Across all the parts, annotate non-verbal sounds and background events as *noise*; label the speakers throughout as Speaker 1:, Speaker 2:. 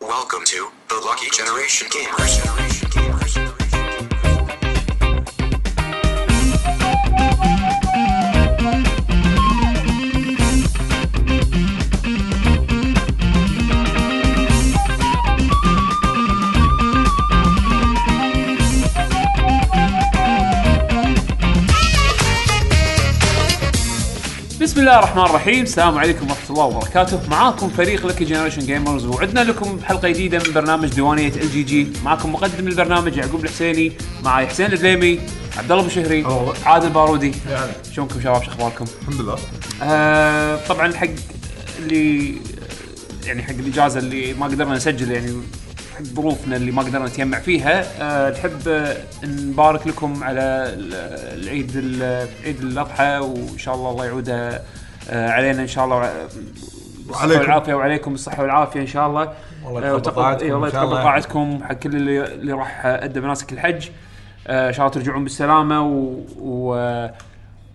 Speaker 1: Welcome to the Lucky Generation Gamers.
Speaker 2: بسم الله الرحمن الرحيم السلام عليكم ورحمه الله وبركاته معاكم فريق لكي جنريشن جيمرز وعدنا لكم حلقه جديده من برنامج ديوانيه ال جي جي معاكم مقدم البرنامج يعقوب الحسيني معاي حسين البليمي عبد الله ابو شهري
Speaker 3: والله.
Speaker 2: عادل بارودي
Speaker 3: يعني.
Speaker 2: شلونكم شباب شو اخباركم
Speaker 3: الحمد لله
Speaker 2: آه طبعا حق اللي يعني حق الاجازه اللي ما قدرنا نسجل يعني حق ظروفنا اللي ما قدرنا نتجمع فيها آه نحب آه، نبارك لكم على ال- العيد ال- عيد الاضحى وان شاء الله الله يعوده آه علينا ان شاء الله وع-
Speaker 3: وعليكم.
Speaker 2: والعافيه وعليكم الصحه والعافيه ان شاء الله
Speaker 3: والله
Speaker 2: آه، وتقب-
Speaker 3: يتقبل طاعتكم
Speaker 2: إي والله
Speaker 3: إن شاء
Speaker 2: يتقبل
Speaker 3: الله.
Speaker 2: طاعتكم حق كل اللي, اللي راح ادى مناسك الحج آه، ان شاء الله ترجعون بالسلامه و... و...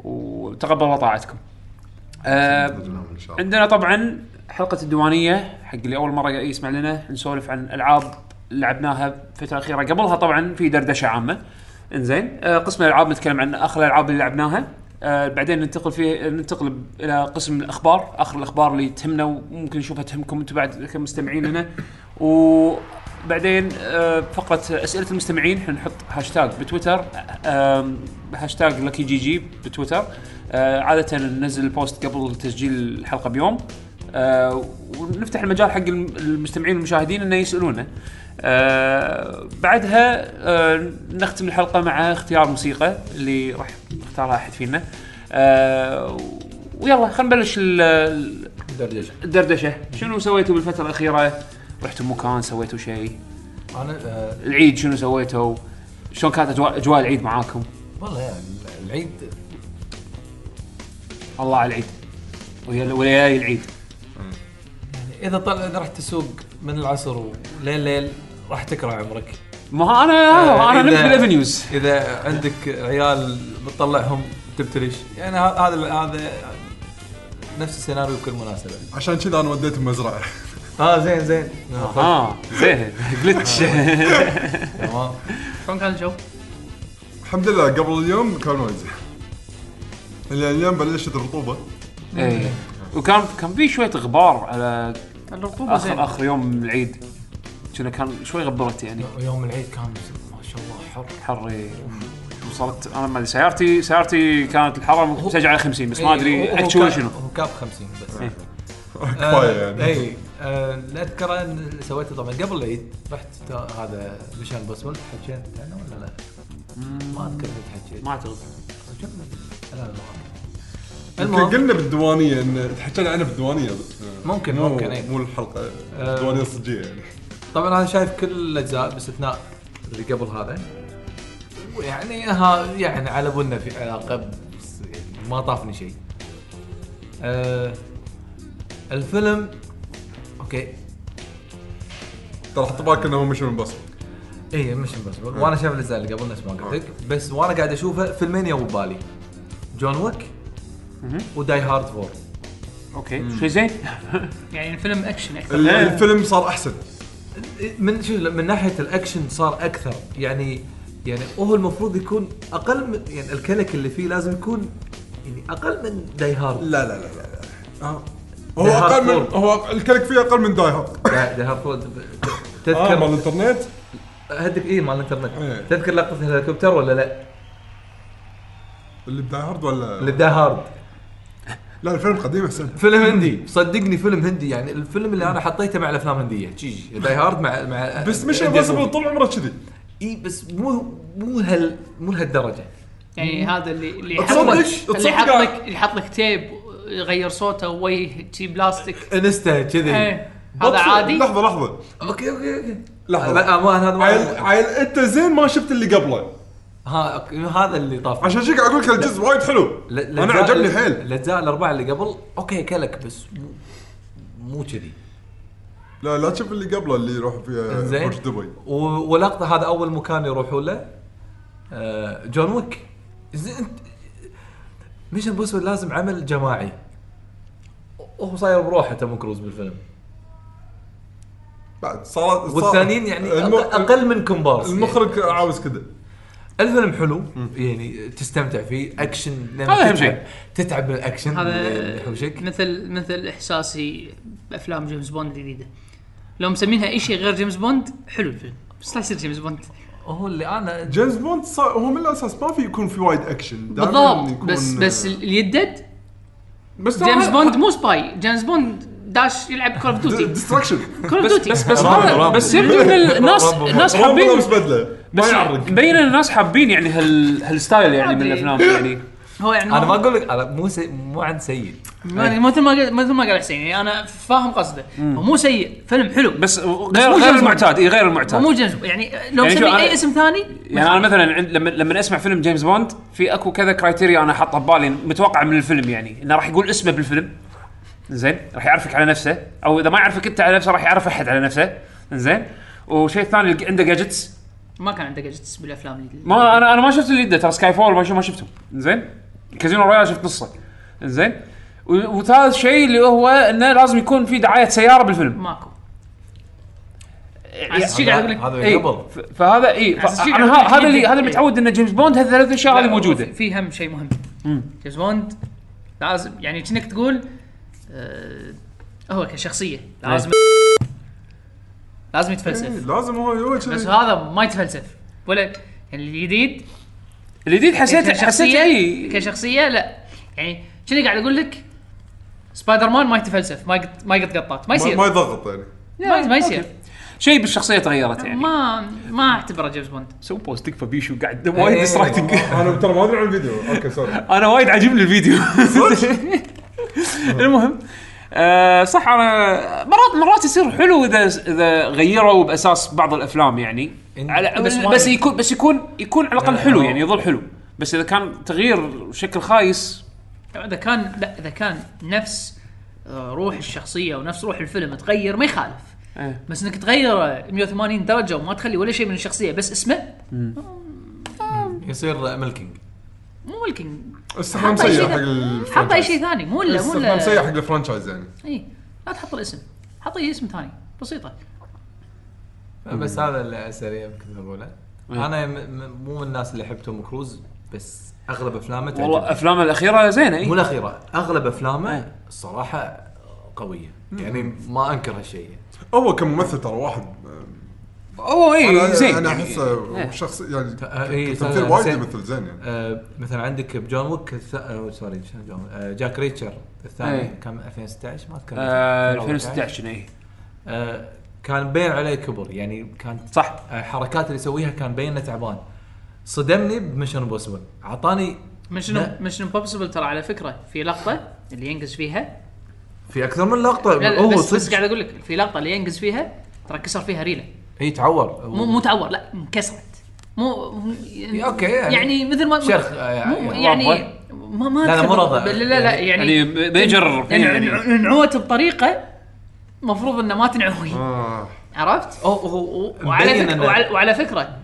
Speaker 2: وتقبل الله طاعتكم آه،
Speaker 3: ان شاء الله
Speaker 2: عندنا طبعا حلقه الديوانيه حق اللي اول مره يسمع لنا نسولف عن العاب لعبناها الفتره الاخيره قبلها طبعا في دردشه عامه انزين آه قسم الالعاب نتكلم عن اخر الالعاب اللي لعبناها آه بعدين ننتقل فيه ننتقل ب- الى قسم الاخبار اخر الاخبار اللي تهمنا وممكن نشوفها تهمكم انتم بعد كمستمعين لنا وبعدين آه فقره اسئله المستمعين احنا نحط هاشتاج بتويتر آه هاشتاج لكي جي جي بتويتر آه عاده ننزل البوست قبل تسجيل الحلقه بيوم آه ونفتح المجال حق الم- المستمعين والمشاهدين انه يسالونا آه بعدها آه نختم الحلقه مع اختيار موسيقى اللي راح يختارها احد فينا آه ويلا خلينا نبلش ال- ال-
Speaker 3: دردشه
Speaker 2: الدردشه شنو سويتوا بالفتره الاخيره رحتوا مكان سويتوا شيء
Speaker 3: انا آه،
Speaker 2: العيد شنو سويتوا شلون كانت أجواء- اجواء العيد معاكم
Speaker 3: والله يعني العيد
Speaker 2: الله على العيد ويا- وليالي العيد
Speaker 3: يعني اذا طل... اذا رحت السوق من العصر وليل ليل راح تكره عمرك
Speaker 2: ما انا
Speaker 3: آه،
Speaker 2: انا نمت
Speaker 3: إذا-
Speaker 2: بالافنيوز
Speaker 3: اذا عندك عيال بتطلعهم تبتليش يعني ه- هذا هذا نفس السيناريو بكل مناسبه
Speaker 4: عشان كذا انا وديت المزرعه
Speaker 3: اه زين زين آه،
Speaker 2: اه
Speaker 3: *laughs*
Speaker 2: زين جلتش
Speaker 3: تمام
Speaker 5: شلون كان الجو؟
Speaker 4: الحمد لله قبل اليوم كان وايد زين لأن اليوم بلشت الرطوبه
Speaker 2: ايه وكان كان في شويه غبار على
Speaker 5: الرطوبه
Speaker 2: اخر
Speaker 5: زين
Speaker 2: اخر يوم من العيد كنا كان شوي غبرت يعني
Speaker 3: يوم العيد كان ما شاء الله حر
Speaker 2: حر إيه. وصلت انا ما ادري سيارتي سيارتي كانت الحراره مسجله على 50 بس ما ادري
Speaker 3: إيه، هو- هو
Speaker 2: اكشولي
Speaker 3: كاب-
Speaker 2: شنو
Speaker 3: هو كاب 50 بس
Speaker 4: *laughs*
Speaker 2: إيه.
Speaker 4: كفايه يعني
Speaker 3: اي آه لا اذكر ان سويته طبعا قبل العيد رحت تا- هذا مشان بوسول حكيت انا ولا لا؟ ما اذكر اني حكيت
Speaker 2: ما اعتقد
Speaker 3: شكراً. لا لا، ما
Speaker 4: يمكن
Speaker 3: المهم
Speaker 4: قلنا بالديوانيه ان تحكينا عنها بالديوانيه
Speaker 3: ممكن،
Speaker 4: مو-
Speaker 3: ممكن، إيه.
Speaker 4: مو الحلقه
Speaker 3: آه.
Speaker 4: الديوانيه الصجيه يعني
Speaker 3: طبعا انا شايف كل الاجزاء باستثناء اللي قبل هذا ويعني ها يعني على بنا في علاقه بس يعني ما طافني شيء. آه الفيلم اوكي
Speaker 4: ترى حط بالك انه مش من بصر
Speaker 3: اي مش امبوسيبل وانا شايف الاجزاء اللي قبل نفس ما قلت لك بس وانا قاعد اشوفه فيلمين يبوا ببالي جون ويك
Speaker 2: مهم.
Speaker 3: وداي هارد 4
Speaker 2: اوكي شيء زين
Speaker 5: يعني الفيلم اكشن اكثر
Speaker 4: ال- الفيلم صار احسن
Speaker 3: من شو من ناحيه الاكشن صار اكثر يعني يعني هو المفروض يكون اقل من يعني الكلك اللي فيه لازم يكون يعني اقل من داي هارد
Speaker 4: لا لا لا لا آه. هو
Speaker 3: Die Hard
Speaker 4: اقل من
Speaker 3: four.
Speaker 4: هو الكلك فيه اقل من داي هارد
Speaker 3: داي داي هارد 4
Speaker 4: آه مال
Speaker 3: تذكر
Speaker 4: الانترنت
Speaker 3: هدك اي مال الانترنت
Speaker 4: إيه.
Speaker 3: تذكر لقطه الهليكوبتر ولا لا؟
Speaker 4: اللي بداي هارد ولا
Speaker 3: اللي بداي هارد
Speaker 4: لا الفيلم قديم احسن
Speaker 3: فيلم هندي صدقني فيلم هندي يعني الفيلم اللي انا حطيته مع الافلام هنديه جي داي هارد مع مع
Speaker 4: بس مش
Speaker 3: إنديان
Speaker 4: امبوسيبل
Speaker 3: موفي.
Speaker 4: طول عمره كذي
Speaker 3: اي بس مو مو هال مو لهالدرجه
Speaker 5: يعني هذا اللي اللي
Speaker 4: تصدق-
Speaker 5: يحط- اللي
Speaker 4: تصدق
Speaker 5: يحط
Speaker 4: قاعد-
Speaker 5: لك اللي يحط لك تيب يغير صوته وجه شي بلاستيك
Speaker 3: انستا كذي
Speaker 5: إيه. هذا عادي
Speaker 4: لحظه لحظه
Speaker 3: اوكي اوكي اوكي
Speaker 4: لحظة.
Speaker 3: لا ما هذا
Speaker 4: عيل
Speaker 3: ما
Speaker 4: عيل انت زين ما شفت اللي قبله
Speaker 3: ها أوكي، هذا اللي طاف
Speaker 4: عشان شي قاعد اقول لك الجزء وايد حلو
Speaker 3: ل-
Speaker 4: انا
Speaker 3: الأجزاء-
Speaker 4: عجبني حيل
Speaker 3: الاجزاء الاربعه اللي قبل اوكي كلك بس مو مو كذي
Speaker 4: لا لا تشوف اللي قبله اللي يروح فيها
Speaker 3: زين
Speaker 4: برج دبي
Speaker 3: و- ولقطه هذا اول مكان يروحوا له آه، جون ويك زين انت- ميشن بوسول لازم عمل جماعي وهو صاير بروحه توم كروز بالفيلم
Speaker 4: بعد صارت صار-
Speaker 3: والثانيين يعني
Speaker 4: الم-
Speaker 3: أق- اقل من كومبارس
Speaker 4: المخرج عاوز كذا
Speaker 3: الفيلم حلو يعني تستمتع فيه اكشن لما
Speaker 2: هذا أهم
Speaker 3: تتعب-
Speaker 2: شيء.
Speaker 3: تتعب من الاكشن اللي
Speaker 5: هذا
Speaker 3: يحوشك
Speaker 5: مثل مثل احساسي بافلام جيمس بوند الجديده لو مسمينها اي شيء غير جيمس بوند حلو الفيلم بس لا يصير جيمس بوند
Speaker 3: هو اللي انا
Speaker 4: جيمس بوند صار هو من الاساس ما في يكون في وايد اكشن دائماً
Speaker 5: بالضبط
Speaker 4: يكون-
Speaker 5: بس بس
Speaker 2: آه.
Speaker 5: اليدد
Speaker 4: بس
Speaker 5: جيمس بوند مو سباي جيمس بوند داش يلعب كول اوف
Speaker 2: *laughs*
Speaker 5: دوتي
Speaker 4: ديستركشن
Speaker 5: كول اوف دوتي
Speaker 2: بس هذا
Speaker 6: رامبو.
Speaker 2: بس يبدو ان الناس
Speaker 3: رامبو.
Speaker 2: الناس
Speaker 4: رامبو
Speaker 2: حابين
Speaker 4: لابس بدله ما
Speaker 2: بس
Speaker 4: يعرق
Speaker 2: مبين ان الناس حابين يعني هال هالستايل يعني من
Speaker 5: عادي.
Speaker 2: الافلام يعني
Speaker 5: هو يعني
Speaker 3: انا ما اقول لك انا مو سي... مو عن سيء
Speaker 5: يعني مثل ما قال- مثل ما قال حسين يعني انا فاهم قصده هو مو سيء فيلم حلو
Speaker 2: بس غير
Speaker 5: مو
Speaker 2: غير
Speaker 5: جيمس
Speaker 2: المعتاد اي غير
Speaker 5: هو مو
Speaker 2: المعتاد
Speaker 5: جيمس يعني لو
Speaker 2: يعني شو،
Speaker 5: مسمي
Speaker 2: أنا-
Speaker 5: اي اسم ثاني
Speaker 2: يعني انا مثلا عند- لما لما اسمع فيلم جيمس بوند في اكو كذا كرايتيريا انا حاطه ببالي متوقع من الفيلم يعني انه راح يقول اسمه بالفيلم زين راح يعرفك على نفسه او اذا ما يعرفك انت على نفسه راح يعرف احد على نفسه زين وشيء ثاني الج- عنده جادجتس
Speaker 5: ما كان عنده جدتس بالافلام اللي-
Speaker 2: ما انا انا ما شفت اللي يده ترى سكاي فول ما شف- ما شفتهم زين كازينو رويال شفت نصه زين و- وثالث شيء اللي هو انه لازم يكون في دعايه سياره بالفيلم
Speaker 5: ماكو على أساس شي قاعد اقول لك إيه.
Speaker 3: هذا
Speaker 2: إي،
Speaker 3: من
Speaker 2: إيه،
Speaker 3: قبل
Speaker 2: ف- فهذا اي
Speaker 5: أساس شي
Speaker 2: انا
Speaker 5: قاعد
Speaker 2: ه- هذا
Speaker 5: يجيب-
Speaker 2: اللي
Speaker 3: إيه.
Speaker 2: هذا اللي
Speaker 5: إي.
Speaker 2: متعود ان جيمس بوند هالثلاث اشياء هذه موجوده
Speaker 5: في هم شيء مهم جيمس بوند لازم يعني كأنك تقول آه هو كشخصيه لازم لازم يتفلسف
Speaker 4: إيه، لازم هو هو كذي.
Speaker 5: بس هذا ما يتفلسف ولا يعني الجديد
Speaker 2: الجديد
Speaker 3: إيه،
Speaker 2: حسيت إيه، حسيت
Speaker 5: كشخصيه
Speaker 2: اي
Speaker 5: كشخصيه لا يعني شنو قاعد اقول لك سبايدر مان ما يتفلسف ما يقط ما يقط قطات ما
Speaker 4: ما-
Speaker 5: يصير
Speaker 4: ما
Speaker 5: ما,
Speaker 4: يضغط
Speaker 3: *laughs*
Speaker 4: يعني
Speaker 5: ما يصير
Speaker 2: شيء بالشخصيه تغيرت يعني
Speaker 5: ما ما اعتبره جيمس بوند
Speaker 2: سو بوز تكفى بيشو قاعد وايد
Speaker 3: إيه.
Speaker 2: ديستراكتنج *laughs*
Speaker 4: انا ترى ما ادري عن الفيديو اوكي سوري
Speaker 2: انا وايد عاجبني الفيديو *laughs* المهم آه صح انا مرات مرات يصير حلو اذا اذا غيروا باساس بعض الافلام يعني
Speaker 3: إن-
Speaker 2: على بس,
Speaker 3: بس ما- آه.
Speaker 2: بس يكون بس يكون يكون على الاقل
Speaker 3: لا،
Speaker 2: حلو
Speaker 3: هو-
Speaker 2: يعني يظل حلو بس اذا كان تغيير شكل خايس
Speaker 5: اذا كان لا اذا كان نفس آه، روح الشخصيه ونفس روح الفيلم تغير ما يخالف
Speaker 2: إيه.
Speaker 5: بس انك تغيره 180 درجه وما تخلي ولا شيء من الشخصيه بس اسمه
Speaker 3: يصير ملكينج
Speaker 5: مو ملكن
Speaker 4: استخدام سيء حق الفرنشايز
Speaker 5: حط اي شيء ثاني مو الا مو
Speaker 4: استخدام سيء
Speaker 5: الا
Speaker 4: حق الفرنشايز يعني
Speaker 5: اي لا تحط الاسم حط اي اسم ثاني بسيطه
Speaker 3: بس هذا اللي سريع يمكن اقوله
Speaker 2: إيه.
Speaker 3: انا م- م- مو من الناس اللي احب توم كروز بس اغلب افلامه
Speaker 2: والله
Speaker 3: تعجبني
Speaker 2: افلامه الاخيره زينه
Speaker 3: مو
Speaker 2: اي
Speaker 3: الاخيره اغلب افلامه
Speaker 2: إيه.
Speaker 3: الصراحه قويه يعني ما انكر هالشيء
Speaker 4: هو كممثل ترى واحد آه،
Speaker 2: اوه اي
Speaker 4: انا
Speaker 2: زين
Speaker 4: انا
Speaker 2: يعني.
Speaker 4: احسه
Speaker 2: إيه.
Speaker 4: شخص يعني
Speaker 3: آه، إيه،
Speaker 4: تمثيل
Speaker 3: ترى
Speaker 4: وايد
Speaker 3: زين.
Speaker 4: يمثل زين يعني
Speaker 3: آه، مثلا عندك بجون ويك الث- آه، سوري شنو جون ويك؟ آه، جاك ريتشر الثاني
Speaker 2: إيه.
Speaker 3: كان 2016 ما اذكر
Speaker 2: آه،
Speaker 3: 2016.
Speaker 2: 2016 اي
Speaker 3: آه، كان باين عليه كبر يعني كانت
Speaker 2: صح.
Speaker 3: الحركات اللي يسويها كان باين انه تعبان صدمني بمشن امبوسيبل اعطاني
Speaker 5: مشن مشن امبوسيبل ترى على فكره في لقطه اللي ينقز فيها
Speaker 3: في اكثر من لقطه
Speaker 5: لا لا
Speaker 3: هو
Speaker 5: بس, بس
Speaker 3: صدق
Speaker 5: قاعد اقول لك في لقطه اللي ينقز فيها ترى كسر فيها ريله
Speaker 3: اي تعور
Speaker 5: مو مو تعور لا انكسرت مو مو- يعني
Speaker 3: أوكي، يعني
Speaker 5: يعني مثل ما
Speaker 3: شرخ، آه،
Speaker 5: مو
Speaker 3: يعني
Speaker 5: يعني
Speaker 2: رضة.
Speaker 5: ما ما
Speaker 3: لا، لا، مو
Speaker 5: أتذكر.
Speaker 3: رضة.
Speaker 5: بل- لا لا يعني
Speaker 2: يعني ميجر
Speaker 5: ان-
Speaker 2: يعني
Speaker 5: ان- انعوت بطريقه مفروض انه ما تنعوي
Speaker 4: آه
Speaker 5: عرفت؟
Speaker 3: أو- أو- أو-
Speaker 5: وعلى
Speaker 3: مبين
Speaker 5: فكره
Speaker 3: إنه-
Speaker 5: وعلى, وعلى فكره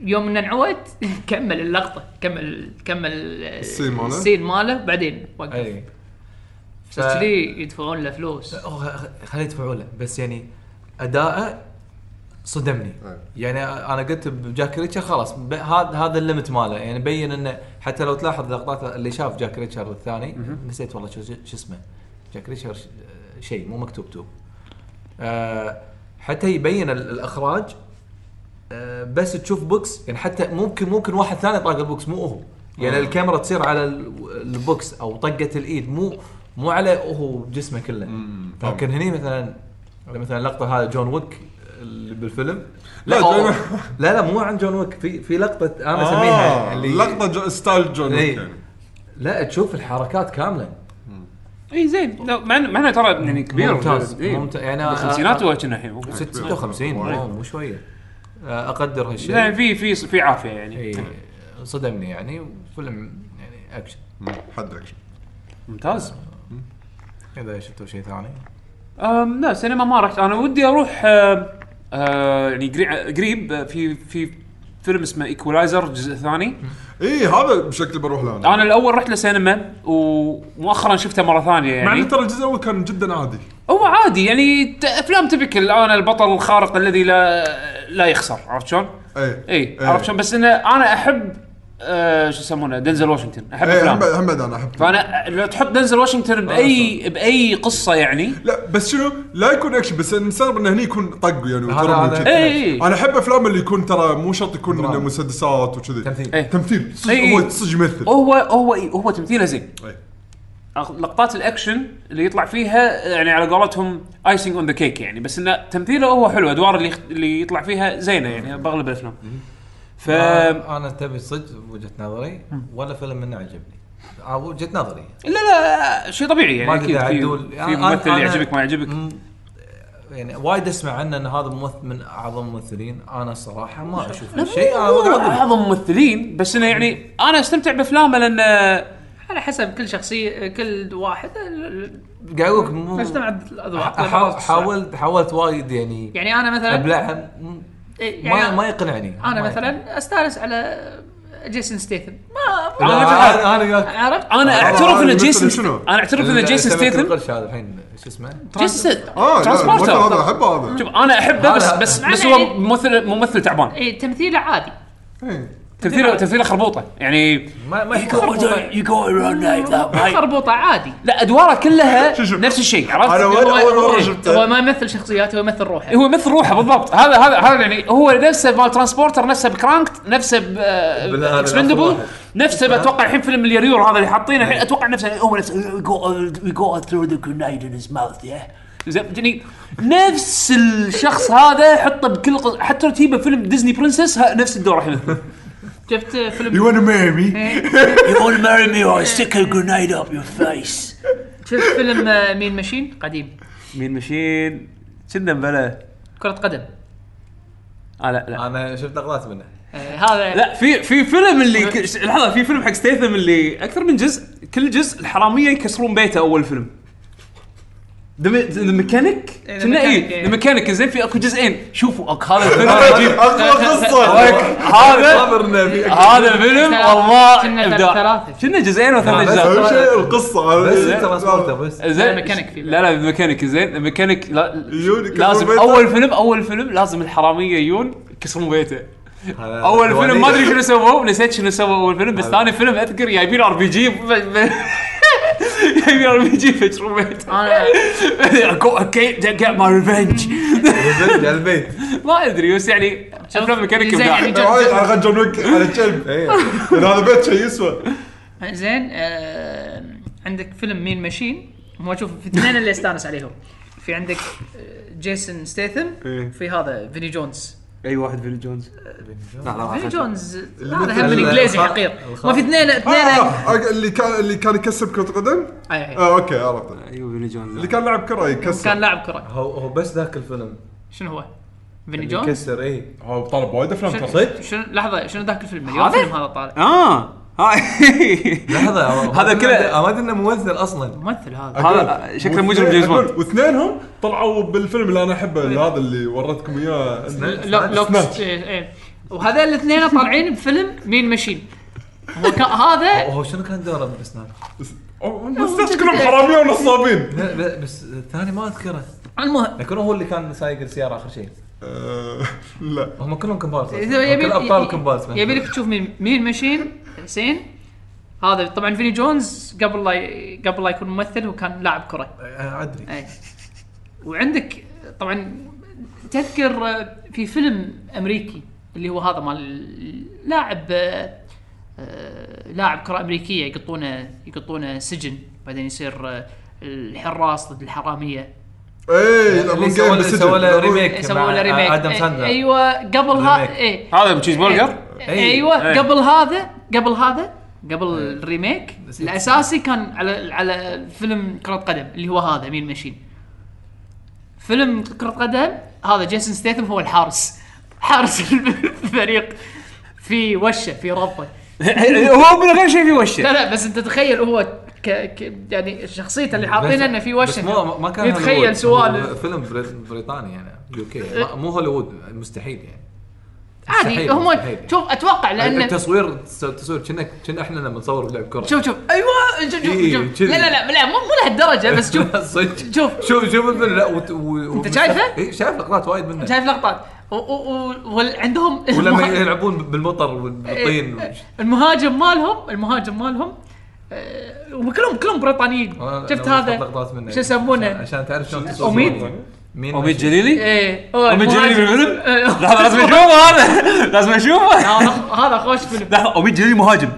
Speaker 5: يوم ان انعوت *laughs* كمل اللقطه كمل كمل آه،
Speaker 4: السين ماله.
Speaker 5: السين ماله بعدين وقف
Speaker 3: اي
Speaker 5: بس كذي يدفعون له فلوس
Speaker 3: أوه، خ- خليه يدفعوا له بس يعني اداءه صدمني
Speaker 4: أي.
Speaker 3: يعني انا قلت بجاك ريتشر خلاص ب- هذا هذا الليمت ماله يعني بين انه حتى لو تلاحظ لقطات اللي شاف جاك ريتشر الثاني نسيت والله شو شو اسمه جاك ريتشر ش- شيء مو مكتوب تو آه، حتى يبين ال- الاخراج آه، بس تشوف بوكس يعني حتى ممكن ممكن واحد ثاني طاق البوكس مو هو
Speaker 4: آه.
Speaker 3: يعني الكاميرا تصير على ال- البوكس او طقه الايد مو مو على هو جسمه كله لكن هني مثلا مثلا اللقطه هذا جون ويك اللي بالفيلم لا
Speaker 4: لا،
Speaker 3: لا
Speaker 4: جون-
Speaker 3: لا, لا مو عن جون ويك في في لقطه انا
Speaker 4: آه،
Speaker 3: اسميها اللي
Speaker 4: لقطه جو- ستايل جون ويك
Speaker 3: إيه.
Speaker 4: يعني
Speaker 3: لا تشوف الحركات كامله
Speaker 2: اي إيه، زين لا، مع إنه- مع إنه ترى يعني كبير
Speaker 3: ممتاز،
Speaker 2: إي.
Speaker 3: ممتاز. يعني أنا- إيه.
Speaker 2: بالخمسينات هو كنا الحين
Speaker 3: 56 آه، مو شويه آه، اقدر هالشيء
Speaker 2: يعني في في في عافيه يعني
Speaker 3: إي، إيه، صدمني يعني فيلم يعني اكشن
Speaker 4: حد اكشن
Speaker 2: ممتاز
Speaker 3: اذا شفتوا شيء ثاني
Speaker 2: أم لا سينما ما رحت انا ودي اروح أم، أه يعني قري- قريب أه، في في فيلم اسمه ايكولايزر الجزء الثاني
Speaker 4: اي إيه، هذا بشكل بروح له انا
Speaker 2: انا الاول رحت لسينما ومؤخرا شفته مره ثانيه
Speaker 4: مع
Speaker 2: يعني
Speaker 4: انه ترى الجزء الاول كان جدا عادي
Speaker 2: هو عادي يعني ت- افلام تبكل انا البطل الخارق الذي لا لا يخسر عرفت شلون؟
Speaker 3: إيه.
Speaker 4: اي
Speaker 2: اي إيه، عرفت شلون بس انه انا احب آه شو يسمونه دنزل واشنطن احب
Speaker 3: إيه،
Speaker 4: اي إيه، هم
Speaker 2: افلام
Speaker 4: بعد هم بعد انا احب
Speaker 2: فانا لو تحط دنزل واشنطن باي باي قصه يعني
Speaker 4: لا بس شنو لا يكون اكشن بس المستغرب انه هنا يكون طق يعني
Speaker 3: هذا-
Speaker 4: وضرب
Speaker 3: هذا-
Speaker 4: وكذا.
Speaker 2: اي اي
Speaker 4: انا احب افلام اللي يكون ترى مو شرط يكون
Speaker 3: دراما.
Speaker 4: انه مسدسات وكذي
Speaker 3: تمثيل
Speaker 2: إيه.
Speaker 4: تمثيل صدق
Speaker 2: إي.
Speaker 4: هو صدق يمثل إيه.
Speaker 2: هو هو هو تمثيله زين
Speaker 4: إي.
Speaker 2: أغ- لقطات الاكشن اللي يطلع فيها يعني على قولتهم ايسنج اون ذا كيك يعني بس انه تمثيله هو حلو ادوار اللي يخ- اللي يطلع فيها زينه يعني باغلب الافلام ف نعم.
Speaker 3: آه، انا تبي صدق بوجهه نظري ولا فيلم منه عجبني آه، وجهه نظري
Speaker 2: لا لا شيء طبيعي
Speaker 3: ما
Speaker 2: يعني
Speaker 3: اقدر
Speaker 2: اكيد يعني في,
Speaker 3: اعدل
Speaker 2: في ممثل يعجبك ما يعجبك
Speaker 3: يعني وايد اسمع عنه ان هذا ممثل من اعظم الممثلين انا الصراحه ما اشوف
Speaker 2: نعم. لا،
Speaker 3: شيء آه،
Speaker 2: مو- مو
Speaker 3: انا
Speaker 2: اعظم ممثلين بس انه يعني انا استمتع بافلامه لان
Speaker 5: على حسب كل شخصيه كل واحد ال- ال-
Speaker 3: قاعد اقول لك مو-
Speaker 5: مجتمع الاذواق
Speaker 3: أحا- حاولت حاولت وايد يعني
Speaker 5: يعني انا مثلا
Speaker 3: ابلعها م-
Speaker 5: إيه،
Speaker 3: ما
Speaker 5: يعني
Speaker 3: ما يقنعني
Speaker 5: انا
Speaker 3: ما
Speaker 5: مثلا استانس على جيسون ستيثم ما
Speaker 3: يقنعني.
Speaker 2: أنا
Speaker 3: لا،
Speaker 2: مثل هذا.
Speaker 3: انا انا وياك
Speaker 5: عرفت
Speaker 2: انا اعترف ان
Speaker 4: هذا
Speaker 2: جيسون
Speaker 4: مثل شنو؟
Speaker 2: انا اعترف ان جيسون
Speaker 3: سمك
Speaker 2: ستيثم
Speaker 3: القرش هذا الحين شو اسمه؟
Speaker 2: جيسون
Speaker 4: اه لا الممثل هذا
Speaker 2: ترانسبورتر
Speaker 4: احبه هذا
Speaker 2: شوف انا احبه بس
Speaker 3: هذا-
Speaker 2: بس
Speaker 5: معنى
Speaker 2: بس هو
Speaker 5: يعني-
Speaker 2: ممثل ممثل تعبان
Speaker 5: إيه، تمثيله عادي
Speaker 4: إي.
Speaker 2: تمثيله تمثيله خربوطه يعني
Speaker 3: ما ما يكون
Speaker 2: you go around like that, right?
Speaker 5: خربوطه عادي
Speaker 2: لا ادواره كلها
Speaker 4: شو- شو؟
Speaker 2: نفس الشيء عرفت؟
Speaker 4: أنا وين
Speaker 2: هو- أيوه.
Speaker 4: أول مرة
Speaker 2: إيه.
Speaker 4: شفته؟
Speaker 5: هو ما يمثل شخصيات هو يمثل روحه
Speaker 2: هو مثل روحه بالضبط هذا هذا هذا يعني هو نفسه مال ترانسبورتر نفسه بكرانكت نفسه ب
Speaker 3: بلا- هذا
Speaker 2: اكسبندبل
Speaker 3: نفس الواحد.
Speaker 2: نفسه بتوقع الحين فيلم اليوريور هذا اللي حاطينه الحين اتوقع نفسه هو نفسه we go we go through the grenade in his mouth yeah زين يعني نفس الشخص هذا حطه بكل قص... حتى تجيبه فيلم ديزني برنسس ها- نفس الدور الحين
Speaker 5: شفت فيلم
Speaker 2: أيوه.
Speaker 4: You wanna marry
Speaker 2: إيه.
Speaker 4: *laughs* me?
Speaker 2: You wanna marry me or I stick a grenade up your face
Speaker 5: شفت فيلم آه، مين ماشين قديم
Speaker 2: مين مشين كنا مبلا
Speaker 5: كرة قدم
Speaker 2: آه لا لا
Speaker 3: انا شفت لقطات
Speaker 2: *laughs*
Speaker 3: منه
Speaker 5: آه، هذا
Speaker 2: لا في في فيلم
Speaker 5: آه.
Speaker 2: اللي ك- ش- لحظه في فيلم حق ستيثم اللي اكثر من جزء كل جزء الحراميه يكسرون بيته اول فيلم ذا ميكانيك
Speaker 5: إيه، The
Speaker 2: كنا
Speaker 5: Mechanic،
Speaker 2: اي
Speaker 5: إيه.
Speaker 2: ذا ميكانيك زين في اكو جزئين شوفوا أك-
Speaker 5: *laughs*
Speaker 2: هذا الفيلم عجيب. *laughs*
Speaker 4: اقوى قصه
Speaker 2: أك- هذا
Speaker 3: خبر النبي
Speaker 2: هذا فيلم والله
Speaker 5: كنا
Speaker 2: ابداع
Speaker 5: ثلاثة.
Speaker 2: كنا جزئين
Speaker 5: آه،
Speaker 2: وثمان
Speaker 3: لا،
Speaker 2: اجزاء
Speaker 4: اهم شيء القصه
Speaker 3: بس الترانسبورتر بس
Speaker 2: زين
Speaker 5: لا، ميكانيك في
Speaker 2: لا لا ميكانيك زين ميكانيك لا
Speaker 4: يجون يكسرون
Speaker 2: لازم
Speaker 4: بيته.
Speaker 2: اول فيلم اول فيلم لازم الحراميه يجون يكسرون بيته
Speaker 3: هذا
Speaker 2: اول فيلم ما ادري
Speaker 3: دوانيش.
Speaker 2: شنو سووا نسيت شنو سووا اول فيلم بس ثاني فيلم اذكر جايبين ار *laughs* بي جي جايبين ار بي جي فجروا بيته
Speaker 5: انا
Speaker 2: اوكي جيت ماي ريفنج
Speaker 3: نزلت على البيت
Speaker 2: ما ادري بس يعني افلام ميكانيك
Speaker 5: زين
Speaker 2: ابداع
Speaker 5: يعني-
Speaker 4: على خجمك على الكلب
Speaker 2: إيه.
Speaker 4: لان هذا بيت شيء يسوى
Speaker 2: أيوه.
Speaker 5: زين آه، عندك فيلم مين ماشين هو شوف في اثنين اللي استانس عليهم في عندك آه، جيسون ستيثم
Speaker 2: إيه.
Speaker 5: في هذا فيني جونز
Speaker 2: اي واحد فيل جونز لا
Speaker 5: فيني
Speaker 2: لا
Speaker 5: جونز
Speaker 4: مثل
Speaker 5: هذا هم
Speaker 3: ال-
Speaker 5: انجليزي
Speaker 3: الخ-
Speaker 5: حقير
Speaker 3: الخ-
Speaker 5: ما في اثنين اثنين
Speaker 4: آه، اللي كان اللي كان يكسب كره قدم
Speaker 5: أي- أي.
Speaker 4: اه اوكي عرفت
Speaker 2: ايوه فيل جونز
Speaker 4: اللي كان لاعب كره
Speaker 5: كان
Speaker 4: يكسر
Speaker 5: لاعب كره
Speaker 3: هو هو بس ذاك الفيلم
Speaker 5: شنو هو؟ فيني
Speaker 3: اللي
Speaker 5: جونز؟
Speaker 3: كسر
Speaker 2: إيه.
Speaker 3: اي
Speaker 4: هو طالب وايد افلام
Speaker 5: شنو-
Speaker 4: كره
Speaker 5: شنو لحظه شنو ذاك الفيلم؟ اليوم فيلم هذا طالع
Speaker 2: اه هاي. *laughs*
Speaker 3: لحظه هو-
Speaker 2: هذا
Speaker 3: ما
Speaker 2: كذا-
Speaker 3: أدري- ما ادري انه ممثل
Speaker 2: *laughs*
Speaker 3: اصلا
Speaker 5: ممثل هذا
Speaker 4: إيه.
Speaker 2: هذا شكله مجرم جيمس
Speaker 4: جيمس
Speaker 2: بوند
Speaker 4: واثنينهم طلعوا بالفيلم اللي انا احبه اللي هذا اللي وريتكم اياه
Speaker 5: لو لو
Speaker 4: سناتش.
Speaker 5: إيه، إيه. وهذول الاثنين طالعين بفيلم مين ماشين هو كا- هذا
Speaker 3: هو شنو كان دوره بسناب
Speaker 4: أو- بس كلهم حراميه ونصابين
Speaker 3: لا، لا، بس الثاني ما اذكره
Speaker 5: المهم
Speaker 3: لكن هو اللي كان سايق السياره اخر شيء
Speaker 4: آه، لا
Speaker 3: هم كلهم كومبارس أصلاً.
Speaker 5: إذا
Speaker 3: كل ابطال كومبارس
Speaker 5: يبي يبي لك تشوف مين مين ماشين زين هذا طبعا فيني جونز قبل لا ي- قبل لا يكون ممثل وكان لاعب كره
Speaker 3: آه، ادري
Speaker 5: اي إيه. وعندك طبعا تذكر آه، في فيلم امريكي اللي هو هذا مال لاعب آه، آه، لاعب كره امريكيه يقطونه يقطونه سجن بعدين يصير آه، الحراس ضد الحراميه
Speaker 4: ايه يلعبون
Speaker 3: اللي سوى
Speaker 4: جيم
Speaker 3: له- سوى له
Speaker 4: بالسجن
Speaker 3: ريميك
Speaker 5: سووا له
Speaker 3: مع
Speaker 5: ريميك
Speaker 3: ادم
Speaker 5: إيه،
Speaker 3: ساندلر
Speaker 5: ايوه قبل
Speaker 3: ريميك.
Speaker 5: هذا ايه
Speaker 2: هذا تشيز برجر
Speaker 5: إيه،
Speaker 3: إيه.
Speaker 5: ايوه
Speaker 2: إيه.
Speaker 5: قبل هذا قبل هذا قبل الريميك الاساسي كان على على فيلم كرة قدم اللي هو هذا مين ماشين فيلم كرة قدم هذا جيسون ستيثم هو الحارس حارس *laughs* الفريق في وشه في ربه
Speaker 2: هو من غير شيء في وشه
Speaker 5: لا لا بس انت تخيل هو ك... ك... يعني شخصيته اللي
Speaker 3: بس-
Speaker 5: حاطينه انه في وشه
Speaker 3: بس مو ما كان
Speaker 5: يتخيل
Speaker 3: هوليوود.
Speaker 5: سوالف أه.
Speaker 3: هو فيلم بري- بريطاني يعني يو كي مو هوليوود مستحيل يعني
Speaker 5: عادي
Speaker 3: مستحيل،
Speaker 5: هم
Speaker 3: مستحيل.
Speaker 5: شوف اتوقع لان
Speaker 3: التصوير التصوير كنا كنا احنا لما نصور لعب كره *laughs*
Speaker 5: شوف شوف ايوه شوف شوف,
Speaker 3: إيه،
Speaker 5: شوف.
Speaker 3: كذي.
Speaker 5: لا لا لا لا مو مو لهالدرجه بس
Speaker 3: *laughs*
Speaker 5: شوف
Speaker 3: صدق
Speaker 5: شوف.
Speaker 3: شوف شوف الفيلم لا وت- و...
Speaker 5: أنت شايفه؟
Speaker 3: اي شايف لقطات وايد منه
Speaker 5: شايف لقطات و- و- و- وعندهم
Speaker 3: ولما
Speaker 5: المه-
Speaker 3: يلعبون بالمطر والطين
Speaker 5: إيه، المهاجم مالهم المهاجم مالهم آه، وكلهم كلهم بريطانيين
Speaker 3: أنا-
Speaker 5: شفت
Speaker 3: أنا شفت
Speaker 5: هذا
Speaker 3: آه، لقطات منه
Speaker 5: شو يسمونه؟
Speaker 3: عشان- عشان تعرف شلون تصور
Speaker 5: أميد؟
Speaker 3: صورة. مين
Speaker 2: اميد جليلي
Speaker 5: ايه هو
Speaker 2: اميد جليلي
Speaker 5: المهاجم.
Speaker 2: بالفيلم
Speaker 5: إيه.
Speaker 2: لحظه لازم اشوفه هذا لازم اشوفه
Speaker 5: هذا هذا خوش فيلم
Speaker 2: لحظه اميد جليلي مهاجم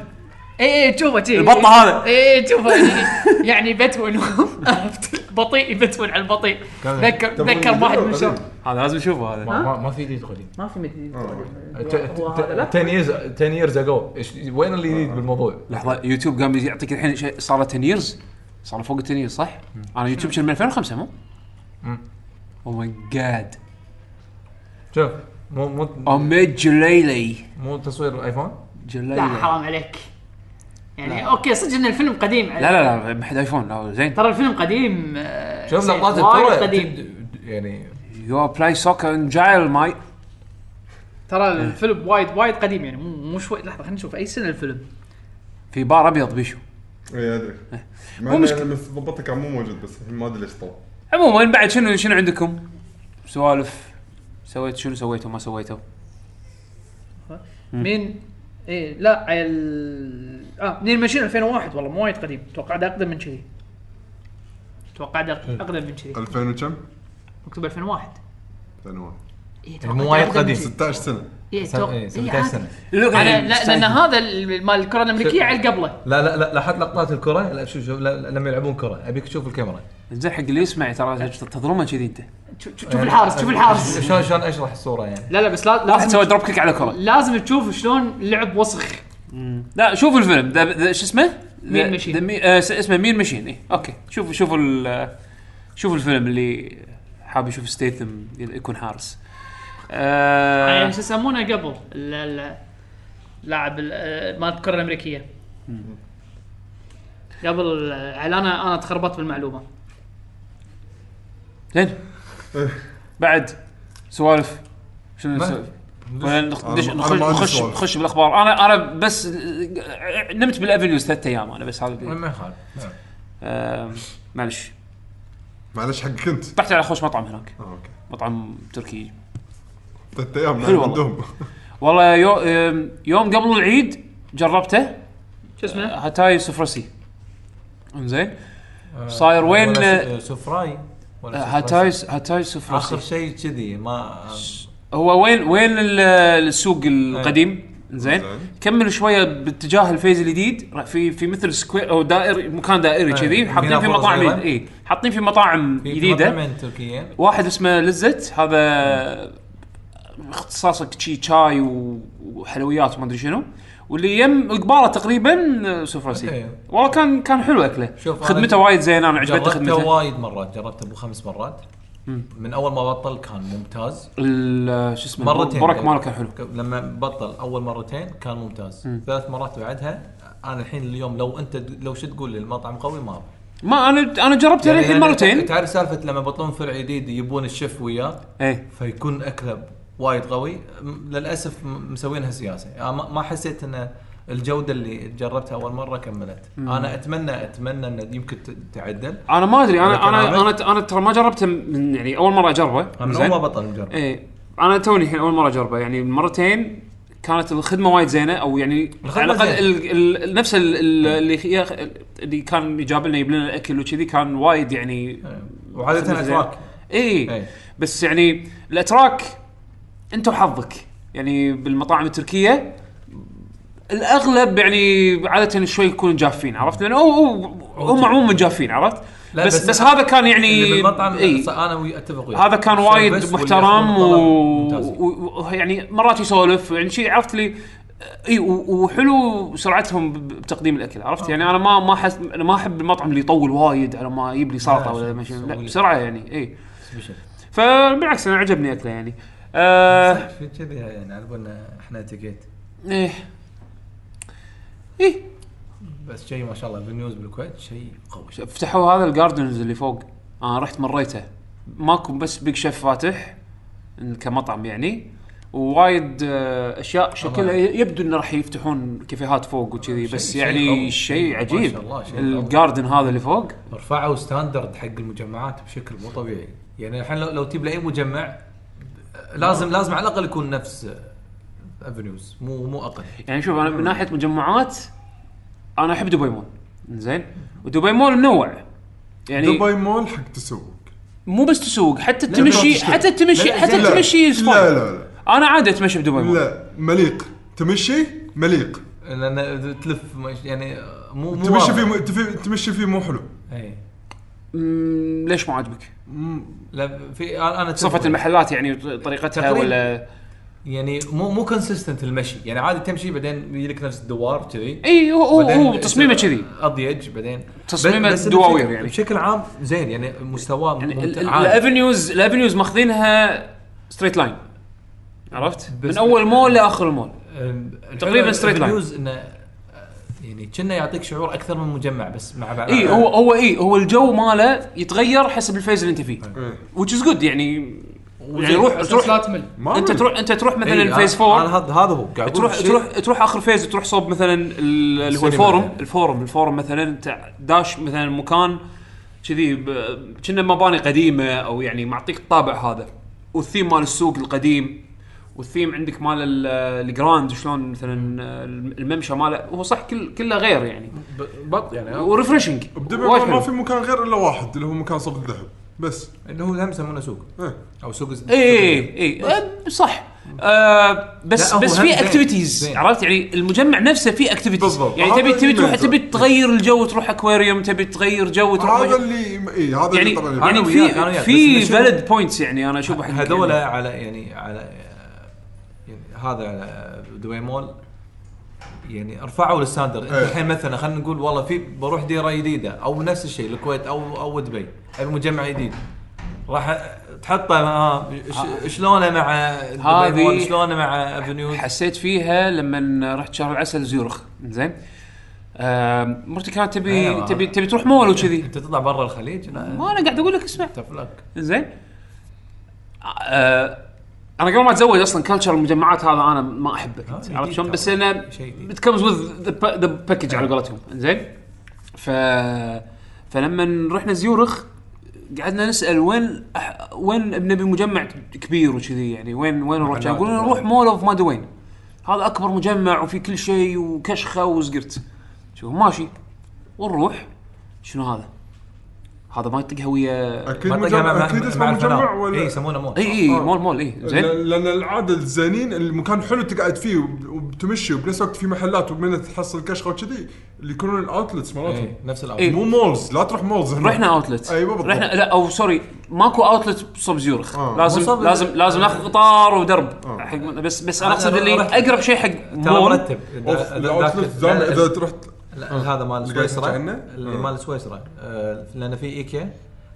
Speaker 5: اي اي تشوفه شي إيه،
Speaker 2: البطة هذا.
Speaker 5: اي تشوفه يعني- يعني بتون *laughs* عرفت بطيء يبتون على البطيء تذكر تذكر واحد من شباب
Speaker 2: هذا لازم اشوفه هذا
Speaker 3: ما ما في جديد خليل
Speaker 5: ما في مدري
Speaker 3: 10 years 10 years ago إيش- وين اللي جديد بالموضوع؟
Speaker 2: لحظه يوتيوب قام يعطيك الحين شيء صار له 10 years صار له فوق ال 10 years صح؟ انا يوتيوب كان من 2005 مو؟ Oh او ماي جاد
Speaker 3: شوف مو مو
Speaker 2: اميد Oh جليلي
Speaker 3: مو تصوير ايفون؟
Speaker 2: جليلي
Speaker 5: لا حرام عليك يعني اوكي صدق ان الفيلم قديم
Speaker 2: لا لا لا محد ايفون لا زين
Speaker 5: ترى الفيلم قديم آه،
Speaker 3: شوف
Speaker 5: زين،
Speaker 3: لقطات
Speaker 5: وايد
Speaker 3: الكره
Speaker 5: قديم
Speaker 3: تد- يعني
Speaker 2: يو بلاي سوكر ان جايل ماي
Speaker 5: ترى الفيلم وايد وايد قديم يعني مو مو شوي لحظه خلينا نشوف اي سنه الفيلم
Speaker 2: في بار ابيض بيشو
Speaker 4: اي ادري
Speaker 2: *laughs* مو مشكلة.
Speaker 4: مو مشكله بس ضبطه كان مو موجود بس الحين ما ادري ليش طلع
Speaker 2: عموما بعد شنو شنو عندكم؟ سوالف سويت شنو سويته ما سويته؟
Speaker 5: مين ايه لا ال... اه نين ماشين 2001 والله مو وايد قديم اتوقع ده اقدم من كذي اتوقع ده اقدم من كذي
Speaker 4: 2000 وكم؟
Speaker 5: مكتوب 2001
Speaker 4: 2001
Speaker 5: إيه،
Speaker 3: يعني مو
Speaker 5: ده
Speaker 3: وايد
Speaker 5: أقدم من
Speaker 3: قديم.
Speaker 5: شي.
Speaker 4: 16 سنه
Speaker 5: إيه،
Speaker 3: سنة-
Speaker 5: أتوقع-
Speaker 3: إيه،
Speaker 5: إيه،
Speaker 3: 17
Speaker 5: عادي.
Speaker 3: سنه
Speaker 2: لوك
Speaker 5: انا لا لان هذا ال- مال الكره الامريكيه على اللي قبله
Speaker 3: لا لا لا لاحظت لقطات الكره لا شوف شوف لا- لا- لما يلعبون كره ابيك تشوف الكاميرا
Speaker 2: زين حق اللي يسمع ترى تظلمه كذي انت
Speaker 5: شو- شو-
Speaker 3: إيه.
Speaker 5: شوف الحارس شوف
Speaker 3: *laughs*
Speaker 5: الحارس
Speaker 3: يعني شلون شلون اشرح الصوره يعني
Speaker 5: لا لا بس لا-
Speaker 2: راح تسوي
Speaker 5: لازم
Speaker 2: دروب كيك على كره
Speaker 5: لازم تشوف شلون لعب وسخ
Speaker 2: لا شوفوا الفيلم ذا- ذا- شو اسمه؟
Speaker 5: مين
Speaker 2: ذا-
Speaker 5: مشين.
Speaker 2: ذا مي- آه، س- اسمه مين مشين اي اوكي شوفوا شوفوا ال- شوفوا الفيلم اللي حاب يشوف ستيثم يكون حارس
Speaker 5: يعني
Speaker 2: آه
Speaker 5: شو يسمونه قبل ال- ال- اللاعب ال- آه، مال الكره الامريكيه قبل ال- يعني انا انا تخربطت بالمعلومه
Speaker 2: زين بعد سوالف شنو
Speaker 3: ما-
Speaker 2: نسوي؟ ولا نخ-
Speaker 4: أنا-
Speaker 2: ندش-
Speaker 4: أنا
Speaker 2: نخش
Speaker 4: ما عندي
Speaker 2: نخش
Speaker 4: سوالف.
Speaker 2: نخش بالاخبار انا انا بس آه، نمت بالافنيوز ثلاث ايام انا بس هذا اللي-
Speaker 3: ما يخالف نعم.
Speaker 2: آه، معلش
Speaker 4: معلش حقك انت
Speaker 2: طحت على خوش مطعم هناك
Speaker 4: اه اوكي
Speaker 2: مطعم تركي
Speaker 4: ثلاث
Speaker 2: حلو
Speaker 4: ايام نعم
Speaker 2: والله.
Speaker 4: عندهم
Speaker 2: والله يو آم، يوم قبل العيد جربته
Speaker 5: شو اسمه؟
Speaker 2: هتاي سفرسي انزين صاير وين-
Speaker 3: آه،
Speaker 2: آه،
Speaker 3: ولا س- سفراي ولا
Speaker 2: هتاي
Speaker 3: سفراي.
Speaker 2: هتاي
Speaker 3: اخر
Speaker 2: سفرسي
Speaker 3: شيء كذي ما
Speaker 2: هو وين وين ال- السوق القديم
Speaker 3: آه.
Speaker 2: زين
Speaker 4: إنزين.
Speaker 2: كمل شويه باتجاه الفيز الجديد را- في في مثل سكوير او دائري مكان دائري
Speaker 3: إيه.
Speaker 2: كذي حاطين في
Speaker 3: مينافورة
Speaker 2: مطاعم
Speaker 3: صغيرة.
Speaker 2: اي حاطين في مطاعم
Speaker 3: في
Speaker 2: جديده
Speaker 3: مطعمين تركيين
Speaker 2: واحد اسمه لزت هذا اختصاصك شي شاي و- وحلويات وما ادري شنو واللي يم قباله تقريبا سفرسي
Speaker 3: إيه.
Speaker 2: والله كان كان حلو اكله
Speaker 3: شوف أنا
Speaker 2: خدمته وايد زينه انا عجبتني
Speaker 3: جربته
Speaker 2: خدمته
Speaker 3: وايد مرات جربته ابو خمس مرات من اول ما بطل كان ممتاز
Speaker 2: ال- شو اسمه
Speaker 3: مرتين
Speaker 2: البرك ماله كان حلو
Speaker 3: لما بطل اول مرتين كان ممتاز ثلاث مرات بعدها انا الحين اليوم لو انت لو شو تقول لي المطعم قوي ما اروح
Speaker 2: ما انا انا جربته
Speaker 3: يعني
Speaker 2: للحين
Speaker 3: أنا
Speaker 2: مرتين
Speaker 3: تعرف سالفه لما يبطلون فرع جديد يبون الشيف وياه
Speaker 2: ايه
Speaker 3: فيكون اكله وايد قوي م- للاسف م- مسوينها سياسه يعني ما ما حسيت ان الجوده اللي جربتها اول مره كملت انا اتمنى اتمنى ان يمكن ت- تعدل
Speaker 2: انا ما ادري انا
Speaker 3: لكن
Speaker 2: انا
Speaker 3: أنا-
Speaker 2: انا ت- انا ترى ما جربته من يعني اول مره اجربه
Speaker 3: من اول
Speaker 2: زين؟
Speaker 3: ما بطل مجرب
Speaker 2: ايه انا توني الحين اول مره اجربه يعني مرتين كانت الخدمه وايد زينه او يعني
Speaker 3: الخدمة
Speaker 2: على الاقل
Speaker 3: زينة. إيه.
Speaker 2: ال- ال- نفس ال- ال- اللي يخ- اللي كان يجاب لنا يجيب لنا الاكل وكذي كان وايد
Speaker 3: إيه.
Speaker 2: يعني
Speaker 3: وعاده اتراك
Speaker 2: اي
Speaker 3: إيه.
Speaker 2: بس يعني الاتراك انت وحظك يعني بالمطاعم التركيه الاغلب يعني عاده شوي يكونوا جافين عرفت لان أو أو هم عموما جافين عرفت
Speaker 3: لا،
Speaker 2: بس بس,
Speaker 3: بس-
Speaker 2: بس هذا كان يعني
Speaker 3: اللي بالمطعم
Speaker 2: إي.
Speaker 3: ص- انا وي- اتفق وياك
Speaker 2: هذا كان وايد
Speaker 3: السيرفس واللي
Speaker 2: محترم
Speaker 3: ياخذ
Speaker 2: و...
Speaker 3: الطلب ممتاز.
Speaker 2: و... و... يعني مرات يسولف يعني شيء عرفت لي اي و- وحلو سرعتهم ب- بتقديم الاكل
Speaker 3: آه.
Speaker 2: عرفت يعني انا ما ما حس... انا ما احب المطعم اللي يطول وايد على ما يجيب لي سلطه
Speaker 3: لا،
Speaker 2: ولا ما
Speaker 3: سوي
Speaker 2: شنو. لا
Speaker 3: لي.
Speaker 2: بسرعه يعني اي
Speaker 3: سبيشل.
Speaker 2: فبالعكس انا عجبني اكله يعني آه...
Speaker 3: صح، في كذي يعني على بالنا احنا اتيكيت
Speaker 2: ايه ايه
Speaker 3: بس شيء ما شاء الله بالنيوز بالكويت شيء قوي
Speaker 2: فتحوا هذا الجاردنز اللي فوق انا رحت مريته ماكو بس بيج شيف فاتح إن- كمطعم يعني ووايد آه، اشياء شكلها يبدو انه راح يفتحون كافيهات فوق وكذي بس
Speaker 3: شيء
Speaker 2: يعني
Speaker 3: قوي.
Speaker 2: شيء
Speaker 3: ما
Speaker 2: عجيب
Speaker 3: شاء الله، شيء قوي.
Speaker 2: الجاردن هذا اللي فوق
Speaker 3: رفعوا ستاندرد حق المجمعات بشكل مو طبيعي يعني الحين لو, لو تجيب لاي مجمع لازم لازم على الاقل يكون نفس افنيوز مو مو اقل
Speaker 2: يعني شوف انا من ناحيه مجمعات انا احب دبي مول زين ودبي مول منوع يعني
Speaker 4: دبي مول حق تسوق
Speaker 2: مو بس تسوق حتى
Speaker 3: لا،
Speaker 2: تمشي
Speaker 3: تشتري.
Speaker 2: حتى تمشي
Speaker 3: لا،
Speaker 2: حتى
Speaker 4: لا.
Speaker 2: تمشي is fine.
Speaker 4: لا لا
Speaker 2: انا عادي اتمشى بدبي
Speaker 4: لا
Speaker 2: مول
Speaker 4: لا مليق تمشي مليق
Speaker 3: لان تلف مش- يعني مو مو
Speaker 4: تمشي
Speaker 3: واضح.
Speaker 4: فيه مو- تفي- تمشي فيه مو حلو
Speaker 3: إيه.
Speaker 2: مم، ليش ما عاجبك؟
Speaker 3: لا في انا أنا
Speaker 2: صفة
Speaker 3: تدري.
Speaker 2: المحلات يعني طريقتها
Speaker 3: تقريباً.
Speaker 2: ولا
Speaker 3: يعني مو مو كونسيستنت المشي يعني عادي تمشي بعدين يجي لك نفس الدوار كذي
Speaker 2: اي هو إيه، هو-
Speaker 3: بعدين
Speaker 2: هو تصميمه كذي
Speaker 3: اضيج بعدين
Speaker 2: تصميمه
Speaker 3: بس- بس
Speaker 2: دواوير
Speaker 3: بشكل-
Speaker 2: يعني.
Speaker 3: بشكل عام زين يعني مستواه
Speaker 2: يعني ال-
Speaker 3: ممتع
Speaker 2: ال-
Speaker 3: عالي.
Speaker 2: الافنيوز الافنيوز ماخذينها ستريت لاين عرفت؟
Speaker 3: بس-
Speaker 2: من اول مول لاخر المول تقريباً straight line.
Speaker 3: الفيوز انه آه، يعني كنا يعطيك شعور اكثر من مجمع بس مع بعض
Speaker 2: اي إيه، هو هو اي هو الجو ماله يتغير حسب الفيز اللي انت فيه
Speaker 4: إيه.
Speaker 2: which is good يعني يعني روح
Speaker 5: تروح لا
Speaker 2: تروح
Speaker 5: تمل
Speaker 4: ما
Speaker 2: انت
Speaker 4: أدري.
Speaker 2: تروح انت تروح مثلا
Speaker 3: إيه،
Speaker 2: الفيز
Speaker 3: أنا-
Speaker 2: 4
Speaker 3: أنا هذا هذا هو قاعد أقول
Speaker 2: تروح
Speaker 3: الشيء-
Speaker 2: تروح تروح اخر فيز تروح صوب مثلا ال- اللي هو
Speaker 3: السينما
Speaker 2: الفورم
Speaker 3: يعني.
Speaker 2: الفورم الفورم مثلا انت داش مثلا مكان كذي ب- كنا مباني قديمه او يعني معطيك الطابع هذا والثيم مال السوق القديم والثيم عندك مال ال- الجراند شلون مثلا الممشى ماله هو صح كل كله غير يعني
Speaker 3: ب- بط يعني
Speaker 2: وريفرشنج
Speaker 4: بدبي مول ما في مكان غير الا واحد اللي هو مكان صوب الذهب بس
Speaker 3: انه هو هم يسمونه سوق
Speaker 4: إيه.
Speaker 3: او سوق يعني. الز-
Speaker 2: اي اي إيه، صح آه بس
Speaker 3: لا، هو
Speaker 2: بس
Speaker 3: هم
Speaker 2: في
Speaker 3: زين،
Speaker 2: اكتيفيتيز
Speaker 3: زين.
Speaker 2: عرفت يعني المجمع نفسه في اكتيفيتيز
Speaker 4: بالضبط.
Speaker 2: يعني
Speaker 4: هذا
Speaker 2: تبي تبي
Speaker 4: اللي
Speaker 2: تروح
Speaker 4: يميزه.
Speaker 2: تبي تغير الجو تروح اكواريوم تبي تغير جو تروح
Speaker 4: هذا
Speaker 2: مج-
Speaker 4: اللي اي هذا
Speaker 2: يعني
Speaker 4: اللي طبعا
Speaker 2: يعني
Speaker 3: أنا
Speaker 2: في
Speaker 3: وياك، أنا وياك.
Speaker 2: في
Speaker 3: بس إنه شنو؟
Speaker 2: فاليد بوينتس يعني انا اشوف حق
Speaker 3: هذول
Speaker 2: يعني
Speaker 3: على يعني على آه، يعني هذا على دبي مول يعني ارفعوا الستاندر انت
Speaker 4: إيه.
Speaker 3: الحين مثلا خلينا نقول والله في بروح ديره جديده او نفس الشيء الكويت او او دبي ابي مجمع جديد راح تحطه مع- ش- شلونه مع دبي مول
Speaker 2: هذه-
Speaker 3: شلونه مع افنيوز
Speaker 2: حسيت فيها لما رحت شهر العسل زيورخ زين آم، مرتي كانت تبي
Speaker 3: أيوة.
Speaker 2: تبي تبي تروح مول
Speaker 3: *laughs*
Speaker 2: وكذي
Speaker 3: انت تطلع برا الخليج لا
Speaker 2: ما انا قاعد اقول لك اسمع
Speaker 3: تفلك
Speaker 2: زين آه انا قبل ما اتزوج اصلا كلتشر المجمعات هذا انا ما احبه
Speaker 3: آه،
Speaker 2: كنت
Speaker 3: جديد
Speaker 2: عرفت شلون بس
Speaker 3: طبعاً.
Speaker 2: انا
Speaker 3: شيء جديد.
Speaker 2: ات كمز وذ ذا باكج على قولتهم زين ف فلما رحنا زيورخ قعدنا نسال وين أح... وين نبي مجمع كبير وكذي يعني وين وين نروح؟ كان يقولون نروح مول اوف ما أدري وين هذا اكبر مجمع وفي كل شيء وكشخه وزقرت شوف ماشي ونروح شنو هذا؟ هذا ما يطق هويه
Speaker 4: اكيد مجمع اكيد إيه، اسمه مجمع
Speaker 3: اي
Speaker 2: إيه،
Speaker 4: ولا
Speaker 3: إيه، يسمونه مول
Speaker 2: اي اي
Speaker 4: آه.
Speaker 2: مول مول اي زين
Speaker 4: لان لأن العاده الزينين المكان حلو تقعد فيه وب- وبتمشي وبنفس الوقت في محلات ومنه تحصل كشخه وكذي اللي يكونون الاوتلتس
Speaker 3: إيه،
Speaker 4: مالتهم
Speaker 3: نفس
Speaker 2: إيه.
Speaker 3: الاول
Speaker 4: مو مولز لا تروح مولز هنا
Speaker 2: رحنا اوتلت
Speaker 4: أيوة بالضبط.
Speaker 2: رحنا لا او سوري ماكو اوتلت بصوب زيورخ
Speaker 4: آه.
Speaker 2: لازم
Speaker 3: مو صوب-
Speaker 2: لازم لازم ناخذ قطار ودرب
Speaker 4: آه.
Speaker 2: حق بس بس انا
Speaker 3: أنا
Speaker 2: اقصد اللي
Speaker 3: رحت-
Speaker 2: اقرب شيء حق
Speaker 3: ترى
Speaker 2: مول
Speaker 3: مرتب
Speaker 4: أوف،
Speaker 3: ذا- ذاك-
Speaker 4: الاوتلت دائما
Speaker 3: لا،
Speaker 4: اذا رحت
Speaker 3: لا هذا مال
Speaker 4: اللي قاعد
Speaker 3: سويسرا
Speaker 4: تحكي عنه؟
Speaker 3: اللي
Speaker 4: آه.
Speaker 3: مال سويسرا آه، لان في ايكيا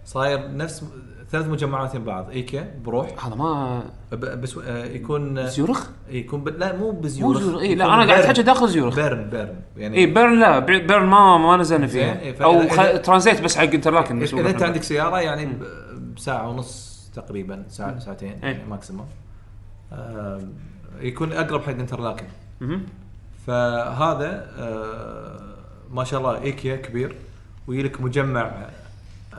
Speaker 3: صاير نفس ثلاث مجمعات يم بعض ايكيا بروح
Speaker 2: هذا ما
Speaker 3: ب- بس آه، يكون آه،
Speaker 2: زيورخ
Speaker 3: يكون ب- لا مو
Speaker 2: مو
Speaker 3: بزيورخ
Speaker 2: زيورخ اي لا انا
Speaker 3: يكون
Speaker 2: قاعد إيه،
Speaker 3: بيرن.
Speaker 2: احكي داخل زيورخ
Speaker 3: بيرن بيرن يعني
Speaker 2: اي بيرن لا بي- بيرن ما ما نزلنا
Speaker 3: زين،
Speaker 2: فيها
Speaker 3: إيه، فإذا-
Speaker 2: او
Speaker 3: إذا-
Speaker 2: خ- ترانزيت بس حق انترلاكن بس
Speaker 3: اذا انت
Speaker 2: ورحنا.
Speaker 3: عندك سياره يعني ب- بساعه ونص تقريبا ساعه ساعتين يعني ماكسيموم آه، يكون اقرب حق انترلاكن
Speaker 2: مهم.
Speaker 3: فهذا آه، ما شاء الله ايكيا كبير ويجي لك مجمع آه،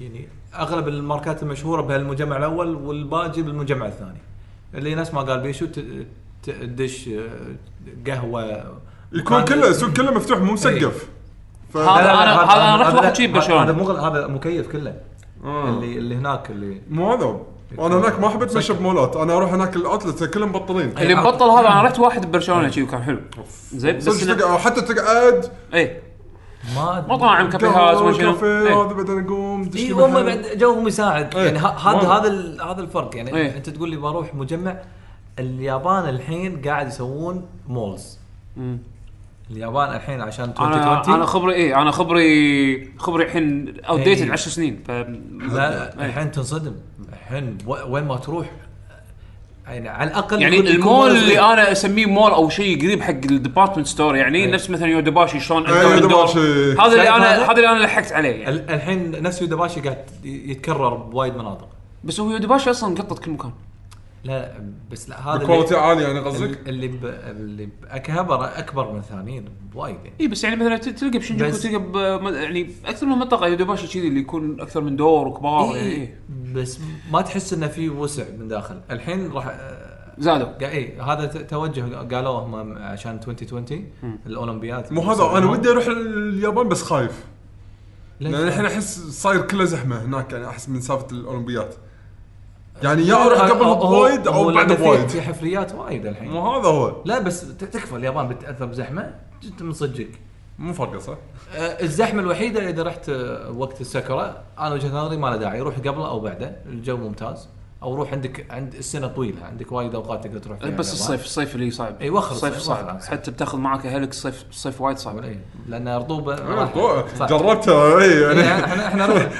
Speaker 3: يعني اغلب الماركات المشهوره بهالمجمع الاول والباقي بالمجمع الثاني اللي ناس ما قال بيشو ت- ت- تدش آه، قهوه
Speaker 4: يكون
Speaker 3: مكان-
Speaker 4: كله السوق كله مفتوح
Speaker 3: إيه.
Speaker 4: مو مسقف ف
Speaker 2: هذا- أنا- هذا أنا رحت
Speaker 3: لا،
Speaker 2: واحد شي ببرشلونة.
Speaker 3: هذا مو غل- هذا مكيف كله
Speaker 4: آه.
Speaker 3: اللي اللي هناك اللي
Speaker 4: مو هذا هو. انا هناك ما احب اتمشى بمولات انا اروح هناك الاوتلت كلهم مبطلين
Speaker 3: إيه.
Speaker 2: اللي بطل هذا انا رحت واحد ببرشلونه شي وكان حلو زين بس
Speaker 4: صدق
Speaker 2: إنه-
Speaker 4: تقعد- حتى تقعد
Speaker 2: اي
Speaker 3: ما
Speaker 2: مو طالع كافيهات ما شنو
Speaker 4: كافيه
Speaker 2: إيه.
Speaker 4: هذا بعدين اقوم دش
Speaker 3: اي
Speaker 4: لي
Speaker 3: والله
Speaker 4: محل.
Speaker 3: بعد جوهم يساعد
Speaker 4: إيه.
Speaker 3: يعني ه- هذا
Speaker 4: والله.
Speaker 3: هذا ال- هذا الفرق يعني
Speaker 2: إيه.
Speaker 3: انت تقول لي بروح مجمع اليابان الحين قاعد يسوون مولز
Speaker 2: مم.
Speaker 3: اليابان الحين عشان
Speaker 2: انا
Speaker 3: 2020
Speaker 2: انا خبري ايه انا خبري خبري الحين اوت ديتد
Speaker 3: إيه.
Speaker 2: 10 سنين ف
Speaker 3: لا
Speaker 2: إيه.
Speaker 3: الحين تنصدم الحين و- وين ما تروح يعني على الاقل
Speaker 2: يعني
Speaker 3: يكون- يكون
Speaker 2: المول
Speaker 3: مول
Speaker 2: اللي
Speaker 3: صغير.
Speaker 2: انا اسميه مول او شيء قريب حق الديبارتمنت ستور يعني
Speaker 3: إيه.
Speaker 2: نفس مثلا يودباشي شلون
Speaker 4: إيه،
Speaker 2: عندهم الدور.
Speaker 4: يودباشي.
Speaker 2: هذا اللي
Speaker 3: شايف
Speaker 2: انا
Speaker 3: هذا؟
Speaker 2: هذا اللي انا لحقت عليه يعني
Speaker 3: ال- الحين نفس يودباشي قاعد ي- يتكرر بوايد مناطق
Speaker 2: بس هو يودباشي اصلا قطت كل مكان
Speaker 3: لا بس لا هذا
Speaker 4: بكواليتي
Speaker 3: اللي
Speaker 4: عاليه يعني قصدك
Speaker 3: اللي ب... اللي باكهبر اكبر من الثانيين بوايد يعني
Speaker 2: اي بس يعني مثلا ت- تلقى بشنجوكو
Speaker 3: بس-
Speaker 2: تلقى ب- م- يعني اكثر من منطقه يودوباشي كذي اللي يكون اكثر من دور وكبار
Speaker 3: إي،
Speaker 2: يعني
Speaker 3: إي،
Speaker 2: إيه.
Speaker 3: بس ما تحس انه في وسع من داخل الحين راح آه،
Speaker 2: زادوا
Speaker 3: قا- اي هذا ت- توجه قالوه هم عشان 2020 الاولمبياد
Speaker 4: مو هذا انا ودي اروح اليابان بس خايف
Speaker 3: ليش؟
Speaker 4: لان الحين احس صاير كله زحمه هناك يعني احس من سالفه الاولمبياد
Speaker 3: أه،
Speaker 4: يعني يا اروح
Speaker 3: هو-
Speaker 4: قبل
Speaker 3: هو-
Speaker 4: بوايد
Speaker 3: هو
Speaker 4: او
Speaker 3: لأن
Speaker 4: بعد
Speaker 3: في- في
Speaker 4: بوايد
Speaker 3: حفريات وايد الحين
Speaker 4: مو هذا هو
Speaker 3: لا بس ت- تكفى اليابان بتاثر بزحمه جد من صدقك
Speaker 4: مو فرقه صح؟
Speaker 3: آه، الزحمه الوحيده اذا رحت آه، وقت الساكورا انا وجهه نظري ما له داعي روح قبله او بعده الجو ممتاز او روح عندك عند السنه طويله عندك وايد اوقات تقدر تروح فيها يعني
Speaker 2: بس
Speaker 3: اليابان.
Speaker 2: الصيف الصيف اللي صعب
Speaker 3: إي، وخر
Speaker 2: الصيف
Speaker 3: الصيف،
Speaker 2: صعب
Speaker 3: وخر.
Speaker 2: حتى بتاخذ معك اهلك الصيف الصيف وايد صعب
Speaker 3: إيه، لان رطوبه راح. صح.
Speaker 4: جربتها اي *laughs*
Speaker 3: إيه،
Speaker 4: يعني
Speaker 3: احنا احنا رحنا
Speaker 4: أنا رحت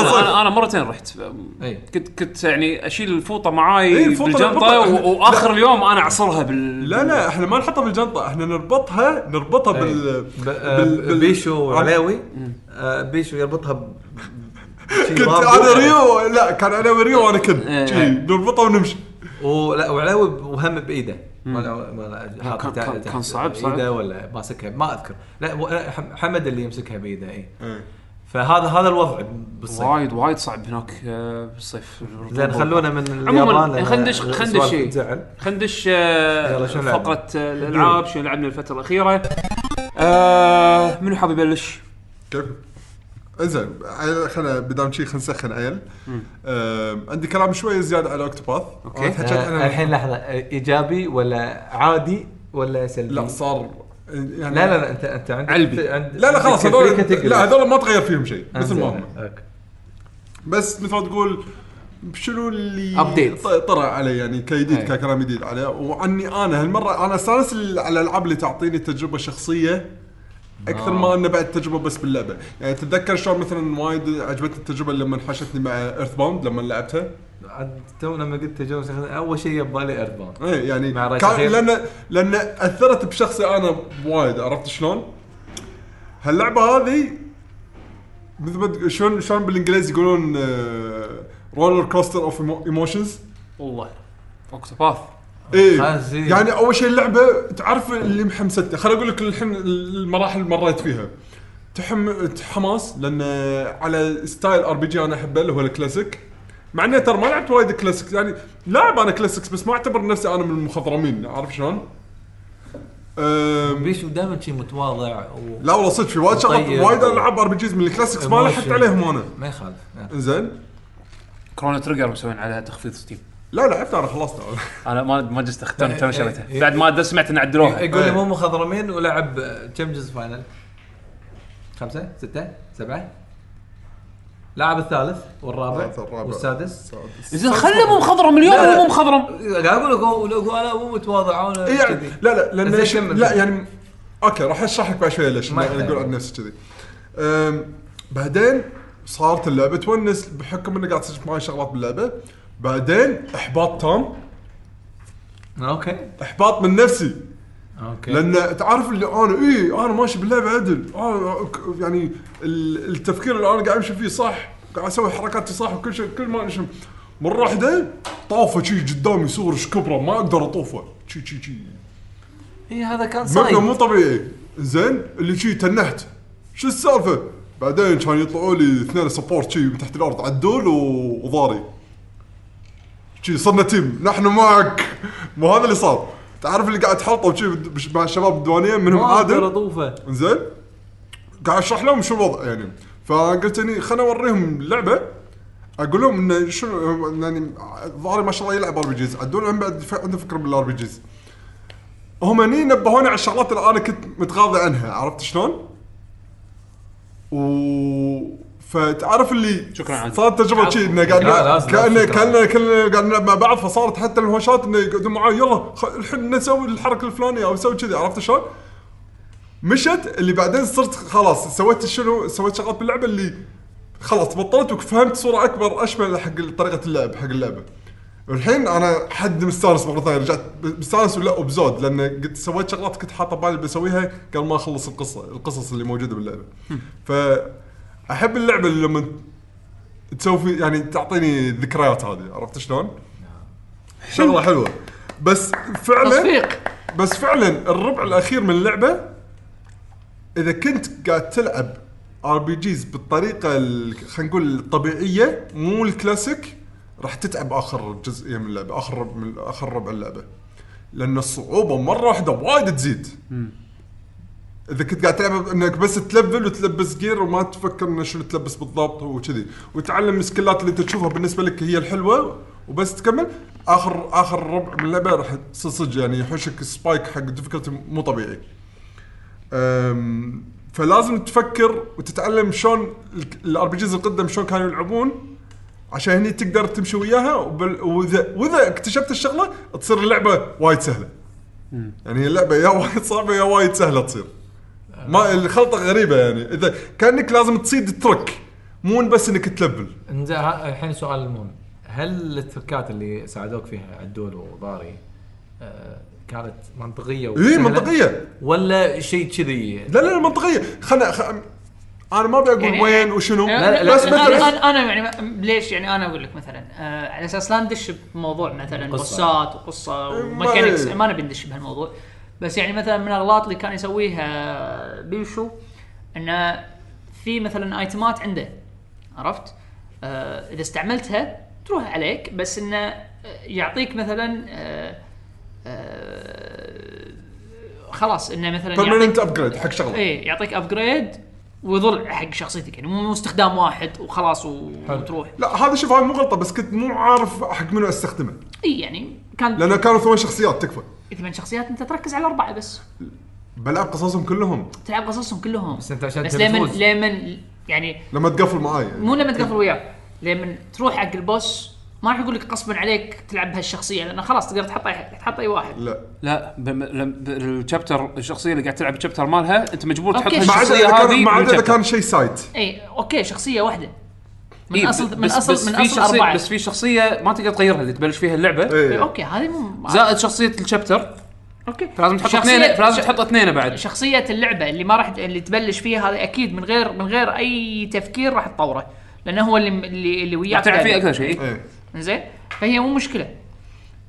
Speaker 2: أنا-
Speaker 4: صيف.
Speaker 2: انا انا مرتين رحت
Speaker 3: إي.
Speaker 2: *laughs* كنت كنت يعني اشيل الفوطه معاي
Speaker 4: إي، إيه، الفوطة
Speaker 2: بالجنطه
Speaker 4: بالبطة.
Speaker 2: و- واخر اليوم انا اعصرها بال
Speaker 4: لا لا احنا ما نحطها بالجنطه احنا نربطها نربطها
Speaker 3: إيه.
Speaker 4: بال
Speaker 3: ب- آه، بيشو علاوي آه، بيشو يربطها ب- بشي
Speaker 4: كنت
Speaker 3: باربو.
Speaker 4: انا ريو لا كان انا وريو وانا كنت
Speaker 2: إيه.
Speaker 4: شي، نربطها ونمشي
Speaker 3: ولا وعلاوي وهم بايده ما لا- ما لا- حاطط
Speaker 2: كان-
Speaker 3: تحت-
Speaker 2: كان-
Speaker 3: تحت
Speaker 2: كان صعب- صعب.
Speaker 3: ايده ولا ماسكها ما اذكر لا و- لا، حم- حمد اللي يمسكها بايده اي
Speaker 4: إيه.
Speaker 3: فهذا هذا الوضع بالصيف
Speaker 2: وايد وايد صعب هناك آه، بالصيف
Speaker 3: زين خلونا من
Speaker 2: عموما
Speaker 3: اليابان لأن
Speaker 2: خندش خندش
Speaker 3: سوالف
Speaker 2: شيء
Speaker 3: تزعل.
Speaker 2: خندش آه،
Speaker 3: يلا، شو نلعب؟
Speaker 2: فقره آه، الالعاب شنو لعبنا الفتره الاخيره آه، منو حاب يبلش؟
Speaker 4: كيف؟ انزين عيل- خلنا بدام شي خلينا نسخن عيل آم، عندي كلام شويه زياده على اوكتوباث
Speaker 2: أوكي.
Speaker 4: أنا تحكيت
Speaker 3: آه،
Speaker 4: عنها.
Speaker 3: الحين لحظه آه، ايجابي ولا عادي ولا سلبي؟
Speaker 4: لا صار يعني
Speaker 3: لا لا لا انت انت عندك
Speaker 2: علبي.
Speaker 3: عند-
Speaker 4: لا لا خلاص
Speaker 3: عندك
Speaker 4: هذول
Speaker 3: categories.
Speaker 4: لا هذول ما تغير فيهم شيء مثل
Speaker 3: انزين،
Speaker 4: ما هم
Speaker 3: اوكي
Speaker 4: بس مثل ما تقول شنو اللي
Speaker 2: Update.
Speaker 4: ط- طرأ علي يعني كجديد
Speaker 3: أي.
Speaker 4: ككلام جديد عليه وعني انا هالمره انا استانس ال- على الالعاب اللي تعطيني تجربه شخصيه
Speaker 3: آه.
Speaker 4: اكثر ما انه بعد تجربه بس باللعبه، يعني تتذكر شلون مثلا وايد عجبتني التجربه لما انحشتني مع ايرث باوند لما لعبتها؟
Speaker 3: عاد تو لما قلت تجاوز اول شيء ببالي ايربون
Speaker 4: ايه يعني
Speaker 3: مع راي
Speaker 4: كان
Speaker 3: صغير.
Speaker 4: لان لان اثرت بشخصي انا وايد عرفت شلون؟ هاللعبه هذه مثل ما تق- شلون شلون بالانجليزي يقولون آه، رولر كوستر اوف ايموشنز
Speaker 2: والله اوكتوباث
Speaker 4: ايه
Speaker 3: خازي.
Speaker 4: يعني اول شيء اللعبه تعرف اللي محمسته خليني اقول لك الحين المراحل اللي مريت فيها تحم حماس لان على ستايل ار بي جي انا احبه اللي هو الكلاسيك مع اني ترى ما لعبت وايد كلاسيك يعني لاعب انا كلاسيكس بس ما اعتبر نفسي انا من المخضرمين عارف شلون؟ أم،
Speaker 3: بيشو دائما شيء متواضع و
Speaker 4: لا والله صدق في وايد شغلات
Speaker 3: طيب.
Speaker 4: وايد العاب ار بي جيز من الكلاسيكس ما لحقت
Speaker 3: Emotion.
Speaker 4: عليهم انا
Speaker 3: ما يخالف
Speaker 4: زين
Speaker 2: كرونا تريجر مسوين عليها تخفيض ستيم
Speaker 4: لا لعبت انا خلصتها
Speaker 2: انا ما ما جست اختار تو شريتها
Speaker 3: إيه.
Speaker 2: بعد ما سمعت ان
Speaker 4: إيه،
Speaker 2: عدلوها
Speaker 3: يقول لي مو مخضرمين ولعب كم جزء فاينل؟ خمسة؟ ستة؟ سبعة؟ لعب الثالث والرابع
Speaker 4: الثالث والرابع.
Speaker 3: والسادس
Speaker 4: إيه.
Speaker 2: زين خليه مو مخضرم اليوم
Speaker 3: لا.
Speaker 2: ولا مو مخضرم؟
Speaker 3: قاعد اقول لك هو- هو انا مو متواضع انا
Speaker 4: إيه يعني
Speaker 3: كذي.
Speaker 4: لا لا لان
Speaker 3: زين
Speaker 4: ش-
Speaker 3: كمل.
Speaker 4: لا يعني اوكي راح اشرح لك بعد شويه ليش
Speaker 3: ما
Speaker 4: انا
Speaker 3: يحتاج.
Speaker 4: اقول عن نفسي كذي أم، بعدين صارت اللعبه تونس بحكم انه قاعد تصير معي شغلات باللعبه بعدين احباط تام
Speaker 3: اوكي
Speaker 4: احباط من نفسي
Speaker 3: اوكي
Speaker 4: لان تعرف اللي انا اي انا ماشي باللعبه عدل آه يعني ال- التفكير اللي انا قاعد امشي فيه صح قاعد اسوي حركاتي صح وكل شيء كل ما نشم مره واحده طافه شي قدامي صور إيش كبره ما اقدر اطوفه شي شي شي
Speaker 3: اي إيه، هذا كان
Speaker 4: مبنى
Speaker 3: صايد
Speaker 4: مو طبيعي زين اللي شي تنحت شو السالفه بعدين كان يطلعوا لي اثنين سبورت شي من تحت الارض عدول و- وضاري شي صرنا تيم نحن معك مو هذا اللي صار تعرف اللي قاعد حلطه شي مع الشباب الديوانيه منهم
Speaker 3: ما اقدر
Speaker 4: عادل
Speaker 3: اطوفه
Speaker 4: زين قاعد اشرح لهم شو الوضع يعني فقلت اني خليني اوريهم اللعبه اقول لهم انه شنو يعني ظهري ما شاء الله يلعب ار بي جيز عدول هم بعد ف- عنده فكره بالار بي جيز هم هني نبهوني على الشغلات اللي انا كنت متغاضى عنها عرفت شلون؟ و فتعرف اللي
Speaker 2: شكراً عادل.
Speaker 4: صارت تجربه شي انه قاعد
Speaker 3: لا، لازم،
Speaker 4: كانه
Speaker 3: لازم شكراً.
Speaker 4: كانه كلنا قاعد نلعب مع بعض فصارت حتى الهوشات انه يقعدون معاي يلا خ- الحين نسوي الحركه الفلانيه او نسوي كذي عرفت شلون؟ مشت اللي بعدين صرت خلاص سويت شنو سويت شغلات باللعبه اللي خلاص بطلت وفهمت صوره اكبر اشمل حق طريقه اللعب حق اللعبه. الحين انا حد مستانس مره ثانيه رجعت مستانس ولا وبزود لان قد سويت شغلات كنت حاطه بالي بسويها قبل ما اخلص القصه القصص اللي موجوده باللعبه. ف احب اللعبه اللي لما تسوي في- يعني تعطيني الذكريات هذه عرفت شلون؟ شغله حلوه بس فعلا
Speaker 5: تصفيق
Speaker 4: بس فعلا الربع الاخير من اللعبه اذا كنت قاعد تلعب ار بي جيز بالطريقه ال- خلينا نقول الطبيعيه مو الكلاسيك راح تتعب اخر جزئيه من اللعبه اخر ربع من اخر ربع اللعبه لان الصعوبه مره واحده وايد تزيد اذا كنت قاعد تلعب انك بس تلفل وتلبس جير وما تفكر انه شنو تلبس بالضبط وكذي وتعلم السكلات اللي انت تشوفها بالنسبه لك هي الحلوه وبس تكمل اخر اخر ربع من اللعبه راح تصير صدق يعني يحوشك سبايك حق ديفيكولتي مو طبيعي. أم، فلازم تفكر وتتعلم شلون الار بي جيز القدم شلون كانوا يلعبون عشان هني تقدر تمشي وياها وبال- واذا واذا اكتشفت الشغله تصير اللعبه وايد سهله. يعني اللعبه يا *laughs* وايد صعبه يا وايد سهله تصير. ما الخلطه غريبه يعني اذا كانك لازم تصيد الترك مو بس انك تلبل
Speaker 3: انزين ها- الحين السؤال المهم هل التركات اللي ساعدوك فيها عدول وضاري آه، كانت منطقيه
Speaker 4: اي
Speaker 3: وسهلة؟
Speaker 4: منطقيه
Speaker 3: ولا شيء كذي
Speaker 4: إيه، لا لا لا منطقيه خلنا خ... انا ما بقول
Speaker 5: يعني-
Speaker 4: وين وشنو
Speaker 5: لا
Speaker 3: لا،
Speaker 5: لا
Speaker 4: بس
Speaker 5: بس
Speaker 4: مثلا
Speaker 5: انا انا يعني ما- ليش يعني انا اقول لك مثلا آه على اساس لا ندش بموضوع مثلا
Speaker 3: قصة.
Speaker 5: بوسات وقصه
Speaker 4: ما-
Speaker 5: وميكانكس ما نبي ندش بهالموضوع بس يعني مثلا من الاغلاط اللي كان يسويها بيشو انه في مثلا ايتمات عنده عرفت؟ آه اذا استعملتها تروح عليك بس انه آه، يعطيك مثلا آه آه خلاص انه مثلا يعطيك-
Speaker 4: بيرمننت ابجريد حق شغله
Speaker 5: ايه يعطيك ابجريد ويظل حق شخصيتك يعني مو مو استخدام واحد وخلاص و- وتروح
Speaker 4: لا هذا شوف هاي مو غلطه بس كنت مو عارف حق منو استخدمه
Speaker 5: اي يعني كان
Speaker 4: لان كانوا ثمان شخصيات تكفى
Speaker 5: ثمان شخصيات انت تركز على اربعه بس
Speaker 4: بلعب قصصهم كلهم
Speaker 5: تلعب قصصهم كلهم
Speaker 3: بس انت عشان
Speaker 5: بس
Speaker 3: تبي
Speaker 5: لمن
Speaker 3: تفوز.
Speaker 5: لمن يعني
Speaker 4: لما تقفل معاي يعني.
Speaker 5: مو لما تقفل وياه لمن تروح حق البوس ما راح يقول لك غصبا عليك تلعب بهالشخصيه لان خلاص تقدر تحط اي تحط اي واحد
Speaker 4: لا
Speaker 2: لا بم... لم... ب- الشابتر الشخصيه اللي قاعد تلعب الشابتر مالها انت مجبور تحط
Speaker 5: أوكي.
Speaker 4: ما عدا
Speaker 2: الشخصيه
Speaker 4: اذا
Speaker 2: هذه
Speaker 4: كان ما عدا اذا
Speaker 2: بالشابتر.
Speaker 4: كان شيء سايت
Speaker 5: اي اوكي شخصيه واحده من
Speaker 2: إيه،
Speaker 5: اصل من
Speaker 2: بس-
Speaker 5: اصل
Speaker 2: بس
Speaker 5: من
Speaker 2: في
Speaker 5: اصل
Speaker 2: شخصية-
Speaker 5: اربعه
Speaker 2: بس في شخصيه ما تقدر تغيرها اللي تبلش فيها اللعبه
Speaker 5: إيه،
Speaker 4: ايه
Speaker 5: اوكي هذه مو
Speaker 2: زائد شخصيه الشابتر
Speaker 5: اوكي
Speaker 2: فلازم تحط
Speaker 5: شخصية-
Speaker 2: اثنين فلازم
Speaker 5: ش-
Speaker 2: تحط اثنين بعد
Speaker 5: شخصيه اللعبه اللي ما راح اللي تبلش فيها هذا اكيد من غير من غير اي تفكير راح تطوره لانه هو اللي اللي, اللي وياك
Speaker 2: تلعب فيه
Speaker 5: دايما.
Speaker 2: اكثر شيء
Speaker 4: ايه
Speaker 5: زين فهي مو مشكله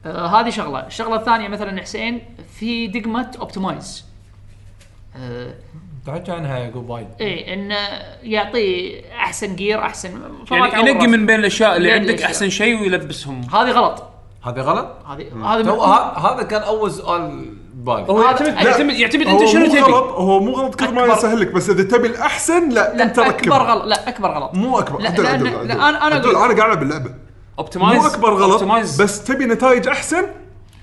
Speaker 5: آه هذه شغله الشغله الثانيه مثلا حسين في دقمه اوبتمايز آه
Speaker 3: تحكي عنها يعقوب وايد
Speaker 5: ايه انه يعطي احسن جير احسن فما
Speaker 2: يعني
Speaker 5: تعور
Speaker 2: ينقي
Speaker 5: راسك.
Speaker 2: من بين الاشياء اللي
Speaker 5: بين
Speaker 2: عندك
Speaker 5: الأشياء.
Speaker 2: احسن شيء ويلبسهم
Speaker 5: هذه غلط
Speaker 3: هذه غلط؟
Speaker 5: هذه هذه
Speaker 3: تو
Speaker 5: من-
Speaker 3: ه- هذا كان اول سؤال بالي
Speaker 2: هو يعتمد يعتمد, يعتمد انت
Speaker 4: هو
Speaker 2: شنو
Speaker 4: مو غلط
Speaker 2: تبي
Speaker 4: هو مو غلط كثر ما
Speaker 5: أكبر.
Speaker 4: يسهل لك بس اذا تبي الاحسن لا,
Speaker 5: لا
Speaker 4: انت ركب
Speaker 5: اكبر غلط لا اكبر غلط
Speaker 4: مو اكبر
Speaker 5: لا،
Speaker 4: عدل،
Speaker 5: لأن-
Speaker 4: عدل،
Speaker 5: لا،
Speaker 4: عدل.
Speaker 5: أنا- أنا
Speaker 4: عدل،
Speaker 5: أقول-
Speaker 4: انا قاعد العب اللعبه
Speaker 2: اوبتمايز
Speaker 4: مو اكبر غلط
Speaker 2: Optimize.
Speaker 4: بس تبي نتائج احسن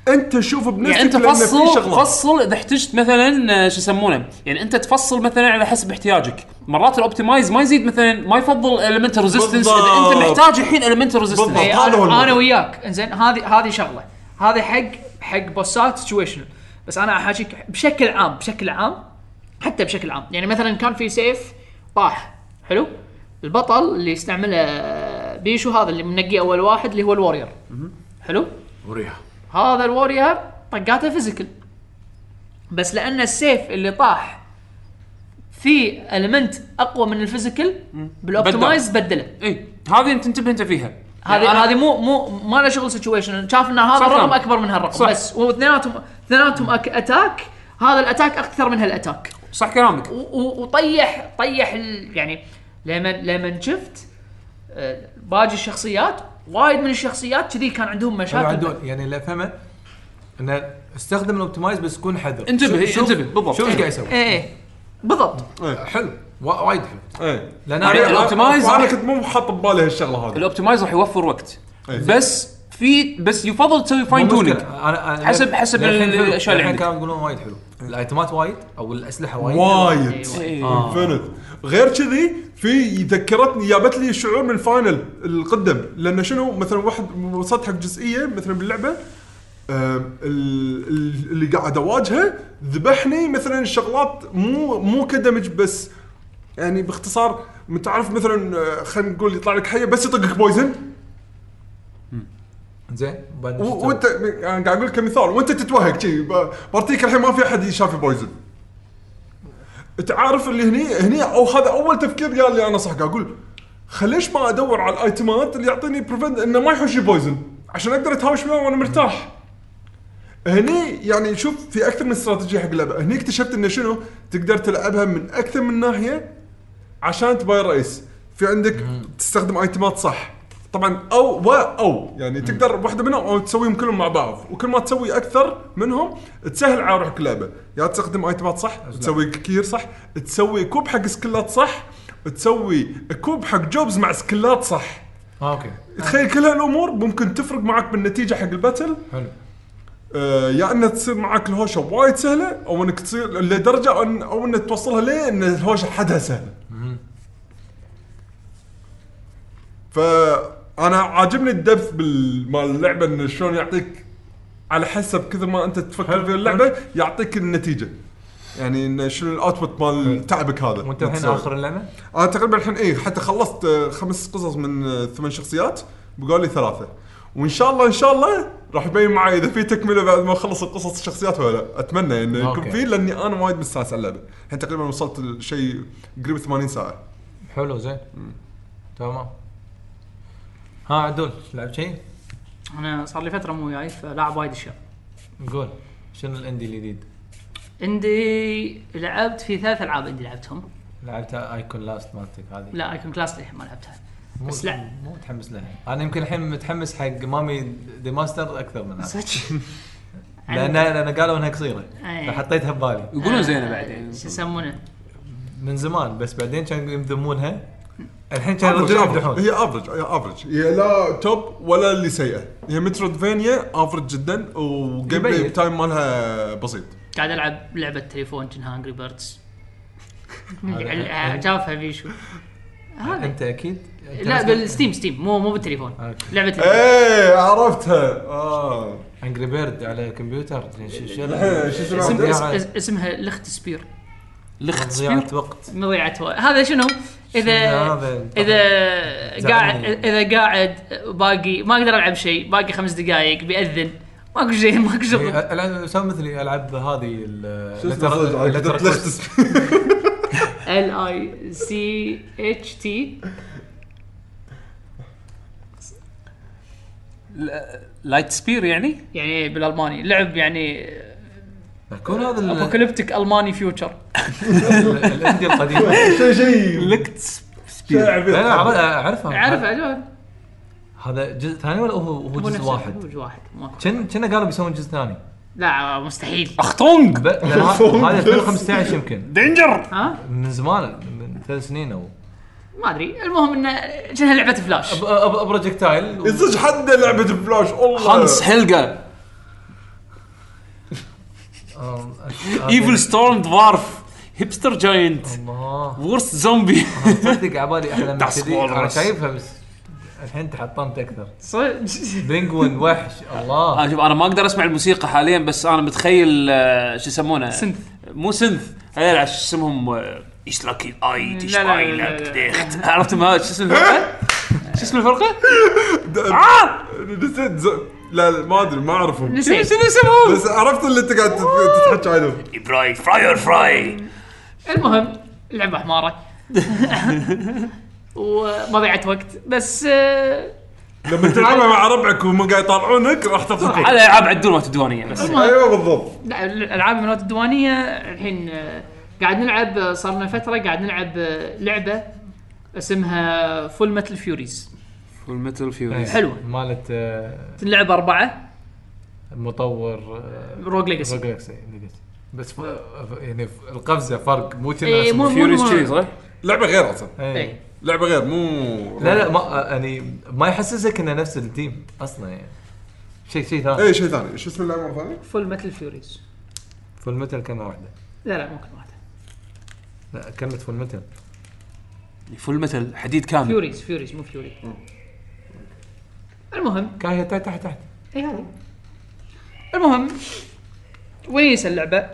Speaker 4: انت شوف بنفسك
Speaker 2: يعني انت
Speaker 4: لأن في
Speaker 2: فصل
Speaker 4: شغلات.
Speaker 2: فصل اذا احتجت مثلا آه، شو يسمونه يعني انت تفصل مثلا على حسب احتياجك مرات الاوبتمايز ما يزيد مثلا ما يفضل المنت ريزيستنس اذا انت
Speaker 4: بالضبط.
Speaker 2: محتاج الحين المنت
Speaker 4: بالضبط.
Speaker 2: ريزيستنس
Speaker 5: إيه،
Speaker 4: هذا هو
Speaker 5: انا,
Speaker 4: الموضوع.
Speaker 5: أنا وياك انزين هذه هذه شغله هذا حق حق بوسات سيتويشنال بس انا احاكيك بشكل عام بشكل عام حتى بشكل عام يعني مثلا كان في سيف طاح حلو البطل اللي استعمله بيشو هذا اللي منقي اول واحد اللي هو الورير حلو
Speaker 3: وريها
Speaker 5: هذا الورير طقاته فيزيكال بس لان السيف اللي طاح في المنت اقوى من الفيزيكال بالاوبتمايز بدله
Speaker 2: اي إيه، هذه انت انتبه انت فيها
Speaker 5: هذه
Speaker 2: يعني أنا-
Speaker 5: هذه مو مو ما لها شغل سيتويشن شاف ان هذا
Speaker 2: صح
Speaker 5: الرقم
Speaker 2: نعم.
Speaker 5: اكبر من هالرقم
Speaker 2: صح.
Speaker 5: بس واثنيناتهم اثنيناتهم أك... اتاك هذا الاتاك اكثر من هالاتاك
Speaker 2: صح كلامك
Speaker 5: و... و... وطيح طيح ال... يعني لما لما شفت آه، باقي الشخصيات وايد من الشخصيات كذي كان عندهم مشاكل
Speaker 3: عدول يعني اللي افهمه انه استخدم الاوبتمايز بس كون حذر
Speaker 2: انتبه،
Speaker 3: شوف-
Speaker 2: إيه،
Speaker 3: شوف-
Speaker 2: انتبه، بالضبط.
Speaker 3: شوف ايش قاعد
Speaker 5: إيه،
Speaker 3: يسوي
Speaker 5: ايه بالضبط
Speaker 3: حلو وا- وايد حلو
Speaker 4: ايه
Speaker 3: لان
Speaker 2: يعني
Speaker 3: أنا-
Speaker 2: الأوبتمايز-
Speaker 4: انا كنت مو حاط ببالي هالشغله هذه
Speaker 2: الاوبتمايز راح يوفر وقت
Speaker 4: أي.
Speaker 2: بس في بس يفضل تسوي
Speaker 3: مو
Speaker 2: فاين
Speaker 3: مشكلة.
Speaker 2: تونينج
Speaker 3: أنا- أنا-
Speaker 2: حسب- حسب
Speaker 3: للحين
Speaker 2: ال-
Speaker 3: حلو.
Speaker 2: الأشياء اللي
Speaker 3: للحين
Speaker 2: عندك.
Speaker 3: كانوا يقولون وايد حلو الايتمات وايد او الاسلحه وايد
Speaker 4: وايد
Speaker 2: إيه.
Speaker 4: انفنت غير كذي في ذكرتني جابت لي شعور من الفاينل القدم لان شنو مثلا واحد وصلت حق جزئيه مثلا باللعبه آم، آه، ال- ال- اللي قاعد اواجهه ذبحني مثلا شغلات مو مو كدمج بس يعني باختصار انت عارف مثلا آه، خلينا نقول يطلع لك حيه بس يطقك بويزن
Speaker 3: زين وبعدين شو
Speaker 4: و-
Speaker 3: تسوي؟
Speaker 4: وانت يعني قاعد اقول لك كمثال وانت تتوهق شي ب- بارتيك الحين ما في احد شاف بويزن انت عارف اللي هني هني او هذا اول تفكير قال لي انا صح قاعد اقول خليش ما ادور على الايتمات اللي يعطيني بريفنت انه ما يحوش بويزن عشان اقدر اتهاوش وياه وانا مرتاح هني يعني شوف في اكثر من استراتيجيه حق اللعبه هني اكتشفت انه شنو تقدر تلعبها من اكثر من ناحيه عشان تباي رئيس في عندك تستخدم ايتمات صح طبعا او و او يعني تقدر واحده منهم او تسويهم كلهم مع بعض وكل ما تسوي اكثر منهم تسهل على روحك اللعبه يا تستخدم ايتمات صح تسوي كير صح تسوي كوب حق سكلات صح تسوي كوب حق جوبز مع سكلات صح
Speaker 3: اه اوكي
Speaker 4: تخيل كل هالامور ممكن تفرق معك بالنتيجه حق الباتل
Speaker 3: حلو
Speaker 4: آه، يا ان تصير معك الهوشه وايد سهله او انك تصير لدرجه أو ان او انك توصلها ليه ان الهوشه حدها سهله. فانا عاجبني الدبث بال- مال اللعبه انه شلون يعطيك على حسب كثر ما انت تفكر في اللعبه يعطيك النتيجه. يعني انه شنو الاوتبوت مال تعبك هذا.
Speaker 3: وانت الحين
Speaker 4: تسوي.
Speaker 3: اخر اللعبه؟
Speaker 4: انا تقريبا الحين ايه حتى خلصت آه، خمس قصص من آه، ثمان شخصيات بقوا لي ثلاثه وان شاء الله ان شاء الله راح يبين معي اذا في تكمله بعد ما اخلص القصص الشخصيات ولا لا اتمنى انه يكون
Speaker 3: أوكي.
Speaker 4: في لاني انا وايد مستانس على اللعبه الحين تقريبا وصلت لشيء قريب 80 ساعه
Speaker 3: حلو زين تمام ها عدول لعبت شيء؟
Speaker 5: انا صار لي فتره مو وياي فلاعب وايد اشياء
Speaker 3: قول شنو الاندي الجديد؟
Speaker 5: عندي لعبت في ثلاث العاب عندي لعبتهم
Speaker 3: لعبت ايكون لاست مالتك هذه
Speaker 5: لا ايكون كلاس للحين ما لعبتها
Speaker 3: مو
Speaker 5: بس لا.
Speaker 3: مو متحمس لها انا يمكن الحين متحمس حق مامي دي ماستر اكثر من هذا لان
Speaker 5: آه،
Speaker 3: لان قالوا انها قصيره
Speaker 5: أي.
Speaker 3: فحطيتها ببالي
Speaker 2: يقولون زينه بعد يعني
Speaker 5: شو يسمونه
Speaker 3: من زمان بس بعدين كانوا يمذمونها الحين كانوا
Speaker 4: Average،
Speaker 3: يرجعون
Speaker 4: average.
Speaker 3: يمدحون
Speaker 4: هي افرج هي افرج هي لا توب ولا اللي سيئه هي مترودفينيا افرج جدا وجيم بلاي
Speaker 3: يبين.
Speaker 4: تايم مالها بسيط
Speaker 5: قاعد العب لعبه تليفون كان هانجري بيردز يعني شافها بيشو هذا
Speaker 3: انت اكيد
Speaker 5: لا بالستيم ستيم مو مو بالتليفون
Speaker 3: أوكي.
Speaker 5: لعبه تليفون.
Speaker 4: ايه عرفتها اه
Speaker 3: انجري بيرد على الكمبيوتر ش- ش-
Speaker 4: الحين *laughs* شو اسمها؟
Speaker 5: اسم- اس-
Speaker 3: مضيعة-
Speaker 5: اس- اسمها لخت سبير
Speaker 2: لخت سبير
Speaker 3: مضيعة وقت
Speaker 5: مضيعة وقت. هذا شنو؟ اذا
Speaker 3: شنو هذا؟
Speaker 5: اذا قاعد
Speaker 3: زعلني.
Speaker 5: اذا قاعد باقي ما اقدر العب شيء باقي خمس دقائق بياذن ماكو شيء *laughs* ماكو شغل
Speaker 3: إيه، العب سوي مثلي العب هذه
Speaker 4: شو اسمها؟ لخت
Speaker 3: ال
Speaker 4: سبير.
Speaker 5: ال اي سي اتش تي
Speaker 2: لايت سبير يعني
Speaker 5: يعني بالالماني لعب يعني
Speaker 3: كون هذا ال-
Speaker 5: ابوكاليبتيك الماني فيوتشر
Speaker 3: آه، ال- الاندي
Speaker 4: *laughs*
Speaker 3: القديمه
Speaker 4: شيء شيء
Speaker 2: لكت
Speaker 4: شيء
Speaker 2: سبير
Speaker 4: عبيط.
Speaker 3: لا لا عرف- اعرفها
Speaker 5: عارف
Speaker 3: هذا-
Speaker 5: عجب
Speaker 3: هذا جزء ثاني ولا هو هو
Speaker 5: مو
Speaker 3: جزء
Speaker 5: نفسه،
Speaker 3: واحد؟
Speaker 5: هو جزء واحد ماكو
Speaker 3: كنا كنا قالوا بيسوون جزء ثاني
Speaker 5: لا مستحيل
Speaker 2: اختونج
Speaker 3: ب- لأن ه- هذا 2015 يمكن
Speaker 2: دينجر
Speaker 5: ها
Speaker 3: من زمان من ثلاث سنين او
Speaker 5: ما ادري المهم انه كانها لعبه فلاش
Speaker 3: أب- أب- بروجكتايل
Speaker 4: *laughs*
Speaker 3: و-
Speaker 4: يصج حد لعبه فلاش والله
Speaker 2: هانس هيلجا
Speaker 3: آم،
Speaker 2: ايفل ستورم دوارف هيبستر جاينت
Speaker 3: الله
Speaker 2: ورست زومبي
Speaker 3: تصدق عبالي احلى من
Speaker 2: Das
Speaker 3: كذي انا
Speaker 2: Walrus.
Speaker 3: شايفها بس الحين تحطمت اكثر
Speaker 5: صدق
Speaker 3: بينجوين وحش الله
Speaker 2: *laughs* آه، شوف انا ما اقدر اسمع الموسيقى حاليا بس انا متخيل آه، شو يسمونه
Speaker 5: سنث.
Speaker 2: مو سنث هذول عش- شو آه، اسمهم ايش لاكي اي
Speaker 5: لا، لا، لا، لا،
Speaker 2: تشباينك
Speaker 5: لا.
Speaker 2: ديخت عرفت ما شو اسم الفرقه؟ شو اسم الفرقه؟
Speaker 4: نسيت ز... لا لا، ما ادري ما اعرفهم
Speaker 2: شنو
Speaker 5: نسيت
Speaker 2: شنو اسمهم؟
Speaker 4: بس عرفت اللي انت قاعد تت- تتحكى عنهم
Speaker 2: فراي فراير فراي
Speaker 5: المهم لعبه حماره *laughs* ومضيعة وقت بس آه،
Speaker 4: لما تلعبها مع ربعك وهم قاعد يطالعونك راح تضحك
Speaker 3: *laughs*
Speaker 2: هذا العاب عدول ما يعني. تدونيه بس
Speaker 4: ايوه بالضبط
Speaker 5: لا الالعاب من النوت الديوانيه الحين آه، قاعد نلعب آه، صار لنا فتره قاعد نلعب آه، لعبه اسمها فول متل فيوريز
Speaker 2: فول ميتال
Speaker 3: إيه.
Speaker 2: فيوريز
Speaker 5: *laughs* حلوة.
Speaker 3: مالت آه،
Speaker 5: نلعب اربعه
Speaker 3: مطور آه،
Speaker 5: روج ليجاسي
Speaker 3: Rogue Legacy- Legacy. بس ف- ف- يعني ف- القفزه فرق مو كنا
Speaker 5: إيه، مو-
Speaker 2: فيوريز
Speaker 5: مو-
Speaker 2: كذي صح؟
Speaker 4: لعبه غير اصلا
Speaker 5: إيه.
Speaker 3: إيه.
Speaker 4: لعبه غير مو
Speaker 3: لا لا ما يعني ما يحسسك انه نفس التيم اصلا يعني شيء شيء ثاني
Speaker 4: اي إيه، شيء ثاني شو اسم اللعبه مره ثانيه؟
Speaker 5: فول متل فيوريز
Speaker 3: فول متل كلمه واحده
Speaker 5: لا لا ممكن واحده
Speaker 3: لا كلمه فول متل
Speaker 2: فول ميتال حديد كامل
Speaker 5: فيوريز فيوريز مو فيوري المهم
Speaker 3: كان هي تحت تحت تحت
Speaker 5: اي هذه المهم ونيس اللعبه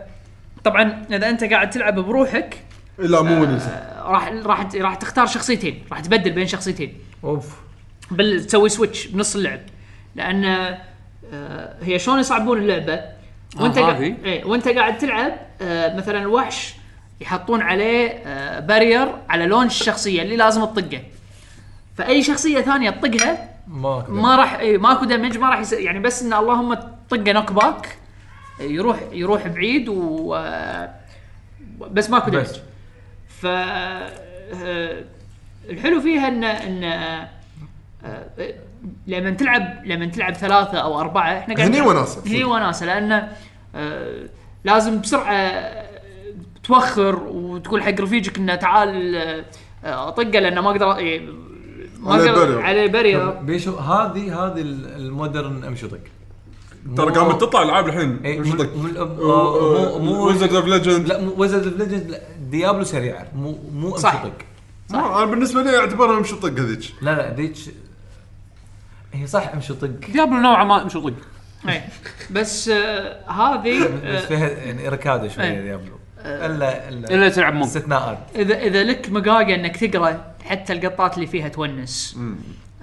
Speaker 5: طبعا اذا انت قاعد تلعب بروحك
Speaker 4: إيه، لا مو ونيسه
Speaker 5: آه، راح راح راح تختار شخصيتين راح تبدل بين شخصيتين
Speaker 3: اوف
Speaker 5: بل تسوي سويتش بنص اللعب لان آه، هي شلون يصعبون اللعبه وانت
Speaker 2: آه،
Speaker 5: قاعد
Speaker 2: هذه.
Speaker 5: ايه وانت قاعد تلعب آه، مثلا وحش يحطون عليه آه، بارير على لون الشخصيه اللي لازم تطقه فاي شخصيه ثانيه تطقها
Speaker 3: ما كنت
Speaker 5: ما راح اي ماكو دمج ما راح يس... يعني بس ان اللهم طقه نوك باك يروح يروح بعيد و آه، بس ماكو دمج
Speaker 3: بس.
Speaker 5: ف آه، الحلو فيها ان ان آه، آه، لما تلعب لما تلعب ثلاثه او اربعه احنا قاعد
Speaker 4: هني
Speaker 5: نلعب-
Speaker 4: وناسة.
Speaker 5: هني وناسه لانه آه، لازم بسرعه توخر وتقول حق رفيجك انه تعال آه، آه، طقه لانه ما اقدر إيه، ما
Speaker 4: عليه barrier.
Speaker 5: اقدر عليه
Speaker 4: نعم.
Speaker 5: بارير
Speaker 3: بيشو هذه هذه ال- المودرن امشطك
Speaker 4: ترى قامت تطلع العاب الحين
Speaker 3: إيه،
Speaker 4: مش
Speaker 3: مو-
Speaker 4: ضد.
Speaker 3: مو الأب-
Speaker 4: و-
Speaker 3: آه، مو- مو-
Speaker 4: ويزرد اوف ليجند
Speaker 3: لا وزد اوف ليجند لا ديابلو سريعه مو مو
Speaker 5: صح.
Speaker 3: امشطك
Speaker 4: انا بالنسبه آه، لي اعتبرها مش طق هذيك
Speaker 3: لا لا ذيك هي صح امشطك
Speaker 2: ديابلو نوعا ما مش طق
Speaker 5: اي إيه. بس آه، هذه
Speaker 3: بس
Speaker 5: آه،
Speaker 3: فيها يعني ركاده شويه
Speaker 5: إيه.
Speaker 3: ديابلو الا الا
Speaker 2: الا تلعب موب
Speaker 3: استثناءات
Speaker 5: اذا اذا لك مقاقه انك تقرا حتى القطات اللي فيها تونس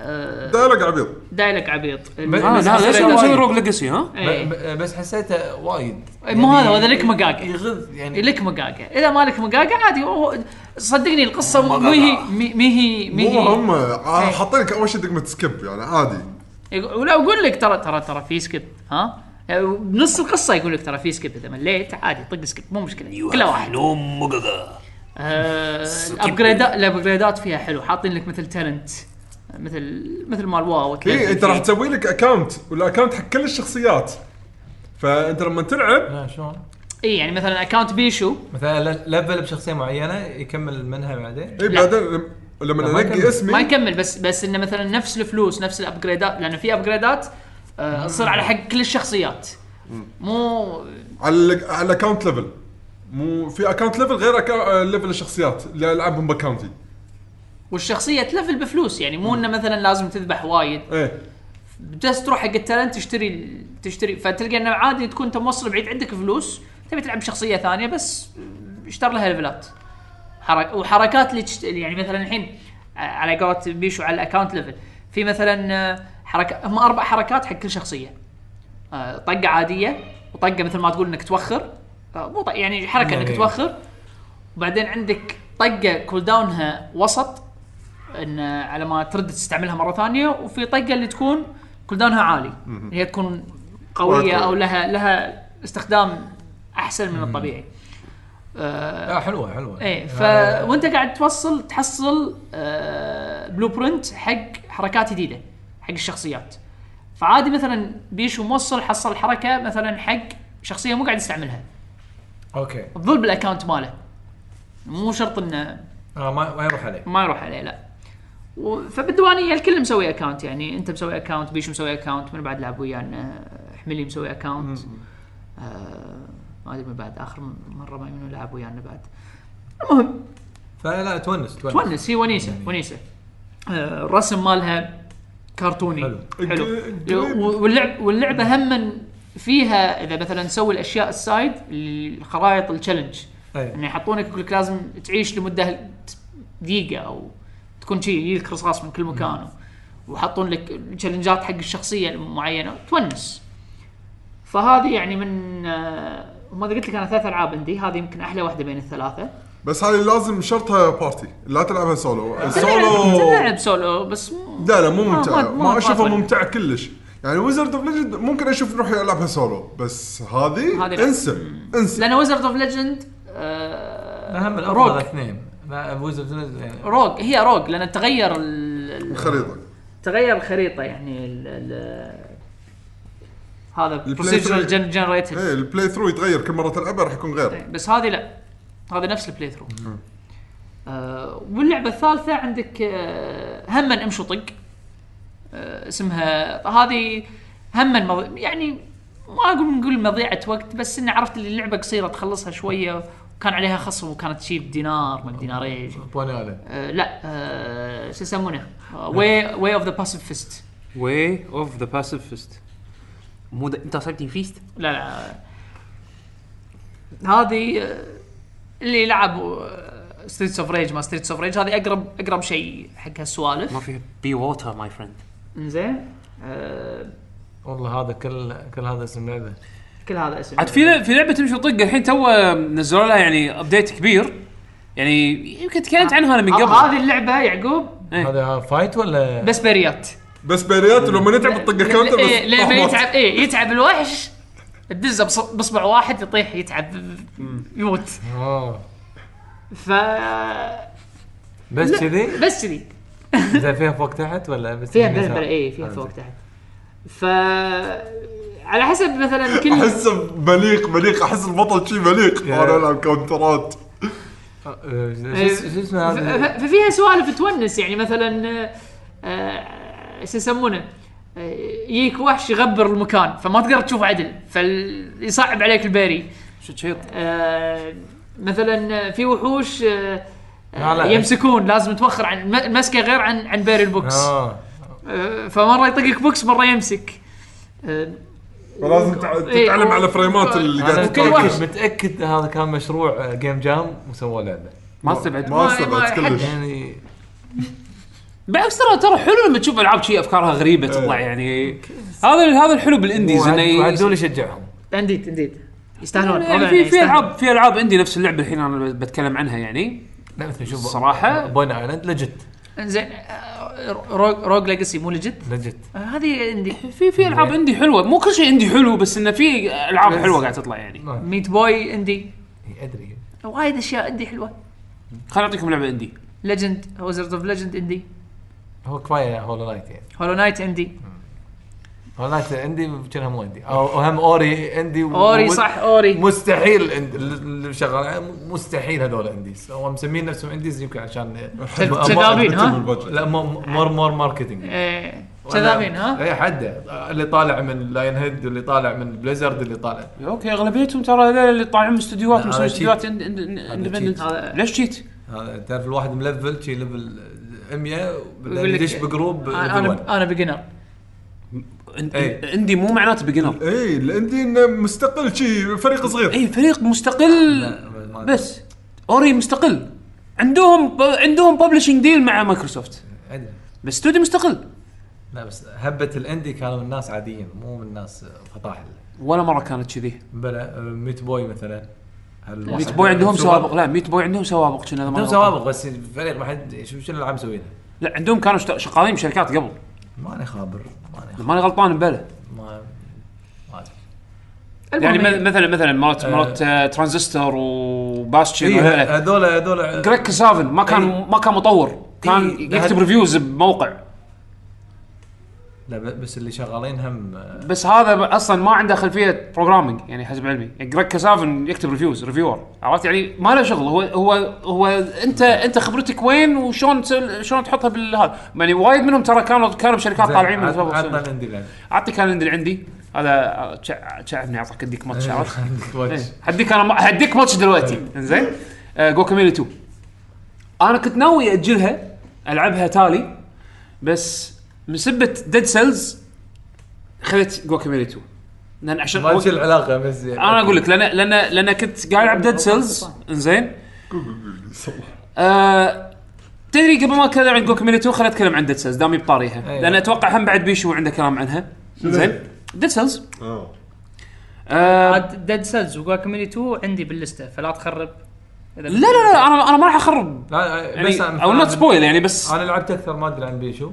Speaker 5: آه،
Speaker 4: دايلوج عبيط
Speaker 5: دايلك عبيط
Speaker 3: بس-
Speaker 2: آه، لا ليش
Speaker 5: حسيت-
Speaker 2: قاعد نسوي روج ليجاسي ها؟
Speaker 5: إيه.
Speaker 3: ب- ب- بس حسيته وايد
Speaker 5: إيه، مو
Speaker 3: يعني
Speaker 5: هذا، هذا لك مقاقة.
Speaker 3: يغذ يعني
Speaker 5: لك مقاقه اذا ما لك مقاقه عادي هو- صدقني القصه مو هي مي- مي هي مي
Speaker 4: مو
Speaker 5: هي
Speaker 4: هم آه،
Speaker 3: إيه.
Speaker 4: حاطين لك اول شيء دقمه سكيب يعني عادي
Speaker 5: ولا اقول لك ترى ترى ترى في سكيب ها بنص القصه يقول لك ترى في سكيب اذا مليت عادي طق سكيب مو مشكله كل واحد
Speaker 2: نوم مققا
Speaker 5: آه، الابجريدات الابجريدات فيها حلو حاطين لك مثل تالنت مثل مثل مال واو
Speaker 3: إيه.
Speaker 4: اي انت إيه، راح تسوي لك اكونت والاكونت حق كل الشخصيات فانت لما تلعب
Speaker 3: لا شلون
Speaker 5: اي يعني مثلا اكونت بيشو
Speaker 3: مثلا ل- ليفل بشخصيه معينه يكمل منها بعدين
Speaker 4: اي
Speaker 5: لا.
Speaker 4: إيه، بعدين لم- لما
Speaker 3: لا، ما يكمل.
Speaker 4: انقي اسمي
Speaker 5: ما يكمل بس بس انه مثلا نفس الفلوس نفس الابجريدات لانه في ابجريدات آه، تصير على حق كل الشخصيات مو
Speaker 4: على ال- على الاكونت ليفل مو في اكونت ليفل غير أكا- آه، ليفل الشخصيات اللي العبهم باكونتي
Speaker 5: والشخصيه تلفل بفلوس يعني مو انه مثلا لازم تذبح وايد
Speaker 4: ايه
Speaker 5: بس تروح حق التالنت تشتري ال- تشتري فتلقى انه عادي تكون انت موصل بعيد عندك فلوس تبي تلعب شخصيه ثانيه بس اشتر لها ليفلات حرك وحركات اللي تشت... يعني مثلا الحين آه، على قولة بيشو على الاكونت ليفل في مثلا آه، حركه هم اربع حركات حق كل شخصيه آه، طقه عاديه وطقه مثل ما تقول انك توخر آه، مو طق- يعني حركه
Speaker 3: يعني-
Speaker 5: انك توخر وبعدين عندك طقه كول داونها وسط ان على ما ترد تستعملها مره ثانيه وفي طقه اللي تكون كول داونها عالي هي تكون قويه
Speaker 4: وايد
Speaker 5: او
Speaker 4: قوية.
Speaker 5: لها لها استخدام احسن من الطبيعي. آه
Speaker 3: لا حلوه حلوه
Speaker 5: ايه ف
Speaker 3: آه،
Speaker 5: وانت قاعد توصل تحصل آه بلو برنت حق حركات جديده حق الشخصيات. فعادي مثلا بيشو موصل حصل حركه مثلا حق شخصيه مو قاعد يستعملها
Speaker 3: اوكي
Speaker 5: تظل بالاكونت ماله. مو شرط انه
Speaker 3: آه ما ما يروح عليه
Speaker 5: ما يروح عليه لا و... فبالديوانيه الكل مسوي اكونت يعني انت مسوي اكونت بيشو مسوي اكونت من بعد لعب ويانا حملي مسوي اكونت آه... ما ادري من بعد اخر م- مره ما منو لعب ويانا بعد المهم
Speaker 3: فلا تونس
Speaker 5: تونس هي ونيسه ونيسه آه... الرسم مالها كرتوني
Speaker 3: حلو.
Speaker 5: حلو و- واللعب واللعبه هم فيها اذا مثلا تسوي الاشياء السايد الخرائط يعني التشالنج
Speaker 3: أي.
Speaker 5: انه يحطونك يقول لك لازم تعيش لمده دقيقه او تكون شيء يجيك رصاص من كل مكان وحطون لك تشالنجات حق الشخصيه المعينه تونس فهذه يعني من آه، ما أدري قلت لك انا ثلاث العاب عندي هذه يمكن احلى واحده بين الثلاثه
Speaker 4: بس هذه لازم شرطها بارتي لا تلعبها سولو السولو
Speaker 5: آه، تلعب سولو بس مو-
Speaker 4: لا لا مو
Speaker 5: ما-
Speaker 4: ممتعه
Speaker 5: ما-
Speaker 4: ما اشوفها
Speaker 5: أفضل.
Speaker 4: ممتعه كلش يعني ويزرد اوف ليجند ممكن اشوف روحي العبها سولو بس هذه
Speaker 5: هذه لا.
Speaker 4: انسى انسى
Speaker 5: لان ويزرد اوف ليجند
Speaker 3: اهم الافضل اثنين ما ابوز يعني
Speaker 5: آه، روج هي روج لان تغير ال- ال-
Speaker 4: الخريطه
Speaker 5: تغير الخريطه يعني ال ال هذا
Speaker 4: Play
Speaker 5: بروسيجرال
Speaker 4: Through. ايه
Speaker 5: جنريتد
Speaker 4: البلاي ثرو يتغير كل مره تلعبها راح يكون غير
Speaker 5: طيب، بس هذه لا هذا نفس البلاي ثرو آه واللعبه الثالثه عندك آه هم امشو طق آه اسمها هذه هم مض... يعني ما اقول نقول مضيعه وقت بس ان عرفت اللي اللعبه قصيره تخلصها شويه وكان عليها خصم وكانت شي بدينار ما بدينارين
Speaker 3: بوني هذا
Speaker 5: آه لا آه شو يسمونه واي واي اوف ذا باسيفست
Speaker 2: واي اوف ذا باسيف فيست مو ده- انت صايبتي فيست؟
Speaker 5: لا لا هذه آه، اللي آه، لعب ستريتس اوف ريج ما ستريتس اوف ريج هذه اقرب اقرب شيء حق هالسوالف
Speaker 2: ما فيها بي ووتر ماي فريند
Speaker 5: زين آه
Speaker 3: والله هذا كل كل هذا اسم لعبه
Speaker 5: كل هذا اسم
Speaker 2: عاد في لع- في لعبه تمشي طق الحين تو نزلوا لها يعني ابديت كبير يعني يمكن تكلمت عنها انا من
Speaker 5: آه،
Speaker 2: قبل
Speaker 5: هذه اللعبه يعقوب
Speaker 3: هذا فايت ولا
Speaker 5: إيه. بس باريات
Speaker 4: بس بينيات لما نتعب تطق كاونتر بس
Speaker 5: إيه، لما
Speaker 4: أحمر.
Speaker 5: يتعب اي يتعب الوحش تدزه بص- باصبع واحد يطيح يتعب يموت
Speaker 3: اوه
Speaker 5: ف
Speaker 3: بس كذي
Speaker 5: بس كذي
Speaker 3: زين فيها فوق تحت ولا بس
Speaker 5: فيها
Speaker 3: اليسار؟
Speaker 5: بلبله اي فيها فوق
Speaker 3: آه،
Speaker 5: تحت ف على حسب مثلا كل
Speaker 4: احسه مليق مليق احس البطل شي مليق
Speaker 3: يا.
Speaker 4: وانا العب كاونترات
Speaker 3: آه،
Speaker 5: إيه،
Speaker 3: شو- شو اسمه
Speaker 5: ف-
Speaker 3: هذا
Speaker 5: ف- ففيها سوالف تونس يعني مثلا آه، آه، شو يسمونه آه، يجيك وحش يغبر المكان فما تقدر تشوف عدل فيصعب عليك البيري
Speaker 2: شيط
Speaker 5: آه، مثلا في وحوش آه،
Speaker 3: لا، لا.
Speaker 5: يمسكون لازم توخر عن الم- المسكه غير عن عن بيري البوكس
Speaker 3: اه
Speaker 5: آه، فمره يطقك بوكس مره يمسك آه،
Speaker 4: فلازم تع-
Speaker 5: إيه،
Speaker 4: تتعلم على فريمات اللي
Speaker 3: انا
Speaker 4: قاعد
Speaker 5: وكل واحد-
Speaker 3: متاكد متاكد هذا كان مشروع آه، جيم جام وسووه لعبه
Speaker 2: ما استبعد
Speaker 4: ما
Speaker 5: ما- ما
Speaker 4: استبعد كلش
Speaker 3: يعني
Speaker 2: بعد ترى ترى حلو لما تشوف العاب شي افكارها غريبه تطلع يعني هذا هذا الحلو بالانديز انه ي-
Speaker 3: وعدول يشجعهم
Speaker 5: انديد انديد يستاهلون
Speaker 2: يعني
Speaker 5: طبعاً
Speaker 2: في في
Speaker 5: يستاهلون.
Speaker 2: العاب في العاب عندي نفس اللعبه الحين انا بتكلم عنها يعني
Speaker 3: لا مثل شوف
Speaker 2: صراحة؟
Speaker 3: بون ايلاند لجت
Speaker 5: زين آه، روج روج ليجاسي مو ليجت
Speaker 3: لجت
Speaker 5: آه، هذه عندي
Speaker 2: في في العاب عندي حلوه مو كل شيء عندي حلو بس انه في العاب حلوه قاعد تطلع يعني
Speaker 5: ميت بوي عندي
Speaker 3: ادري
Speaker 5: وايد اشياء عندي حلوه
Speaker 2: خليني اعطيكم لعبه عندي
Speaker 5: ليجند وزرد اوف ليجند عندي
Speaker 3: هو كفايه هولو نايت يعني
Speaker 5: هولو نايت عندي
Speaker 3: هولو نايت عندي كان هم عندي او وهم اوري عندي و-
Speaker 5: اوري
Speaker 3: و-
Speaker 5: صح اوري
Speaker 3: مستحيل عند اللي شغال مستحيل هذول انديز هم مسمين نفسهم انديز يمكن عشان
Speaker 5: كذابين
Speaker 4: بتجيب
Speaker 5: ها
Speaker 4: البادجت.
Speaker 3: لا مو- مور مور ماركتنج
Speaker 5: إيه، كذابين ها
Speaker 3: اي حده اللي طالع من لاين هيد اللي طالع من بليزرد اللي طالع
Speaker 2: اوكي اغلبيتهم ترى هذول اللي طالعين من استديوهات
Speaker 3: لا،
Speaker 2: مسوي
Speaker 3: هذا
Speaker 2: استديوهات إند- إند- إند-
Speaker 3: هذا
Speaker 2: اندبندنت
Speaker 5: cheat. هذا-
Speaker 2: ليش جيت؟
Speaker 3: هذا تعرف الواحد ملفل شي ليفل 100
Speaker 5: يقول
Speaker 3: بعدين
Speaker 5: لك-
Speaker 3: يدش بجروب
Speaker 5: انا
Speaker 3: level one.
Speaker 5: انا, أنا بيجنر
Speaker 3: إيه.
Speaker 2: عندي مو معناته بيجنر
Speaker 4: اي الاندي انه مستقل شي فريق صغير
Speaker 2: اي إيه، فريق مستقل
Speaker 3: لا، ما-
Speaker 2: بس اوري مستقل عندهم عندهم ببلشنج ديل مع مايكروسوفت
Speaker 3: أدري.
Speaker 2: بس استوديو مستقل
Speaker 3: لا بس هبه الاندي كانوا الناس عاديين مو من الناس فطاحل
Speaker 2: ولا مره كانت كذي
Speaker 3: بلا ميت بوي مثلا هل
Speaker 2: ميت
Speaker 3: واحد-
Speaker 2: بوي عندهم
Speaker 3: شو-
Speaker 2: سوابق لا ميت بوي عندهم سوابق كنا إذا ما
Speaker 3: عندهم
Speaker 2: غلطان.
Speaker 3: سوابق بس الفريق ما حد شوف شنو العاب مسوينها
Speaker 2: لا عندهم كانوا شت- شغالين بشركات قبل
Speaker 3: ماني خابر ماني
Speaker 2: إذا
Speaker 3: خابر
Speaker 2: ماني غلطان ببالي
Speaker 3: ما ما أدري.
Speaker 2: يعني
Speaker 5: المهم،
Speaker 2: مث- مثلا مثلا مرات
Speaker 3: آه.
Speaker 2: مرات آه، ترانزستور وباستشن
Speaker 3: إيه،
Speaker 2: وهذول.
Speaker 3: ه- هذول هذول
Speaker 2: جريك كسافن ما كان
Speaker 3: إيه.
Speaker 2: ما كان مطور كان
Speaker 3: إيه،
Speaker 2: يكتب
Speaker 3: هذا-
Speaker 2: ريفيوز بموقع
Speaker 3: لا ب- بس اللي شغالين هم آه،
Speaker 2: بس هذا ب- اصلا ما عنده خلفيه بروجرامينج يعني حسب علمي يعني جريك كسافن يكتب ريفيوز ريفيور عرفت يعني ما له شغل هو هو هو انت انت خبرتك وين وشلون تسوي- شلون تحطها بالهذا يعني وايد منهم ترى كانوا كانوا بشركات طالعين من
Speaker 3: عط-
Speaker 2: الأسواق
Speaker 3: عطنا
Speaker 2: والسوق.
Speaker 3: الاندي لعبة.
Speaker 2: اعطيك انا اللي عندي هذا شع- شعبني اعطاك اديك ماتش
Speaker 3: *laughs*
Speaker 2: عرفت
Speaker 3: واتش.
Speaker 2: إيه. هديك انا ما- هديك ماتش دلوقتي زين جو كاميلي 2 انا كنت ناوي اجلها العبها تالي بس من سبه ديد سيلز خذت جو كاميلي 2 لان عشان
Speaker 3: ما شو العلاقه بس
Speaker 2: انا اقول لك لان لان لان كنت قاعد العب ديد سيلز انزين آه، تدري قبل ما اتكلم عن جوك ميلي 2 خليني اتكلم عن ديد سيلز دامي بطاريها
Speaker 3: أي.
Speaker 2: لان اتوقع هم بعد بيشو عنده كلام عنها زين ديد سيلز
Speaker 4: آه.
Speaker 2: آه،
Speaker 5: ديد سيلز وجواكاميلي 2 عندي باللسته فلا تخرب إذا-
Speaker 2: لا لا لا انا انا ما راح اخرب
Speaker 3: لا
Speaker 2: يعني
Speaker 3: بس آه.
Speaker 2: او نوت سبويل يعني بس
Speaker 3: انا لعبت اكثر ما ادري عن بيشو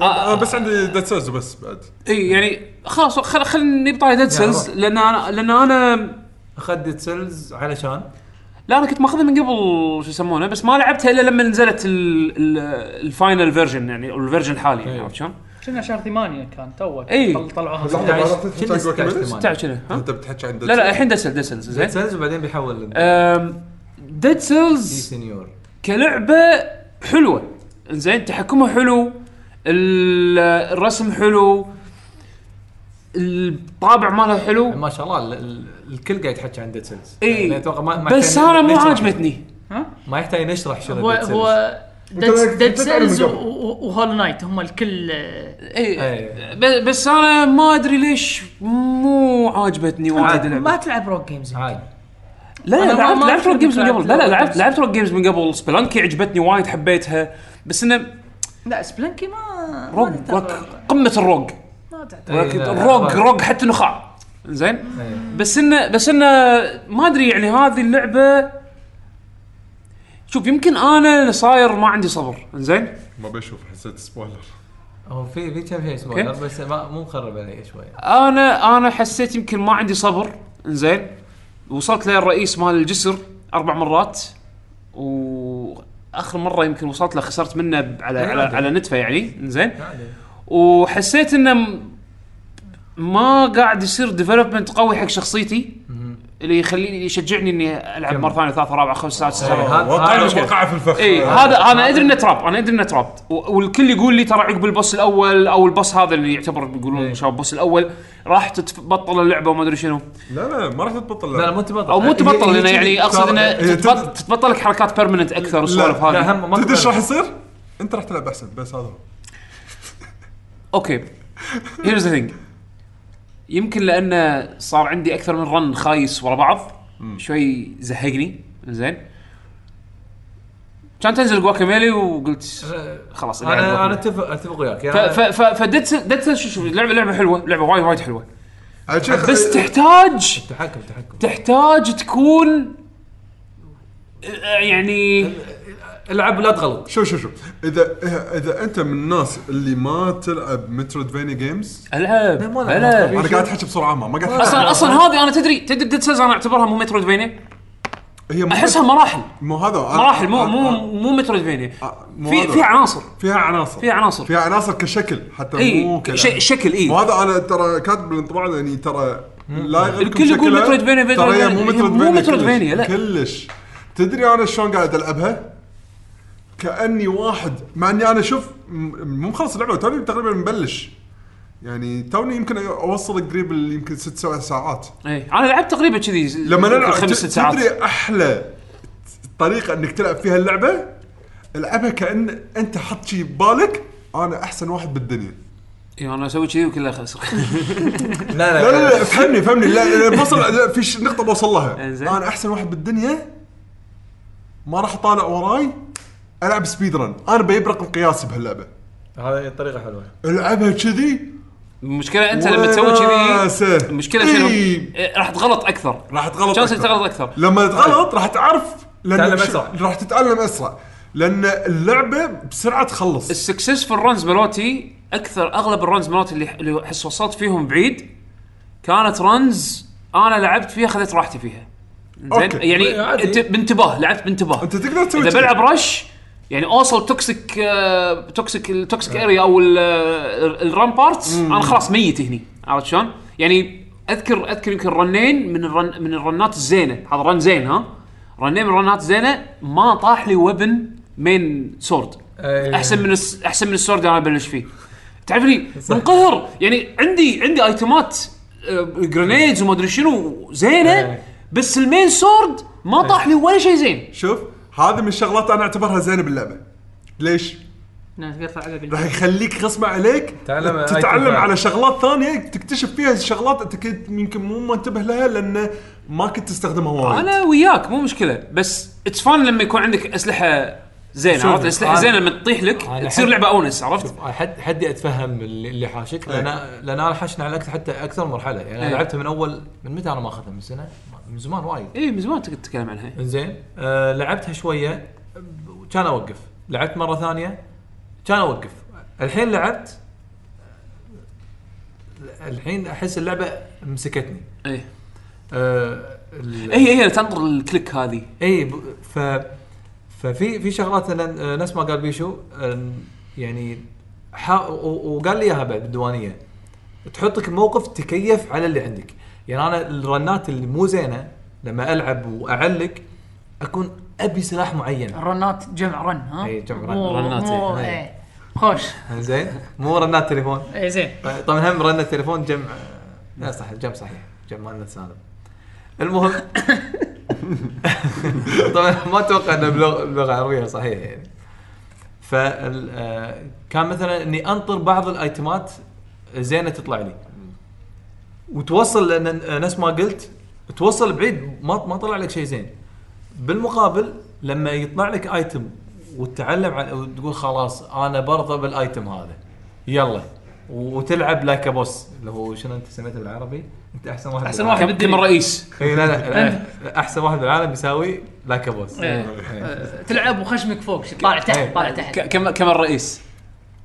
Speaker 4: آه بس عندي ديد سيلز بس بعد
Speaker 2: اي يعني خلاص خل خلني بطاري ديد
Speaker 3: يلا.
Speaker 2: سيلز لان انا لان انا
Speaker 3: اخذت سيلز علشان
Speaker 2: لا انا كنت ماخذها من قبل شو يسمونه بس ما لعبتها الا لما نزلت ال- ال- الفاينل فيرجن يعني أو الفيرجن الحالي يعني
Speaker 3: أي.
Speaker 2: عرفت شلون؟
Speaker 5: كنا شهر 8 كان تو
Speaker 2: إي.
Speaker 5: طلعوها
Speaker 4: لحظة، ما راح
Speaker 3: 16
Speaker 4: تحكي عن Goku Minute؟
Speaker 3: 16
Speaker 2: تعال شنو ها؟
Speaker 4: انت بتحكي عن Dead
Speaker 2: لا لا
Speaker 4: Cells.
Speaker 2: الحين ديد سيلز ديد سيلز زين أه،
Speaker 3: سيلز وبعدين بيحول لل-
Speaker 2: ديد
Speaker 3: دي
Speaker 2: سيلز
Speaker 3: سينيور
Speaker 2: كلعبه حلوه زين تحكمها حلو ال- الرسم حلو الطابع مالها حلو
Speaker 3: يعني ما شاء الله ال- ال- الكل قاعد يتحكى عن ديد سيلز
Speaker 2: اي
Speaker 3: اتوقع ما ما
Speaker 2: بس
Speaker 3: يحتاج
Speaker 2: انا مو
Speaker 3: نشرح-
Speaker 2: عاجبتني
Speaker 3: ما يحتاج نشرح شنو
Speaker 5: هو
Speaker 3: Dead Cells.
Speaker 5: هو
Speaker 4: أنت-
Speaker 5: ديد
Speaker 4: أنت تعلم
Speaker 5: سيلز
Speaker 4: قبل.
Speaker 5: وهولو نايت هم الكل آه،
Speaker 2: اي
Speaker 3: إي.
Speaker 2: ب- بس انا ما ادري ليش مو عاجبتني وايد
Speaker 3: عاد
Speaker 5: ما
Speaker 2: اللعبة.
Speaker 5: تلعب يعني. روك جيمز
Speaker 3: عادي
Speaker 2: لا لا
Speaker 5: أنا ما-
Speaker 2: لعبت
Speaker 5: ما
Speaker 2: لعبت روك
Speaker 5: أحب
Speaker 2: جيمز من
Speaker 5: لعبة
Speaker 2: قبل لا لا
Speaker 5: روك
Speaker 2: لعبت
Speaker 5: جيمز.
Speaker 2: لعبت روك جيمز من قبل سبلانكي عجبتني وايد حبيتها بس انه
Speaker 5: لا سبلنكي ما
Speaker 2: روج
Speaker 5: ما
Speaker 2: روج
Speaker 5: تعتبر-
Speaker 2: قمه الروج
Speaker 5: ما تعتبر
Speaker 3: إي، إيه، لا، إيه. لا،
Speaker 2: روج
Speaker 3: خلاص.
Speaker 2: روج حتى نخاع زين
Speaker 3: إي.
Speaker 2: بس انه بس انه ما ادري يعني هذه اللعبه شوف يمكن انا اللي صاير ما عندي صبر زين
Speaker 4: ما بشوف حسيت سبويلر
Speaker 3: هو في في كم شيء سبويلر بس ما مو مخرب علي شوي
Speaker 2: أه، انا انا حسيت يمكن ما عندي صبر زين وصلت للرئيس مال الجسر اربع مرات واخر مره يمكن وصلت له خسرت منه ب- على على,
Speaker 3: عادي.
Speaker 2: على نتفه يعني زين
Speaker 3: عادي.
Speaker 2: وحسيت انه م- ما قاعد يصير ديفلوبمنت قوي حق شخصيتي اللي يخليني يشجعني اني العب
Speaker 3: كمل.
Speaker 2: مره ثانيه ثالثه رابعه خمسه سادسه
Speaker 3: إيه،
Speaker 2: سبعه
Speaker 3: هذا-
Speaker 4: وقع
Speaker 3: هذا-
Speaker 4: وقع في الفخ
Speaker 2: اي إيه،
Speaker 3: آه.
Speaker 2: هذا انا ادري انه تراب انا ادري انه تراب و- والكل يقول لي ترى عقب البوس الاول او البوس هذا اللي يعتبر يقولون
Speaker 3: إيه.
Speaker 2: شباب البوس الاول راح تتبطل اللعبه وما ادري شنو
Speaker 4: لا لا ما راح تبطل
Speaker 3: لا لا مو تبطل
Speaker 2: او مو
Speaker 3: هي-
Speaker 2: تبطل
Speaker 3: هي
Speaker 2: لانه
Speaker 3: كذي.
Speaker 2: يعني اقصد انه
Speaker 4: هي
Speaker 2: تتبط-
Speaker 4: تد-
Speaker 2: تتبطل لك حركات بيرمننت اكثر والسوالف
Speaker 3: إيه، لا
Speaker 2: هذه
Speaker 3: هم ما
Speaker 4: تدري ايش
Speaker 3: تبطل.
Speaker 4: راح يصير؟ انت راح تلعب احسن بس هذا هو.
Speaker 2: اوكي هيرز ذا ثينج يمكن لانه صار عندي اكثر من رن خايس ورا بعض شوي زهقني زين كان تنزل جواكاميلي وقلت خلاص ألعب
Speaker 3: انا انا
Speaker 2: جواكاميلي.
Speaker 3: اتفق اتفق وياك يعني
Speaker 2: ف- ف- ف- فديد سيل- ديد سيل شو شو لعبه لعبه حلوه لعبه وايد وايد حلوه
Speaker 4: عاد آه، شيخ- إيه،
Speaker 2: بس تحتاج
Speaker 3: تحكم تحكم
Speaker 2: تحتاج تكون آه، يعني
Speaker 3: العب ولا تغلط
Speaker 4: شو شو شو اذا اذا انت من الناس اللي ما تلعب مترويدفينيا جيمز
Speaker 2: العب
Speaker 3: لا، ما ألعب. ألعب.
Speaker 4: انا قاعد احكي بسرعه ما ما قاعد أحكي.
Speaker 2: اصلا اصلا هذه انا تدري تدري ديد سيلز انا اعتبرها مو مترويدفينيا
Speaker 4: هي مو-
Speaker 2: احسها مراحل
Speaker 4: مو هذا أنا-
Speaker 2: مراحل مو
Speaker 4: أنا-
Speaker 2: مو
Speaker 4: أنا-
Speaker 2: مو مترويدفينيا
Speaker 4: آه، مو
Speaker 2: في
Speaker 4: هذا.
Speaker 2: في عناصر
Speaker 4: فيها عناصر
Speaker 2: فيها عناصر.
Speaker 4: فيها عناصر كشكل حتى
Speaker 2: اي
Speaker 4: مو كلعب.
Speaker 2: ش- شكل اي
Speaker 4: وهذا انا ترى كاتب الانطباع لاني ترى لا يغركم
Speaker 2: الكل يقول
Speaker 4: شكلها.
Speaker 2: مترويدفينيا، مترويدفينيا.
Speaker 4: ترى هي
Speaker 2: هي
Speaker 4: مو
Speaker 2: مو
Speaker 4: مترويدفينيا كلش.
Speaker 2: مترويدفينيا، لا.
Speaker 4: كلش تدري انا شلون قاعد العبها؟ كاني واحد مع اني انا شوف م- مو مخلص اللعبه توني تقريبا مبلش يعني توني يمكن اوصل قريب ال- يمكن ست سبع ساعات
Speaker 2: إي. انا إيه. لعبت تقريبا كذي
Speaker 4: لما نلعب
Speaker 2: خمس
Speaker 4: ت-
Speaker 2: ست ساعات
Speaker 4: تدري احلى طريقه انك تلعب فيها اللعبه العبها كان انت حط شي ببالك انا احسن واحد بالدنيا
Speaker 2: إي، انا اسوي إيه، كذي وكلها خسر *laughs*
Speaker 3: لا
Speaker 4: لا لا
Speaker 3: لا
Speaker 4: لا فهمني فهمني لا لا، بوصل لا في ش- نقطه بوصل لها
Speaker 2: إنزين.
Speaker 4: انا احسن واحد بالدنيا ما راح اطالع وراي العب سبيد رن انا بجيب رقم قياسي بهاللعبه
Speaker 3: هذه طريقه حلوه
Speaker 4: العبها كذي
Speaker 2: المشكله انت لما تسوي كذي
Speaker 4: وناسة.
Speaker 2: المشكله شنو؟
Speaker 4: إي.
Speaker 2: إيه، راح تغلط اكثر
Speaker 4: راح تغلط
Speaker 2: شانسك
Speaker 4: أكثر.
Speaker 2: تغلط أكثر.
Speaker 4: لما تغلط راح تعرف لأن
Speaker 3: تتعلم
Speaker 4: ش-
Speaker 3: أسرع.
Speaker 4: راح تتعلم اسرع لان اللعبه بسرعه تخلص
Speaker 2: السكسسفل رانز مالوتي اكثر اغلب الرانز مالوتي اللي اللي احس وصلت فيهم بعيد كانت رانز انا لعبت فيها خذيت راحتي فيها زين
Speaker 4: أوكي.
Speaker 2: يعني
Speaker 3: عادي.
Speaker 2: انت بانتباه لعبت بانتباه
Speaker 4: انت تقدر تسوي
Speaker 2: اذا
Speaker 4: كذي.
Speaker 2: بلعب رش يعني اوصل توكسيك آه، توكسيك التوكسيك اريا او ال- آه، الران بارتس انا خلاص ميت هني عرفت شلون؟ يعني اذكر اذكر يمكن رنين من الرن من الرنات الزينه هذا رن زين ها رنين من الرنات الزينه ما طاح لي وبن مين سورد
Speaker 3: أي.
Speaker 2: احسن من الس- احسن من السورد اللي انا ابلش فيه تعرفني منقهر يعني عندي عندي ايتمات جرينيدز وما ادري شنو زينه
Speaker 3: أي.
Speaker 2: بس المين سورد ما طاح لي ولا شيء زين
Speaker 4: شوف هذه من الشغلات انا اعتبرها زينه باللعبه ليش؟
Speaker 5: ناس قطع على بال-
Speaker 4: راح يخليك غصب عليك
Speaker 3: تعلم item
Speaker 4: تتعلم
Speaker 3: فعلا.
Speaker 4: على شغلات ثانيه تكتشف فيها شغلات انت كنت يمكن مو منتبه لها لان ما كنت تستخدمها
Speaker 3: طيب.
Speaker 4: وايد
Speaker 2: انا وياك مو مشكله بس اتس فان لما يكون عندك اسلحه زينه عرفت اسلحه
Speaker 3: أنا-
Speaker 2: زينه لما تطيح لك
Speaker 3: أنا
Speaker 2: تصير
Speaker 3: أحب-
Speaker 2: لعبه اونس عرفت
Speaker 3: حد حدي اتفهم اللي اللي حاشك لان لان انا حاشنا على اكثر حتى اكثر مرحله يعني
Speaker 2: إيه.
Speaker 3: انا لعبتها من اول من متى انا ما اخذتها من سنه من زمان وايد
Speaker 2: اي إيه، من زمان كنت تتكلم
Speaker 3: إيه.
Speaker 2: عنها
Speaker 3: زين آه لعبتها شويه ب- كان اوقف لعبت مره ثانيه كان اوقف الحين لعبت الحين احس اللعبه مسكتني
Speaker 2: اي
Speaker 3: آه ال-
Speaker 2: اي اي تنطر إيه، الكليك هذه
Speaker 3: اي إيه، ب- ف ففي في شغلات لأن- آه، نفس ما قال بيشو آه، يعني حا- و- و- وقال لي اياها بعد بالديوانيه تحطك بموقف تكيف على اللي عندك يعني انا الرنات اللي مو زينه لما العب واعلق اكون ابي سلاح معين
Speaker 5: الرنات جمع رن ها
Speaker 3: إي، جمع رن.
Speaker 5: مو-
Speaker 2: رنات،
Speaker 5: مو-
Speaker 3: إي.
Speaker 5: إي. خوش
Speaker 3: *laughs* زين مو رنات تليفون
Speaker 5: اي زين
Speaker 3: طبعا هم رن التليفون جمع لا صح جمع صحيح جمع رن سالم المهم طبعا ما اتوقع انه بلغ- باللغه العربيه صحيح يعني ف كان مثلا اني انطر بعض الايتمات زينه تطلع لي وتوصل لان نفس ما قلت توصل بعيد ما ما طلع لك شيء زين بالمقابل لما يطلع لك ايتم وتتعلم عن وتقول خلاص انا برضى بالايتم هذا يلا و- وتلعب لايك بوس اللي هو شنو انت سميته بالعربي؟ انت احسن واحد
Speaker 5: أحسن
Speaker 3: بالعالم.
Speaker 5: واحد.
Speaker 2: كم كم الرئيس
Speaker 3: اي إيه، لا لا احسن واحد بالعالم يساوي لايك بوس
Speaker 5: أه، إي. آه، تلعب وخشمك فوق شو- طالع تحت طالع تحت
Speaker 2: ك- كم كم الرئيس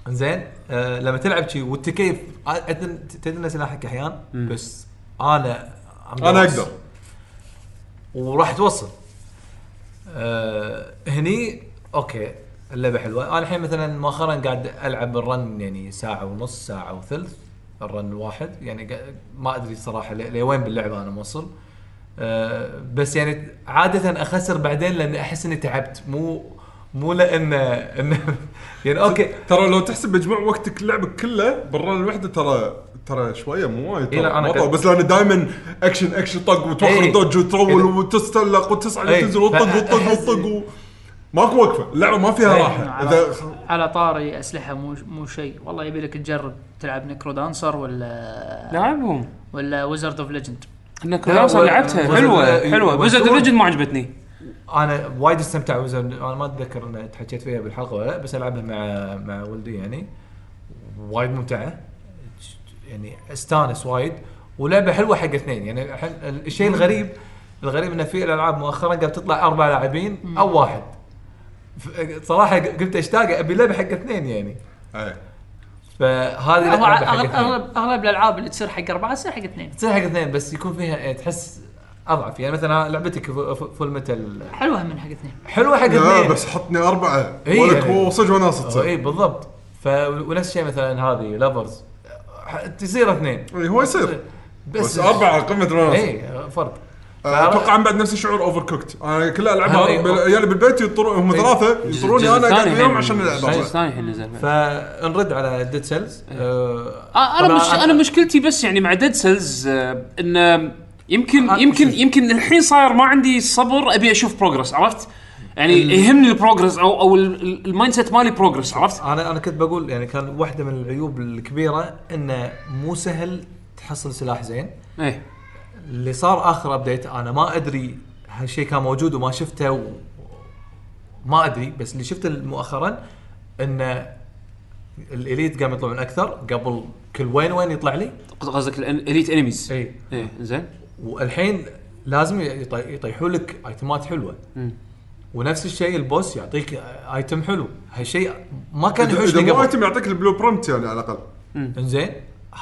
Speaker 3: زين آه لما تلعب شي والتكيف آه، أدن- تدري ان سلاحك احيان بس انا I'm
Speaker 4: انا
Speaker 3: the
Speaker 4: اقدر
Speaker 3: boss. وراح توصل آه هني اوكي اللعبه حلوه انا الحين مثلا مؤخرا قاعد العب الرن يعني ساعه ونص ساعه وثلث الرن الواحد يعني قا- ما ادري صراحه لي- لوين باللعبه انا موصل آه بس يعني عاده اخسر بعدين لان احس اني تعبت مو مو لان إن *laughs* يعني اوكي
Speaker 4: ترى لو تحسب مجموع وقتك لعبك كله بالرن الوحده ترى ترى شويه مو وايد
Speaker 3: إي لا،
Speaker 4: ترى
Speaker 3: أنا
Speaker 4: ما
Speaker 3: قد-
Speaker 4: طول، بس لان دائما اكشن اكشن طق وتوخر
Speaker 3: إي.
Speaker 4: دوج وترول
Speaker 3: إي.
Speaker 4: وتستلق وتسعد
Speaker 3: إي.
Speaker 4: وتنزل وتطق
Speaker 3: فأ-
Speaker 4: وتطق
Speaker 3: أحس-
Speaker 4: وتطق و... ماكو وقفه اللعبه ما فيها
Speaker 3: إي.
Speaker 4: راحه
Speaker 5: على,
Speaker 4: اذا
Speaker 5: على طاري اسلحه مو مو شيء والله يبي لك تجرب تلعب نكرو دانسر ولا
Speaker 3: نعم،
Speaker 2: لعبهم
Speaker 5: ولا ويزرد اوف ليجند
Speaker 2: انك خلاص لعبتها
Speaker 3: وزد-
Speaker 2: حلوه حلوه
Speaker 3: وزد-
Speaker 2: بس الريجن ما عجبتني
Speaker 3: انا وايد استمتع بزر- انا ما اتذكر ان تحكيت فيها بالحلقه ولا لا بس العبها مع مع ولدي يعني وايد ممتعه يعني استانس وايد ولعبه حلوه حق اثنين يعني الحين الشيء الغريب الغريب انه في الالعاب مؤخرا قاعد تطلع اربع لاعبين او واحد ف- صراحه قلت اشتاق ابي لعبه حق اثنين يعني
Speaker 4: إي.
Speaker 3: فهذه
Speaker 5: هو
Speaker 3: لعبه حق
Speaker 5: اغلب
Speaker 3: اثنين
Speaker 5: اغلب اغلب الالعاب اللي تصير حق اربعه تصير حق اثنين
Speaker 3: تصير حق اثنين بس يكون فيها إيه، تحس اضعف يعني مثلا لعبتك فول ميتال
Speaker 5: حلوه من حق اثنين
Speaker 3: حلوه حق
Speaker 4: إيه، لا
Speaker 3: اثنين
Speaker 4: بس حطني اربعه
Speaker 3: إي
Speaker 4: ولا
Speaker 3: يعني.
Speaker 4: كو صج وناس تصير
Speaker 3: اي بالضبط ف ونفس الشيء مثلا هذه لافرز تصير اثنين
Speaker 4: إي، إيه، هو يصير
Speaker 3: بس,
Speaker 4: بس اربعه قمه الوناسه
Speaker 3: اي فرق
Speaker 4: آه، اتوقع عن بعد نفس الشعور اوفر كوكت انا كل العبها
Speaker 3: أيوة.
Speaker 4: بال- يعني بالبيت يضطرون هم
Speaker 3: أيوة.
Speaker 4: ثلاثه
Speaker 2: الجزء-
Speaker 4: يضطروني
Speaker 2: الجزء
Speaker 4: انا قاعد
Speaker 2: الثاني الحين-
Speaker 4: وياهم عشان
Speaker 2: الجزء
Speaker 4: نلعب
Speaker 2: الثاني الحين نزل
Speaker 3: فنرد على ديد سيلز
Speaker 4: إيه.
Speaker 2: آه، انا مش انا مشكلتي بس يعني مع ديد سيلز انه يمكن
Speaker 3: آه،
Speaker 2: يمكن
Speaker 3: شوف.
Speaker 2: يمكن الحين صاير ما عندي صبر ابي اشوف بروجرس عرفت؟ يعني يهمني البروجرس او او ال- ال- المايند سيت مالي بروجرس عرفت؟
Speaker 3: انا انا كنت بقول يعني كان واحده من العيوب الكبيره انه مو سهل تحصل سلاح زين
Speaker 2: ايه
Speaker 3: اللي صار اخر ابديت انا ما ادري هالشيء كان موجود وما شفته و... ما ادري بس اللي شفته مؤخرا ان الاليت قام يطلعون اكثر قبل كل وين وين يطلع لي
Speaker 2: قصدك الاليت انميز
Speaker 3: اي
Speaker 2: ايه زين
Speaker 3: والحين لازم يطي- يطيحوا لك ايتمات حلوه
Speaker 2: مم.
Speaker 3: ونفس الشيء البوس يعطيك ايتم حلو هالشيء ما كان
Speaker 4: اذا
Speaker 3: يحوشني
Speaker 4: إذا مو
Speaker 3: قبل
Speaker 4: ايتم يعطيك البلو برنت يعني على الاقل
Speaker 3: انزين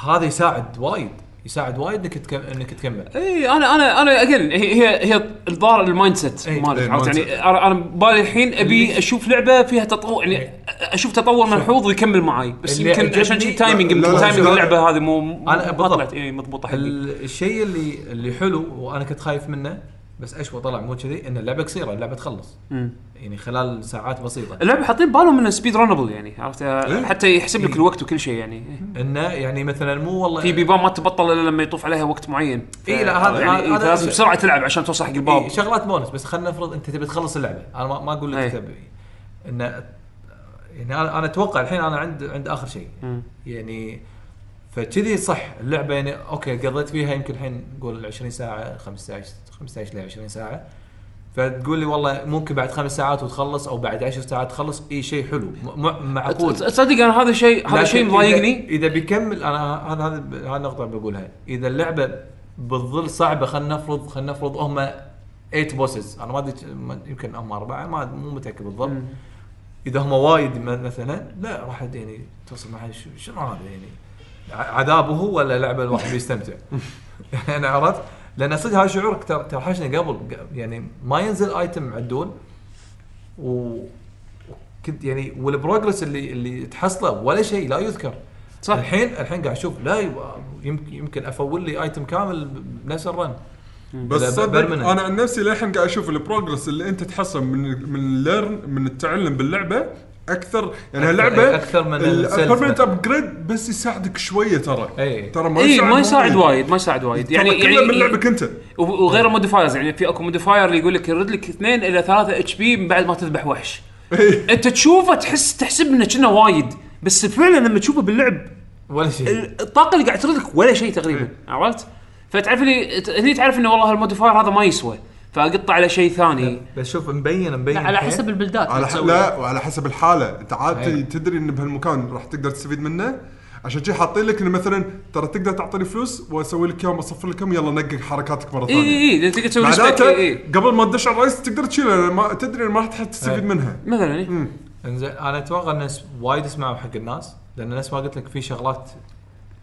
Speaker 3: هذا يساعد وايد يساعد وايد انك تكم... انك تكمل
Speaker 2: اي انا انا انا اجين هي هي هي الظاهر المايند سيت
Speaker 3: إيه،
Speaker 2: مالك
Speaker 4: إيه،
Speaker 2: عرفت
Speaker 4: المايند
Speaker 2: يعني انا انا بالي الحين ابي اشوف لعبه فيها تطور يعني
Speaker 3: إيه.
Speaker 2: اشوف تطور ملحوظ ويكمل معاي بس
Speaker 3: اللي
Speaker 2: يمكن
Speaker 3: عجبني-
Speaker 2: عشان شي تايمنج
Speaker 4: لا، لا،
Speaker 2: يمكن
Speaker 4: لا،
Speaker 2: تايمنج
Speaker 4: لا.
Speaker 2: اللعبه هذه مو مو-
Speaker 3: أنا
Speaker 2: ما
Speaker 3: بالضبط.
Speaker 2: طلعت إيه، مضبوطه حقي
Speaker 3: ال- الشيء اللي اللي حلو وانا كنت خايف منه بس اشوى طلع مو كذي ان اللعبه قصيره اللعبه تخلص
Speaker 2: مم.
Speaker 3: يعني خلال ساعات بسيطه
Speaker 2: اللعبه حاطين بالهم انه سبيد رانبل يعني عرفت
Speaker 4: إيه.
Speaker 2: حتى يحسب لك
Speaker 3: إيه.
Speaker 2: الوقت وكل شيء يعني إيه.
Speaker 3: انه يعني مثلا مو والله
Speaker 2: في بيبان ما تبطل الا لما يطوف عليها وقت معين ف-
Speaker 3: إيه، لا، هذا-
Speaker 2: يعني
Speaker 3: هذا-
Speaker 2: إيه،
Speaker 3: هذا
Speaker 2: لازم
Speaker 3: شيء-
Speaker 2: بسرعه تلعب عشان توصل حق الباب
Speaker 3: إيه شغلات بونس بس خلينا نفرض انت تبي تخلص اللعبه انا ما, ما اقول
Speaker 2: أي.
Speaker 3: لك تبي ان يعني انا انا اتوقع الحين انا عند عند اخر شيء
Speaker 2: مم.
Speaker 3: يعني فكذي صح اللعبه يعني اوكي قضيت فيها يمكن الحين نقول 20 ساعه 15 15 ل 20 ساعه فتقول لي والله ممكن بعد خمس ساعات وتخلص او بعد عشر ساعات تخلص اي شيء حلو م- م- معقول
Speaker 2: تصدق انا هذا شيء هذا
Speaker 3: لكن
Speaker 2: شيء
Speaker 3: إذا-
Speaker 2: مضايقني
Speaker 3: اذا بيكمل انا هذا هذا هذه النقطه اللي بقولها اذا اللعبه بتظل صعبه خلينا نفرض خلينا نفرض هم 8 بوسز انا ما ادري ما- يمكن هم اربعه ما مو متاكد بالضبط
Speaker 2: مم.
Speaker 3: اذا هم وايد م- مثلا لا راح يعني توصل معي شو- شنو هذا يعني ع- عذابه هو ولا لعبه الواحد بيستمتع *laughs* انا عرفت لان صدق هذا شعورك تر- ترحشني قبل ق- يعني ما ينزل ايتم معدول و كنت يعني والبروجرس اللي اللي تحصله ولا شيء لا يذكر
Speaker 2: صح.
Speaker 3: الحين الحين قاعد اشوف لا يب- يمكن يمكن افول لي ايتم كامل بنفس الرن
Speaker 4: بس
Speaker 3: لا،
Speaker 4: صدق
Speaker 3: برمنة.
Speaker 4: انا عن نفسي للحين قاعد اشوف البروجرس اللي انت تحصل من من الليرن من التعلم باللعبه اكثر يعني
Speaker 3: أكثر- إيه،
Speaker 4: هاللعبه
Speaker 3: أكثر من السيلز
Speaker 4: البيرمنت
Speaker 3: مثلاً.
Speaker 4: ابجريد بس يساعدك شويه ترى
Speaker 3: إي.
Speaker 4: ترى
Speaker 2: اي إيه، ما يساعد
Speaker 4: وايد.
Speaker 2: وايد ما يساعد وايد
Speaker 4: يعني
Speaker 2: يعني
Speaker 4: كله من لعبك
Speaker 2: يعني *laughs*
Speaker 4: انت
Speaker 2: و- وغير الموديفايرز يعني في اكو موديفاير اللي يقول لك يرد لك اثنين الى ثلاثه اتش بي من بعد ما تذبح وحش
Speaker 3: إيه.
Speaker 2: انت تشوفه تحس تحسب انه كنا وايد بس فعلا لما تشوفه باللعب
Speaker 3: ولا شيء
Speaker 2: ال- الطاقه اللي قاعد ترد لك ولا شيء تقريبا عرفت؟ فتعرف لي ت- هني تعرف انه والله الموديفاير هذا ما يسوى فاقطع على شيء ثاني
Speaker 3: بس شوف مبين مبين
Speaker 5: لا على
Speaker 3: الحين.
Speaker 5: حسب البلدات
Speaker 4: على ح...
Speaker 5: بتسوي.
Speaker 4: لا وعلى حسب الحاله انت
Speaker 3: أيوة.
Speaker 4: عاد تدري ان بهالمكان راح تقدر تستفيد منه عشان كذي حاطين لك انه مثلا ترى تقدر تعطيني فلوس واسوي لك اياهم اصفر لك اياهم يلا نقق حركاتك مره
Speaker 2: اي
Speaker 4: ثانيه
Speaker 2: اي اي تقدر تسوي ريسبيك
Speaker 4: معناته
Speaker 2: اي اي
Speaker 4: قبل ما تدش على الرئيس تقدر تشيله لأن ما تدري إن ما راح تحت تستفيد
Speaker 3: أيوة.
Speaker 4: منها
Speaker 2: مثلا إيه.
Speaker 3: انزين انا اتوقع انه س- وايد اسمعوا حق الناس لان نفس ما قلت لك في شغلات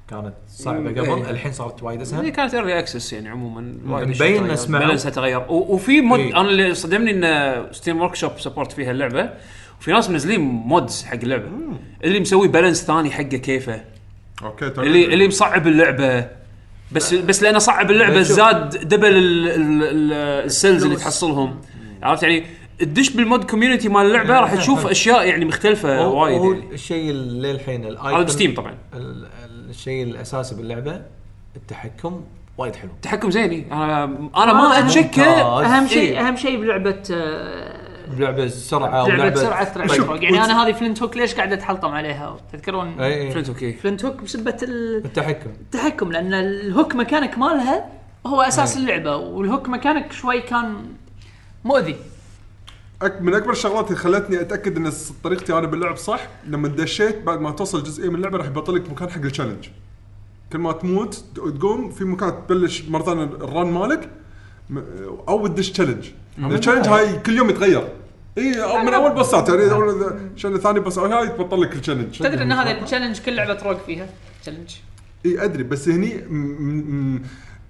Speaker 3: كانت صعبه
Speaker 2: إيه.
Speaker 3: قبل الحين صارت وايد
Speaker 2: هذه
Speaker 3: اسهل
Speaker 2: كانت ايرلي اكسس يعني عموما وايد
Speaker 3: مبين
Speaker 2: أشياء تغيرت.
Speaker 3: نسمعه.
Speaker 2: بالانسها تغير و- وفي مود
Speaker 3: إيه.
Speaker 2: انا اللي صدمني ان ستيم ورك شوب سبورت فيها اللعبه وفي ناس منزلين مودز حق اللعبه اللي مسوي بالانس ثاني حقه كيفه
Speaker 4: اوكي تمام.
Speaker 2: اللي اللي مصعب اللعبه بس بس لانه صعب اللعبه
Speaker 3: شوف.
Speaker 2: زاد دبل ال- ال- ال- السيلز اللي تحصلهم عرفت يعني تدش بالمود كوميونتي مال اللعبه
Speaker 3: *laughs*
Speaker 2: راح تشوف اشياء يعني مختلفه
Speaker 3: هو-
Speaker 2: وايد
Speaker 3: هو
Speaker 2: يعني
Speaker 3: الشيء اللي للحين الايكون
Speaker 2: هذا بستيم طبعا
Speaker 3: ال- ال- الشيء الاساسي باللعبه التحكم وايد حلو
Speaker 2: تحكم زيني انا انا ما اتشكى
Speaker 3: آه، ممتاز.
Speaker 5: اهم شيء
Speaker 2: إيه.
Speaker 5: اهم شيء بلعبه آه،
Speaker 3: لعبه سرعه
Speaker 5: لعبه
Speaker 3: ولعبة-
Speaker 5: سرعه اسرع من
Speaker 3: طيب.
Speaker 5: فوق يعني انا هذه فلنت هوك ليش قاعد اتحلطم عليها تذكرون
Speaker 3: اي إي.
Speaker 2: فهمت اوكي
Speaker 5: فلنت هوك بسبه ال-
Speaker 3: التحكم
Speaker 5: التحكم لان الهوك مكانك مالها هو اساس
Speaker 4: إيه.
Speaker 5: اللعبه والهوك مكانك شوي كان مؤذي
Speaker 4: أك من اكبر الشغلات اللي خلتني اتاكد ان س- طريقتي انا باللعب صح لما دشيت بعد ما توصل جزئيه من اللعبه راح يبطل لك مكان حق التشالنج كل ما تموت ت- تقوم في مكان تبلش مره ثانيه الرن مالك م- او تدش تشالنج
Speaker 2: أمم.
Speaker 4: التشالنج هاي كل يوم يتغير اي من اول بصات يعني اول شنو ثاني بص هاي تبطل لك التشالنج
Speaker 5: تدري ان هذا التشالنج كل لعبه تروق فيها تشالنج
Speaker 4: اي ادري إيه، بس هني م- م- م-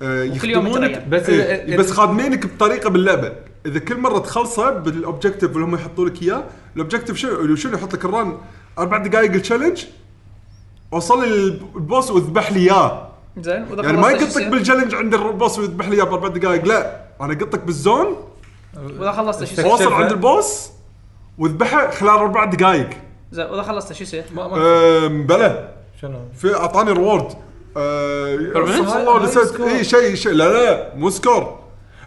Speaker 4: آه،
Speaker 5: وكل يوم
Speaker 4: يخدمونك
Speaker 5: يتغير.
Speaker 3: بس
Speaker 4: بس
Speaker 3: إذا-
Speaker 4: إيه بس خادمينك بطريقه باللعبه اذا كل مره تخلصه بالاوبجيكتيف اللي هم يحطوا لك اياه الاوبجيكتيف شنو شنو يحط لك الران اربع دقائق التشالنج اوصل البوس واذبح لي اياه
Speaker 5: زين واذا
Speaker 4: يعني ما
Speaker 5: خلصت إيش
Speaker 4: يقطك
Speaker 5: يصير؟
Speaker 4: بالتشالنج عند البوس ويذبح لي اياه باربع دقائق لا انا قطك بالزون
Speaker 5: واذا خلصت ايش يصير؟
Speaker 4: اوصل عند البوس واذبحه خلال اربع دقائق
Speaker 5: زين واذا خلصت ايش يصير؟
Speaker 3: ما ما
Speaker 4: أم، بلى
Speaker 3: شنو
Speaker 4: في اعطاني ريورد آه
Speaker 2: Permanent؟
Speaker 4: والله
Speaker 3: هاي
Speaker 4: نسيت
Speaker 3: سكور.
Speaker 4: اي شيء شيء لا لا مو سكور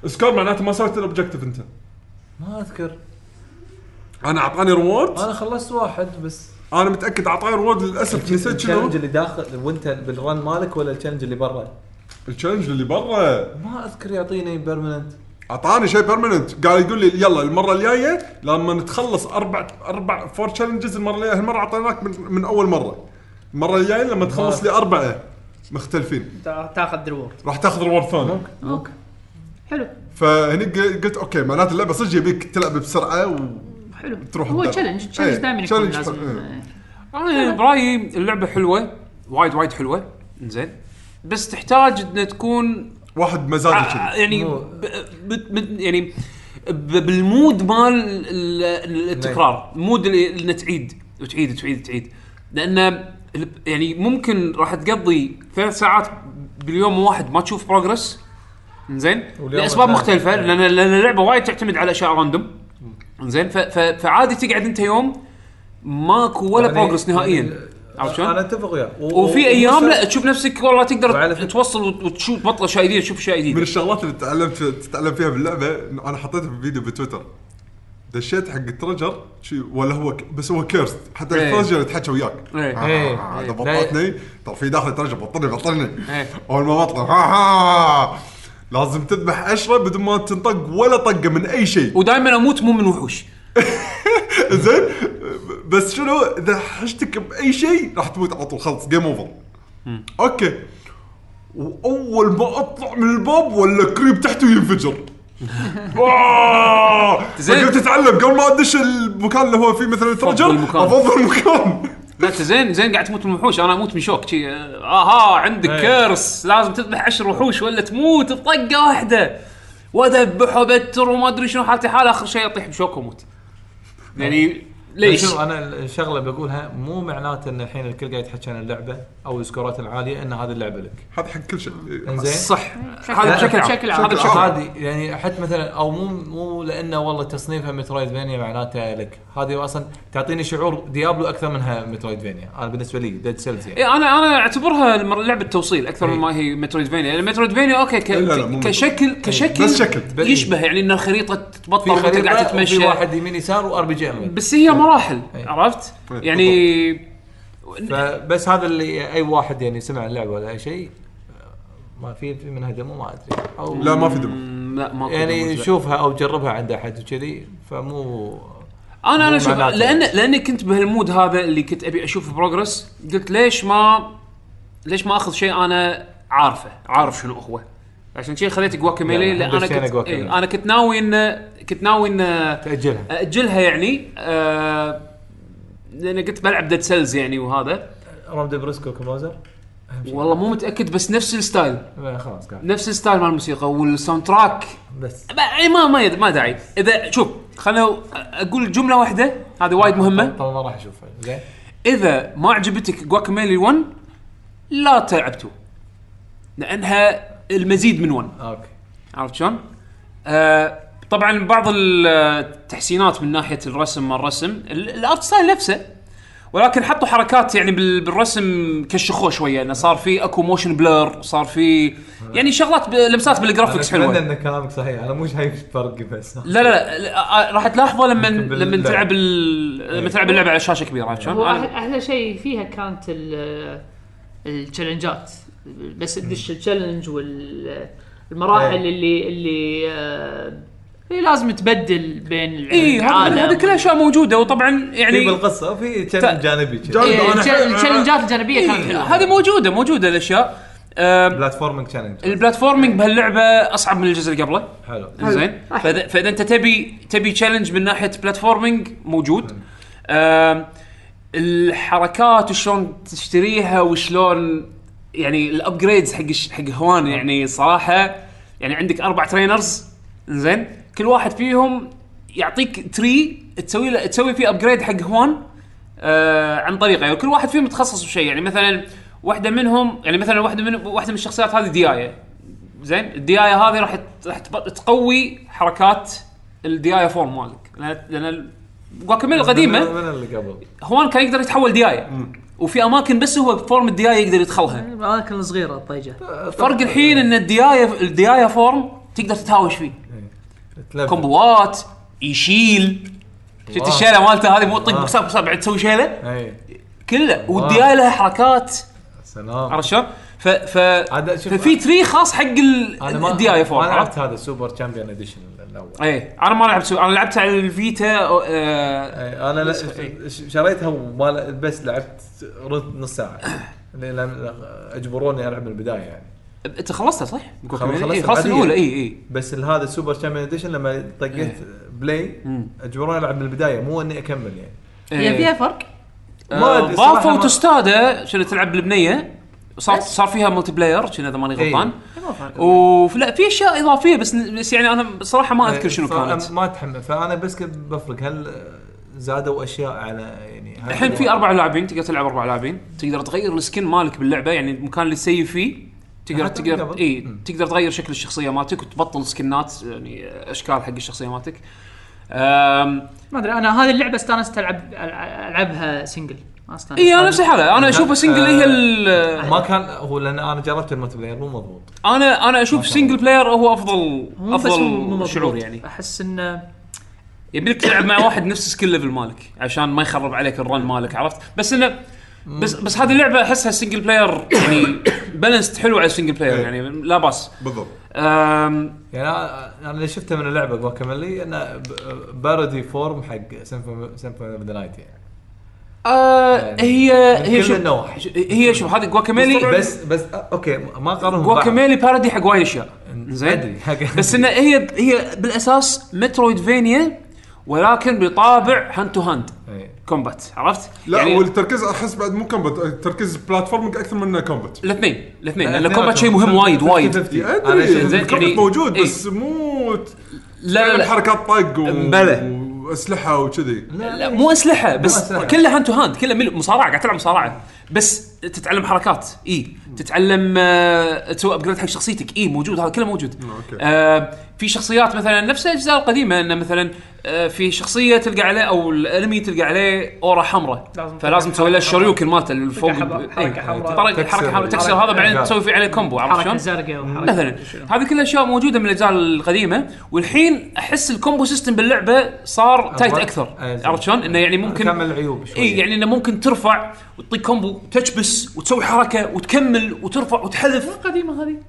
Speaker 4: سكور معناته ما سويت الاوبجيكتيف انت
Speaker 3: ما اذكر
Speaker 4: انا اعطاني ريورد
Speaker 3: انا خلصت واحد بس
Speaker 4: انا متاكد اعطاني ريورد للاسف نسيت شنو
Speaker 3: التشالنج اللي داخل وانت بالرن مالك ولا التشالنج اللي برا؟
Speaker 4: التشالنج اللي برا
Speaker 3: ما اذكر يعطيني بيرمننت
Speaker 4: اعطاني شيء بيرمننت قال يقول لي يلا المره الجايه لما نتخلص اربع اربع فور تشالنجز المره الجايه هالمره اعطيناك من, من اول مره المره الجايه لما تخلص لي اربعه مختلفين
Speaker 5: تا- تاخذ ريورد
Speaker 4: راح تاخذ ريورد ثاني
Speaker 5: اوكي حلو
Speaker 4: فهني قل- قلت اوكي معناته اللعبه صدق يبيك تلعب بسرعه و...
Speaker 5: حلو
Speaker 4: تروح
Speaker 5: هو
Speaker 4: الدرب.
Speaker 5: تشالنج تشالنج
Speaker 4: إيه،
Speaker 5: دائما يكون
Speaker 4: challenge
Speaker 5: لازم
Speaker 4: حلو، إيه.
Speaker 5: آه،
Speaker 2: انا برايي اللعبه حلوه وايد وايد حلوه زين بس تحتاج ان تكون
Speaker 4: واحد مزاجه كذي
Speaker 2: ع- يعني
Speaker 3: طيب، مو-
Speaker 2: ب... ب... ب... يعني ب... بالمود مال ال- ال- التكرار
Speaker 3: نعم.
Speaker 2: المود اللي اللي تعيد وتعيد وتعيد وتعيد لان ال- يعني ممكن راح تقضي ثلاث ساعات باليوم واحد ما تشوف بروجرس زين
Speaker 3: واليوم
Speaker 2: لاسباب
Speaker 3: الثاني. نعم.
Speaker 2: مختلفه لان لان اللعبه وايد تعتمد على اشياء راندوم زين ف... ف... فعادي تقعد انت يوم ماكو ولا
Speaker 3: يعني-
Speaker 2: بروجرس نهائيا عرفت شلون؟
Speaker 3: انا اتفق وياه و-
Speaker 2: وفي
Speaker 3: و-
Speaker 2: ايام لا
Speaker 3: ومسا-
Speaker 2: تشوف نفسك والله تقدر
Speaker 3: وعلى فكرة-
Speaker 2: توصل وت- وتشوت بطل اشياء جديده تشوف اشياء
Speaker 4: من
Speaker 2: جديده
Speaker 4: الشغلات اللي تعلمت تتعلم فيها باللعبه إنه انا حطيتها في فيديو بتويتر دشيت حق ترجر شي ولا هو ك... بس هو كيرست حتى
Speaker 2: إيه.
Speaker 4: الترجر يتحكى وياك
Speaker 2: إيه.
Speaker 4: آه،
Speaker 3: إيه.
Speaker 4: هذا
Speaker 3: إيه.
Speaker 4: بطلتني ترى في داخل ترجر بطلني بطلني
Speaker 2: إيه.
Speaker 4: اول ما بطل ها ها لازم تذبح عشرة بدون ما تنطق ولا طقه من اي شيء
Speaker 2: ودائما اموت مو من وحوش
Speaker 4: زين بس شنو اذا حشتك باي شيء راح تموت على طول خلص جيم اوفر اوكي واول ما اطلع من الباب ولا كريب تحته ينفجر
Speaker 2: *laughs* زين.
Speaker 4: زين قلت اتعلم قبل ما ادش المكان اللي هو فيه مثلا الترجر
Speaker 2: المكان.
Speaker 4: افضل المكان
Speaker 2: لا أنت زين زين قاعد تموت من وحوش انا اموت من شوك شي اها عندك
Speaker 3: إيه.
Speaker 2: كيرس لازم تذبح عشر وحوش ولا تموت بطقه واحده واذبح وبتر وما ادري شنو حالتي حال اخر شيء اطيح بشوك واموت يعني ليش؟
Speaker 3: شوف انا الشغله بقولها مو معناته ان الحين الكل قاعد يتحكى عن اللعبه او السكورات العاليه ان هذه اللعبه لك
Speaker 4: هذا حق كل شيء
Speaker 3: انزين
Speaker 2: صح هذا بشكل عام
Speaker 5: بشكل عام.
Speaker 2: هذا بشكل عام
Speaker 3: هذه يعني حتى مثلا او مو مو لانه والله تصنيفها مترويدفينيا معناته لك هذه اصلا تعطيني شعور ديابلو اكثر منها مترويدفينيا انا بالنسبه لي ديد سيلز يعني
Speaker 2: إيه انا انا اعتبرها المر- لعبه توصيل اكثر من ما هي مترويدفينيا يعني مترويدفينيا اوكي ك...
Speaker 4: لا، لا، مو إيه،
Speaker 2: كشكل كشكل
Speaker 4: بس شكل. إيه.
Speaker 2: بس يشبه يعني ان الخريطه تتبطل
Speaker 3: في
Speaker 2: وانت قاعد
Speaker 3: خريطه وفي
Speaker 2: تتمشى
Speaker 3: واحد يمين يسار وار بي جي
Speaker 2: بس هي مراحل
Speaker 3: إيه.
Speaker 2: عرفت؟
Speaker 4: إيه،
Speaker 2: يعني
Speaker 3: فبس هذا اللي اي واحد يعني سمع اللعبه ولا اي شيء ما في في منها دمو ما ادري او
Speaker 4: لا ما في دم
Speaker 2: مم، لا ما
Speaker 3: يعني
Speaker 2: كنت أقول.
Speaker 3: شوفها او جربها عند احد وكذي فمو
Speaker 2: انا انا
Speaker 3: مو
Speaker 2: شوف
Speaker 3: معناته.
Speaker 2: لان لاني كنت بهالمود هذا اللي كنت ابي اشوف بروجرس قلت ليش ما ليش ما اخذ شيء انا عارفه عارف شنو هو عشان شي خليت جواكاميلي
Speaker 3: لا،
Speaker 2: لان
Speaker 3: إحنا
Speaker 2: انا
Speaker 3: دشينا
Speaker 2: كنت
Speaker 3: جواكاميلي.
Speaker 2: إيه، انا كنت ناوي انه كنت ناوي انه
Speaker 3: تاجلها
Speaker 2: اجلها يعني آه لان قلت بلعب ديد سيلز يعني وهذا
Speaker 3: رمد بريسكو كومبوزر
Speaker 2: والله مو متاكد بس نفس الستايل
Speaker 3: لا، إيه، خلاص قاعد
Speaker 2: نفس الستايل مال الموسيقى والساوند تراك
Speaker 3: بس
Speaker 2: ما- يعني ما ما يد- ما داعي اذا شوف خلنا اقول جمله واحده هذه وايد مهمه
Speaker 3: طبعا ما راح اشوفه زين
Speaker 2: اذا ما عجبتك جواكاميلي 1 لا تلعب 2 لانها المزيد من 1
Speaker 3: اوكي
Speaker 2: عرفت شلون؟ آه طبعا بعض التحسينات من ناحيه الرسم ما الرسم ال- الارت ستايل نفسه ولكن حطوا حركات يعني بال- بالرسم كشخوه شويه انه صار في اكو موشن بلر صار في يعني شغلات ب- لمسات بالجرافكس
Speaker 3: أنا
Speaker 2: حلوه
Speaker 3: اتمنى ان كلامك صحيح انا مو شايف فرق بس
Speaker 2: لا لا لا لا، آه، راح تلاحظه لما
Speaker 3: بال-
Speaker 2: لما
Speaker 3: لا.
Speaker 2: تلعب ال- لما تلعب اللعبه على شاشه كبيره عرفت
Speaker 5: هو
Speaker 2: شلون؟
Speaker 5: أحلى, احلى شيء فيها كانت ال- التشالنجات بس تدش التشالنج والمراحل
Speaker 3: إيه.
Speaker 5: اللي اللي آه، اللي لازم تبدل بين
Speaker 2: اي
Speaker 5: العالم.
Speaker 2: إيه، هذه كل اشياء موجوده وطبعا
Speaker 3: يعني في
Speaker 2: يعني
Speaker 3: بالقصه وفي كان جانبي كان.
Speaker 4: جانبي.
Speaker 5: إيه،
Speaker 4: أنا-
Speaker 5: التش- التشالنجات الجانبيه كانت
Speaker 2: إيه،
Speaker 5: حلوه
Speaker 2: هذه موجوده موجوده الاشياء آه،
Speaker 3: بلاتفورمينج تشالنج
Speaker 2: البلاتفورمينج بهاللعبه اصعب من الجزء اللي قبله
Speaker 3: حلو
Speaker 2: زين فاذا فاذا انت تبي تبي تشالنج من ناحيه بلاتفورمينج موجود آم، الحركات وشلون تشتريها وشلون يعني الابجريدز حق الش- حق هوان يعني صراحه يعني عندك اربع ترينرز زين كل واحد فيهم يعطيك تري تسوي له تسوي فيه ابجريد حق هوان آه عن طريقه يعني كل واحد فيهم متخصص بشيء يعني مثلا واحده منهم يعني مثلا واحده من واحده من الشخصيات هذه ديايه زين الديايه هذه راح ت- راح تب- تقوي حركات الديايه فورم مالك لان لان جواكاميل القديمه
Speaker 3: من اللي قبل
Speaker 2: هوان كان يقدر يتحول ديايه وفي اماكن بس هو بفورم الديايه يقدر يدخلها
Speaker 5: الاماكن الصغيره الطيجه
Speaker 2: فرق الحين ان الديايه الديايه فورم تقدر تتهاوش فيه
Speaker 3: تلفل.
Speaker 2: كومبوات يشيل شفت
Speaker 3: واو.
Speaker 2: الشيله مالته هذه مو طق
Speaker 3: واو.
Speaker 2: بكسر بكسر بعد تسوي شيله
Speaker 3: اي
Speaker 2: كله
Speaker 3: واو.
Speaker 2: والديايه لها حركات
Speaker 3: سلام
Speaker 2: عرفت شلون؟ ف ف
Speaker 3: عاد شوف-
Speaker 2: ففي تري خاص حق ال- الديايه فورم
Speaker 3: انا
Speaker 2: عرفت؟
Speaker 3: لعبت هذا سوبر شامبيون اديشن الاول
Speaker 2: ايه انا ما لعبت سو... انا لعبت على الفيتا آه...
Speaker 3: اي انا
Speaker 2: بس-
Speaker 3: لا- ش- شريتها وما بس لعبت رد نص ساعه *clears throat* لأن- لأن اجبروني العب من البدايه يعني
Speaker 2: انت خلصتها صح؟
Speaker 3: خلصت
Speaker 2: إيه، خلصت
Speaker 3: العادية.
Speaker 2: الاولى اي اي
Speaker 3: بس ال- هذا السوبر شامبيون اديشن لما طقيت
Speaker 2: إيه.
Speaker 3: بلاي اجبروني العب من البدايه مو اني اكمل يعني
Speaker 2: إيه.
Speaker 5: هي فيها فرق
Speaker 3: ما أدري صراحة
Speaker 2: ضافوا
Speaker 3: ما-
Speaker 2: آه، توستادا شنو تلعب بالبنيه صار صار فيها ملتي بلاير شنو اذا ماني
Speaker 3: إيه.
Speaker 2: غلطان وف لا في اشياء اضافيه بس بس يعني انا بصراحه ما اذكر شنو
Speaker 3: ف-
Speaker 2: كانت
Speaker 3: إيه، ما اتحمل فانا بس كنت بفرق هل زادوا اشياء على يعني هل-
Speaker 2: الحين في اربع لاعبين تقدر تلعب اربع لاعبين تقدر تغير السكن مالك باللعبه يعني المكان اللي تسيف فيه تقدر
Speaker 3: حتى من
Speaker 2: تقدر
Speaker 3: قبل.
Speaker 2: اي
Speaker 3: مم.
Speaker 2: تقدر تغير شكل الشخصيه مالتك وتبطل سكنات يعني اشكال حق الشخصيه مالتك أم...
Speaker 5: ما ادري انا هذه اللعبه استانست العب العبها سنجل ما استانست
Speaker 2: اي انا نفس الحاله انا اشوفها سنجل
Speaker 3: آه،
Speaker 2: هي ال-
Speaker 3: ما كان هو لان انا جربت الملتي بلاير مو مضبوط
Speaker 2: انا انا اشوف
Speaker 3: شاء الله.
Speaker 2: سنجل بلاير هو افضل
Speaker 5: مو بس مو- مو
Speaker 2: افضل
Speaker 5: مضبوط.
Speaker 2: شعور يعني
Speaker 5: احس انه
Speaker 2: يبيلك تلعب مع واحد نفس سكيل ليفل مالك عشان ما يخرب عليك الرن مالك عرفت بس انه بس بس هذه اللعبه احسها سنجل بلاير يعني *coughs* بالانسد حلو على السنجل
Speaker 5: إيه.
Speaker 2: بلاير يعني لا باس
Speaker 4: بالضبط
Speaker 2: أم،
Speaker 3: يعني أنا- انا اللي شفته من اللعبه جواكاميلي انه ب- بارودي فورم حق سيمفوني اوف ذا نايت يعني
Speaker 2: آه هي
Speaker 3: من
Speaker 2: هي
Speaker 3: كل
Speaker 2: شوف
Speaker 3: النواحي.
Speaker 2: هي شوف هذه جواكاميلي
Speaker 3: بس بس اوكي ما قارنهم ببعض.
Speaker 2: جواكاميلي بارودي حق وايد اشياء
Speaker 3: أدري،
Speaker 2: زين
Speaker 3: *laughs* حق-
Speaker 2: بس انه هي هي بالاساس مترويد فينيا ولكن بطابع هاند تو هاند
Speaker 3: إيه.
Speaker 2: كومبات عرفت؟
Speaker 4: لا
Speaker 2: يعني-
Speaker 4: يعني والتركيز احس بعد مو كومبات التركيز بلاتفورمينج اكثر من كومبات
Speaker 2: الاثنين الاثنين لان
Speaker 3: *laughs*
Speaker 2: الكومبات شيء مهم وايد
Speaker 3: 50 *laughs*
Speaker 2: وايد
Speaker 3: 50.
Speaker 4: ادري
Speaker 3: شايف-
Speaker 2: زين،
Speaker 4: الكومبات
Speaker 2: يعني-
Speaker 4: موجود
Speaker 2: إيه.
Speaker 4: بس مو ت-
Speaker 2: لا لا
Speaker 4: حركات طق و...
Speaker 2: بلى.
Speaker 4: واسلحه وكذي
Speaker 2: لا, لا مو اسلحه بس
Speaker 3: أسلحة.
Speaker 2: كلها هاند تو هاند كلها مل- مصارعه قاعد تلعب مصارعه بس تتعلم حركات اي تتعلم آه، تسوي ابجريد حق شخصيتك اي موجود هذا كله موجود
Speaker 4: أوكي.
Speaker 2: آه في شخصيات مثلا نفس الاجزاء القديمه انه مثلا آه في شخصيه تلقى عليه او الانمي تلقى عليه اورا حمراء
Speaker 5: لازم
Speaker 2: فلازم تسوي له الشريوكن مالته اللي فوق
Speaker 5: حمراء- حركة حمراء.
Speaker 2: حركه حمراء
Speaker 3: تكسر.
Speaker 2: تكسر هذا بعدين
Speaker 3: حركة.
Speaker 2: تسوي فيه عليه كومبو عرفت
Speaker 5: حركه
Speaker 2: شلون؟
Speaker 5: زرقاء وحركه
Speaker 2: مثلا
Speaker 5: شنو.
Speaker 2: هذه كل الاشياء موجوده من الاجزاء القديمه والحين احس الكومبو سيستم باللعبه صار تايت
Speaker 3: أبغى-
Speaker 2: اكثر
Speaker 3: أي زين.
Speaker 2: عرفت شلون؟ انه يعني ممكن
Speaker 3: كمل العيوب شوي
Speaker 2: اي يعني انه ممكن ترفع وتطيق كومبو تشبس وتسوي حركه وتكمل وترفع وتحذف
Speaker 5: القديمه هذه الحين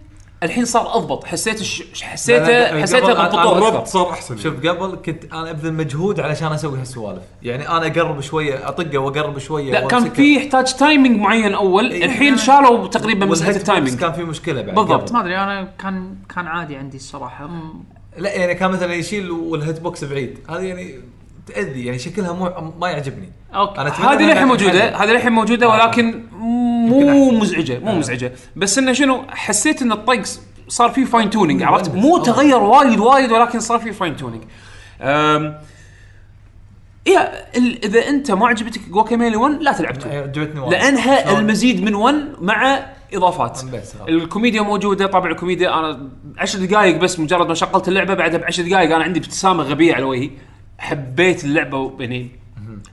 Speaker 2: الحين صار اضبط حسيت الش-
Speaker 3: لا، لا،
Speaker 2: حسيته حسيته
Speaker 3: قبل أنا
Speaker 2: ضبطوه
Speaker 4: الربط
Speaker 2: اكثر
Speaker 4: صار احسن
Speaker 3: شوف قبل كنت انا ابذل مجهود علشان اسوي هالسوالف يعني انا اقرب شويه اطقه واقرب شويه
Speaker 2: لا كان
Speaker 3: وأمسكه.
Speaker 2: في يحتاج تايمنج معين اول
Speaker 3: إي.
Speaker 2: الحين شالوا تقريبا
Speaker 3: والهيت
Speaker 2: مساله
Speaker 3: بوكس
Speaker 2: التايمنج
Speaker 3: كان في مشكله بعد
Speaker 2: بالضبط.
Speaker 3: قبل.
Speaker 5: ما ادري انا كان كان عادي عندي الصراحه م-
Speaker 3: لا يعني كان مثلا يشيل والهيت بوكس بعيد هذا يعني تاذي يعني شكلها مو ما يعجبني
Speaker 5: اوكي
Speaker 3: أنا أتمنى
Speaker 2: هذه
Speaker 3: إنها
Speaker 2: للحين موجوده
Speaker 3: تنحل.
Speaker 2: هذه للحين موجوده ولكن مو
Speaker 3: أحسن.
Speaker 2: مزعجه مو مزعجه بس انه شنو حسيت ان الطق س- صار فيه فاين تونينج عرفت
Speaker 3: مهندس.
Speaker 2: مو
Speaker 3: آه.
Speaker 2: تغير وايد وايد ولكن صار فيه فاين تونينج أم، يا ال- اذا انت ما عجبتك جواكاميلي 1 لا تلعب 2
Speaker 3: عجبتني وايد
Speaker 2: لانها
Speaker 3: شلون؟
Speaker 2: المزيد من 1 مع اضافات
Speaker 3: بس، آه.
Speaker 2: الكوميديا موجوده طبعا الكوميديا انا 10 دقائق بس مجرد ما شغلت اللعبه بعدها ب 10 دقائق انا عندي ابتسامه غبيه على وجهي حبيت اللعبه و- يعني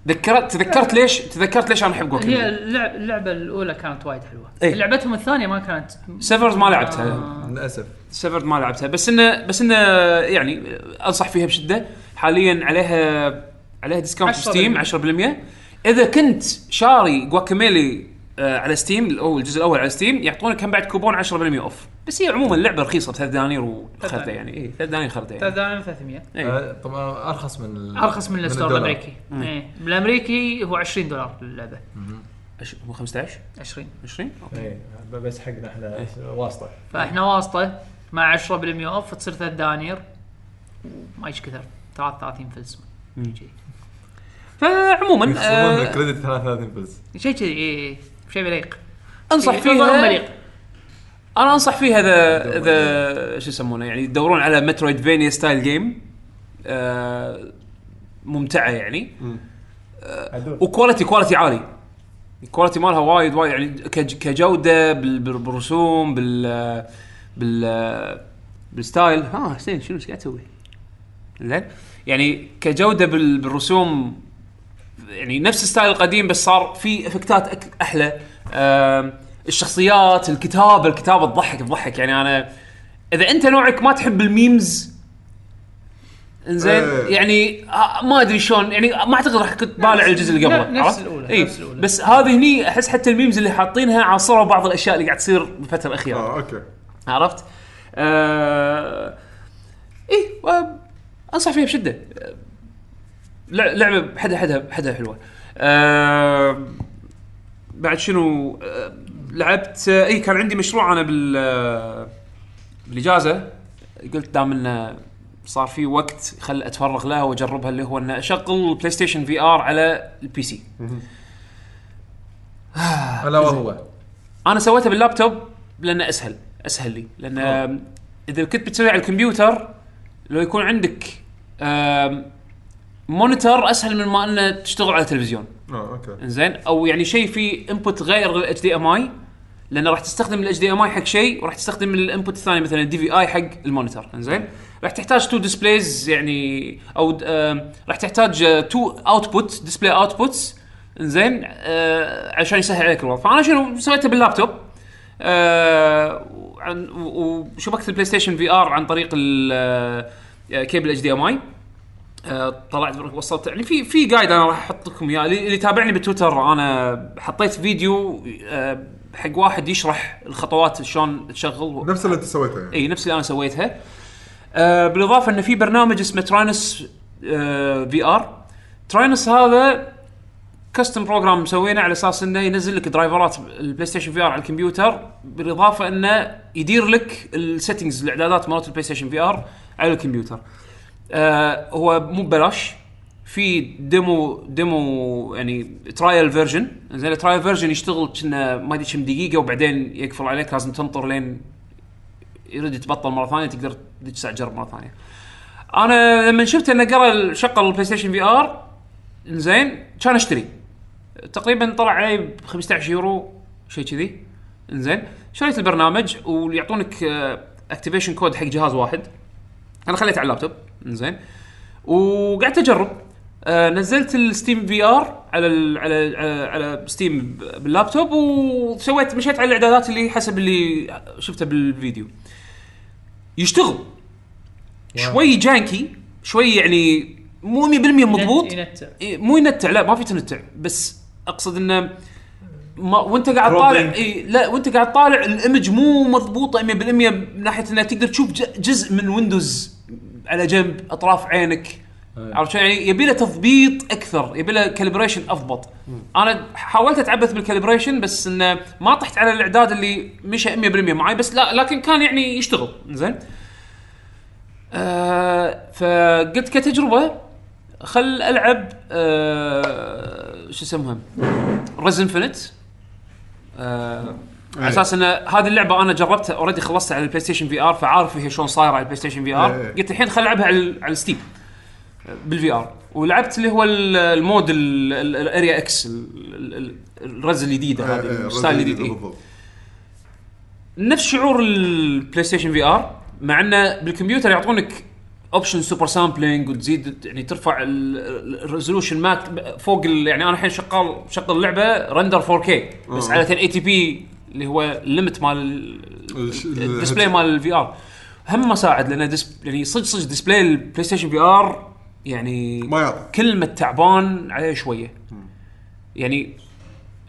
Speaker 2: ذكرت تذكرت ليش تذكرت ليش انا احب
Speaker 5: هي
Speaker 2: جوكيميلي
Speaker 5: اللعب- اللعبه الاولى كانت وايد حلوه
Speaker 2: إيه.
Speaker 5: لعبتهم الثانيه ما كانت
Speaker 2: سيفرز ما لعبتها
Speaker 5: آه.
Speaker 3: للاسف
Speaker 2: سيفرد ما لعبتها بس انه بس انه يعني انصح فيها بشده حاليا عليها عليها ديسكاونت في
Speaker 5: 10%
Speaker 2: ستيم 10% اذا كنت شاري جواكاميلي آه، على ستيم الاول الجزء الاول على ستيم يعطونك هم بعد كوبون 10% اوف بس هي عموما اللعبه رخيصه ب 3 دنانير وخرده يعني اي 3 دنانير خرده يعني
Speaker 5: 300
Speaker 2: إيه.
Speaker 3: آه، طبعا ارخص من ال-
Speaker 5: ارخص من الستور
Speaker 3: الدولار.
Speaker 5: الامريكي إيه. بالامريكي هو 20 دولار اللعبه
Speaker 2: أش- مو 15
Speaker 5: 20
Speaker 2: 20 أوكي.
Speaker 3: إيه، بس حقنا احنا
Speaker 2: إيه.
Speaker 3: واسطه
Speaker 5: فاحنا واسطه مع 10% اوف تصير 3 دنانير ما ايش كثر 33 فلس
Speaker 2: فعموما
Speaker 3: يخصمون
Speaker 2: آه
Speaker 3: كريدت 33 فلس
Speaker 5: شيء كذي إيه، شيء مليق
Speaker 2: انصح
Speaker 5: نظام
Speaker 2: فيها
Speaker 5: إيه، مليق
Speaker 2: انا انصح فيها اذا اذا شو يسمونه يعني يدورون على مترويد فينيا ستايل جيم آه، ممتعه يعني وكواليتي كواليتي عالي الكواليتي مالها وايد وايد يعني كج- كجوده بال- بال- بالرسوم بال بال بالستايل ها حسين شنو ايش قاعد تسوي؟ زين يعني كجوده بال- بالرسوم يعني نفس الستايل القديم بس صار في افكتات أك- احلى آم، الشخصيات الكتابه الكتابه تضحك تضحك يعني انا اذا انت نوعك ما تحب الميمز انزين
Speaker 4: إيه.
Speaker 2: يعني آه، ما ادري شلون يعني ما اعتقد راح كنت بالع الجزء اللي قبله
Speaker 5: نفس- نفس
Speaker 2: عرفت؟
Speaker 5: الأولى،
Speaker 2: إيه.
Speaker 5: نفس الأولى.
Speaker 2: بس هذه هني احس حتى الميمز اللي حاطينها عاصروا بعض الاشياء اللي قاعد تصير بالفتره الاخيره
Speaker 4: اه اوكي
Speaker 2: عرفت؟ آه... اي و- انصح فيها بشده آه، لع- لعبه بحدها حدها بحدها حلوه آه... بعد شنو آه... لعبت آه، اي كان عندي مشروع انا بال آه، بالاجازه قلت دام انه صار في وقت خل اتفرغ لها واجربها اللي هو ان اشغل بلاي ستيشن في ار على البي سي
Speaker 3: الا
Speaker 2: إيه.
Speaker 3: وهو
Speaker 2: انا سويتها باللابتوب لانه اسهل اسهل لي لان
Speaker 3: أوه.
Speaker 2: اذا كنت بتسوي على الكمبيوتر لو يكون عندك آم، مونيتر اسهل من ما انه تشتغل على تلفزيون
Speaker 4: اه اوكي
Speaker 2: زين او يعني شيء فيه انبوت غير الاتش دي ام اي لانه راح تستخدم الاتش دي ام اي حق شيء وراح تستخدم الانبوت الثاني مثلا دي في اي حق المونيتر زين راح تحتاج تو ديسبلايز يعني او آم، راح تحتاج تو اوتبوت ديسبلاي اوتبوتس زين آه، عشان يسهل عليك الوضع فانا شنو سويته باللابتوب آه، وعن- و- وشبكه البلاي ستيشن في ار عن طريق ال- آه، كيبل اتش دي ام اي آه، طلعت وصلت يعني في في جايد انا راح احط لكم اياه اللي اللي تابعني بتويتر انا حطيت فيديو آه، حق واحد يشرح الخطوات شلون تشغل
Speaker 4: نفس اللي انت سويته يعني
Speaker 2: اي إيه، نفس اللي انا سويتها آه بالاضافه انه في برنامج اسمه آه، تراينس في ار تراينس هذا كاستم بروجرام مسوينه على اساس انه ينزل لك درايفرات البلاي ستيشن في ار على الكمبيوتر بالاضافه انه يدير لك السيتنجز الاعدادات مالت البلاي ستيشن في ار على الكمبيوتر. آه هو مو ببلاش في ديمو ديمو يعني ترايل فيرجن زين الترايل فيرجن يشتغل كنا ما ادري كم دقيقه وبعدين يقفل عليك لازم تنطر لين يرد يتبطل مره ثانيه تقدر ذيك الساعه تجرب مره ثانيه. انا لما شفت انه قرا شغل البلاي ستيشن في ار زين كان اشتري تقريبا طلع علي ب 15 يورو شيء كذي زين شريت البرنامج ويعطونك اكتيفيشن كود حق جهاز واحد انا خليته على اللابتوب زين وقعدت اجرب آه نزلت الستيم في ار على ال على على, على ستيم باللابتوب وسويت مشيت على الاعدادات اللي حسب اللي شفته بالفيديو يشتغل شوي جانكي شوي يعني مو 100% مضبوط
Speaker 5: ينتع.
Speaker 2: إيه، مو ينتع لا ما في تنتع بس اقصد انه ما وانت قاعد طالع اي لا وانت قاعد طالع الايمج مو مضبوطه 100% من ناحيه انه تقدر تشوف ج- جزء من ويندوز على جنب اطراف عينك عرفت شلون؟ يعني يبي له تضبيط اكثر يبي له كالبريشن اضبط انا حاولت اتعبث بالكالبريشن بس انه ما طحت على الاعداد اللي مشى 100% معي بس لا لكن كان يعني يشتغل زين آه فقلت كتجربه خل العب آه شو اسمها رز انفنت آه على اساس ان هذه اللعبه انا جربتها اوريدي خلصتها على البلاي ستيشن في ار فعارف هي شلون صايره على البلاي ستيشن في ار
Speaker 4: إيه.
Speaker 2: قلت الحين خل العبها على, ال- على الستيم بالفي ار ولعبت اللي هو ال- المود ال- ال- الاريا اكس ال- ال- ال- الرز الجديده هذه
Speaker 4: آه،
Speaker 2: الستايل الجديد إيه.
Speaker 4: بالضبط
Speaker 2: نفس شعور البلاي ستيشن في ار مع انه بالكمبيوتر يعطونك اوبشن سوبر سامبلينج وتزيد يعني ترفع ال- ال- الريزولوشن مالك ب- فوق ال- يعني انا الحين شغال شغل لعبه رندر 4K بس على 1080 بي اللي هو الليمت مال
Speaker 4: الش-
Speaker 2: ال-
Speaker 4: ال-
Speaker 2: الديسبلاي مال الفي ار هم ما ساعد لان ديس يعني صدق صدق ديسبلاي البلاي ستيشن في ار يعني
Speaker 4: ما يعطي.
Speaker 2: كلمه تعبان عليه شويه يعني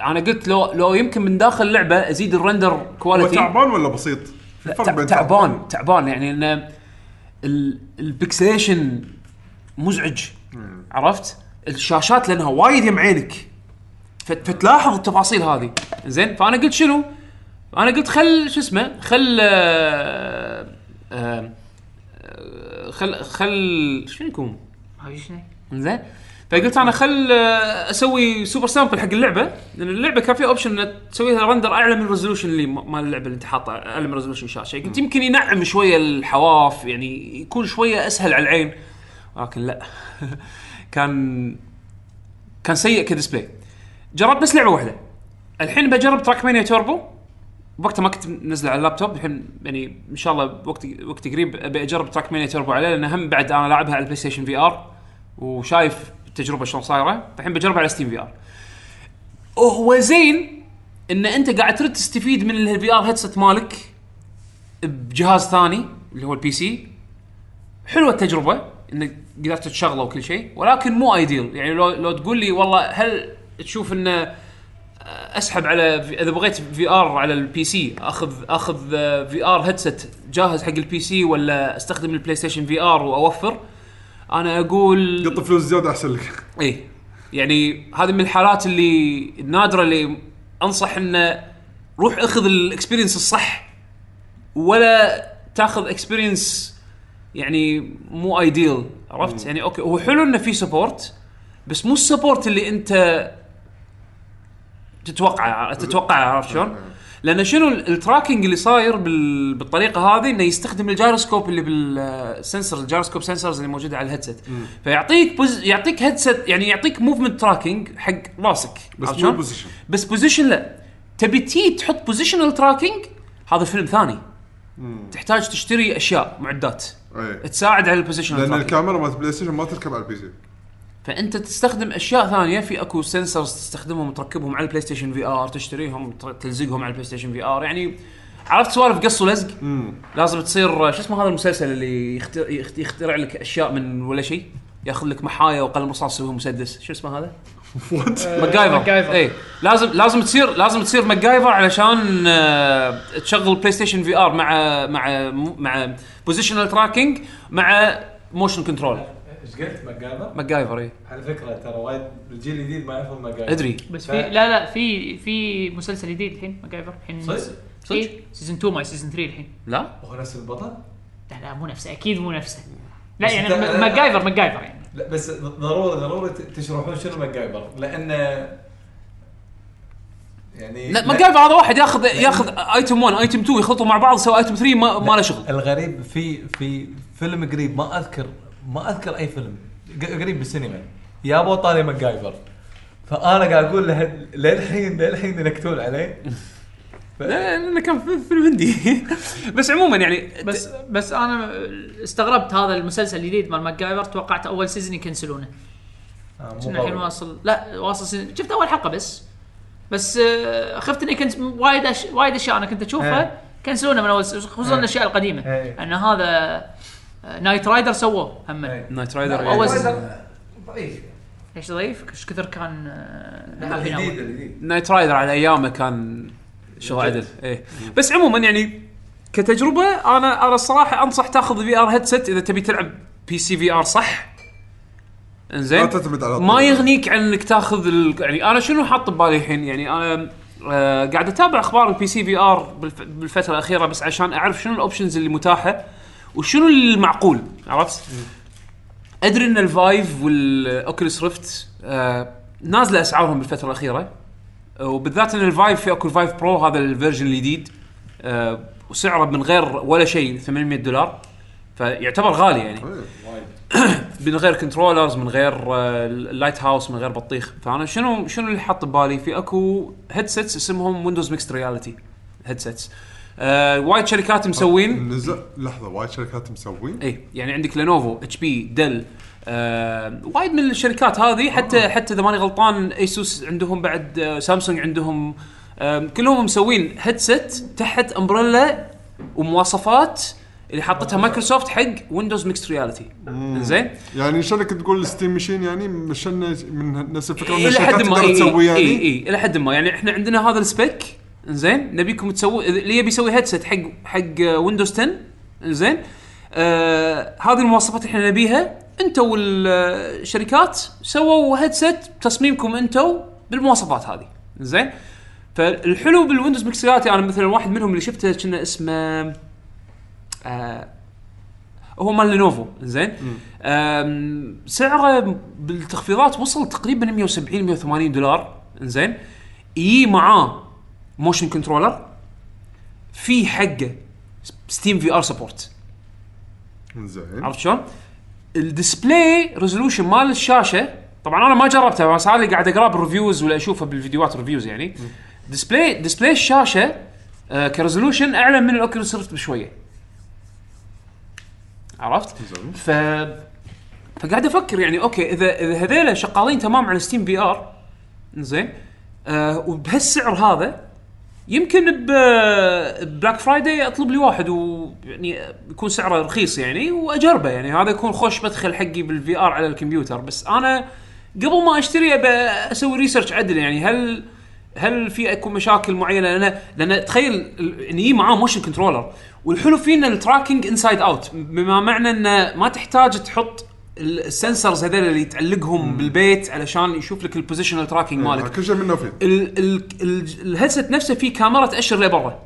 Speaker 2: انا قلت لو لو يمكن من داخل اللعبه ازيد الرندر
Speaker 4: هو
Speaker 2: كواليتي
Speaker 4: تعبان ولا بسيط؟ في فرق
Speaker 2: تع-
Speaker 4: بين
Speaker 2: تعبان تعبان يعني انه ال- البكسليشن مزعج عرفت؟ الشاشات لانها وايد يم عينك فت- فتلاحظ التفاصيل هذه زين فانا قلت شنو؟ انا قلت خل شو اسمه خل آه، آه، آه، خل خل شنو يكون؟
Speaker 5: هاي شنو؟
Speaker 2: زين فقلت انا خل آه، اسوي سوبر سامبل حق اللعبه لان اللعبه كان فيها اوبشن انك تسوي لها رندر اعلى من الريزولوشن اللي م- مال اللعبه اللي انت حاطه اعلى من ريزولوشن الشاشه قلت يمكن ينعم شويه الحواف يعني يكون شويه اسهل على العين ولكن لا *laughs* كان كان سيء كديسبلاي جربت بس لعبه واحده الحين بجرب تراك مانيا توربو وقتها ما كنت منزله على اللابتوب الحين يعني ان شاء الله وقت وقت قريب ابي اجرب تراك مانيا توربو عليه لان هم بعد انا لاعبها على البلاي ستيشن في ار وشايف التجربه شلون صايره الحين بجربها على ستيم في ار هو زين ان انت قاعد ترد تستفيد من الفي ار هيدسет مالك بجهاز ثاني اللي هو البي سي حلوه التجربه انك قدرت تشغله وكل شيء ولكن مو ايديل يعني لو لو تقول لي والله هل تشوف انه اسحب على اذا بغيت في ار على البي سي اخذ اخذ في ار هيدسет جاهز حق البي سي ولا استخدم البلاي ستيشن في ار واوفر انا اقول
Speaker 4: قط فلوس زياده احسن لك
Speaker 2: اي إيه. يعني هذه من الحالات اللي النادره اللي انصح انه روح اخذ الاكسبيرينس الصح ولا تاخذ اكسبيرينس يعني مو ايديل عرفت يعني اوكي هو حلو انه في سبورت بس مو السبورت اللي انت تتوقع تتوقع عرفت شلون؟ لان شنو ال- التراكنج اللي صاير بال... بالطريقه هذه انه يستخدم الجايروسكوب اللي بالسنسر الجايروسكوب سنسرز اللي موجوده على الهيدسيت فيعطيك بوز... يعطيك هيدسيت يعني يعطيك موفمنت تراكنج حق راسك
Speaker 4: بس
Speaker 2: عرفت
Speaker 4: مو
Speaker 2: شلون؟
Speaker 4: position.
Speaker 2: بس بوزيشن لا تبي تي تحط بوزيشنال تراكنج هذا فيلم ثاني تحتاج تشتري اشياء معدات
Speaker 4: إيه.
Speaker 2: تساعد على البوزيشن
Speaker 4: لان الكاميرا مالت البلاي ستيشن ما تركب على البي سي
Speaker 2: فانت تستخدم اشياء ثانيه في اكو سنسرز تستخدمهم تركبهم على البلاي ستيشن في ار تشتريهم تر- تلزقهم على البلاي ستيشن في ار يعني عرفت سوالف قص ولزق لازم تصير شو اسمه هذا المسلسل اللي يختر- يخت- يخترع لك اشياء من ولا شيء ياخذ لك محايا وقلم رصاص يسويهم مسدس شو اسمه هذا؟ ماكجايفر
Speaker 5: ماكجايفر.
Speaker 2: اي لازم لازم تصير لازم تصير ماكجايفر علشان آه، تشغل بلاي ستيشن في ار مع مع مع بوزيشنال تراكنج مع موشن كنترول
Speaker 6: ايش قلت ماجايفر؟
Speaker 2: ماكجايفر اي
Speaker 6: على فكره ترى وايد الجيل الجديد ما يفهم ماجايفر
Speaker 2: ادري
Speaker 5: بس في لا لا في في مسلسل جديد الحين ماجايفر الحين
Speaker 6: صدق؟
Speaker 5: صدق سيزون 2 ما سيزون 3 الحين
Speaker 2: لا
Speaker 6: هو نفس البطل؟
Speaker 5: لا لا مو نفسه اكيد مو نفسه لا
Speaker 6: بس
Speaker 5: يعني
Speaker 6: انت-
Speaker 5: ما- ماجايفر ماجايفر يعني
Speaker 6: لا بس ضروري ضروري ت- تشرحون شنو ماجايفر لان يعني
Speaker 2: لا ماكجايفر هذا واحد ياخذ ياخذ ايتم 1 ايتم 2 يخلطوا مع بعض سوى ايتم 3 ما, ما له شغل
Speaker 6: الغريب في في فيلم قريب ما اذكر ما اذكر اي فيلم ق- قريب بالسينما يابو طاري ماجايفر فانا قاعد اقول له للحين للحين ينكتون عليه
Speaker 2: لا، لانه كان في فيلم هندي *laughs* بس عموما يعني
Speaker 5: بس بس انا استغربت هذا المسلسل الجديد مال ماجايفر توقعت اول سيزون يكنسلونه
Speaker 6: آه، مو
Speaker 5: كنا الحين
Speaker 6: ضروري.
Speaker 5: واصل لا واصل سن... شفت اول حلقه بس بس آه، خفت اني كنت وايد أش... وايد اشياء انا كنت اشوفها
Speaker 6: إيه.
Speaker 5: كنسلونا من اول س- خصوصا
Speaker 6: إيه.
Speaker 5: الاشياء القديمه
Speaker 6: إيه.
Speaker 5: ان هذا آه، نايت رايدر سووه هم
Speaker 6: إيه. طيب.
Speaker 2: نايت رايدر
Speaker 5: أول
Speaker 2: يعني-
Speaker 5: سيزون.
Speaker 6: ضعيف
Speaker 5: ايش ضعيف ايش كثر كان آه،
Speaker 6: لا،
Speaker 5: الحين
Speaker 6: الجديد
Speaker 5: أول.
Speaker 6: الجديد
Speaker 2: نايت رايدر على ايامه كان شغل عدل ايه بس عموما يعني كتجربه انا انا الصراحه انصح تاخذ في ار هيدسيت اذا تبي تلعب بي سي في ار صح انزين
Speaker 4: لا تعتمد على
Speaker 2: إيه؟ ما يغنيك عن انك تاخذ ال... يعني انا شنو حاط ببالي الحين يعني انا آه قاعد اتابع اخبار البي سي في ار بالف... بالفتره الاخيره بس عشان اعرف شنو الاوبشنز اللي متاحه وشنو المعقول عرفت؟ ادري ان الفايف والاوكيوليس ريفت آه نازله اسعارهم بالفتره الاخيره آه، وبالذات ان الفايف في اكو الفايف برو هذا الفيرجن الجديد آه وسعره من غير ولا شيء 800 دولار فيعتبر غالي يعني *clears throat* من غير كنترولرز من غير آه، اللايت هاوس من غير بطيخ فانا شنو شنو اللي حاط ببالي في اكو هيدسيتس اسمهم ويندوز ميكست رياليتي هيدسيتس آه وايد شركات مسوين
Speaker 4: نزل لحظه وايد شركات مسوين
Speaker 2: اي يعني عندك لينوفو اتش بي ديل آه، وايد من الشركات هذه حتى حتى اذا ماني غلطان ايسوس عندهم بعد آه، سامسونج عندهم آم، كلهم مسوين هيدسيت تحت امبريلا ومواصفات اللي حاطتها مايكروسوفت حق ويندوز ميكس رياليتي زين
Speaker 4: يعني شنو كنت تقول ستيم مشين يعني مشلنا من نفس الفكره ان
Speaker 2: الى حد
Speaker 4: الشركات
Speaker 2: ما إيه،
Speaker 4: تقدر
Speaker 2: اي
Speaker 4: تسوي
Speaker 2: اي
Speaker 4: يعني
Speaker 2: اي الى حد ما يعني احنا عندنا هذا السبيك زين نبيكم تسوي اللي يبي يسوي هيدسيت حق حق ويندوز 10 زين آه هذه المواصفات احنا نبيها انتوا والشركات سووا هيدسيت تصميمكم انتوا بالمواصفات هذه زين فالحلو بالويندوز مكسياتي انا مثلا واحد منهم اللي شفته كنا اسمه آه هو مال لينوفو زين آم، سعره بالتخفيضات وصل تقريبا 170 180 دولار زين يجي معاه موشن كنترولر في حقه ستيم في ار سبورت
Speaker 4: زين
Speaker 2: عرفت شلون؟ الديسبلاي ريزولوشن مال الشاشه طبعا انا ما جربتها بس هذا اللي قاعد اقراه بالريفيوز ولا اشوفها بالفيديوهات ريفيوز يعني ديسبلاي ديسبلاي الشاشه آه كريزولوشن اعلى من الاوكيولوس ريفت بشويه عرفت؟
Speaker 4: زين.
Speaker 2: ف فقاعد افكر يعني اوكي اذا اذا هذيلا شغالين تمام على ستيم في ار زين آه وبهالسعر هذا يمكن ب بلاك فرايداي اطلب لي واحد ويعني يكون سعره رخيص يعني واجربه يعني هذا يكون خوش مدخل حقي بالفي ار على الكمبيوتر بس انا قبل ما اشتري ابى اسوي ريسيرش عدل يعني هل هل في اكو مشاكل معينه لان لان تخيل ال- ان يجي معاه موشن كنترولر والحلو فيه ان التراكنج انسايد اوت بما معنى انه ما تحتاج تحط السنسرز هذول اللي تعلقهم بالبيت علشان يشوف لك البوزيشنال تراكنج مالك
Speaker 4: آه، كل شيء منه فيه
Speaker 2: ال- ال- ال- الهيدسيت نفسه فيه كاميرا تاشر لبرا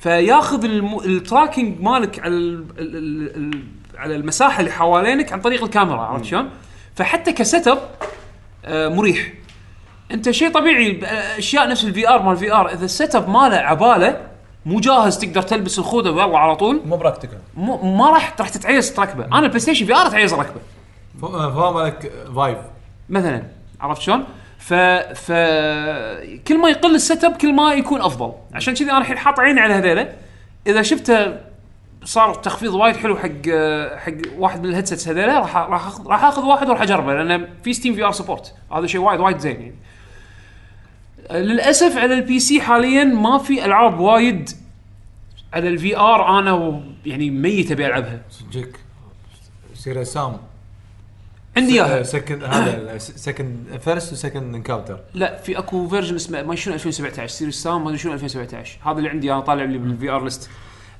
Speaker 2: فياخذ الم- التراكنج مالك على ال- ال- ال- ال- على المساحه اللي حوالينك عن طريق الكاميرا عرفت شلون؟ فحتى كسيت اب آه، مريح انت شيء طبيعي ب- اشياء نفس الفي ار مال الفي ار اذا السيت اب ماله عباله مو جاهز تقدر تلبس الخوذه ويلا على طول
Speaker 6: مو براكتيكال
Speaker 2: مو- ما راح راح تتعيز تركبه انا البلاي ستيشن في ار اتعيز اركبه
Speaker 3: ف- فاهم عليك فايف
Speaker 2: مثلا عرفت شلون؟ ف ف كل ما يقل السيت اب كل ما يكون افضل عشان كذي انا الحين حاط عيني على هذيلا اذا شفته صار تخفيض وايد حلو حق حق واحد من الهيدسيتس هذيلا راح راح اخذ راح اخذ واحد وراح اجربه لان في ستيم في ار سبورت هذا شيء وايد وايد زين يعني للاسف على البي سي حاليا ما في العاب وايد على الفي ار انا و- يعني ميت ابي العبها
Speaker 3: صدقك يصير سام
Speaker 2: عندي اياها
Speaker 3: سكند هذا سكند فيرست وسكند انكاونتر
Speaker 2: لا في اكو فيرجن اسمه ما شنو 2017 سيريس سام ما شنو 2017 هذا اللي عندي انا طالع لي بالفي ار ليست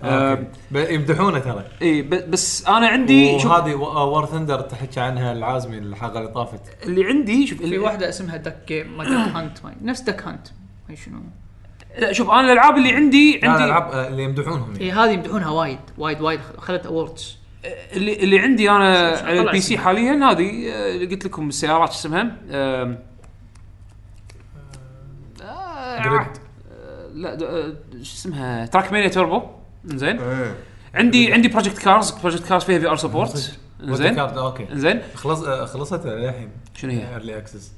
Speaker 6: آه،
Speaker 3: آه، يمدحونه ترى
Speaker 2: اي آه، إيه، ب- بس انا عندي شوف
Speaker 3: وهذه وار ثندر تحكي عنها العازمي الحلقه اللي طافت
Speaker 2: اللي عندي شوف
Speaker 5: في
Speaker 2: اللي
Speaker 5: واحده اسمها دك ما دك هانت ما- نفس دك هانت ما شنو
Speaker 2: لا شوف انا الالعاب اللي عندي
Speaker 3: لا،
Speaker 2: عندي
Speaker 3: الالعاب آه، اللي يمدحونهم يعني.
Speaker 5: اي إيه، هذه يمدحونها وايد وايد وايد اخذت اووردز
Speaker 2: آه، اللي اللي عندي انا
Speaker 5: شوف،
Speaker 2: على
Speaker 5: طلع
Speaker 2: البي سي
Speaker 5: اسمها.
Speaker 2: حاليا هذه آه، اللي قلت لكم السيارات شو اسمها آم، آه،
Speaker 3: جريد.
Speaker 2: آه، لا د- آه، شو اسمها تراك مانيا توربو زين
Speaker 4: ايه
Speaker 2: عندي عندي بروجكت كارز بروجكت كارز فيها في ار سبورت زين إيه.
Speaker 3: وتذكرت، اوكي
Speaker 2: زين
Speaker 3: خلص آه، خلصت للحين إيه.
Speaker 2: شنو هي؟
Speaker 3: ايرلي اكسس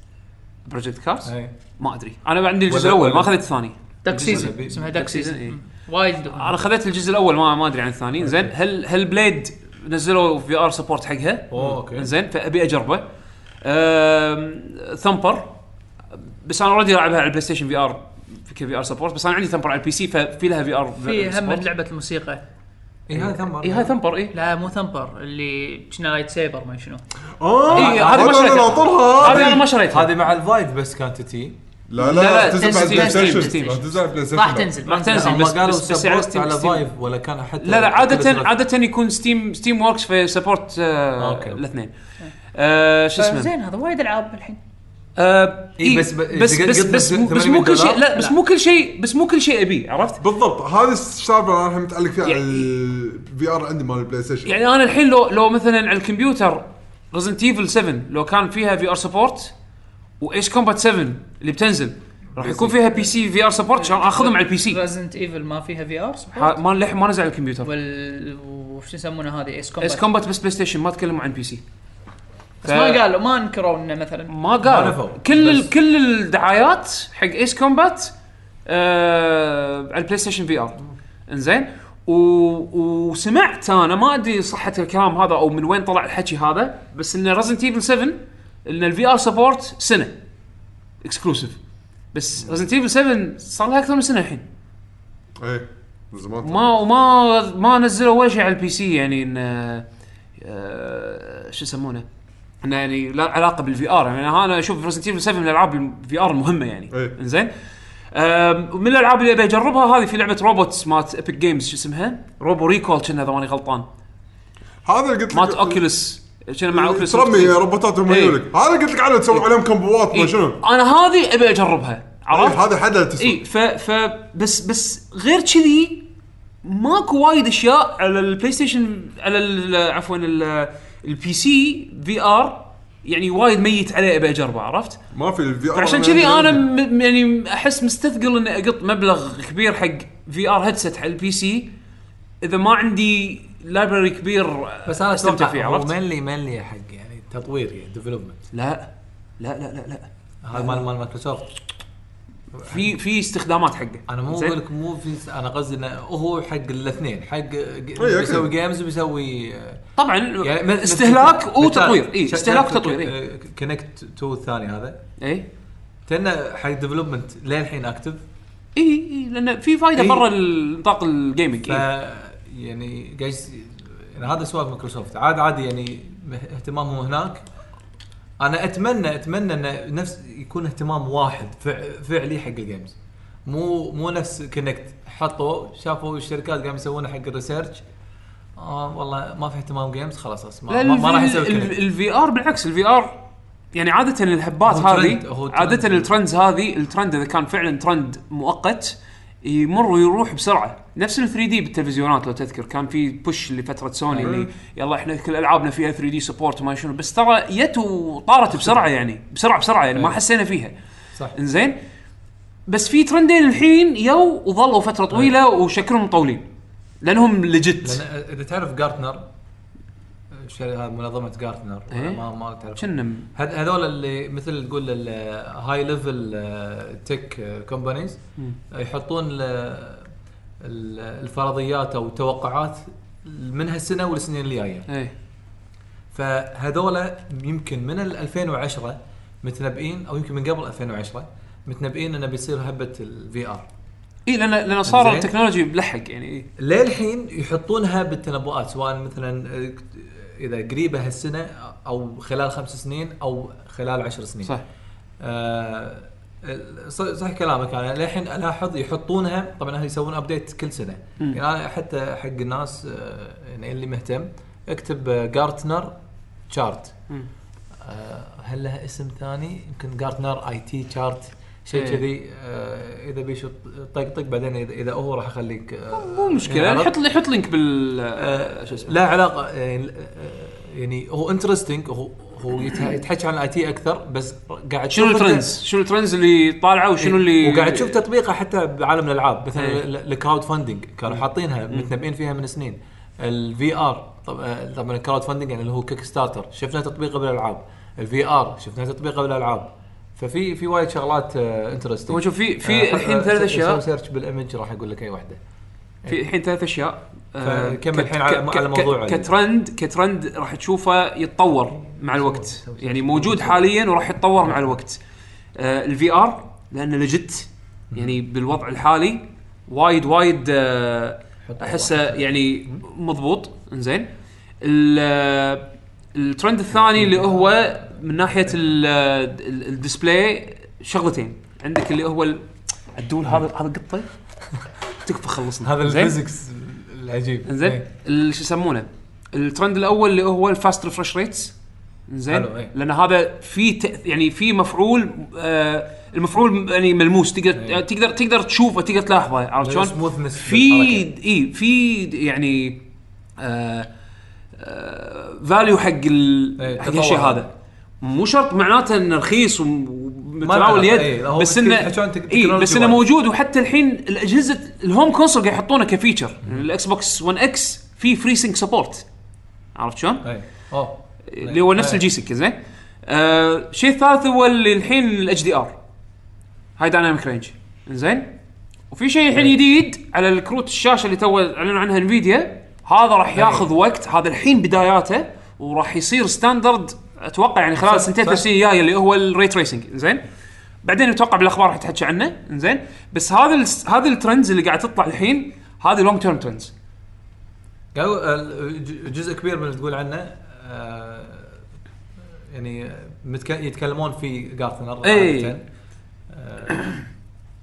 Speaker 2: بروجكت كارز
Speaker 3: اي
Speaker 2: ما ادري انا عندي الجزء
Speaker 3: ولا-
Speaker 2: الاول ما
Speaker 3: ولا-
Speaker 2: اخذت الثاني
Speaker 5: دك سيزون
Speaker 3: بي-
Speaker 5: اسمها
Speaker 2: دك
Speaker 5: دك
Speaker 2: سيزون، إي.
Speaker 5: سيزون مم. وايد يمدحونها.
Speaker 2: انا خذيت الجزء الاول ما ما ادري عن الثاني زين هل هل بليد نزلوا في ار سبورت حقها
Speaker 3: أوه، أوكي.
Speaker 2: إيه. زين فابي اجربه أم، ثمبر بس انا اوريدي العبها على البلاي ستيشن في ار كفي ار سبورت بس انا عندي ثمبر على البي سي ففي لها في ار
Speaker 5: في هم لعبه الموسيقى
Speaker 3: اي إيه، هذا ثمر
Speaker 2: اي إيه، هاي ثمبر اي
Speaker 5: لا مو ثمبر اللي كنا لايت سيبر ما شنو
Speaker 4: اه
Speaker 2: إي، إيه، هذه ما
Speaker 4: أنا
Speaker 2: شريتها.
Speaker 4: ناطرها
Speaker 2: هذه انا ما شريتها
Speaker 3: هذه مع الفايد بس كانت تي
Speaker 2: لا،
Speaker 4: لا
Speaker 2: لا،
Speaker 4: لا تنزل
Speaker 2: تنزل
Speaker 4: بعد بلاي
Speaker 2: ستيم،
Speaker 4: ستيشن
Speaker 2: ستيم.
Speaker 4: راح تنزل على بلاي ستيشن
Speaker 5: راح تنزل
Speaker 2: راح تنزل.
Speaker 3: هم
Speaker 2: بس-
Speaker 3: قالوا
Speaker 2: بس- بس على
Speaker 3: سبورت
Speaker 2: ستيم-
Speaker 3: على
Speaker 2: ستيم.
Speaker 3: فايف ولا كان حتى
Speaker 2: لا لا عادة
Speaker 3: كبسرة.
Speaker 2: عادة يكون ستيم ستيم وركس في سبورت آه
Speaker 3: أوكي.
Speaker 2: الاثنين آه شو اسمه
Speaker 5: زين هذا وايد العاب الحين
Speaker 2: آه
Speaker 3: إي،
Speaker 2: إي،
Speaker 3: إيه، بس-
Speaker 2: بس
Speaker 3: قلت
Speaker 2: بس
Speaker 3: لك
Speaker 2: بس, بس
Speaker 3: 800
Speaker 2: مو كل شيء لا
Speaker 3: دولار.
Speaker 2: بس
Speaker 5: لا.
Speaker 2: مو كل شيء بس مو كل شيء ابيه عرفت؟
Speaker 4: بالضبط هذا السالفه اللي انا الحين متعلق فيها على
Speaker 2: يعني-
Speaker 4: الفي ار عندي مال البلاي ستيشن
Speaker 2: يعني انا الحين لو لو مثلا على الكمبيوتر ريزنت ايفل 7 لو كان فيها في ار سبورت وايش كومبات 7 اللي بتنزل راح يكون فيها بي سي في ار سبورت عشان اخذهم على البي سي
Speaker 5: ريزنت ايفل ما فيها في ار
Speaker 2: ح- ما لح ما نزل على الكمبيوتر
Speaker 5: وال وش يسمونها هذه ايس
Speaker 2: ايس
Speaker 5: كومبات
Speaker 2: كومبات بس بلاي ستيشن ما تكلموا عن بي سي
Speaker 5: بس ما قالوا ما انكروا انه مثلا
Speaker 2: ما
Speaker 6: ما
Speaker 2: قال
Speaker 6: نفوا.
Speaker 2: كل ال...
Speaker 6: بس-
Speaker 2: كل الدعايات حق ايس كومبات آه... على البلاي ستيشن في ار انزين و... وسمعت انا ما ادري صحه الكلام هذا او من وين طلع الحكي هذا بس ان ريزنت ايفل 7 ان الفي ار سبورت سنه اكسكلوسيف بس ريزنت ايفل 7 صار لها اكثر من سنه الحين
Speaker 4: اي إيه. من زمان
Speaker 2: ما وما ما نزلوا ولا شيء على البي سي يعني ان آه، شو يسمونه انه يعني لا علاقه بالفي ار يعني انا اشوف ريزنت ايفل 7 من الالعاب الفي ار المهمه يعني
Speaker 4: إيه.
Speaker 2: انزين آم، ومن الالعاب اللي ابي اجربها هذه في لعبه روبوتس مالت ابيك جيمز شو اسمها؟ روبو ريكول كنا اذا ماني غلطان
Speaker 4: هذا اللي قلت لك
Speaker 2: مالت اوكيولس كنا مع اوكيولس
Speaker 4: إيه. ترمي روبوتات هم
Speaker 2: إيه.
Speaker 4: يقولك هذا قلت لك عنه تسوي عليهم كمبوات ما
Speaker 2: إيه.
Speaker 4: شنو
Speaker 2: انا هذه ابي اجربها عرفت؟
Speaker 4: إيه، هذا حدا تسوي
Speaker 2: اي ف ف بس بس غير كذي ماكو وايد اشياء على البلاي ستيشن على ال- عفوا ال- البي سي في ار يعني وايد ميت عليه ابي اجربه عرفت؟
Speaker 4: ما في الفي ار
Speaker 2: فعشان كذي انا م- يعني احس مستثقل اني اقط مبلغ كبير حق في ار هيدسет على البي سي اذا ما عندي لايبرري كبير آه،
Speaker 3: بس انا
Speaker 2: استمتع فيه
Speaker 3: اتوقع هو
Speaker 2: عرفت؟
Speaker 3: ملي ملي حق يعني تطوير يعني ديفلوبمنت
Speaker 2: لا لا لا لا لا
Speaker 3: هذا مال مال مايكروسوفت
Speaker 2: في في استخدامات حقه
Speaker 3: انا مو
Speaker 2: زين؟
Speaker 3: اقول لك مو في انا قصدي انه هو حق الاثنين حق
Speaker 2: أيوة،
Speaker 4: أكيد.
Speaker 3: بيسوي جيمز وبيسوي آه،
Speaker 2: طبعا
Speaker 3: يعني مثل-
Speaker 2: استهلاك
Speaker 3: مثل-
Speaker 2: وتطوير اي
Speaker 3: شا-
Speaker 2: استهلاك
Speaker 3: شا-
Speaker 2: وتطوير إيه. اي
Speaker 3: إيه، آه، كونكت 2 الثاني هذا
Speaker 2: اي
Speaker 3: كانه حق ديفلوبمنت للحين اكتف
Speaker 2: اي اي لان إيه، في فائده
Speaker 3: إي.
Speaker 2: برا ال- نطاق الجيمنج
Speaker 3: إيه. ف
Speaker 2: إي.
Speaker 3: يعني قاعد يس- يعني هذا سؤال مايكروسوفت عاد عادي يعني اهتمامهم هناك انا اتمنى اتمنى ان نفس يكون اهتمام واحد فع- فعلي حق الجيمز مو مو نفس كونكت حطوا شافوا الشركات قاعد يسوونه حق الريسيرش آه والله ما في اهتمام جيمز خلاص أص- ما,
Speaker 2: لا
Speaker 3: ما, ما راح
Speaker 2: الفي-
Speaker 3: يسوي
Speaker 2: ال-
Speaker 3: كونكت
Speaker 2: الفي ار بالعكس الفي ار يعني عاده الهبات
Speaker 3: هو ترند،
Speaker 2: هذه
Speaker 3: هو ترند.
Speaker 2: عاده الترندز هذه الترند اذا كان فعلا ترند مؤقت يمر ويروح بسرعه نفس ال 3 دي بالتلفزيونات لو تذكر كان في بوش لفتره سوني
Speaker 3: إيه.
Speaker 2: اللي يلا احنا كل العابنا فيها 3 دي سبورت وما شنو بس ترى جت وطارت بسرعه يعني بسرعه بسرعه يعني ما
Speaker 3: إيه.
Speaker 2: حسينا فيها
Speaker 3: صح
Speaker 2: انزين بس في ترندين الحين يو وظلوا فتره طويله وشكلهم مطولين لانهم ليجت
Speaker 3: لان اذا تعرف آه، جارتنر الشركه هذه منظمه جارتنر
Speaker 2: إيه.
Speaker 3: ما ما تعرف
Speaker 2: كنا
Speaker 3: هذ- هذول اللي مثل تقول الهاي ليفل تك كومبانيز آه، يحطون ال- ال- الفرضيات او التوقعات من هالسنه والسنين اللي جايه
Speaker 2: ايه
Speaker 3: فهذول يمكن من ال 2010 متنبئين او يمكن من قبل 2010 متنبئين انه بيصير هبه الفي ار
Speaker 2: اي لان لان إيه، صار
Speaker 3: إنزين.
Speaker 2: التكنولوجي ملحق يعني إيه.
Speaker 3: للحين يحطونها بالتنبؤات سواء مثلا آه، اذا قريبه هالسنه او خلال خمس سنين او خلال عشر سنين
Speaker 2: صح
Speaker 3: آه، ال- ص- صح كلامك انا للحين الاحظ يحطونها طبعا اهل يسوون ابديت كل سنه
Speaker 2: مم.
Speaker 3: يعني أنا حتى حق الناس آه، يعني اللي مهتم اكتب آه، جارتنر شارت
Speaker 2: مم.
Speaker 3: آه، هل لها اسم ثاني يمكن جارتنر اي تي شارت شيء
Speaker 2: إيه.
Speaker 3: كذي آه، اذا بيشط طقطق بعدين إذا- اذا هو راح آه، اخليك
Speaker 2: مو مشكله يعني حط لي حط لينك بال شو اسمه
Speaker 3: آه، لا علاقه يعني, آه، يعني هو انترستنج هو هو يتح- يتحكي عن الاي تي اكثر بس قاعد
Speaker 2: شنو
Speaker 3: تشوف أنت-
Speaker 2: الترندز شنو الترندز اللي طالعه وشنو اللي
Speaker 3: إيه. وقاعد تشوف تطبيقه حتى بعالم الالعاب
Speaker 2: إيه.
Speaker 3: مثلا ال- ال- الكراود فاندنج كانوا حاطينها متنبئين فيها من سنين الفي ار طبعا الكراود فاندنج يعني اللي هو كيك ستارتر شفنا تطبيقه بالالعاب الفي ار شفنا تطبيقه بالالعاب ففي في وايد شغلات آه، انترستنج
Speaker 2: هو شوف إيه. في
Speaker 3: آه،
Speaker 2: في الحين ثلاث اشياء
Speaker 3: سيرش بالايمج راح اقول لك اي واحده
Speaker 2: في الحين ثلاث اشياء آه،
Speaker 3: إيه. فكمل
Speaker 2: ك-
Speaker 3: الحين على-
Speaker 2: ك-
Speaker 3: على
Speaker 2: ك-
Speaker 3: موضوع ال-
Speaker 2: كترند كترند راح تشوفه يتطور مع الوقت يعني موجود حاليا وراح يتطور مع الوقت آه، الفي ار لانه لجت يعني بالوضع الحالي وايد وايد آه، احسه يعني مضبوط انزين ال- الترند الثاني اللي هو من ناحيه ال- ال- الديسبلاي شغلتين عندك اللي هو ال- الدول هذا هذا قطه تكفى خلصنا
Speaker 3: هذا
Speaker 2: زين؟
Speaker 3: الفيزكس العجيب
Speaker 2: انزين
Speaker 3: إيه.
Speaker 2: ال- شو يسمونه الترند الاول اللي هو الفاست ريفرش ريتس زين
Speaker 3: حلو، إيه.
Speaker 2: لان هذا في تأث- يعني في مفعول آه المفعول يعني ملموس تقدر
Speaker 3: إيه.
Speaker 2: تقدر تقدر تشوفه تقدر تلاحظه عرفت شلون؟
Speaker 3: smoothness
Speaker 2: إيه، في
Speaker 3: بالحركة.
Speaker 2: اي في يعني آه فاليو حق ال...
Speaker 3: إيه،
Speaker 2: حق
Speaker 3: تطور.
Speaker 2: الشيء هذا مو شرط معناته انه رخيص وم- ومتناول
Speaker 3: معناته،
Speaker 2: اليد
Speaker 3: إيه، لا، هو
Speaker 2: بس
Speaker 3: بت-
Speaker 2: انه
Speaker 3: يحتاجون تك-
Speaker 2: إيه
Speaker 3: تكنولوجي
Speaker 2: بس انه
Speaker 3: وايد.
Speaker 2: موجود وحتى الحين الاجهزه الهوم كونسول قاعد يحطونه كفيتشر الاكس بوكس 1 اكس في فري سينك سبورت عرفت شلون؟
Speaker 3: اي اوه
Speaker 2: اللي هو
Speaker 3: إيه.
Speaker 2: نفس الجي سيك زين آه، الشيء الثالث هو اللي الحين الاتش دي ار هاي دايناميك رينج زين وفي شيء الحين
Speaker 3: إيه.
Speaker 2: جديد على الكروت الشاشه اللي تو اعلنوا عنها انفيديا هذا
Speaker 3: إيه.
Speaker 2: راح ياخذ وقت هذا الحين بداياته وراح يصير ستاندرد اتوقع يعني خلال
Speaker 3: صح،
Speaker 2: سنتين
Speaker 3: صح.
Speaker 2: ثلاث سنين الجايه اللي هو الري تريسنج زين بعدين اتوقع بالاخبار راح تحكي عنه زين بس هذا ال- هذا الترندز اللي قاعد تطلع الحين هذه لونج تيرم ترندز
Speaker 3: قالوا ال- آه، ج- جزء كبير من اللي تقول عنه آه، يعني متك- يتكلمون في جارتنر
Speaker 2: إي.
Speaker 3: عادةً.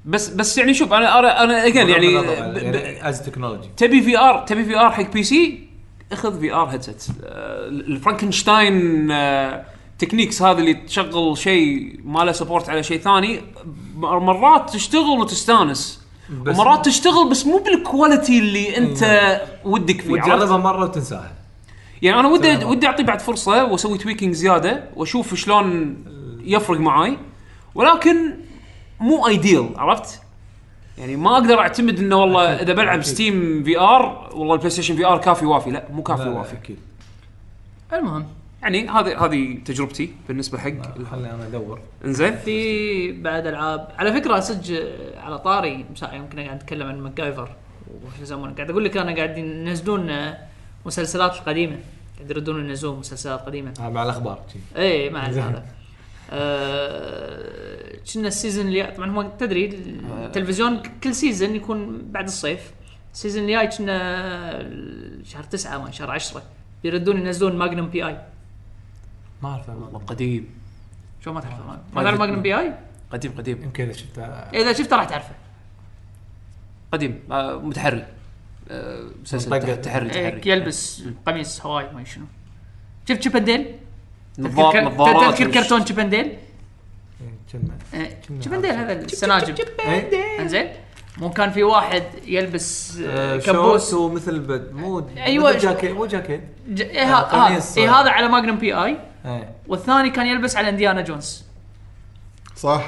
Speaker 2: بس بس يعني شوف انا انا انا again يعني
Speaker 3: بغض النظر عن-
Speaker 2: ب- ب-
Speaker 3: يعني از تكنولوجي
Speaker 2: تبي في ار تبي في ار حق بي سي اخذ في ار هيدسيت آه، الفرانكنشتاين آه، تكنيكس هذه اللي تشغل شيء ما له سبورت على شيء ثاني م- مرات تشتغل وتستانس
Speaker 3: بس-
Speaker 2: ومرات تشتغل بس مو بالكواليتي اللي انت ودك فيه عرفت؟
Speaker 3: وتجربها مره وتنساها
Speaker 2: يعني انا ودي
Speaker 3: تجربها.
Speaker 2: ودي اعطي بعد فرصه واسوي تويكينج زياده واشوف شلون يفرق معاي ولكن مو ايديل عرفت؟ يعني ما اقدر اعتمد انه والله اذا بلعب
Speaker 3: أكيد.
Speaker 2: ستيم في ار والله البلاي ستيشن في ار كافي وافي لا مو كافي
Speaker 3: لا، لا،
Speaker 2: وافي
Speaker 3: اكيد
Speaker 5: المهم
Speaker 2: يعني هذه هذه تجربتي بالنسبه حق
Speaker 3: خليني انا ادور
Speaker 2: انزين
Speaker 5: في بعد العاب على فكره صدق آه، على طاري مساء يمكن قاعد اتكلم عن ماكايفر وش يسمونه قاعد اقول لك انا قاعد ينزلون آه، مسلسلات القديمه قاعد يردون ينزلون مسلسلات قديمه
Speaker 3: آه، مع الاخبار شي.
Speaker 5: اي ما اعرف هذا آه، كنا السيزون اللي طبعا هو تدري التلفزيون كل سيزون يكون بعد الصيف السيزون الجاي كنا شهر تسعة ما شهر عشرة بيردون ينزلون ماجنوم بي اي
Speaker 3: ما اعرف والله
Speaker 2: قديم
Speaker 5: شو ما تعرفه ما تعرف ماجنوم بي اي؟
Speaker 2: قديم قديم
Speaker 3: يمكن اذا شفتها
Speaker 5: اذا شفته راح تعرفه
Speaker 2: قديم آه، متحري آه، مسلسل
Speaker 3: منطقة.
Speaker 2: تح- تحري
Speaker 5: إيه،
Speaker 2: تحري
Speaker 5: يلبس قميص هواي ما شنو شفت شيبنديل؟
Speaker 2: نظار- نظارات
Speaker 5: تذكر
Speaker 2: وش-
Speaker 5: كرتون شيبنديل؟
Speaker 3: إيه، كنا
Speaker 5: شيبنديل هذا السناجب
Speaker 3: إيه.
Speaker 5: انزين مو كان في واحد يلبس آه،
Speaker 3: آه،
Speaker 5: كبوس
Speaker 3: شورت ومثل بد مو
Speaker 5: أيوة.
Speaker 3: مثل جاكيت مو جاكيت
Speaker 5: ج- إيه ها-
Speaker 3: قميص.
Speaker 5: هذا- إيه هذا على ماجنم بي اي
Speaker 3: إيه.
Speaker 5: والثاني كان يلبس على انديانا جونز
Speaker 4: صح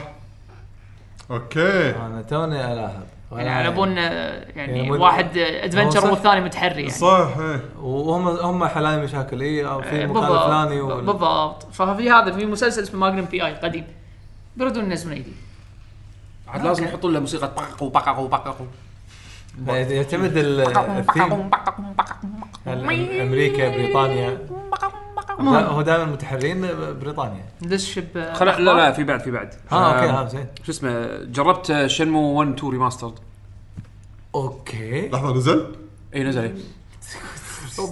Speaker 4: اوكي
Speaker 3: انا توني الاحظ
Speaker 5: يعني على بالنا آه، يعني
Speaker 3: يعني مد-
Speaker 5: واحد
Speaker 3: هو
Speaker 5: ادفنشر
Speaker 3: صح.
Speaker 5: والثاني متحري يعني
Speaker 4: صح إيه.
Speaker 3: وهم هم حلاين مشاكل اي او في
Speaker 2: إيه،
Speaker 5: آه،
Speaker 3: مكان
Speaker 5: بالضبط،
Speaker 3: فلاني
Speaker 5: ب-
Speaker 3: وال-
Speaker 5: بالضبط ففي هذا في مسلسل اسمه ماجنم بي اي قديم بيردون ينزلون جديد
Speaker 2: عاد لازم يحطون له موسيقى طقق وبقق وبقق
Speaker 3: يعتمد ال- الثيم ال- امريكا بريطانيا لا هو دائما متحرين بريطانيا
Speaker 5: ندش ب
Speaker 2: خلا لا لا في بعد في بعد آه،
Speaker 3: اه اوكي
Speaker 2: آم،
Speaker 3: ها زين
Speaker 2: شو اسمه جربت شنمو 1 2 ريماسترد
Speaker 3: اوكي
Speaker 4: لحظه نزل
Speaker 2: اي نزل إيه.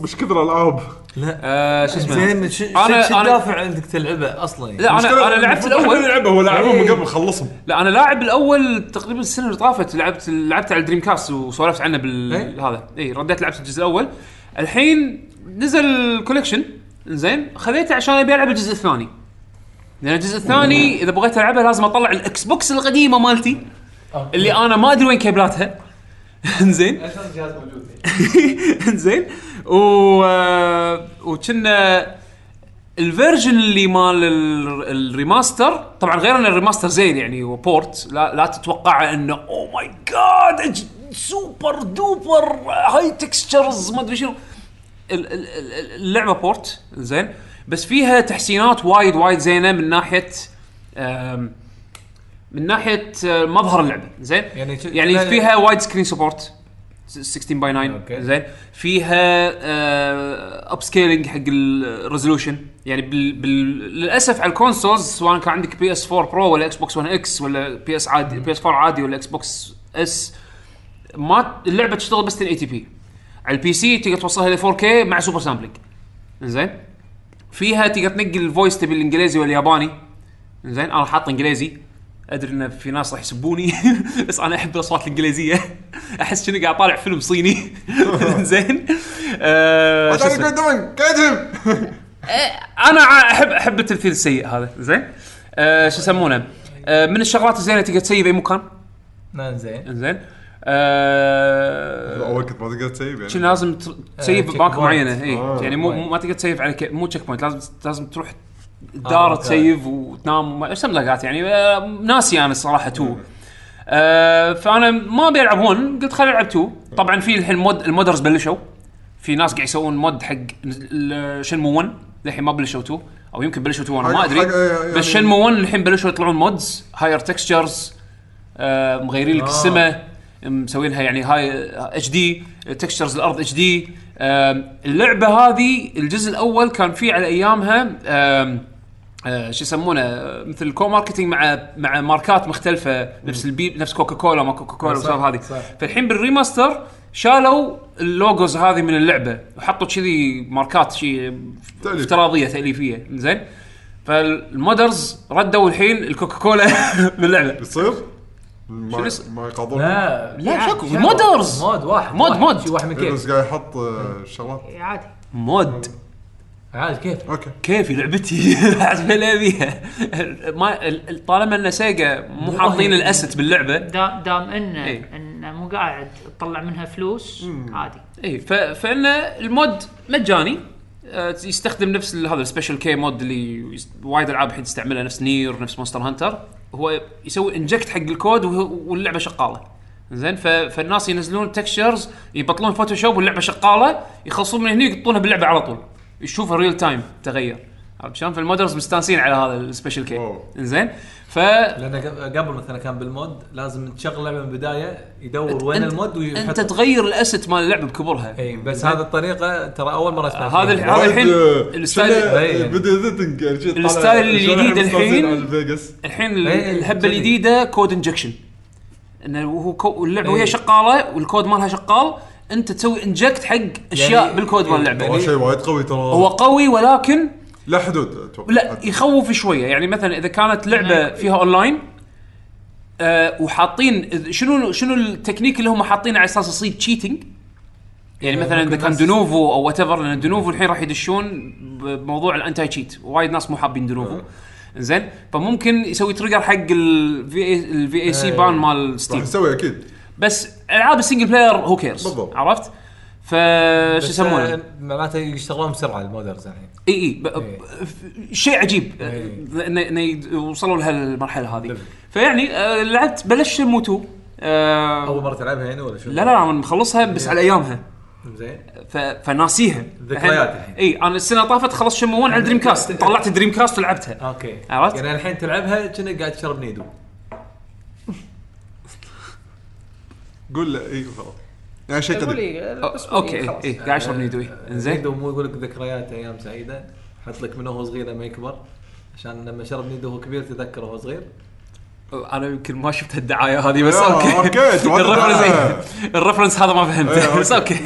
Speaker 4: مش كثر العاب
Speaker 3: لا
Speaker 2: آه، شو اسمه
Speaker 3: زين شو
Speaker 2: أنا-
Speaker 3: شو
Speaker 2: أنا-
Speaker 3: الدافع عندك تلعبه اصلا يعني؟
Speaker 2: لا انا انا لعبت الاول
Speaker 4: لعبه هو لعبهم من
Speaker 3: إيه.
Speaker 4: قبل خلصهم
Speaker 2: لا انا لاعب الاول تقريبا السنه اللي طافت لعبت لعبت على الدريم كاست وسولفت عنه بال
Speaker 3: إيه؟
Speaker 2: هذا اي رديت لعبت الجزء الاول الحين نزل الكوليكشن زين خذيته عشان ابي العب الجزء الثاني لان الجزء الثاني اذا بغيت العبه لازم اطلع الاكس بوكس القديمه مالتي اللي انا ما ادري وين كيبلاتها *laughs* زين
Speaker 6: الجهاز
Speaker 2: *laughs*
Speaker 6: موجود
Speaker 2: زين و آه، وكنا الفيرجن اللي مال ال- الريماستر طبعا غير ان الريماستر زين يعني وبورت لا, "Oh لا تتوقع انه او ماي جاد سوبر دوبر هاي تكستشرز ما ادري شنو ال- ال- ال- اللعبه بورت زين بس فيها تحسينات وايد وايد زينه من ناحيه آم، من ناحيه آه، مظهر اللعبه زين
Speaker 3: يعني ش-
Speaker 2: يعني
Speaker 3: لا- لا-
Speaker 2: فيها وايد سكرين سبورت 16 باي 9
Speaker 3: أوكي.
Speaker 2: زين فيها اب سكيلينج حق الريزولوشن يعني بال بال للاسف على الكونسولز سواء كان عندك بي اس 4 برو ولا اكس بوكس 1 اكس ولا بي اس عادي بي اس 4 عادي ولا اكس بوكس اس ما اللعبه تشتغل بس 1080 بي على البي سي تقدر توصلها ل 4 كي مع سوبر سامبلينج زين فيها تقدر تنقل الفويس تبي الانجليزي ولا الياباني زين انا حاط انجليزي ادري ان في ناس راح يسبوني *laughs* بس انا احب الاصوات *laughs* الانجليزيه احس كأني قاعد طالع فيلم صيني *laughs* زين آه، شو اسمه؟
Speaker 4: كاتب *laughs*
Speaker 2: انا ع- احب احب التمثيل السيء هذا زين آه، شو يسمونه آه، من الشغلات الزينه تقدر تسيب اي مكان
Speaker 3: نعم، زين
Speaker 2: زين آه،
Speaker 4: اول كنت ما تقدر تسيب
Speaker 2: كان
Speaker 4: يعني
Speaker 2: لازم تر- تسيف
Speaker 6: آه، check
Speaker 2: بباك
Speaker 6: point.
Speaker 2: معينه اي
Speaker 4: آه،
Speaker 2: يعني مو مو- ما تقدر تسيف على ك- مو تشيك بوينت لازم لازم تروح دار
Speaker 6: آه، أوكي.
Speaker 2: تسيف وتنام ايش لاقات يعني آه، ناسي انا الصراحه تو آه فانا ما ابي العب هون قلت خليني العب تو طبعا في الحين مود المودرز بلشوا في ناس قاعد يسوون مود حق ال- شنمو 1 للحين ما بلشوا 2 او يمكن بلشوا 2 انا
Speaker 4: حق-
Speaker 2: ما ادري
Speaker 4: حق-
Speaker 6: آه،
Speaker 4: يعني-
Speaker 2: بس شنمو 1 الحين بلشوا يطلعون مودز هاير تكستشرز آه مغيرين لك السماء مسوينها يعني هاي اتش دي تكستشرز الارض اتش دي اللعبه آه، هذه الجزء الاول كان فيه على ايامها آم، آه، شو يسمونه آه، مثل كو ماركتينج مع مع ماركات مختلفه نفس البي نفس كوكا كولا ما كوكا كولا والسوالف هذه
Speaker 3: صح.
Speaker 2: فالحين بالريماستر شالوا اللوجوز هذه من اللعبه وحطوا كذي ماركات شيء
Speaker 4: تأليف.
Speaker 2: افتراضيه تاليفيه زين فالمودرز ردوا الحين الكوكا كولا *laughs* من اللعبه
Speaker 4: يصير ما-
Speaker 2: شو يصير؟
Speaker 4: ما يقاضون
Speaker 3: لا
Speaker 2: لا، شكو، مودرز.
Speaker 3: مود واحد
Speaker 2: مود،
Speaker 3: واحد.
Speaker 2: مود.
Speaker 3: شي واحد من كيف
Speaker 4: بس قاعد يحط آه، شغلات
Speaker 5: إي عادي
Speaker 2: مود
Speaker 3: عادي كيف
Speaker 4: اوكي
Speaker 2: كيفي لعبتي *laughs* عاد ما بيها ما ال- ال- طالما ان سيجا مو حاطين الاسيت باللعبه
Speaker 5: دا- دام انه
Speaker 2: إي.
Speaker 5: انه مو قاعد تطلع منها فلوس عادي
Speaker 2: اي إيه، ف... فان المود مجاني آه، يستخدم نفس ال- هذا السبيشل كي مود اللي يس- وايد العاب الحين تستعملها نفس نير نفس مونستر هانتر هو يسوي انجكت حق الكود وهو- واللعبه شغاله زين ف... فالناس ينزلون تكشرز يبطلون فوتوشوب واللعبه شغاله يخلصون من هنا يقطونها باللعبه على طول يشوفها ريل تايم تغير عرفت شلون فالمودرز مستانسين على هذا السبيشل كي
Speaker 4: واو.
Speaker 2: زين ف
Speaker 6: لان قبل مثلا كان بالمود لازم تشغله من البدايه يدور وين
Speaker 2: أنت-
Speaker 6: المود
Speaker 2: انت
Speaker 6: ويحط
Speaker 2: تغير الاسيت مال اللعبه بكبرها
Speaker 3: إيه،
Speaker 6: اي بس هذه الطريقه ترى اول مره اسمع
Speaker 2: هذا
Speaker 6: فيها.
Speaker 2: الح-
Speaker 4: طيب،
Speaker 2: هذا الحين
Speaker 4: آه،
Speaker 2: الستايل إيه،
Speaker 6: باين.
Speaker 4: فيديو اديتنج يعني شي طالع-
Speaker 2: الستايل
Speaker 4: شلون
Speaker 2: الجديد
Speaker 4: إحنا مستانسين
Speaker 2: الحين.
Speaker 4: على الفيجاس
Speaker 2: الحين ال-
Speaker 6: إيه،
Speaker 2: الهبه
Speaker 6: صدق.
Speaker 2: الجديده كود انجكشن انه هو كو اللعبه وهي
Speaker 6: إيه.
Speaker 2: شغاله والكود مالها شغال انت تسوي انجكت حق اشياء
Speaker 6: يعني-
Speaker 2: بالكود مال اللعبه
Speaker 4: هو شيء وايد قوي ترى
Speaker 2: هو قوي ولكن
Speaker 4: لا حدود اتوقع
Speaker 2: لا يخوف شويه يعني مثلا اذا كانت
Speaker 6: نعم.
Speaker 2: لعبه فيها اونلاين آه وحاطين إذ- شنو شنو التكنيك اللي هم حاطينه على اساس يصير تشيتنج يعني مثلا اذا
Speaker 6: آه، ممكن
Speaker 2: كان
Speaker 6: ناس-
Speaker 2: دونوفو او وات ايفر لان دونوفو الحين راح يدشون بموضوع الانتي تشيت وايد ناس مو حابين
Speaker 6: آه.
Speaker 2: دونوفو زين فممكن يسوي تريجر حق الفي اي الفي اي
Speaker 6: آه،
Speaker 2: سي بان مال
Speaker 4: راح
Speaker 2: ستيم
Speaker 4: يسوي اكيد
Speaker 2: بس العاب السنجل بلاير هو كيرز
Speaker 4: بالضبط.
Speaker 2: عرفت؟ فشو
Speaker 6: بس،
Speaker 2: يسمونه؟
Speaker 6: آه، معناته يشتغلون بسرعه المودرز الحين
Speaker 2: اي اي ب-
Speaker 6: إيه.
Speaker 2: ف- شيء عجيب
Speaker 6: إيه.
Speaker 2: ان إن يد- وصلوا لهالمرحله هذه
Speaker 4: نعم.
Speaker 2: فيعني آه، لعبت بلشت موتو آه،
Speaker 6: اول مره تلعبها هنا ولا شو؟
Speaker 2: لا لا لا أنا مخلصها
Speaker 4: إيه.
Speaker 2: بس على ايامها
Speaker 6: زين
Speaker 2: ف- فناسيها إيه،
Speaker 6: ذكريات الحين.
Speaker 2: اي انا السنه طافت خلصت شموان على دريم
Speaker 4: *laughs*
Speaker 2: كاست طلعت دريم كاست ولعبتها
Speaker 6: اوكي
Speaker 2: عرفت؟
Speaker 6: يعني الحين تلعبها كأنك قاعد تشرب نيدو
Speaker 4: قول له اي خلاص يعني شيء
Speaker 5: يقول
Speaker 4: كذي
Speaker 5: لي
Speaker 2: أو-
Speaker 4: إيه،
Speaker 2: إيه، اوكي اي قاعد اشرب نيدو إي. انزين
Speaker 6: نيدو مو يقول لك ذكريات ايام سعيده حط لك من هو صغير لما يكبر عشان لما شرب نيدو وهو كبير تذكر وهو صغير
Speaker 2: انا آه، يمكن ما شفت هالدعايه هذه بس
Speaker 4: آه،
Speaker 2: اوكي
Speaker 4: أوكي، تبغى تدعاية.
Speaker 2: *laughs* الرفرنس الرفرنس هذا ما فهمته
Speaker 4: إيه،
Speaker 2: بس اوكي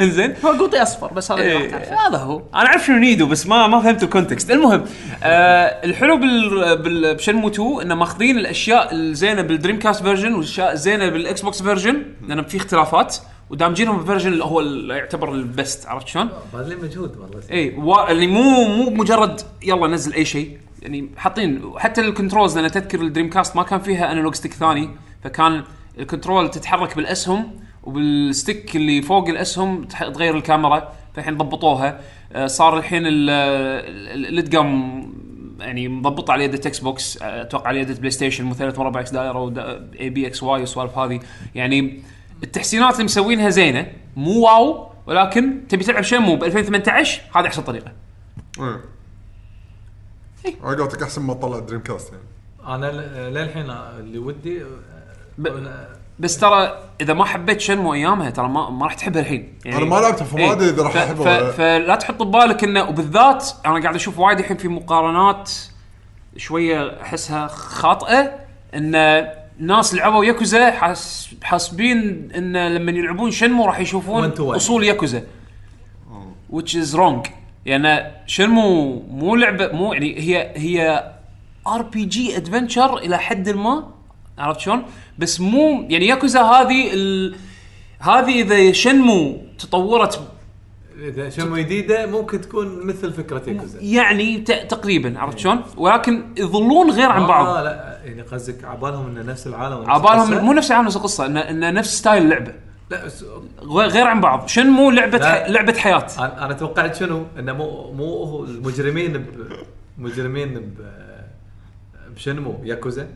Speaker 2: انزين
Speaker 5: هو قوطي اصفر بس هذا اللي راح
Speaker 2: إيه،
Speaker 5: تعرفه.
Speaker 2: هذا هو انا اعرف شنو نيدو بس ما ما فهمت الكونتكست المهم آه الحلو بال بال- بشنمو 2 انه ماخذين الاشياء الزينه بالدريم كاست فيرجن والاشياء الزينه بالاكس بوكس فيرجن لان في اختلافات ودامجينهم بالفيرجن اللي هو ال- يعتبر البست عرفت شلون؟
Speaker 6: باذلين مجهود والله
Speaker 2: اي وا- إيه، اللي مو مو مجرد يلا نزل اي شيء يعني حاطين حتى الكنترولز لان تذكر الدريم كاست ما كان فيها انالوج ستيك ثاني فكان الكنترول تتحرك بالاسهم وبالستيك اللي فوق الاسهم تح- تغير الكاميرا فالحين ضبطوها آه، صار الحين ال- ال- الادقم يعني مضبط على يد التكست بوكس آه، اتوقع على يد البلاي ستيشن مثلث مربع اكس دائره اي بي اكس واي والسوالف هذه يعني التحسينات اللي مسوينها زينه مو واو ولكن تبي تلعب شيمو ب 2018 هذه احسن طريقه
Speaker 4: إيه. انا قلت لك احسن ما طلع دريم كاست يعني
Speaker 6: انا ل- للحين اللي ودي
Speaker 2: ب-
Speaker 6: أنا-
Speaker 2: بس ترى اذا ما حبيت شنمو ايامها ترى ما, ما راح تحبها الحين
Speaker 4: أنا ما لعبتها فما
Speaker 2: إيه.
Speaker 4: أدري إذا راح
Speaker 2: ف-
Speaker 4: أحبها
Speaker 2: ف-
Speaker 4: ولا لا.
Speaker 2: فلا تحط ببالك انه وبالذات انا قاعد اشوف وايد الحين في مقارنات شويه احسها خاطئه ان ناس لعبوا ياكوزا حاس- حاسبين ان لما يلعبون شنمو راح يشوفون
Speaker 6: One to one.
Speaker 2: اصول ياكوزا which is wrong يعني شنمو مو لعبه مو يعني هي هي ار بي جي ادفنشر الى حد ما عرفت شلون؟ بس مو يعني ياكوزا هذه ال... هذه اذا شنمو تطورت
Speaker 6: اذا شمو جديده ممكن تكون مثل فكره ياكوزا
Speaker 3: آه،
Speaker 2: يعني ت... تقريبا عرفت شلون؟ ولكن يظلون غير عن بعض
Speaker 6: لا يعني قصدك عبالهم انه نفس العالم ونفس القصة؟
Speaker 2: عبالهم مو نفس العالم نفس القصه انه انه نفس ستايل اللعبه
Speaker 6: لا بس
Speaker 2: غ- غير عن بعض شنمو لعبه
Speaker 6: لا.
Speaker 2: ح... لعبه حياه
Speaker 6: انا أنا توقعت شنو انه مو مو هو المجرمين ب مجرمين ب بشنمو ياكوزا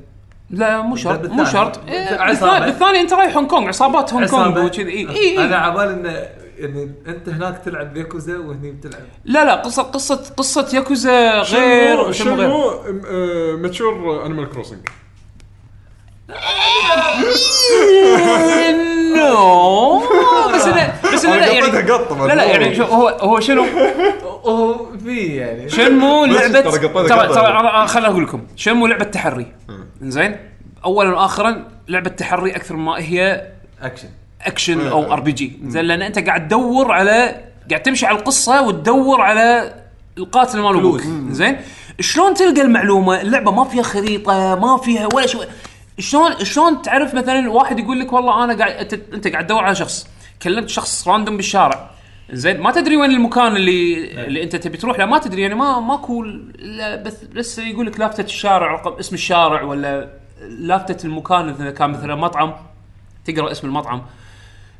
Speaker 2: لا مو شرط مو
Speaker 6: بالثاني.
Speaker 2: شرط إيه،
Speaker 6: عصابة.
Speaker 2: بالثاني- بالثاني انت رايح هونغ كونغ عصابات هونغ كونغ
Speaker 6: عصابة.
Speaker 2: وكذي إيه، إي- اي
Speaker 6: انا
Speaker 2: اي
Speaker 6: عبالي انه يعني انت هناك تلعب ياكوزا وهني بتلعب
Speaker 2: لا لا قصه قصه قصه ياكوزا غير شنو آه، غير
Speaker 4: شنو ماتشور انيمال كروسنج
Speaker 2: *laughs* *laughs* نو بس انه بس انه لا
Speaker 4: انا
Speaker 2: يعني
Speaker 4: قطيتها قطه
Speaker 2: لا لا يعني شو هو هو شنو
Speaker 6: وهو في يعني
Speaker 2: شنمو
Speaker 4: بس
Speaker 2: لعبه
Speaker 4: ترى
Speaker 2: ترى
Speaker 4: قطيتها
Speaker 2: ترى
Speaker 4: قطة.
Speaker 2: أنا- أنا- خليني اقول لكم شنمو لعبه تحري زين اولا واخرا لعبه تحري اكثر ما هي
Speaker 6: اكشن
Speaker 2: اكشن او ار بي جي زين لان انت قاعد تدور على قاعد تمشي على القصه وتدور على القاتل مال ابوك زين شلون تلقى المعلومه اللعبه ما فيها خريطه ما فيها ولا شيء شلون شلون تعرف مثلا واحد يقول لك والله انا قاعد أنت- انت قاعد تدور على شخص كلمت شخص راندوم بالشارع زين ما تدري وين المكان اللي اللي انت تبي تروح له ما تدري يعني ما ماكو لا بس بس يقول لك لافته الشارع رقم اسم الشارع ولا لافته المكان اذا كان مثلا مطعم تقرا اسم المطعم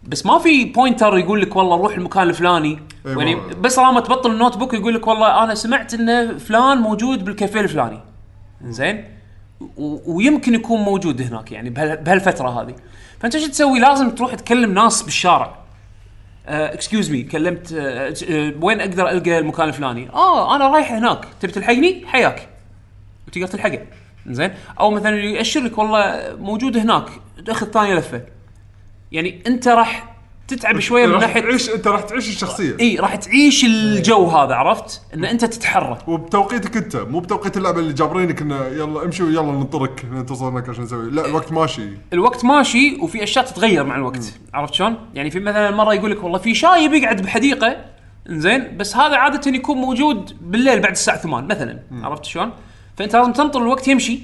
Speaker 2: بس ما في بوينتر يقول لك والله روح المكان الفلاني
Speaker 4: إي
Speaker 2: يعني
Speaker 4: ما-
Speaker 2: بس لما تبطل النوت بوك يقول لك والله انا سمعت ان فلان موجود بالكافيه الفلاني زين و- ويمكن يكون موجود هناك يعني بهال- بهالفتره هذه فانت شو تسوي لازم تروح تكلم ناس بالشارع اكسكيوز مي كلمت آه، آه، وين اقدر القى المكان الفلاني اه انا رايح هناك تبي تلحقني حياك وتقدر تلحقه زين او مثلا ياشر لك والله موجود هناك تاخذ ثانيه لفه يعني انت راح تتعب شويه من
Speaker 4: راح
Speaker 2: ناحيه
Speaker 4: تعيش انت راح تعيش الشخصيه
Speaker 2: اي راح تعيش الجو هذا عرفت ان انت تتحرك
Speaker 4: وبتوقيتك انت مو بتوقيت اللعبه اللي جابرينك انه يلا امشي ويلا ننطرك ننتظرك عشان نسوي لا الوقت ماشي
Speaker 2: الوقت ماشي وفي اشياء تتغير مع الوقت عرفت شلون يعني في مثلا مره يقول لك والله في شايب يقعد بحديقه زين بس هذا عاده يكون موجود بالليل بعد الساعه 8 مثلا عرفت شلون فانت لازم تنطر الوقت يمشي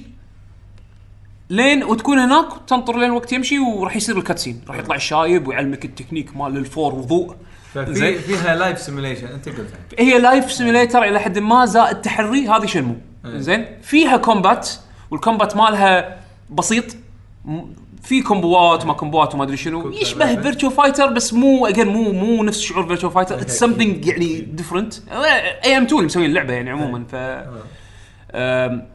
Speaker 2: لين وتكون هناك وتنطر لين الوقت يمشي وراح يصير الكاتسين راح يطلع الشايب ويعلمك التكنيك مال الفور وضوء
Speaker 6: ففي
Speaker 2: زين.
Speaker 6: فيها لايف سيميليشن انت قلتها
Speaker 2: هي لايف سيميليتر الى حد ما زائد تحري هذه شنمو زين فيها كومبات والكومبات مالها بسيط م- في كومبوات وما كومبوات وما ادري شنو يشبه فيرتشو فايتر بس مو اجين مو مو نفس شعور فيرتشو فايتر اتس سمثينج يعني ديفرنت اي ام 2 اللي مسوين اللعبه يعني عموما ف أم،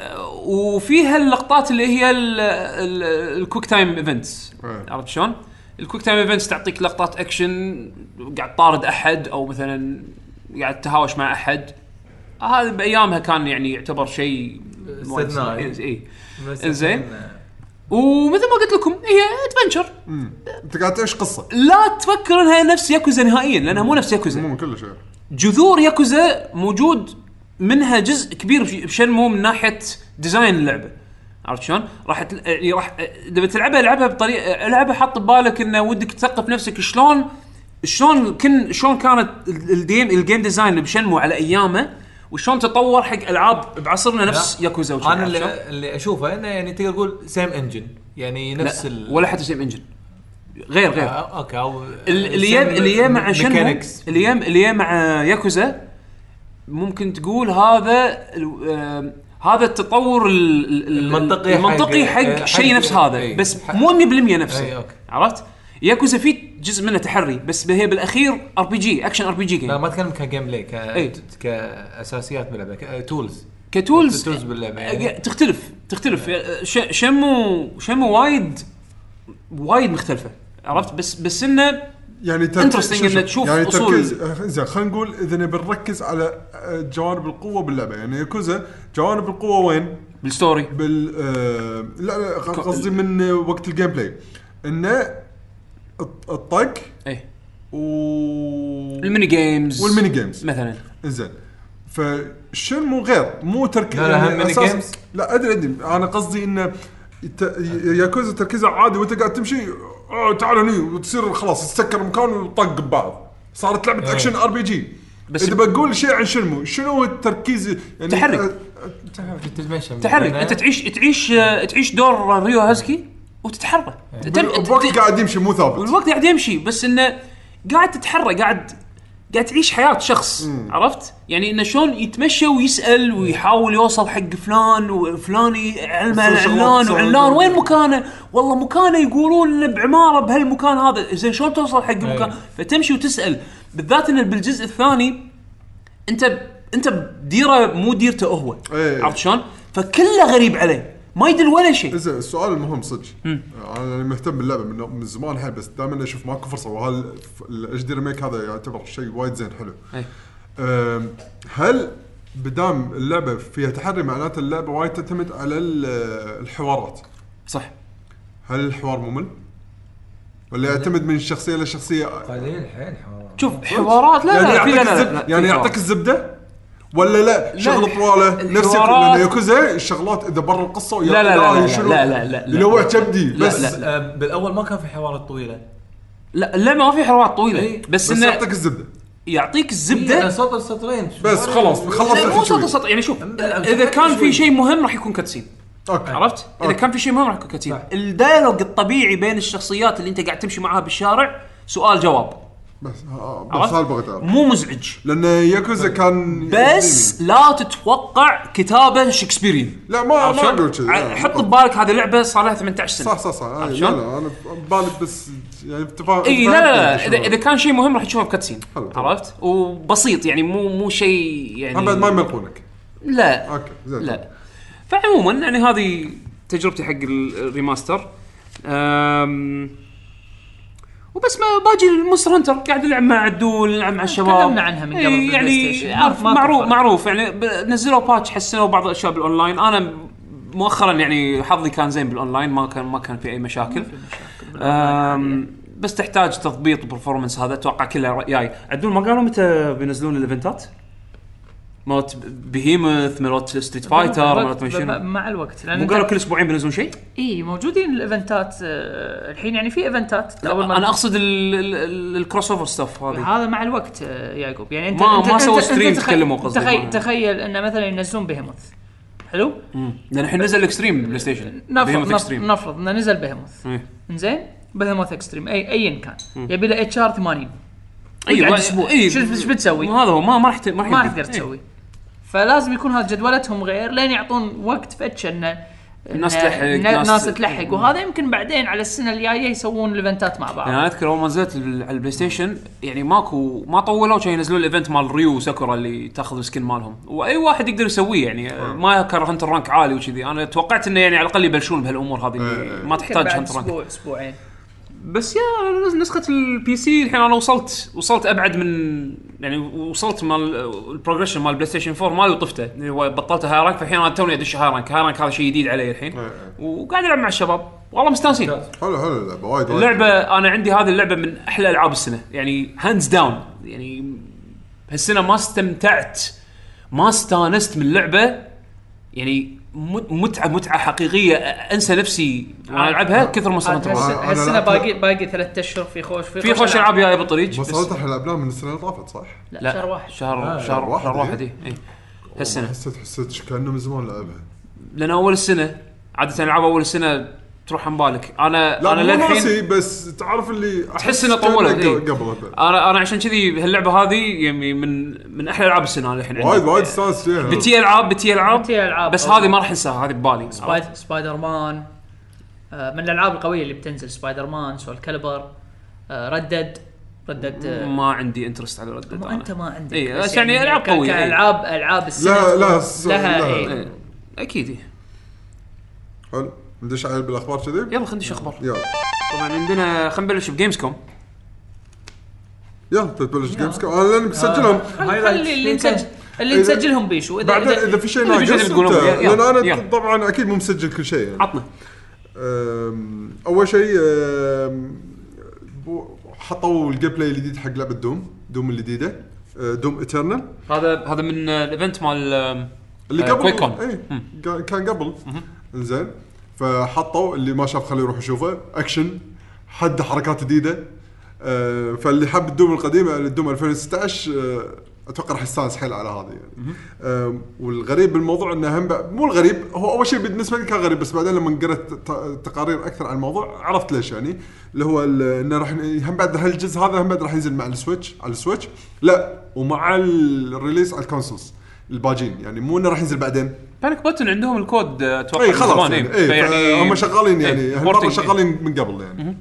Speaker 2: أه، وفيها اللقطات اللي هي الكويك تايم ايفنتس
Speaker 4: أي.
Speaker 2: عرفت شلون؟ الكويك تايم ايفنتس تعطيك لقطات اكشن قاعد طارد احد او مثلا قاعد تهاوش مع احد هذا بايامها كان يعني يعتبر شيء
Speaker 6: استثنائي.
Speaker 2: اي
Speaker 6: بس
Speaker 2: إنزين.
Speaker 6: إن-
Speaker 2: ومثل ما قلت لكم هي ادفنشر
Speaker 4: انت قاعد تعيش قصه
Speaker 2: لا تفكر انها نفس ياكوزا نهائيا لانها مو نفس ياكوزا
Speaker 4: مو من كل شيء
Speaker 2: جذور ياكوزا موجود منها جزء كبير بش- بشنمو من ناحيه ديزاين اللعبه عرفت شلون؟ راح تل... يعني راح لما تلعبها العبها بطريقه العبها حط ببالك انه ودك تثقف نفسك شلون شلون كن شلون كانت ال- الجيم الجيم ديزاين بشنمو على ايامه وشلون تطور حق العاب بعصرنا نفس
Speaker 6: لا.
Speaker 2: ياكوزا وشي،
Speaker 6: انا
Speaker 2: عرفت شلون؟
Speaker 6: اللي اللي اشوفه انه يعني تقدر تقول سيم انجن يعني نفس
Speaker 2: لا،
Speaker 6: ال
Speaker 2: ولا حتى سيم انجن غير غير
Speaker 6: آه، اوكي او
Speaker 2: ال- اللي يا- اللي يا مع شنو اللي يا- اللي يا مع ياكوزا ممكن تقول هذا ال- آم، هذا التطور ال- ال- ال-
Speaker 6: المنطقي حق-
Speaker 2: المنطقي حق,
Speaker 6: حق-
Speaker 2: شيء نفس هذا
Speaker 6: إي.
Speaker 2: بس
Speaker 6: حق-
Speaker 2: مو 100% نفسه
Speaker 6: إي، إيه، أوكي.
Speaker 2: عرفت ياكوزا في جزء منه تحري بس هي بالاخير ار بي جي اكشن ار بي جي
Speaker 6: لا
Speaker 2: جيم
Speaker 6: ما اتكلم كجيم بلاي ك...
Speaker 2: إيه.
Speaker 6: كاساسيات باللعبه كتولز
Speaker 2: كتولز
Speaker 6: كتولز باللعبه
Speaker 2: آه،
Speaker 6: يعني
Speaker 2: تختلف تختلف آه، ش- شمو شمو وايد وايد مختلفه عرفت بس بس انه
Speaker 4: يعني
Speaker 2: Interesting إنه تشوف أصول.
Speaker 4: تركيز- زين خلينا نقول اذا نبي نركز على آه، جوانب القوه باللعبه يعني ياكوزا جوانب القوه وين؟
Speaker 2: بالستوري
Speaker 4: بال آه، لا لا
Speaker 2: كو-
Speaker 4: قصدي من آه، وقت الجيم بلاي انه الط- الطق
Speaker 2: ايه
Speaker 4: و
Speaker 2: الميني جيمز
Speaker 4: والميني جيمز
Speaker 2: مثلا
Speaker 4: زين فشنمو غير مو تركيز
Speaker 6: لا، لا، هم ميني جيمز.
Speaker 4: لا ادري ادري انا قصدي انه يت- ياكوزا تركيزها عادي وانت قاعد تمشي آه، تعال هني وتصير خلاص تسكر مكان وطق ببعض صارت
Speaker 6: إيه.
Speaker 4: لعبه اكشن ار بي جي
Speaker 2: بس-
Speaker 4: بس اذا بقول شيء عن شنمو شنو هو التركيز يعني
Speaker 2: تحرك.
Speaker 4: آه،
Speaker 6: تتمشى من
Speaker 2: تحرك
Speaker 6: هنا.
Speaker 2: انت تعيش تعيش آه، تعيش دور ريو هازكي وتتحرك تم-
Speaker 4: بال- بوقت
Speaker 2: ت-
Speaker 4: قاعد يمشي مو ثابت
Speaker 2: والوقت قاعد يمشي بس انه قاعد تتحرك قاعد قاعد تعيش حياه شخص عرفت؟ يعني انه شلون يتمشى ويسال ويحاول يوصل حق فلان وفلاني علمه عن
Speaker 4: يصير شغلات
Speaker 2: علان
Speaker 4: تصير
Speaker 2: وعلان
Speaker 4: عندهم.
Speaker 2: وين مكانه؟ والله مكانه يقولون انه بعماره بهالمكان هذا، زين شلون توصل حق مكان؟ فتمشي وتسال بالذات انه بالجزء الثاني انت ب... انت بديره مو ديرته هو
Speaker 4: إيه.
Speaker 2: عرفت شلون؟ فكله غريب عليه ما يدل ولا شيء
Speaker 4: زين السؤال المهم صدق انا مهتم باللعبه من, من زمان هاي بس دائما اشوف ماكو فرصه وهل الاتش دي ريميك هذا يعتبر شيء وايد زين حلو
Speaker 2: إيه.
Speaker 4: أم، هل بدام اللعبه فيها تحري معناته اللعبه وايد تعتمد على ال- الحوارات
Speaker 2: صح
Speaker 4: هل الحوار ممل؟ ولا يعتمد من شخصيه لشخصيه
Speaker 6: قليل حيل حوار
Speaker 2: شوف حوارات لا
Speaker 4: يعني
Speaker 2: لا في- لا
Speaker 4: يعطيك
Speaker 2: لا
Speaker 4: الزب...
Speaker 2: لا في
Speaker 4: يعني
Speaker 2: حوارات.
Speaker 4: يعطيك الزبده ولا لا شغل
Speaker 2: الح-
Speaker 4: طواله نفس
Speaker 2: الحوارات-
Speaker 4: لان ياكوزا الشغلات اذا برا القصه ويا-
Speaker 2: لا لا لا لا
Speaker 4: شنو-
Speaker 2: لا لا لا لا.
Speaker 4: اللي هو كبدي
Speaker 2: لا،
Speaker 4: بس
Speaker 2: لا.
Speaker 6: بس آه، بالاول ما كان في حوارات طويله
Speaker 2: لا لا ما في حوارات طويله بس
Speaker 4: إيه، بس
Speaker 2: انه
Speaker 4: يعطيك الزبده
Speaker 2: يعطيك
Speaker 6: إيه،
Speaker 2: الزبده
Speaker 6: سطر سطرين شو
Speaker 4: بس
Speaker 6: فرق؟
Speaker 4: خلاص
Speaker 2: لا، مو
Speaker 4: خلصت
Speaker 2: سطر
Speaker 4: الحكي
Speaker 2: سطر يعني شوف
Speaker 6: لا،
Speaker 2: اذا كان
Speaker 6: شوي.
Speaker 2: في شيء مهم راح يكون كاتسين
Speaker 4: اوكي
Speaker 2: عرفت؟ اذا
Speaker 4: أوكي.
Speaker 2: كان في شيء مهم راح يكون كاتسين الدايلوج الطبيعي بين الشخصيات اللي انت قاعد تمشي معاها بالشارع سؤال جواب
Speaker 4: بس آه، بس
Speaker 2: عرفت؟
Speaker 4: هذا بغيت اعرف
Speaker 2: مو مزعج
Speaker 4: لان ياكوزا كان
Speaker 2: بس لا تتوقع كتابه شكسبيري
Speaker 4: لا ما ما اقول كذي لا،
Speaker 2: حط
Speaker 4: بالضبط.
Speaker 2: ببالك هذه لعبه صار لها 18 سنه
Speaker 4: صح صح صح آه، لا
Speaker 2: شلون؟
Speaker 4: لا انا بالي بس يعني تفاهم
Speaker 2: اي لا لا لا
Speaker 4: يعني
Speaker 2: اذا اذا كان شيء مهم راح تشوفه بكاتسين
Speaker 4: حلو.
Speaker 2: عرفت؟ وبسيط يعني مو مو شيء يعني
Speaker 4: بعد ما يملقونك
Speaker 2: لا
Speaker 4: اوكي زين
Speaker 2: لا فعموما يعني هذه تجربتي حق ال- الريماستر أم وبس ما باجي المونستر هنتر قاعد العب مع عدول العب مع الشباب
Speaker 5: تكلمنا عنها من قبل
Speaker 2: إي،
Speaker 5: بالبلاي
Speaker 2: يعني
Speaker 5: ستيشن.
Speaker 2: عارف
Speaker 5: ما- ما
Speaker 2: معروف
Speaker 5: تفرق.
Speaker 2: معروف يعني ب- نزلوا باتش حسنوا بعض الاشياء بالاونلاين انا مؤخرا يعني حظي كان زين بالاونلاين ما كان ما كان في اي مشاكل أم، بس تحتاج تضبيط برفورمانس هذا اتوقع كله جاي عدول ما قالوا متى بينزلون الايفنتات؟ مالت بهيمث مالت ستريت فايتر مالت ما شنو
Speaker 5: مع الوقت لان
Speaker 2: مو
Speaker 5: أنت-
Speaker 2: قالوا كل اسبوعين بينزلون شيء؟
Speaker 5: اي موجودين الايفنتات آه، الحين يعني في ايفنتات اول ما
Speaker 2: انا اقصد ال- ال- ال- الكروس اوفر ستاف هذه
Speaker 5: هذا مع الوقت آه، يعقوب يعني انت
Speaker 2: ما-
Speaker 5: انت
Speaker 2: ما سووا
Speaker 5: أنت- أنت
Speaker 2: ستريم
Speaker 5: تخ-
Speaker 2: تكلموا قصدي.
Speaker 5: تخيل تخيل انه مثلا ينزلون بهيموث حلو؟
Speaker 2: لان الحين نزل الاكستريم بلاي ستيشن
Speaker 5: نفرض
Speaker 2: بهيموث
Speaker 5: نف-
Speaker 2: اكستريم
Speaker 5: نفرض انه نزل بهيموث
Speaker 2: إيه.
Speaker 5: زين بهيموث اكستريم اي ايا كان يبي له اتش ار 80
Speaker 2: ايوه
Speaker 5: وقعد أسبوع.
Speaker 2: أي-
Speaker 5: شو- شو بتسوي؟
Speaker 2: هذا هو ما ما راح ت- ما راح إيه.
Speaker 5: ما راح
Speaker 2: يمديك.
Speaker 5: تقدر
Speaker 2: إي.
Speaker 5: تسوي فلازم يكون هذا جدولتهم غير لين يعطون وقت فتش انه
Speaker 2: الناس
Speaker 5: إنه-
Speaker 2: تلحق، إيه.
Speaker 5: إنه
Speaker 2: ناس-
Speaker 5: ناس تلحق وهذا يمكن بعدين على السنه الجايه يسوون الايفنتات مع بعض
Speaker 2: يعني انا اذكر اول ما نزلت ال- على البلاي ستيشن يعني ماكو ما طولوا كانوا ينزلون الايفنت مال ريو وساكورا اللي تاخذ السكن مالهم واي واحد يقدر يسويه يعني آه، ما كان هنتر رانك عالي وكذي انا توقعت انه يعني على الاقل يبلشون بهالامور هذه اللي ما
Speaker 5: يمكن
Speaker 2: تحتاج
Speaker 5: بعد
Speaker 2: هنتر رانك
Speaker 5: اسبوع اسبوعين
Speaker 2: بس يا أنا نسخه البي سي الحين انا وصلت وصلت ابعد من يعني وصلت مال البروجريشن مال بلاي ستيشن 4 مالي وطفته يعني هو بطلته هاي رانك فالحين انا توني ادش هاي رانك هاي رانك هذا شيء جديد علي الحين وقاعد العب مع الشباب والله مستانسين
Speaker 4: حلو حلو اللعبه وايد وايد.
Speaker 2: اللعبه انا عندي هذه اللعبه من احلى العاب السنه يعني هاندز داون يعني هالسنه ما استمتعت ما استانست من لعبه يعني مت- متعه متعه حقيقيه أ- انسى نفسي وانا العبها كثر ما
Speaker 5: عاد
Speaker 2: صرت
Speaker 5: هالس-
Speaker 4: أنا
Speaker 5: هالسنه
Speaker 4: لعبت-
Speaker 5: باقي باقي ثلاثة اشهر في خوش
Speaker 2: في خوش
Speaker 4: آه،
Speaker 2: العاب جايه بالطريق بس
Speaker 4: بس احنا لعبناه من السنه اللي طافت صح؟
Speaker 5: لا
Speaker 2: لا
Speaker 5: شهر واحد
Speaker 2: شهر شهر
Speaker 4: شهر واحد
Speaker 2: شهر
Speaker 4: إيه.
Speaker 2: واحد إيه، اي هالسنه
Speaker 4: حسيت حسيت كانه من زمان لعبها
Speaker 2: لان اول السنه عاده العاب اول السنه تروح عن بالك انا
Speaker 4: لا
Speaker 2: انا
Speaker 4: مو
Speaker 2: للحين
Speaker 4: ناسي بس تعرف اللي
Speaker 2: تحس انه طولت
Speaker 4: كأنه
Speaker 2: إيه.
Speaker 4: قبل
Speaker 2: انا انا عشان كذي هاللعبه هذه يعني من من احلى العاب السنه أنا الحين عندي.
Speaker 4: وايد وايد استانس فيها
Speaker 2: آه. بتي العاب بتي العاب
Speaker 5: بتي ألعاب.
Speaker 2: بس
Speaker 5: أوكي.
Speaker 2: هذه ما راح انساها هذه ببالي
Speaker 5: سبايد سبايدر مان آه، من الالعاب القويه اللي بتنزل سبايدر مان سول كالبر آه، ردد ردد آه،
Speaker 2: ما عندي انترست على ردد
Speaker 5: ما انت ما عندك
Speaker 2: إيه،
Speaker 5: بس
Speaker 2: بس يعني ألعاب
Speaker 5: ك-
Speaker 2: قوية، إيه.
Speaker 5: كالعاب العاب السنه
Speaker 4: لا- لا،
Speaker 5: تكون
Speaker 4: س-
Speaker 5: لها
Speaker 4: لا.
Speaker 5: إيه.
Speaker 2: إيه. اكيد إيه.
Speaker 4: حلو ندش على بالاخبار كذي
Speaker 2: يلا خلينا ندش اخبار
Speaker 4: يلا
Speaker 2: طبعا عندنا خلينا نبلش بجيمز كوم
Speaker 4: يلا تبلش جيمز كوم انا لان مسجلهم
Speaker 2: آه.
Speaker 5: خلي خلي اللي نسجل اللي
Speaker 4: إذا-
Speaker 5: نسجلهم بيشو اذا
Speaker 4: بعدين اذا في شيء
Speaker 2: اللي
Speaker 4: ناقص
Speaker 2: بيجي تقولون
Speaker 4: أنت-
Speaker 2: يلا،
Speaker 4: لان
Speaker 2: يلا،
Speaker 4: انا
Speaker 2: يلا.
Speaker 4: طبعا اكيد مو مسجل كل شيء يعني
Speaker 2: عطنا
Speaker 4: أم، اول شيء أم، بو- حطوا الجيم بلاي الجديد حق لعبه دوم دوم الجديده أه، دوم ايترنال
Speaker 2: هذا هذا من آه، الايفنت مال آه،
Speaker 4: اللي
Speaker 2: آه،
Speaker 4: قبل إيه،
Speaker 2: كويك كون.
Speaker 4: اي كان- كان قبل زين فحطوا اللي ما شاف خليه يروح يشوفه اكشن حد حركات جديده آه، فاللي حب الدوم القديمه الدوم 2016 آه، اتوقع راح يستانس حيل على هذا يعني أم، والغريب بالموضوع انه هم ب- مو الغريب هو اول شيء بالنسبه لي كان غريب بس بعدين لما قرأت ت- تقارير اكثر عن الموضوع عرفت ليش يعني اللي هو ال- انه راح ي- هم بعد هالجزء هذا هم بعد راح ينزل مع السويتش على السويتش لا ومع ال- الريليس على الكونسولز الباجين يعني مو انه راح ينزل بعدين
Speaker 2: بانك بوتن عندهم الكود آه، اتوقع
Speaker 4: اي
Speaker 2: من
Speaker 4: خلاص
Speaker 2: زمان،
Speaker 4: يعني
Speaker 2: إيه.
Speaker 4: اي هم شغالين يعني
Speaker 2: إيه،
Speaker 4: هالمره
Speaker 2: porting.
Speaker 4: شغالين من قبل يعني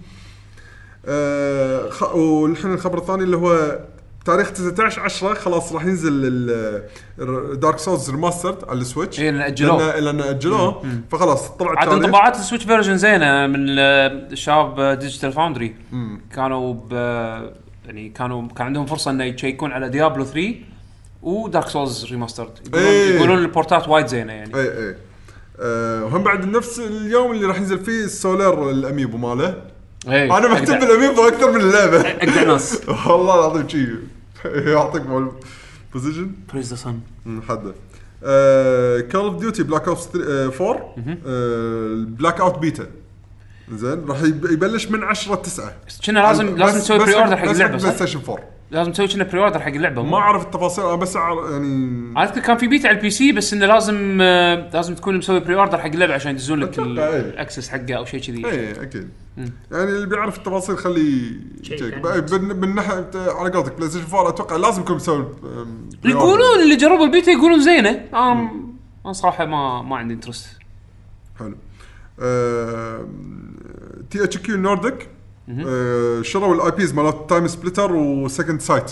Speaker 4: آه، خ- والحين الخبر الثاني اللي هو تاريخ 19 10 خلاص راح ينزل دارك سولز ريماسترد على السويتش
Speaker 2: إيه، لأن أجلوه.
Speaker 4: لان لأن اجلوه فخلاص طلعت
Speaker 2: عاد
Speaker 4: تاريخ.
Speaker 2: انطباعات السويتش فيرجن زينه من آه، شباب آه، ديجيتال فاوندري كانوا ب آه، يعني كانوا كان عندهم فرصه انه يشيكون على ديابلو 3 ودارك سولز ريماسترد يقولون,
Speaker 4: إيه.
Speaker 2: يقولون البورتات وايد زينه يعني
Speaker 4: اي اي إيه، آه، وهم بعد نفس اليوم اللي راح ينزل فيه السولار الاميبو ماله
Speaker 2: إيه.
Speaker 4: انا مهتم
Speaker 2: أقدع-
Speaker 4: بالاميبو اكثر من اللعبه
Speaker 2: اقدع ناس
Speaker 4: *laughs* والله العظيم شي *laughs* يعطيك بوزيشن
Speaker 2: بريز ذا سن
Speaker 4: حده كول اوف ديوتي بلاك اوبس 4 بلاك اوت بيتا آه، زين راح يب- يبلش من 10 9
Speaker 2: كنا لازم لازم تسوي بري اوردر حق اللعبه
Speaker 4: بلاي
Speaker 2: صح؟
Speaker 4: ستيشن 4
Speaker 2: لازم تسوي كنا بري اوردر حق اللعبه
Speaker 4: ما
Speaker 2: ما
Speaker 4: اعرف التفاصيل انا بس أعرف يعني
Speaker 2: اذكر كان في بيتا على البي سي بس انه لازم آه، لازم تكون مسوي بري اوردر حق اللعبه عشان يدزون لك ال-
Speaker 4: أتوقع إيه.
Speaker 2: الاكسس حقه او شيء كذي
Speaker 4: اي اكيد إيه، يعني اللي بيعرف التفاصيل خليه يجيك.
Speaker 5: عن
Speaker 4: بقى- من من ناحيه على قولتك بلاي ستيشن 4 اتوقع لازم يكون مسوي أم، بري أوردر.
Speaker 2: يقولون اللي جربوا البيتا يقولون زينه انا انا صراحه ما ما عندي انترست
Speaker 4: حلو آه، تي اتش كيو نورديك آه، شروا الاي بيز مالت تايم سبليتر وسكند سايت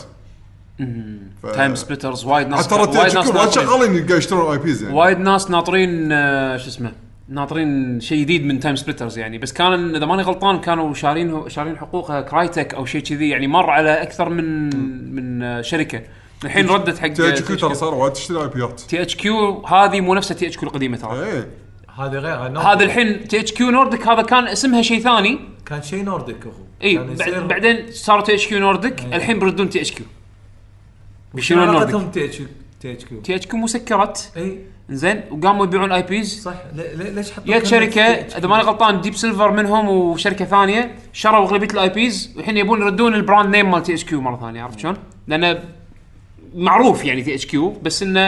Speaker 4: ف-
Speaker 2: تايم سبليترز وايد ناس
Speaker 4: آه. ترى تي
Speaker 2: وايد ناس
Speaker 4: اتش كيو وايد
Speaker 2: ناطرين
Speaker 4: شغالين قاعد يشترون اي بيز يعني
Speaker 2: وايد ناس ناطرين آه، شو اسمه ناطرين شيء جديد من تايم سبليترز يعني بس كان اذا ماني غلطان كانوا شارين شارين حقوقها كرايتك او شيء كذي يعني مر على اكثر من من آه، شركه الحين ردت حق
Speaker 4: تي اتش كيو ترى صار وايد تشتري اي بيات
Speaker 2: تي اتش كيو هذه مو نفسها تي اتش كيو القديمه ترى
Speaker 4: ايه
Speaker 6: هذه غير هاي نورديك.
Speaker 2: هذا الحين تي اتش كيو نوردك هذا كان اسمها شيء ثاني
Speaker 6: كان شيء نورديك اخو
Speaker 2: اي
Speaker 4: يعني
Speaker 6: كان
Speaker 2: إيه، بعد
Speaker 6: يصير-
Speaker 2: بعدين صاروا تي اتش كيو نوردك
Speaker 4: إيه.
Speaker 2: الحين بيردون تي اتش كيو بيشيلون نوردك
Speaker 6: علاقتهم تي اتش تي اتش كيو
Speaker 2: تي اتش كيو مسكرت
Speaker 6: اي
Speaker 2: زين وقاموا يبيعون اي بيز
Speaker 6: إيه، صح لي- لي- ليش حطوا
Speaker 2: جت شركه اذا ماني غلطان ديب سيلفر منهم وشركه ثانيه شروا اغلبيه الاي بيز والحين يبون يردون البراند نيم مال تي اتش كيو مره ثانيه عرفت شلون؟ لانه معروف يعني تي اتش كيو بس انه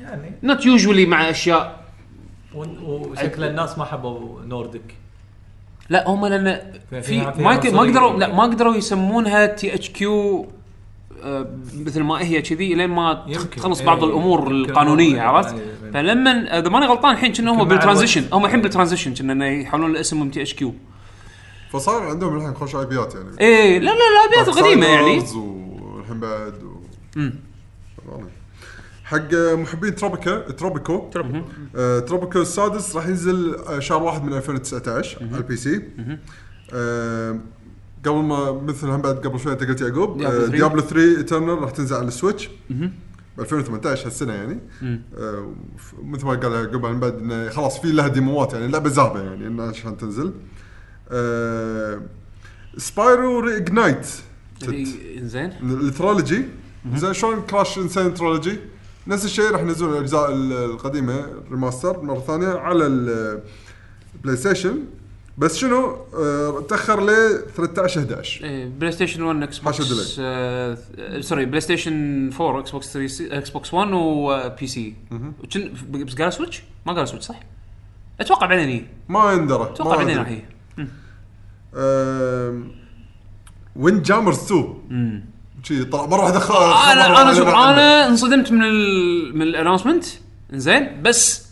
Speaker 6: يعني
Speaker 2: نوت يوجولي مع اشياء
Speaker 6: و- وشكل الناس ما حبوا نورديك
Speaker 2: لا هم لان
Speaker 6: في-
Speaker 2: في
Speaker 6: في-
Speaker 2: ما يك- ما
Speaker 6: عنصرية.
Speaker 2: قدروا لا ما قدروا يسمونها تي اتش كيو آه، مثل ما هي كذي لين ما
Speaker 6: يمكن.
Speaker 2: تخلص بعض
Speaker 6: إيه.
Speaker 2: الامور
Speaker 6: يمكن
Speaker 2: القانونيه
Speaker 6: ما-
Speaker 2: عرفت؟
Speaker 6: إيه.
Speaker 2: فلما اذا ماني غلطان الحين كنا هم
Speaker 6: يمكن مع
Speaker 2: بالترانزيشن
Speaker 6: الوقت.
Speaker 2: هم الحين بالترانزيشن كنا يحاولون الاسم من تي اتش كيو
Speaker 4: فصار عندهم الحين خوش اي بيات يعني
Speaker 6: إيه.
Speaker 2: ايه لا لا لا بيات قديمه يعني
Speaker 4: Darksiders والحين بعد و... والله. حق محبين تروبيكا تروبيكو آه، تروبيكو السادس راح ينزل آه، شهر واحد من 2019 على البي سي آه، قبل ما مثل هم بعد قبل شوي انت قلت يعقوب
Speaker 2: Diablo
Speaker 4: آه،
Speaker 2: 3.
Speaker 4: Diablo 3 ايترنال راح تنزل على السويتش ب 2018 هالسنه يعني آه، وف- مثل ما قال يعقوب عن بعد انه خلاص في لها ديموات يعني لعبه زابه يعني إنها عشان تنزل آه، سبايرو ريجنايت
Speaker 2: يعني زين
Speaker 4: الترولوجي زين شلون كراش انسان ترولوجي نفس الشيء راح ينزلون الاجزاء ال- القديمه ريماستر مره ثانيه على البلاي ستيشن بس شنو آه، تاخر ل 13 11
Speaker 2: إيه، بلاي ستيشن 1 اكس
Speaker 4: حاشد
Speaker 2: بوكس آه، آه، سوري بلاي ستيشن 4 اكس بوكس 3 سي- اكس بوكس 1 وبي سي وكن- بس قال سويتش؟ ما قال سويتش صح؟ اتوقع بعدين هي
Speaker 4: ما آه، يندرى
Speaker 2: اتوقع بعدين راح إيه. هي
Speaker 4: وين جامرز 2 شي طلع مره واحده خ- خبر
Speaker 2: انا انا آه، شوف
Speaker 4: أعلن عنه.
Speaker 2: انا انصدمت من ال من الانونسمنت زين بس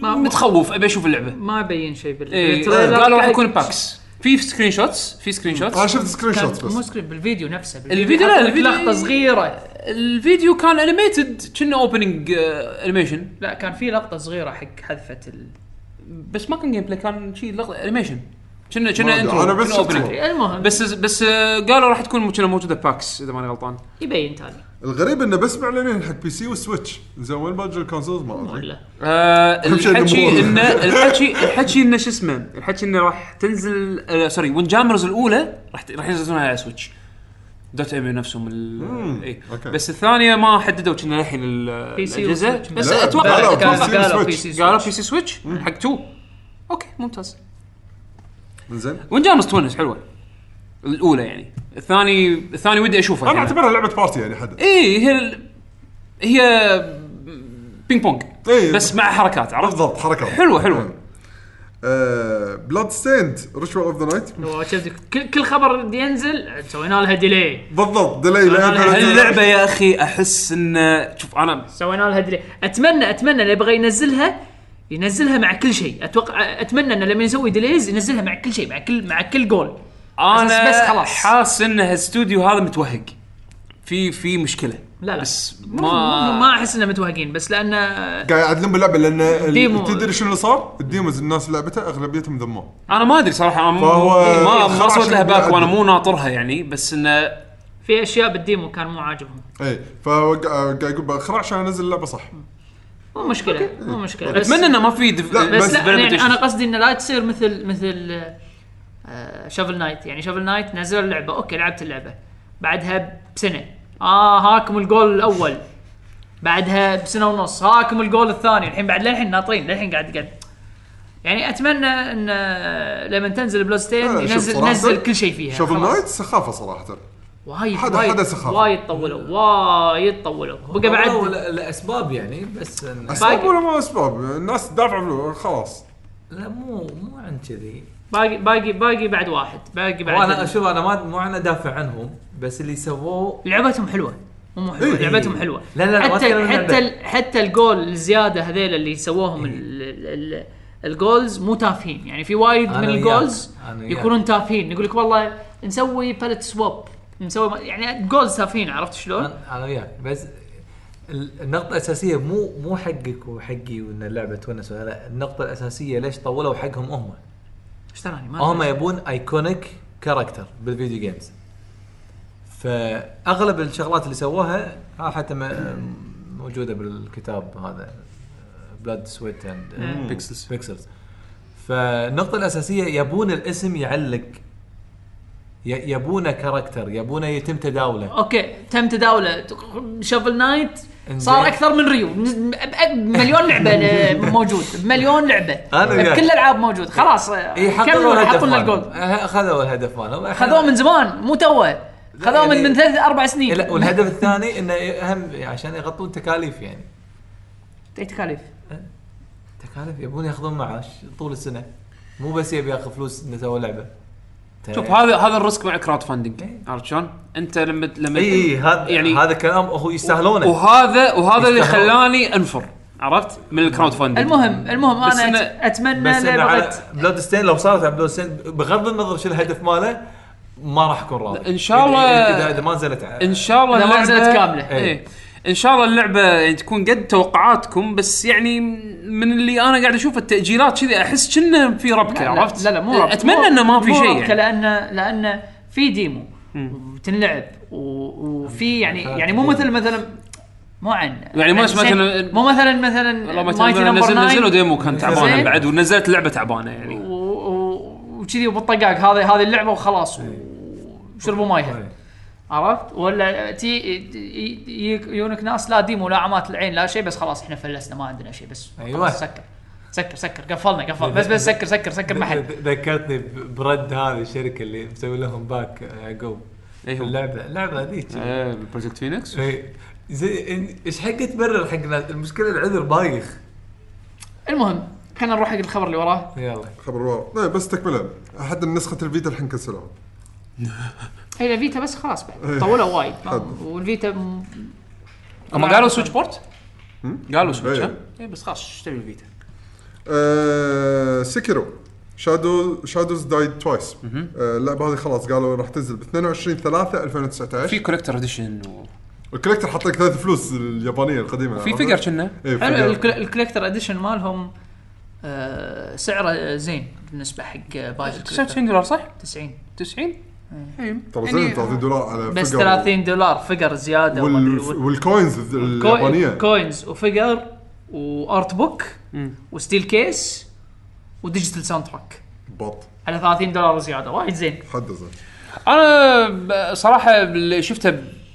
Speaker 5: ما
Speaker 2: متخوف ابي اشوف اللعبه
Speaker 5: ما بين شيء بال
Speaker 2: إيه
Speaker 5: بالتريلر
Speaker 2: قالوا راح
Speaker 5: قاعد-
Speaker 2: يكون باكس في سكرين شوتس في سكرين
Speaker 4: انا
Speaker 2: شوتس
Speaker 4: شفت سكرين
Speaker 5: كان
Speaker 4: شوت
Speaker 5: مو
Speaker 4: بس
Speaker 5: سكرين بالفيديو نفسه
Speaker 2: الفيديو لا،
Speaker 5: حط لك
Speaker 2: الفيديو-
Speaker 5: لقطه صغيره
Speaker 2: الفيديو كان انيميتد كنا اوبننج انيميشن
Speaker 5: لا كان في لقطه صغيره حق حذفه ال...
Speaker 2: بس ما كان جيم بلاي كان شيء لقطه انيميشن كنا
Speaker 4: ما
Speaker 2: كنا
Speaker 4: أدري،
Speaker 2: انترو
Speaker 4: أنا بس
Speaker 2: كنا
Speaker 4: شفت
Speaker 2: opening.
Speaker 4: صور.
Speaker 5: المهم
Speaker 2: بس بس آه، قالوا راح تكون كنا موجوده باكس اذا ماني غلطان
Speaker 5: يبين تالي
Speaker 4: الغريب انه بس معلنين حق بي سي وسويتش زين وين باقي الكونسولز ما ادري
Speaker 5: ولا
Speaker 2: آه،
Speaker 4: شيء
Speaker 2: الحكي
Speaker 4: الجمهور.
Speaker 2: انه الحكي الحكي انه شو اسمه الحكي انه راح تنزل آه، سوري وين جامرز الاولى راح ت- راح ينزلونها على سويتش دوت ام نفسهم ال- اي
Speaker 4: أوكي.
Speaker 2: بس الثانيه ما حددوا كنا للحين ال-
Speaker 5: بي سي
Speaker 2: الاجهزه
Speaker 5: وسويتش.
Speaker 2: بس
Speaker 4: لا،
Speaker 2: اتوقع
Speaker 4: لا،
Speaker 2: أتوقع-
Speaker 4: بي سي
Speaker 5: قالوا
Speaker 4: وسويتش.
Speaker 5: بي سي
Speaker 2: قالوا
Speaker 5: سويتش.
Speaker 2: بي سي سويتش حق 2 اوكي ممتاز
Speaker 4: زين
Speaker 2: وين جامرز تونس حلوه الاولى يعني الثاني الثاني ودي اشوفه
Speaker 4: انا اعتبرها لعبه بارتي يعني حد
Speaker 2: اي هي ال- هي بينج بونج
Speaker 4: إي.
Speaker 2: بس مع حركات عرفت
Speaker 4: بالضبط حركات
Speaker 2: حلوه حلوه
Speaker 4: إيه. بلاد ستيند ريتشوال اوف ذا نايت
Speaker 5: لو شفت كل كل خبر ينزل سوينا لها ديلي
Speaker 4: بالضبط ديلي
Speaker 5: أنا-
Speaker 2: هاللعبه يا اخي احس ان شوف انا
Speaker 5: سوينا لها ديلي اتمنى اتمنى اللي يبغى ينزلها ينزلها مع كل شيء اتوقع اتمنى انه لما يسوي ديليز ينزلها مع كل شيء مع كل مع كل جول
Speaker 2: انا
Speaker 5: بس خلاص.
Speaker 2: حاسس ان هالاستوديو هذا متوهق في في مشكله
Speaker 5: لا لا
Speaker 2: بس
Speaker 5: ما
Speaker 2: ما
Speaker 5: ما احس انه متوهقين بس لانه
Speaker 4: قاعد يعدلون باللعبه لان ال-
Speaker 5: ديمو.
Speaker 4: تدري شنو اللي صار؟ الديموز الناس لعبتها اغلبيتهم ذموه
Speaker 2: انا ما ادري صراحه انا
Speaker 4: فهو
Speaker 2: ما- ما ما
Speaker 4: خراشي
Speaker 2: وصلت لها باك وانا
Speaker 4: بيعدل.
Speaker 2: مو ناطرها يعني بس انه
Speaker 5: في اشياء بالديمو كان مو عاجبهم
Speaker 4: اي فقاعد إيه. يقول خلاص عشان انزل اللعبه صح
Speaker 5: مو مشكله مو مشكله بس
Speaker 2: اتمنى انه ما في دف...
Speaker 4: لا،
Speaker 5: بس,
Speaker 4: بس
Speaker 5: لا
Speaker 2: development
Speaker 5: يعني
Speaker 2: issues.
Speaker 5: انا قصدي انه لا تصير مثل مثل شافل نايت يعني شافل نايت نزل اللعبه اوكي لعبت اللعبه بعدها بسنه اه هاكم الجول الاول بعدها بسنه ونص هاكم الجول الثاني الحين بعد للحين ناطرين للحين قاعد قاعد يعني اتمنى ان آه، لما تنزل بلوستين
Speaker 4: لا، شوف
Speaker 5: ينزل
Speaker 4: صراحة
Speaker 5: نزل كل شيء فيها
Speaker 4: شوفل
Speaker 5: خلاص.
Speaker 4: نايت سخافه صراحه
Speaker 5: وايد
Speaker 4: حدا-
Speaker 5: وايد
Speaker 4: حدا سخافة.
Speaker 5: وايد طولوا وايد طولوا بقى
Speaker 3: والله
Speaker 5: بعد
Speaker 3: لا- لاسباب يعني بس إن-
Speaker 4: اسباب
Speaker 5: باقي.
Speaker 4: ولا ما اسباب الناس دافعه فلوس خلاص
Speaker 3: لا مو مو عن كذي
Speaker 5: باقي باقي باقي بعد واحد باقي بعد
Speaker 3: وانا اشوف انا ما مو انا دافع عنهم بس اللي سووه
Speaker 5: لعبتهم حلوه مو مو حلوه
Speaker 4: إيه.
Speaker 5: لعبتهم حلوه
Speaker 3: لا، لا، ما
Speaker 5: حتى
Speaker 3: أتكلم عن
Speaker 5: حتى
Speaker 3: اللعبة.
Speaker 5: ال- حتى الجول الزياده هذيل اللي سووهم ال- ال- ال- الجولز مو تافهين يعني في وايد
Speaker 3: أنا
Speaker 5: من
Speaker 3: وياك.
Speaker 5: الجولز
Speaker 3: أنا وياك.
Speaker 5: يكونون تافهين يقول لك والله نسوي بالت سواب نسوي ما- يعني جولز تافهين عرفت شلون؟
Speaker 3: انا أنا وياك بس ال- النقطة الأساسية مو مو حقك وحقي وإن اللعبة تونس ولا لا، النقطة الأساسية ليش طولوا حقهم هم؟
Speaker 5: ايش تراني ما
Speaker 3: هم
Speaker 5: أدري.
Speaker 3: يبون ايكونيك كاركتر بالفيديو جيمز فاغلب الشغلات اللي سووها ها حتى م- موجوده بالكتاب هذا آه، بلاد سويت اند بيكسلز بيكسلز فالنقطه الاساسيه يبون الاسم يعلق ي- يبونه كاركتر يبونه يتم تداوله
Speaker 5: اوكي تم تداوله شافل نايت صار
Speaker 3: إنزين.
Speaker 5: اكثر من ريو م- بأ- بمليون لعبه ل-
Speaker 3: *laughs*
Speaker 5: موجود بمليون لعبه
Speaker 3: أنا وياك.
Speaker 5: بكل الالعاب موجود خلاص
Speaker 3: اي إيه، حطوا
Speaker 5: كملوا حطوا لنا
Speaker 3: الهدف
Speaker 5: الجولد
Speaker 3: مالهم. أه، خذوا الهدف مالهم
Speaker 5: خذوه من زمان مو توه خذوه من
Speaker 3: يعني-
Speaker 5: من ثلاث اربع سنين
Speaker 3: لا والهدف الثاني انه اهم عشان يغطون تكاليف يعني
Speaker 5: اي تكاليف
Speaker 3: تكاليف يبون ياخذون معاش طول السنه مو بس يبي ياخذ فلوس انه سوى لعبه
Speaker 2: شوف هذا هذا الريسك مع الكراود فاندنج عرفت شلون؟ انت لما لما
Speaker 3: اي اي هذا
Speaker 2: يعني-
Speaker 3: يعني هذا كلام هو يستاهلونه
Speaker 2: وهذا وهذا اللي
Speaker 3: يستاهلون.
Speaker 2: خلاني انفر عرفت؟ من الكراود فاندنج
Speaker 5: المهم المهم
Speaker 2: بس
Speaker 5: انا
Speaker 2: إنه-
Speaker 5: أت- اتمنى
Speaker 3: بس انه على
Speaker 5: لعبه
Speaker 3: بلود ستين لو صارت على بلود ستين بغض النظر شو الهدف ماله ما راح اكون راضي يعني
Speaker 2: إن شاء الله-
Speaker 3: اذا اذا ما نزلت على- *laughs*
Speaker 2: ان شاء الله
Speaker 5: إذا
Speaker 2: اللعبه
Speaker 5: ما نزلت كاملة.
Speaker 2: ايه ان شاء الله اللعبه يعني تكون قد توقعاتكم بس يعني من اللي انا قاعد اشوف التاجيلات كذي احس كنا في ربكه عرفت؟
Speaker 5: لا لا مو ربط.
Speaker 2: اتمنى انه ما في
Speaker 5: مو
Speaker 2: شيء
Speaker 5: ربط،
Speaker 2: يعني
Speaker 5: لان لان في ديمو وتنلعب و- وفي يعني يعني مو مثل مثلا مو عن
Speaker 2: يعني مو نفس مثلاً-
Speaker 5: مو مثلا مثلا
Speaker 2: والله ما
Speaker 5: Mighty Number
Speaker 2: نزل نزلوا
Speaker 5: Nine
Speaker 2: ديمو كان تعبانه
Speaker 5: زين.
Speaker 2: بعد ونزلت لعبه تعبانه يعني
Speaker 5: و- و- وكذي وبالطقاق هذه هذه اللعبه وخلاص وشربوا مايها
Speaker 3: إيه.
Speaker 5: عرفت ولا تي ي- ي- يجونك ناس لا ديمو لا عمات العين لا شيء بس خلاص احنا فلسنا ما عندنا شيء بس
Speaker 3: أيوة.
Speaker 5: خلاص سكر سكر سكر قفلنا قفل بس بس سكر سكر سكر ما حد
Speaker 3: ذ- ذكرتني ب- برد هذه الشركه اللي مسوي لهم باك آه، يعقوب
Speaker 2: اي هو آه.
Speaker 3: اللعبه اللعبه هذيك
Speaker 2: بروجكت فينيكس
Speaker 3: إي. زي إن- ايش حق تبرر حق الناس المشكله العذر بايخ
Speaker 5: المهم خلينا نروح حق الخبر اللي وراه
Speaker 3: يلا
Speaker 4: خبر واو إيه، بس تكمله حتى نسخه الفيتا الحين كسلوها
Speaker 5: هي الفيتا بس خلاص بعد
Speaker 4: إيه.
Speaker 5: طولوا
Speaker 4: *laughs*
Speaker 5: وايد ما-
Speaker 4: حد.
Speaker 5: والفيتا م-
Speaker 2: هم قالوا سويتش بورت؟ قالوا سويتش
Speaker 4: إيه.
Speaker 2: ها؟ اي بس خلاص ايش تبي الفيتا؟
Speaker 4: آه، سكيرو شادو شادوز دايد توايس اللعبه آه، هذه خلاص قالوا راح تنزل ب 22 3
Speaker 2: في
Speaker 4: 2019
Speaker 2: كوليكتر اديشن و...
Speaker 4: الكوليكتر حط لك ثلاث فلوس اليابانيه القديمه
Speaker 2: في فيجر كنا
Speaker 4: اي
Speaker 5: حلو
Speaker 4: فيجر
Speaker 5: الكل- الكوليكتر اديشن مالهم آه، سعره زين بالنسبه حق بايو
Speaker 2: 99 دولار صح؟
Speaker 5: 90
Speaker 2: 90
Speaker 4: ترى زين 30 دولار على
Speaker 5: بس
Speaker 4: فيجر.
Speaker 5: 30 دولار فيجر زياده وما أدري
Speaker 4: وال...
Speaker 5: وال-
Speaker 4: والكوينز
Speaker 5: كو-
Speaker 4: اليابانيه
Speaker 5: كوينز وفيجر وارت بوك وستيل كيس وديجيتال ساوند تراك
Speaker 4: بط
Speaker 5: على 30 دولار زياده وايد زين
Speaker 4: حد زين
Speaker 2: انا ب- صراحه اللي شفته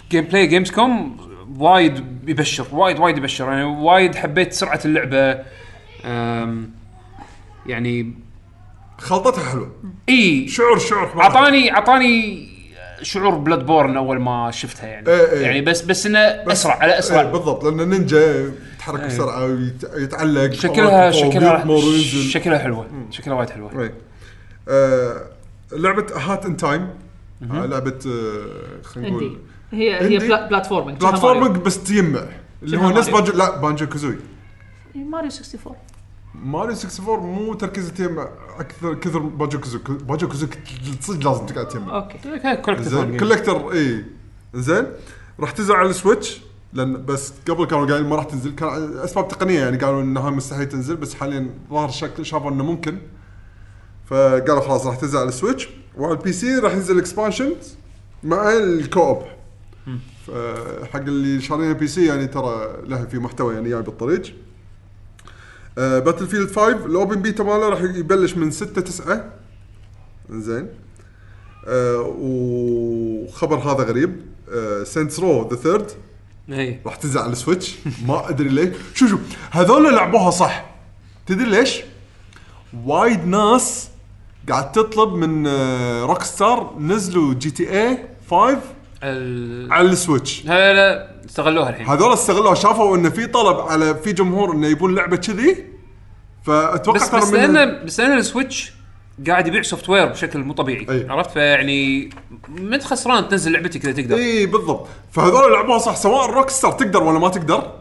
Speaker 2: بجيم بلاي جيمز كوم وايد يبشر وايد وايد يبشر يعني وايد حبيت سرعه اللعبه أم، يعني
Speaker 4: خلطتها حلوه
Speaker 2: اي
Speaker 4: شعور شعور حلو.
Speaker 2: اعطاني اعطاني شعور بلاد بورن اول ما شفتها يعني
Speaker 4: إيه، إيه.
Speaker 2: يعني بس بس انه
Speaker 4: بس-
Speaker 2: اسرع على اسرع
Speaker 4: إيه، بالضبط لان النينجا تتحرك بسرعه ويت- يتعلق
Speaker 2: إيه. شكلها
Speaker 4: فوق- فوق
Speaker 2: شكلها
Speaker 4: يطمر وينزل.
Speaker 2: شكلها حلوه شكلها وايد حلوه
Speaker 4: إيه. آه، لعبه هات ان تايم لعبه آه، خلينا
Speaker 5: هندي
Speaker 4: نقول
Speaker 5: هي
Speaker 4: هندي؟
Speaker 5: هي بلا- بلاتفورمينج شبه
Speaker 4: بلاتفورمينج بس تجمع اللي هو
Speaker 5: شنو
Speaker 4: نفس
Speaker 5: ماريو؟
Speaker 4: بانجو لا بانجو كازوي
Speaker 5: ماريو. إيه، ماريو 64
Speaker 4: ماريو 64 مو تركيز تجمع اكثر كثر بانجو كازوي بانجو كازوي صدق لازم تقعد تجمع
Speaker 5: اوكي
Speaker 4: زين كولكتر اي زين راح تنزل على السويتش لان بس قبل كانوا قايلين ما راح تنزل كان اسباب تقنيه يعني قالوا انها مستحيل تنزل بس حاليا ظهر شكل شافوا انه ممكن فقالوا خلاص راح تنزل على السويتش وعلى البي سي راح ينزل اكسبانشن مع الكوب حق اللي شارينها بي سي يعني ترى لها في محتوى يعني آه، جاي بالطريق باتل فيلد 5 الاوبن بيتا ماله راح يبلش من 6 9 زين آه، وخبر هذا غريب آه، سنتس رو ذا ثيرد
Speaker 2: اي
Speaker 4: راح تنزل على السويتش *laughs* ما ادري ليه شوف شوف هذول لعبوها صح تدري ليش؟ وايد ناس قاعد تطلب من روك ستار نزلوا جي تي اي 5
Speaker 2: ال-
Speaker 4: على السويتش
Speaker 2: لا لا لا استغلوها الحين
Speaker 4: هذول استغلوها شافوا انه في طلب على في جمهور انه يبون لعبه كذي فاتوقع
Speaker 2: بس
Speaker 4: ترى
Speaker 2: بس
Speaker 4: من-
Speaker 2: لان بس لان السويتش قاعد يبيع سوفت وير بشكل مو طبيعي
Speaker 4: أي.
Speaker 2: عرفت فيعني ما انت خسران تنزل لعبتك اذا تقدر
Speaker 4: اي إيه، بالضبط فهذول لعبوها صح سواء روك ستار تقدر ولا ما تقدر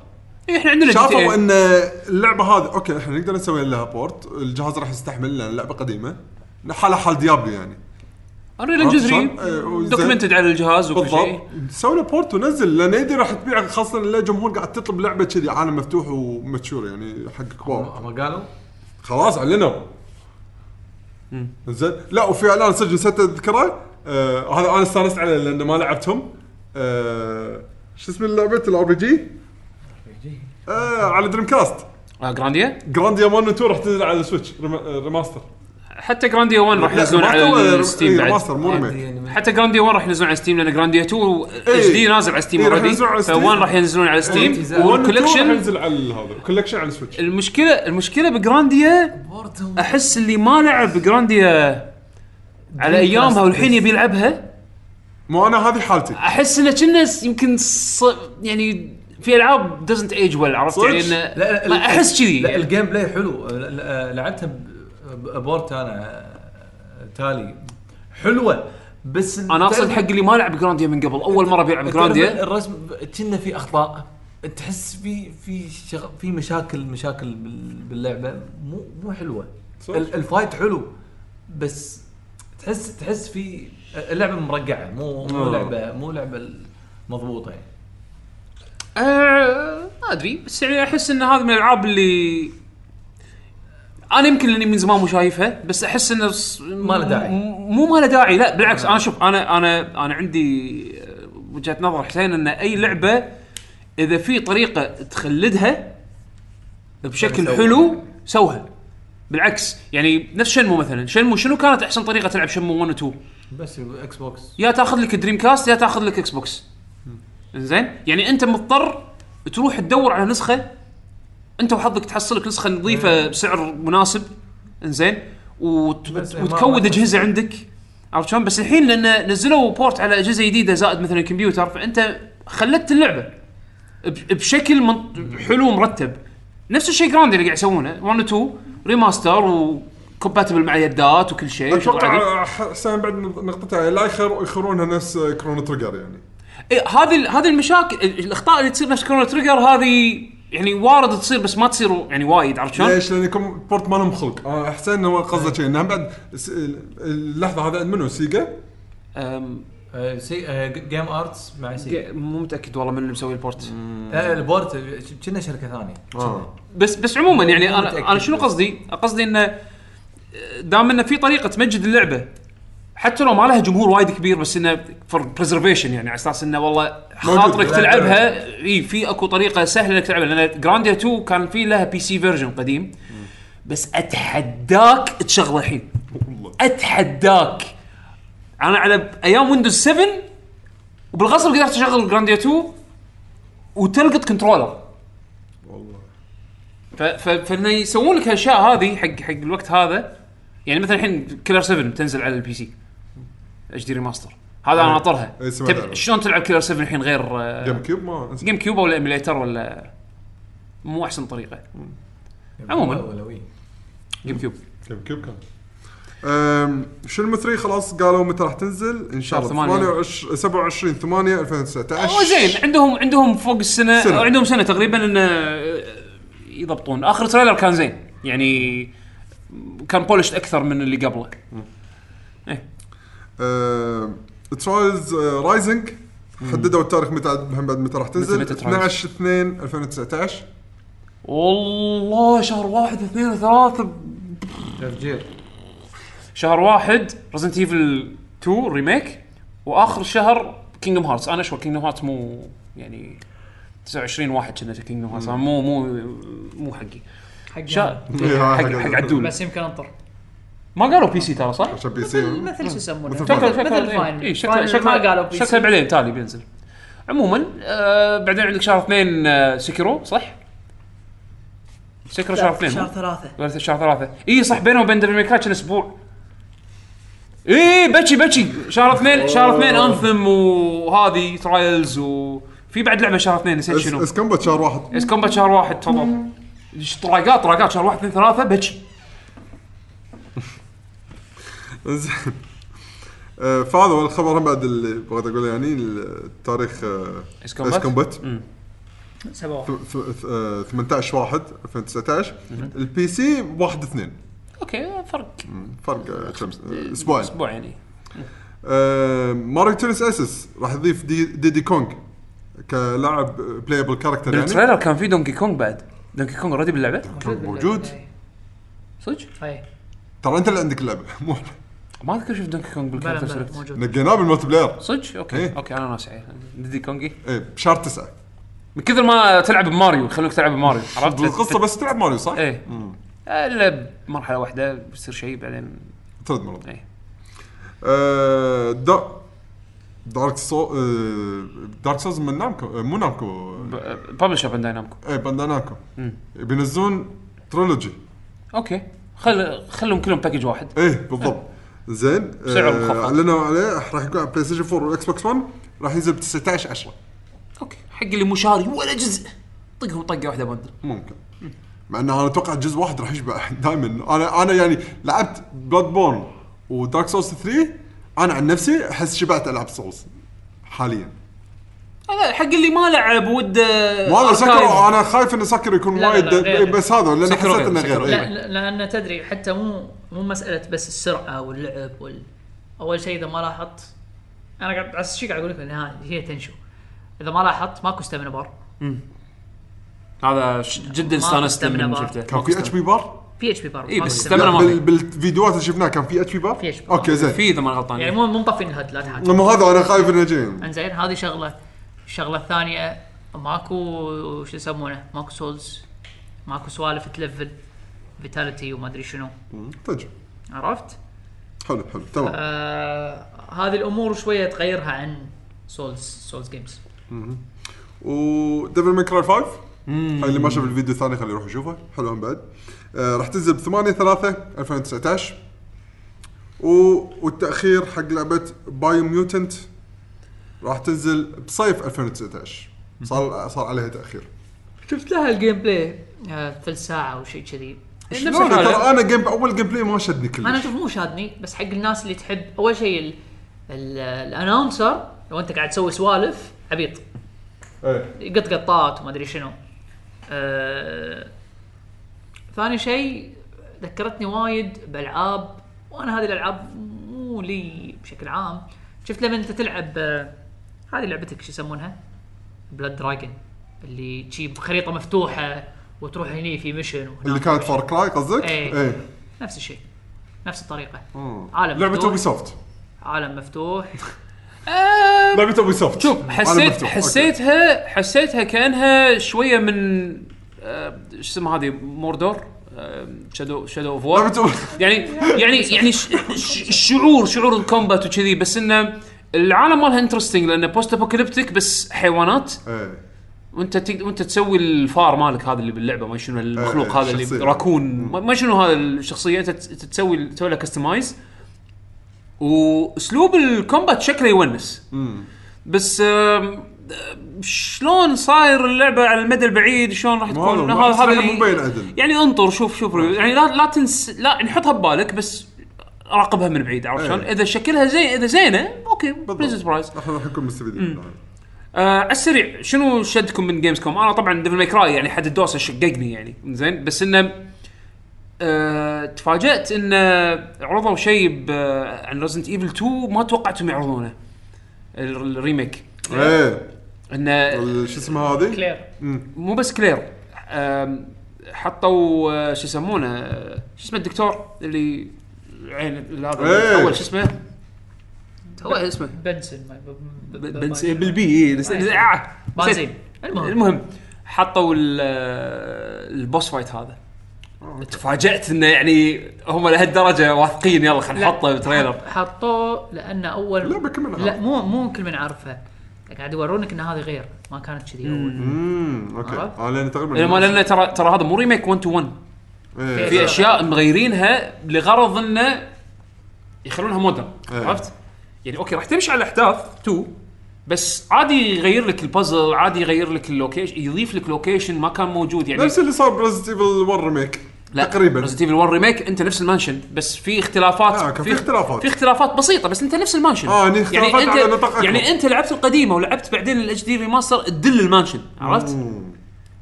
Speaker 2: إي، احنا عندنا إيه.
Speaker 4: شافوا
Speaker 2: GTA.
Speaker 4: ان اللعبه هذه اوكي احنا نقدر نسوي لها بورت الجهاز راح يستحمل لان اللعبه قديمه حالها حال ديابلو يعني
Speaker 2: انريل انجن
Speaker 4: شلون؟ إيه،
Speaker 2: 3
Speaker 4: وزين.
Speaker 2: دوكمنتد على الجهاز وكل
Speaker 4: بالضبط
Speaker 2: شيء
Speaker 4: سوي له بورت ونزل لان يدري راح تبيع خاصه ان الجمهور قاعد تطلب لعبه كذي عالم مفتوح ومتشور يعني حق كبار
Speaker 3: هم قالوا
Speaker 4: خلاص اعلنوا زين لا وفي اعلان صدق نسيت اذكره آه هذا انا استانست عليه لان ما لعبتهم آه شو اسم لعبه الار بي جي؟ آه على دريم كاست
Speaker 2: آه، جرانديا
Speaker 4: جرانديا 1 و 2 راح تنزل على السويتش ريما- ريماستر
Speaker 2: حتى جرانديا 1 راح
Speaker 4: لا،
Speaker 2: ينزلون
Speaker 4: ريماستر ولا
Speaker 2: على
Speaker 4: ريم-
Speaker 2: الستيم
Speaker 4: إيه،
Speaker 2: بعد
Speaker 4: ريماستر مو ريميك
Speaker 2: حتى جرانديا 1 راح ينزلون على ستيم لان جرانديا 2 اتش دي نازل على ستيم
Speaker 4: إيه، راح
Speaker 2: اوريدي
Speaker 4: ينزلون على
Speaker 2: ف1
Speaker 4: ستيم.
Speaker 2: راح ينزلون على ستيم
Speaker 4: One و two راح
Speaker 2: والكولكشن
Speaker 4: ينزل على هذا الكولكشن على السويتش
Speaker 2: المشكله المشكله بجرانديا احس اللي ما لعب جرانديا على ايامها والحين يبي يلعبها
Speaker 4: مو انا هذه حالتي
Speaker 2: احس انه كنا س- يمكن ص... يعني في العاب دزنت ايج ويل عرفت
Speaker 4: صدق؟
Speaker 2: يعني انه ما احس كذي
Speaker 6: لا
Speaker 2: يعني.
Speaker 6: الجيم بلاي حلو لا- لا- لعبتها ب- بورت انا آه، تالي حلوه بس
Speaker 2: انا اقصد حق اللي ما لعب جرانديا من قبل اول مره بيلعب جرانديا
Speaker 6: الرسم كنا في اخطاء تحس في في شغ... في مشاكل مشاكل بال- باللعبه مو مو حلوه
Speaker 4: صح.
Speaker 6: ال- الفايت حلو بس تحس تحس في اللعبه مرقعه مو مو
Speaker 4: آه.
Speaker 6: لعبه مو لعبه مضبوطه يعني
Speaker 2: آه، ما ادري بس يعني احس ان هذا من الالعاب اللي انا يمكن لاني من زمان مو شايفها بس احس انه ص-
Speaker 6: ما له داعي. آه.
Speaker 2: م- مو ما له داعي لا بالعكس انا شوف انا انا انا عندي آه، وجهه نظر حسين ان اي لعبه اذا في طريقه تخلدها بشكل حلو سوها بالعكس يعني نفس شنمو مثلا شنمو شنو كانت احسن طريقه تلعب شنمو 1 و 2
Speaker 6: بس الاكس بوكس
Speaker 2: يا تاخذ لك دريم كاست يا تاخذ لك اكس بوكس زين يعني انت مضطر تروح تدور على نسخه انت وحظك تحصلك نسخه نظيفه
Speaker 6: إيه.
Speaker 2: بسعر مناسب زين وت...
Speaker 6: بس إيه، ما-
Speaker 2: وتكود
Speaker 6: ما-
Speaker 2: اجهزه عندك عرفت شلون بس الحين لان نزلوا بورت على اجهزه جديده زائد مثلا الكمبيوتر فانت خلدت اللعبه ب... بشكل من... حلو مرتب نفس الشيء جراند اللي قاعد يسوونه 1 و 2 ريماستر وكومباتبل مع يدات وكل شيء وشغل عدل.
Speaker 4: اتوقع آه، حسين بعد نقطتها لا يخر يخرونها نفس كرونو تريجر يعني
Speaker 2: إيه، هذه ال- هذه المشاكل ال- الاخطاء اللي تصير نفس كرونو تريجر هذه يعني وارد تصير بس ما تصير يعني وايد عرفت شلون؟
Speaker 4: ليش؟ لان يكون بورت ما لهم خلق انا حسين انه
Speaker 2: إيه.
Speaker 4: قصده شيء انه بعد س- اللحظه هذا منو سيجا؟
Speaker 2: أم،
Speaker 6: آه، سي آه، جيم ارتس مع سي
Speaker 2: ج- مو متاكد والله من اللي مسوي البورت
Speaker 6: آه، البورت آه، كنا شركه ثانيه
Speaker 4: آه.
Speaker 2: بس بس عموما يعني
Speaker 6: مو
Speaker 2: انا
Speaker 6: متأكد
Speaker 2: انا شنو
Speaker 6: بس.
Speaker 2: قصدي؟ قصدي انه دام انه في طريقه تمجد اللعبه حتى لو ما لها جمهور وايد كبير بس انه فور بريزرفيشن يعني على اساس انه والله
Speaker 4: موجود.
Speaker 2: خاطرك
Speaker 4: لا،
Speaker 2: تلعبها اي في اكو طريقه سهله انك تلعبها لان جرانديا 2 كان في لها بي سي فيرجن قديم بس اتحداك تشغله الحين اتحداك انا على ايام ويندوز 7 وبالغصب قدرت اشغل جرانديا 2 وتلقط كنترولر ف ف فإنه يسوون لك هالاشياء هذه حق حق الوقت هذا يعني مثلا الحين كيلر 7 بتنزل على البي سي اتش دي ريماستر هذا انا ناطرها
Speaker 4: إيه، سمعت
Speaker 2: تب...
Speaker 4: عنها.
Speaker 2: شلون تلعب كيلر 7 الحين غير آه،
Speaker 4: جيم كيوب ما
Speaker 2: جيم كيوب ولا ايميليتر ولا مو احسن طريقه عموماً.
Speaker 6: ولا وي
Speaker 2: جيم كيوب
Speaker 4: جيم كيوب كان أم، شنو 3 خلاص قالوا متى راح تنزل ان شاء
Speaker 2: شهر
Speaker 4: الله
Speaker 2: ثمانية.
Speaker 4: 28 27 8
Speaker 2: هو
Speaker 4: 2019
Speaker 2: زين عندهم عندهم فوق السنه
Speaker 4: سنة.
Speaker 2: أو عندهم سنه تقريبا ان آه، يضبطون اخر تريلر كان زين يعني كان بولش اكثر من اللي قبله
Speaker 4: ترايلز رايزنج uh, حددوا التاريخ متى هم بعد متى راح تنزل
Speaker 2: متى Trials؟
Speaker 4: 12 2 2019
Speaker 2: والله شهر واحد اثنين ثلاثة
Speaker 3: تفجير
Speaker 2: شهر واحد ريزنت ايفل 2 ريميك واخر شهر كينجدم هارتس انا اشوف كينجدم هارتس مو يعني 29 واحد كنا كينجدم هارتس مو مو مو حقي
Speaker 5: حق
Speaker 2: شا...
Speaker 4: *laughs* إيه،
Speaker 2: حق
Speaker 4: حق-
Speaker 2: حق عدول
Speaker 5: بس يمكن انطر
Speaker 2: ما قالوا بي سي ترى صح؟
Speaker 4: عشان بي
Speaker 5: مثل
Speaker 4: سي
Speaker 5: مثل شو يسمونه
Speaker 4: مثل
Speaker 2: شكله
Speaker 4: فاينل.
Speaker 2: شكله
Speaker 5: مثل
Speaker 2: إيه،
Speaker 5: فاينل.
Speaker 2: إيه، شكله
Speaker 5: فاينل
Speaker 2: شكله
Speaker 5: ما قالوا بي سي.
Speaker 2: شكله بعدين تالي بينزل عموما آه بعدين عندك شهر اثنين آه سكرو صح؟ سكرو شهر اثنين
Speaker 5: شهر
Speaker 2: مو؟
Speaker 5: ثلاثة
Speaker 2: ولا شهر ثلاثة اي صح بينه وبين دبل ميكاي كان اسبوع اي بكي بكي شهر اثنين شهر اثنين انثم وهذه ترايلز وفي بعد لعبه شهر اثنين نسيت *laughs* شنو
Speaker 4: اس كومبات شهر واحد *laughs*
Speaker 2: اس كومبات شهر واحد تفضل إيش طراقات طراقات شهر واحد اثنين ثلاثة بكي
Speaker 4: زين آه، فهذا هو الخبر هم بعد اللي بغيت اقوله يعني التاريخ آه،
Speaker 2: اس
Speaker 4: اس
Speaker 2: كومبات
Speaker 4: كومبات
Speaker 5: سبعة واحد.
Speaker 4: ث- ث- آه، 18 1 2019 البي سي 1 2
Speaker 2: اوكي فرق
Speaker 4: فرق آه، كم س- آه، اسبوعين
Speaker 2: اسبوع يعني
Speaker 4: آه، ماريو تنس اسس راح تضيف دي- ديدي كونغ كلاعب بلايبل كاركتر يعني
Speaker 2: بالتريلر كان في دونكي كونغ بعد دونكي كونغ اوريدي باللعبه
Speaker 4: كونغ موجود
Speaker 2: صدق
Speaker 5: اي
Speaker 4: ترى انت اللي عندك اللعبه *laughs* مو إحنا.
Speaker 2: ما اذكر شفت دونكي كونغ
Speaker 5: بلى
Speaker 2: بالكاركتر
Speaker 5: بلى،
Speaker 2: سيلكت
Speaker 5: موجود
Speaker 4: نقيناه بالملتي بلاير
Speaker 2: صدق اوكي
Speaker 4: إيه.
Speaker 2: اوكي انا ناسي عليه. ديدي كونغي
Speaker 4: اي بشهر 9
Speaker 2: من كثر ما تلعب بماريو يخلوك تلعب بماريو عرفت
Speaker 4: القصه بس تلعب ماريو صح؟
Speaker 2: ايه الا بمرحله واحده بيصير شيء بعدين
Speaker 4: ثلاث مرات
Speaker 2: إيه.
Speaker 4: آه، دا دارك سو آه، دارك سوز من نامكو آه، مو نامكو
Speaker 2: ببلشر من داينامكو
Speaker 4: اي باندا نامكو
Speaker 2: مم.
Speaker 4: بينزلون ترولوجي
Speaker 2: اوكي خل خلهم كلهم باكج واحد
Speaker 4: ايه
Speaker 5: إيه،
Speaker 4: بالضبط زين
Speaker 2: سعر مخفض.
Speaker 4: آه، اعلنوا عليه راح يكون على بلاي ستيشن 4 والاكس بوكس 1 راح ينزل ب 19 10
Speaker 2: اوكي حق اللي مو شاري ولا جزء طقهم طقه واحده بندل
Speaker 4: ممكن مع انه انا اتوقع جزء واحد راح يشبع *laughs* دائما انا انا يعني لعبت بلاد بورن ودارك سولز 3 انا عن نفسي احس شبعت العاب سولز حاليا
Speaker 2: هذا إيه، حق اللي ما لعب آه، وده
Speaker 4: والله سكروا
Speaker 2: أركايف.
Speaker 4: انا خايف ان سكر يكون
Speaker 5: لا، لا،
Speaker 4: وايد
Speaker 5: لا، غير.
Speaker 4: بس هذا لان
Speaker 2: سكروا
Speaker 4: حسيت
Speaker 2: غير،
Speaker 4: انه
Speaker 2: سكروا
Speaker 4: غير
Speaker 2: غير.
Speaker 4: إيه.
Speaker 5: لا لان تدري حتى مو مو مساله بس السرعه واللعب وال اول شيء اذا ما لاحظت انا قاعد على شيء قاعد اقول لك بالنهايه هي تنشو اذا ما لاحظت ماكو ستامنا بار
Speaker 2: هذا ش- جدا
Speaker 5: ما
Speaker 2: استانست
Speaker 5: استمنى
Speaker 2: لما
Speaker 5: بار.
Speaker 2: شفته
Speaker 4: كان في اتش بي بار؟
Speaker 5: في اتش بي بار
Speaker 2: إيه،
Speaker 5: ماكو
Speaker 2: بس
Speaker 5: stamina
Speaker 4: لا
Speaker 2: أنا ما
Speaker 4: بال-
Speaker 2: في.
Speaker 4: بالفيديوهات اللي شفناها كان في اتش بي بار؟
Speaker 5: في HP bar.
Speaker 4: اوكي زين
Speaker 2: في اذا ما غلطان
Speaker 5: bar. يعني
Speaker 2: يعني
Speaker 5: مو مو مطفين الهد لا تحاكي
Speaker 4: ما هذا انا خايف انه جاي
Speaker 5: انزين هذه شغله الشغله الثانيه ماكو شو يسمونه ماكو سولز ماكو سوالف تلفل فيتاليتي وما ادري شنو
Speaker 4: طيب.
Speaker 5: عرفت؟
Speaker 4: حلو حلو تمام
Speaker 5: آه هذه الامور شويه تغيرها عن سولز سولز جيمز
Speaker 4: وديفل ميكراي 5 هاي اللي ما شاف الفيديو الثاني خليه يروح يشوفه حلو هم بعد آه راح تنزل ب 8 3 2019 و... والتاخير حق لعبه بايو ميوتنت راح تنزل بصيف 2019 صار صار عليها تاخير
Speaker 5: شفت لها الجيم بلاي آه ثلث ساعه او شيء كذي نفس
Speaker 4: شلون؟
Speaker 5: الحالة.
Speaker 4: ترى انا جيم اول جيم بلاي ما شدني كلش
Speaker 5: انا اشوف مو شادني بس حق الناس اللي تحب اول شيء ال- ال- الاناونسر لو انت قاعد تسوي سوالف عبيط
Speaker 4: ايه
Speaker 5: قط قطات وما ادري شنو آه ثاني شيء ذكرتني وايد بالعاب وانا هذه الالعاب مو لي بشكل عام شفت لما انت تلعب آه، هذه لعبتك شو يسمونها؟ بلاد دراجون اللي تجيب خريطه مفتوحه وتروح هني في ميشن وهناك
Speaker 4: اللي كانت
Speaker 5: في
Speaker 4: فار
Speaker 5: ميشن.
Speaker 4: كراي قصدك؟
Speaker 5: إيه.
Speaker 4: ايه
Speaker 5: نفس الشيء نفس الطريقه
Speaker 4: مم.
Speaker 5: عالم
Speaker 4: لعبه
Speaker 5: مفتوح.
Speaker 4: اوبي سوفت
Speaker 5: عالم مفتوح
Speaker 2: آه،
Speaker 4: لعبه اوبي سوفت
Speaker 2: شوف
Speaker 4: عالم
Speaker 2: حسيت
Speaker 4: مفتوح.
Speaker 2: حسيتها حسيتها كانها شويه من آه، شو اسمها هذه موردور آه، شادو شادو اوف
Speaker 4: أوكي.
Speaker 2: وور
Speaker 4: لعبه أوبي-
Speaker 2: يعني يعني يعني ش- ش- الشعور شعور الكومبات وكذي بس انه العالم مالها انترستنج لانه بوست ابوكاليبتيك بس حيوانات
Speaker 4: ايه
Speaker 2: م- وانت تقدر وانت تسوي الفار مالك هذا اللي باللعبه ما شنو المخلوق
Speaker 4: إيه،
Speaker 2: هذا اللي
Speaker 4: الشخصية.
Speaker 2: راكون ما- ما شنو هذا الشخصيه انت تس- تسوي تسوي له كستمايز واسلوب الكومبات شكله يونس بس آم، شلون صاير اللعبه على المدى البعيد شلون راح
Speaker 4: ما
Speaker 2: تكون
Speaker 4: هذا-
Speaker 2: هذا هذا
Speaker 4: صراحة
Speaker 2: اللي-
Speaker 4: مو مبين عدل.
Speaker 2: يعني انطر شوف شوف ريفيو. يعني لا لا تنس لا نحطها ببالك بس راقبها من بعيد عرفت شلون؟
Speaker 4: إيه.
Speaker 2: اذا شكلها زين اذا زينه اوكي بليزرد برايز
Speaker 4: احنا راح نكون مستفيدين من هذا.
Speaker 2: آه على السريع شنو شدكم من جيمز كوم؟ انا طبعا ديفل ماي كراي يعني حد الدوسه شققني يعني زين بس انه آه تفاجات انه عرضوا شيء ب- آه، عن ريزنت ايفل 2 ما توقعتهم يعرضونه ال- الريميك
Speaker 4: ايه
Speaker 2: انه
Speaker 4: ال- شو اسمها هذه؟
Speaker 5: كلير
Speaker 2: مو بس كلير آم، حطوا آه، شو يسمونه آه، شو اسمه الدكتور اللي عين ال- هذا
Speaker 4: إيه.
Speaker 2: اول شو اسمه هو اسمه
Speaker 5: بنسن ما- ب- ب- ب-
Speaker 2: بنس بالبي إيه، نس- نس- آه،
Speaker 5: بنزين.
Speaker 2: المهم
Speaker 5: المهم.
Speaker 2: المهم حطوا ال- آه، البوس فايت هذا
Speaker 5: آه،
Speaker 2: تفاجات انه يعني هم لهالدرجه واثقين يلا خلينا
Speaker 5: لا،
Speaker 2: نحطه بتريلر
Speaker 5: حطوه لان اول
Speaker 4: لا، بكل من
Speaker 5: لا
Speaker 4: عارف.
Speaker 5: مو مو كل من عارفها قاعد يورونك ان هذه غير ما كانت كذي اول
Speaker 4: امم اوكي
Speaker 5: عرفت؟
Speaker 4: اه لان تقريبا
Speaker 2: لان إيه، لأن ترى ترى هذا مو ريميك 1 تو 1
Speaker 4: إيه.
Speaker 5: آه.
Speaker 2: في اشياء مغيرينها لغرض انه يخلونها مودرن
Speaker 4: إيه.
Speaker 2: عرفت؟ يعني اوكي راح تمشي على الاحداث 2 بس عادي يغير لك البازل عادي يغير لك اللوكيشن يضيف لك لوكيشن ما كان موجود يعني
Speaker 4: نفس اللي صار بريزنت ايفل 1 ريميك تقريبا
Speaker 2: ريزنت ايفل 1 ريميك انت نفس المانشن بس في اختلافات
Speaker 4: آه، كان في اختلافات.
Speaker 2: في اختلافات بسيطه بس انت نفس المانشن
Speaker 4: آه، يعني اختلافات على
Speaker 2: انت
Speaker 4: نطاق أكبر.
Speaker 2: يعني انت لعبت القديمه ولعبت بعدين الاتش دي ريماستر تدل المانشن عرفت؟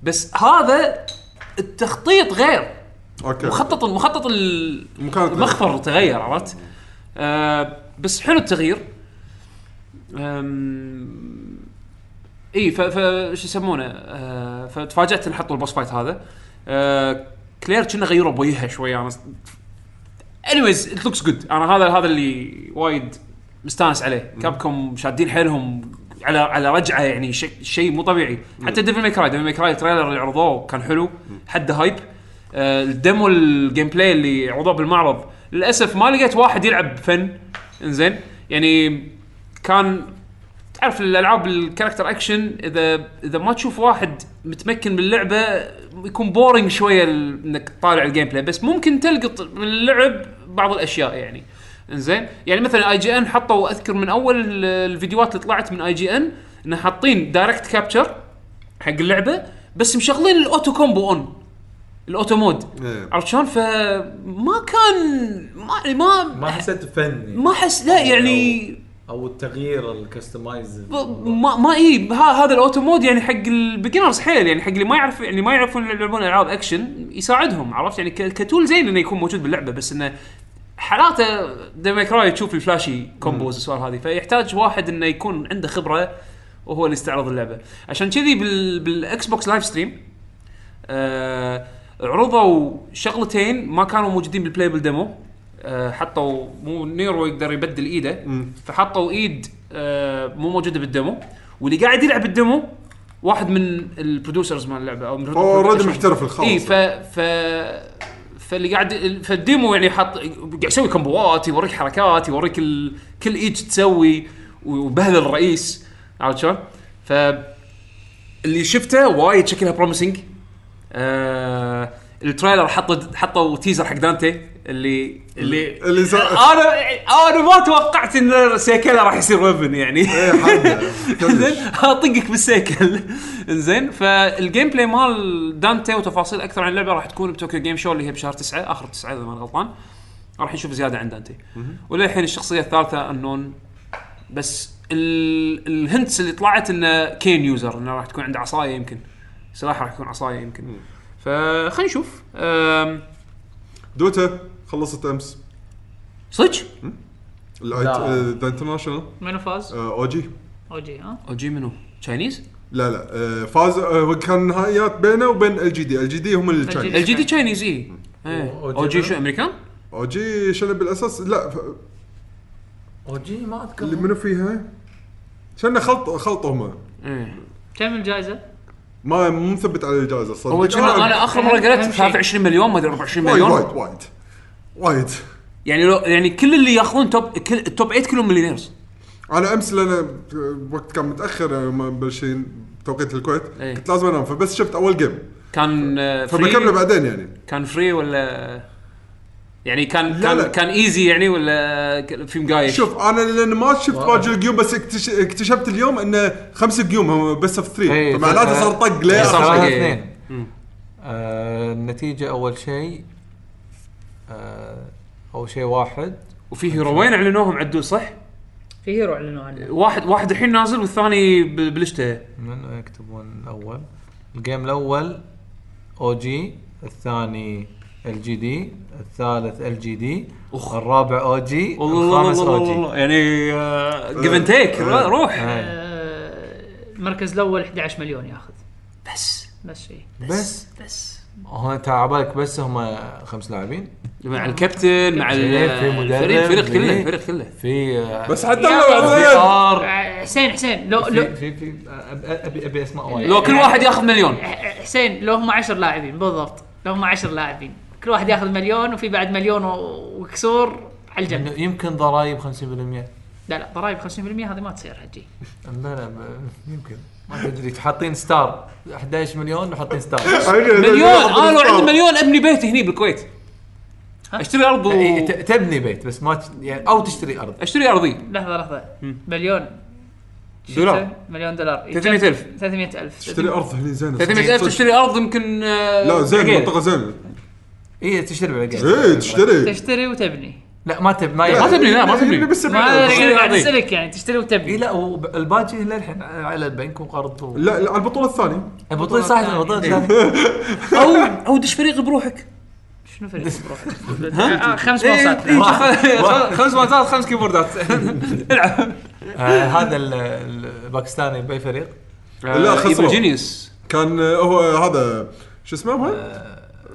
Speaker 2: بس هذا التخطيط غير
Speaker 4: اوكي
Speaker 2: مخطط المخطط ال-
Speaker 4: المكان تغير.
Speaker 2: المخفر تغير عرفت؟ آه بس حلو التغيير أم... اي ف ف شو يسمونه آه فتفاجات ان حطوا البوس فايت هذا آه كلير كنا غيروا بوجهها شوي يعني انا انيويز ات لوكس جود انا هذا هذا اللي وايد مستانس عليه كابكم شادين حيلهم على على رجعه يعني شيء شيء مو طبيعي حتى ديفل ماي كراي ديفل ماي كراي التريلر اللي عرضوه كان حلو حد هايب آه الديمو الجيم بلاي اللي عرضوه بالمعرض للاسف ما لقيت واحد يلعب فن انزين يعني كان تعرف الالعاب الكاركتر اكشن اذا اذا ما تشوف واحد متمكن باللعبه يكون بورنج شويه ال- انك تطالع الجيم بلاي بس ممكن تلقط من اللعب بعض الاشياء يعني انزين يعني مثلا اي جي ان حطوا اذكر من اول ال- الفيديوهات اللي طلعت من اي جي ان انه حاطين دايركت كابتشر حق اللعبه بس مشغلين الاوتو كومبو اون الاوتو مود
Speaker 4: إيه.
Speaker 2: عرفت شلون فما كان ما ما
Speaker 6: ما حسيت فني
Speaker 2: ما حس لا يعني
Speaker 6: او التغيير الكستمايز
Speaker 2: ب- ما ما اي ها- هذا الاوتو مود يعني حق البيجنرز حيل يعني حق اللي ما يعرف اللي ما يعرفون يلعبون العاب اكشن يساعدهم عرفت يعني ك- كتول زين انه يكون موجود باللعبه بس انه حالاته ديما كراي تشوف الفلاشي كومبوز والسوالف هذه فيحتاج واحد انه يكون عنده خبره وهو اللي يستعرض اللعبه عشان كذي بال بالاكس بوكس لايف ستريم آه، عرضوا شغلتين ما كانوا موجودين بالبلايبل ديمو آه، حطوا مو نيرو يقدر يبدل ايده فحطوا ايد آه، مو موجوده بالديمو واللي قاعد يلعب الديمو واحد من البرودوسرز مال اللعبه او من
Speaker 4: اوريدي محترف الخاص
Speaker 2: اي ف ف فاللي قاعد فالديمو يعني حط قاعد يسوي كمبوات يوريك حركات يوريك ال... كل ايج تسوي وبهذل الرئيس عرفت شلون؟ ف اللي شفته وايد شكلها بروميسنج آه التريلر حطوا حطوا تيزر حق دانتي اللي اللي,
Speaker 4: اللي سا-
Speaker 2: انا انا ما توقعت ان سيكلا راح يصير ويبن يعني
Speaker 4: ايه حد
Speaker 2: زين اطقك بالسيكل زين فالجيم بلاي مال دانتي وتفاصيل اكثر عن اللعبه راح تكون بتوكيو جيم شو اللي هي بشهر 9 اخر 9 اذا ما أنا غلطان راح نشوف زياده عن دانتي وللحين الشخصيه الثالثه انون بس ال- الهنتس اللي طلعت انه كين يوزر انه راح تكون عنده عصايه يمكن سلاح راح يكون عصايه يمكن فخلينا نشوف أم،
Speaker 4: دوتا خلصت امس
Speaker 2: صدق
Speaker 4: إيه، الانترناشونال
Speaker 5: منو فاز؟
Speaker 4: او جي
Speaker 5: اوجي ها؟
Speaker 2: اوجي منو؟ تشاينيز؟
Speaker 4: آه، لا لا آه، فاز آه، كان نهائيات بينه وبين ال جي دي، ال جي دي هم
Speaker 5: LGD.
Speaker 4: التشاينيز
Speaker 2: الجديد تشاينيز اي
Speaker 6: أوجي
Speaker 2: اوجي
Speaker 6: منو؟
Speaker 2: إيه. شو امريكان؟
Speaker 4: او جي شنو بالاساس لا ف-
Speaker 6: اوجي ما اذكر
Speaker 4: اللي منو فيها؟ شنو خلط خلط هم
Speaker 2: إيه.
Speaker 5: كم الجائزه؟
Speaker 4: ما مو مثبت على الجائزه صدق
Speaker 2: اول شيء
Speaker 4: آه،
Speaker 2: انا اخر مره
Speaker 5: أهم
Speaker 2: قريت
Speaker 5: شيء.
Speaker 2: 23 مليون ما ادري 24
Speaker 4: وايد
Speaker 2: مليون
Speaker 4: وايد وايد وايد
Speaker 2: يعني لو يعني كل اللي ياخذون توب كل التوب 8 كلهم مليونيرز
Speaker 4: انا امس لان آه، وقت كان متاخر آه، يعني ما بلشين توقيت الكويت
Speaker 2: إيه.
Speaker 4: كنت لازم انام فبس شفت اول جيم
Speaker 2: كان آه، فري
Speaker 4: فبكمله بعدين يعني
Speaker 2: كان فري ولا يعني كان
Speaker 4: لا،
Speaker 2: كان
Speaker 4: لا.
Speaker 2: كان ايزي يعني ولا ك- في مقايش
Speaker 4: شوف انا لان ما شفت واجد القيوم بس اكتش- اكتشفت اليوم انه خمس قيوم هم بس اوف 3
Speaker 3: إيه،
Speaker 4: فمعناته
Speaker 3: فأنا-
Speaker 4: صار طق
Speaker 2: إيه،
Speaker 4: ليه
Speaker 2: صار
Speaker 4: آخر
Speaker 2: طق.
Speaker 4: شيء.
Speaker 2: حقيقي.
Speaker 3: اثنين
Speaker 2: مم.
Speaker 3: آه النتيجه اول شيء آه اول شيء واحد
Speaker 2: وفي هيروين اعلنوهم عدول صح؟
Speaker 5: في هيرو اعلنوا عنه
Speaker 2: واحد واحد الحين نازل والثاني ب- بالشتاء
Speaker 3: من يكتبون الاول الجيم الاول او جي الثاني ال جي دي الثالث ال جي دي
Speaker 2: أخ.
Speaker 3: الرابع او جي
Speaker 2: والله الله
Speaker 3: الخامس
Speaker 2: الله
Speaker 3: او جي
Speaker 2: الله يعني جيف اند تيك روح
Speaker 3: آه.
Speaker 5: آه، المركز الاول 11 مليون ياخذ
Speaker 2: بس
Speaker 5: بس إيه. شيء
Speaker 3: بس
Speaker 5: بس
Speaker 3: هو انت على بالك بس هم خمس لاعبين
Speaker 2: مع الكابتن مع ال-
Speaker 3: إيه، في مدرب،
Speaker 2: الفريق الفريق
Speaker 3: في-
Speaker 2: كله الفريق كله
Speaker 3: في آه،
Speaker 4: بس حتى
Speaker 5: يلا.
Speaker 4: لو
Speaker 3: في
Speaker 4: بعدين
Speaker 3: ار
Speaker 5: آه، حسين حسين لو
Speaker 3: في
Speaker 5: لو
Speaker 3: في, في آه، أب- ابي ابي اسماء وايد
Speaker 2: لو كل واحد ياخذ مليون
Speaker 5: حسين لو هم 10 لاعبين بالضبط لو هم 10 لاعبين كل واحد ياخذ مليون وفي بعد مليون و- وكسور على الجنب
Speaker 3: إنه يمكن ضرائب 50%
Speaker 5: لا لا ضرائب 50% هذه ما تصير حجي
Speaker 3: لا لا ب- يمكن ما تدري حاطين ستار 11 مليون وحاطين ستار
Speaker 2: *laughs* مليون آه، انا لو عندي مليون ابني بيتي هني بالكويت
Speaker 5: ها؟
Speaker 2: اشتري ارض و...
Speaker 3: إيه، ت- تبني بيت بس ما تش- يعني او تشتري ارض
Speaker 2: اشتري ارضي
Speaker 5: لحظه لحظه مليون شو
Speaker 2: دولار.
Speaker 5: اسمه؟ مليون دولار إيه،
Speaker 2: 300,000.
Speaker 5: 300000
Speaker 4: اشتري ارض هني زينه
Speaker 2: 300000 تشتري ارض يمكن آه،
Speaker 4: لا زين
Speaker 2: عقيل.
Speaker 4: منطقه زينه
Speaker 3: اي تشتري بالعقيد
Speaker 4: ايه تشتري إيه،
Speaker 5: تشتري وتبني
Speaker 3: لا ما تب ما
Speaker 2: ما
Speaker 3: يبني.
Speaker 2: تبني لا ما تبني
Speaker 4: بس
Speaker 5: ما
Speaker 4: لا
Speaker 5: ادري قاعد
Speaker 2: عظيم.
Speaker 5: اسالك يعني تشتري
Speaker 3: اي
Speaker 4: إيه،
Speaker 5: وتبني
Speaker 3: لا والباقي للحين على البنك وقرض و...
Speaker 4: لا على البطوله الثانيه
Speaker 3: البطولة صح البطولة صح
Speaker 2: او او دش فريق بروحك
Speaker 5: شنو فريق بروحك؟ آه، خمس باصات
Speaker 2: إيه، خ- خمس ماتشات خمس كيبوردات
Speaker 3: *laughs* آه، هذا ال- الباكستاني باي فريق
Speaker 4: لا، خسروا.
Speaker 2: ايفل جينيوس
Speaker 4: كان آه، هو هذا شو اسمه هو؟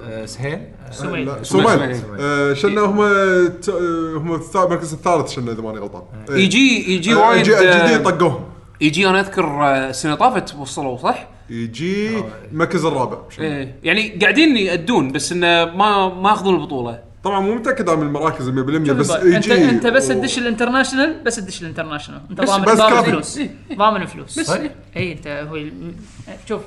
Speaker 3: آه، سهيل
Speaker 5: سمين.
Speaker 4: لا،
Speaker 2: سمين،
Speaker 4: إيه، سومال
Speaker 2: سمين.
Speaker 4: آه، شنا هم ت- آه، هم الثا- المركز الثالث شنا اذا ماني غلطان إيه.
Speaker 2: يجي يجي
Speaker 4: آه،
Speaker 2: E وايد
Speaker 4: يجي الجديد
Speaker 2: آه،
Speaker 4: طقوهم
Speaker 2: يجي انا اذكر آه، السنه طافت وصلوا صح؟
Speaker 4: يجي
Speaker 5: آه،
Speaker 4: المركز الرابع
Speaker 5: إيه.
Speaker 2: ايه يعني قاعدين يأدون بس انه ما ما ياخذون البطوله
Speaker 4: طبعا مو متاكد عن المراكز 100% بس إيه،
Speaker 5: انت
Speaker 4: يجي
Speaker 5: انت بس
Speaker 4: و-
Speaker 5: تدش الانترناشونال بس تدش الانترناشونال انت
Speaker 2: بس-
Speaker 5: ضامن
Speaker 4: بس
Speaker 5: ضامن
Speaker 4: كافي.
Speaker 5: فلوس
Speaker 2: إيه، إيه.
Speaker 5: ضامن فلوس
Speaker 2: بس
Speaker 3: طيب.
Speaker 5: اي انت هو الم- شوف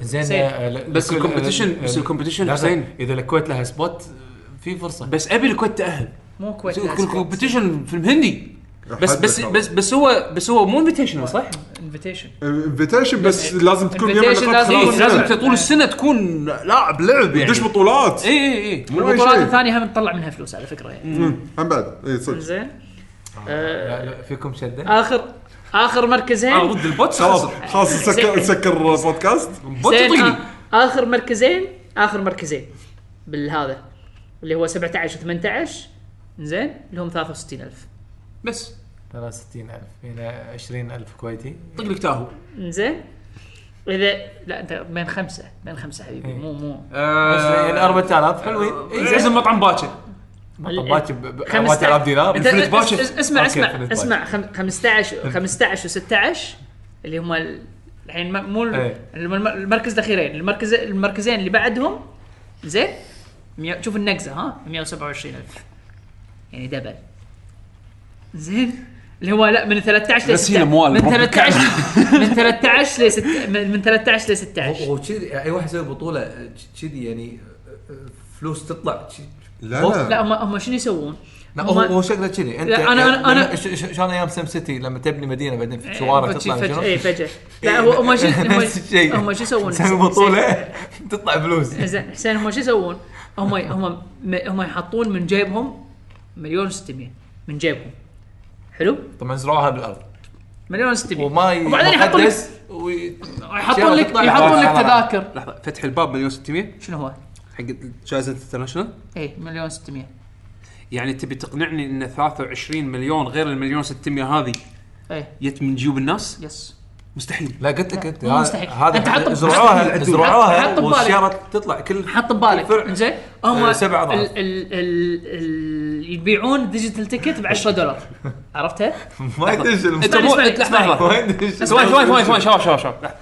Speaker 3: زين
Speaker 5: سهيل.
Speaker 3: آه، ل-
Speaker 2: بس
Speaker 3: لكل-
Speaker 2: الكومبيتيشن-
Speaker 3: آه،
Speaker 2: بس
Speaker 3: آه،
Speaker 2: الكومبيتيشن
Speaker 3: لا،
Speaker 2: حسين.
Speaker 3: اذا الكويت لها سبوت آه، في فرصه
Speaker 2: بس ابي الكويت تاهل
Speaker 5: مو كويس
Speaker 2: الكومبيتيشن فيلم هندي بس
Speaker 4: حد
Speaker 2: بس
Speaker 4: يخاف.
Speaker 2: بس بس هو بس هو مو انفيتيشنال صح؟
Speaker 5: انفيتيشن
Speaker 4: انفيتيشن بس لازم تكون يم
Speaker 5: إيه. invitation
Speaker 4: نقاط
Speaker 5: لازم-
Speaker 2: إيه،
Speaker 4: خلاص
Speaker 2: لازم
Speaker 5: نعم.
Speaker 2: أنت طول السنه تكون لاعب لعب يعني إيه،
Speaker 4: دش
Speaker 5: إيه.
Speaker 4: بطولات
Speaker 2: اي اي اي
Speaker 4: مو أي
Speaker 5: البطولات
Speaker 4: شيء.
Speaker 5: الثانيه هم نطلع منها فلوس على فكره يعني
Speaker 4: مم. هم بعد إيه، اي صدق
Speaker 5: زين
Speaker 3: لا، آه، لا، فيكم شده
Speaker 5: اخر اخر
Speaker 2: انا
Speaker 5: مركزين
Speaker 2: ضد البوتس
Speaker 4: خلاص
Speaker 2: خسر
Speaker 4: خلاص
Speaker 5: إيه.
Speaker 4: نسكر نسكر البودكاست
Speaker 2: بوت
Speaker 5: زين،
Speaker 2: يطقني
Speaker 5: آ- اخر مركزين اخر مركزين بالهذا اللي هو 17 و18 زين لهم 63000
Speaker 2: بس
Speaker 3: 63000 هنا 20000 كويتي
Speaker 2: طق لك تاهو
Speaker 5: زين اذا لا انت بين خمسه بين خمسه حبيبي مو مو
Speaker 2: آه،
Speaker 3: بس يعني 4000 حلوين إي، زين.
Speaker 2: لازم آه، مطعم باشا
Speaker 3: باكر ب- ب-
Speaker 5: 5000
Speaker 3: 4000 دينار
Speaker 5: انت
Speaker 3: الفريق
Speaker 5: اس-
Speaker 3: باكر.
Speaker 5: اس- اسمع
Speaker 3: أوكي،
Speaker 5: اسمع
Speaker 3: الفريق
Speaker 5: اسمع خم-
Speaker 3: *laughs*
Speaker 5: 15 15 و16 اللي هم ال- الحين ما- مو ال-
Speaker 3: ايه.
Speaker 5: الم- المركز الاخيرين المركز المركزين اللي بعدهم زين مية- شوف النقزه ها 127000 يعني دبل زين اللي هو لا من 13 ل
Speaker 2: غسيل أموال،
Speaker 5: من
Speaker 2: رب
Speaker 5: 13 من 13 ل 6 من من 13 ل 16
Speaker 3: هو كذي اي واحد يسوي بطوله كذي يعني فلوس تطلع
Speaker 4: لا
Speaker 5: لا
Speaker 4: لا
Speaker 5: هم هم شنو يسوون؟
Speaker 3: لا
Speaker 5: هم-
Speaker 3: هو هو شكله كذي انت
Speaker 5: لا، أنا- أنا- أنا-
Speaker 3: لما- ش- ش- شلون ايام سم سيتي لما تبني مدينه بعدين في شوارع
Speaker 5: فجأة- إيه،
Speaker 3: تطلع
Speaker 5: فجأة-
Speaker 3: شنو؟
Speaker 5: اي فجاه لا هو
Speaker 3: *laughs*
Speaker 5: هم شو
Speaker 3: نفس الشيء.
Speaker 5: هم- هم شو يسوون؟ إيه.
Speaker 3: تسوي بطوله تطلع فلوس
Speaker 5: زين حسين هم شو يسوون؟ هم هم هم يحطون من جيبهم مليون و600 من جيبهم حلو؟
Speaker 3: طبعا زرعوها بالارض
Speaker 5: مليون و600
Speaker 3: وماي
Speaker 5: وبعدين يحطون لك
Speaker 3: مقدس وي-
Speaker 5: يحطون لك
Speaker 3: تطلع
Speaker 5: يحطون لك
Speaker 3: لحظة، لحظة.
Speaker 5: تذاكر
Speaker 2: لحظه فتح الباب مليون 600
Speaker 5: شنو هو؟
Speaker 2: حق جائزه انترناشونال
Speaker 5: اي مليون و600
Speaker 2: يعني تبي تقنعني ان 23 مليون غير المليون 600 هذه
Speaker 5: اي
Speaker 2: جت من جيوب الناس
Speaker 5: إيه، يس
Speaker 2: مستحيل
Speaker 3: لا قلت لك انت
Speaker 5: مو
Speaker 3: هذا-
Speaker 5: مستحيل.
Speaker 3: هذا
Speaker 5: أنت حط-
Speaker 3: زرعوها
Speaker 5: حط- حط
Speaker 3: زرعوها
Speaker 5: ببالك.
Speaker 3: والشيارة تطلع كل
Speaker 5: حط ببالك
Speaker 3: فرع.
Speaker 5: زين هم
Speaker 3: آه، سبع أضعاف.
Speaker 5: ال- ال- ال- ال- يبيعون ديجيتال تيكت ب 10 دولار
Speaker 3: *laughs*
Speaker 5: عرفتها؟
Speaker 3: ما يدش
Speaker 2: انت
Speaker 3: المستوى
Speaker 2: مو
Speaker 5: اسمعني،
Speaker 2: لحظه
Speaker 5: اسمعني.
Speaker 2: لحظه
Speaker 3: *laughs* ما يدش
Speaker 2: ثواني ثواني ثواني ثواني شباب شباب شباب لحظة.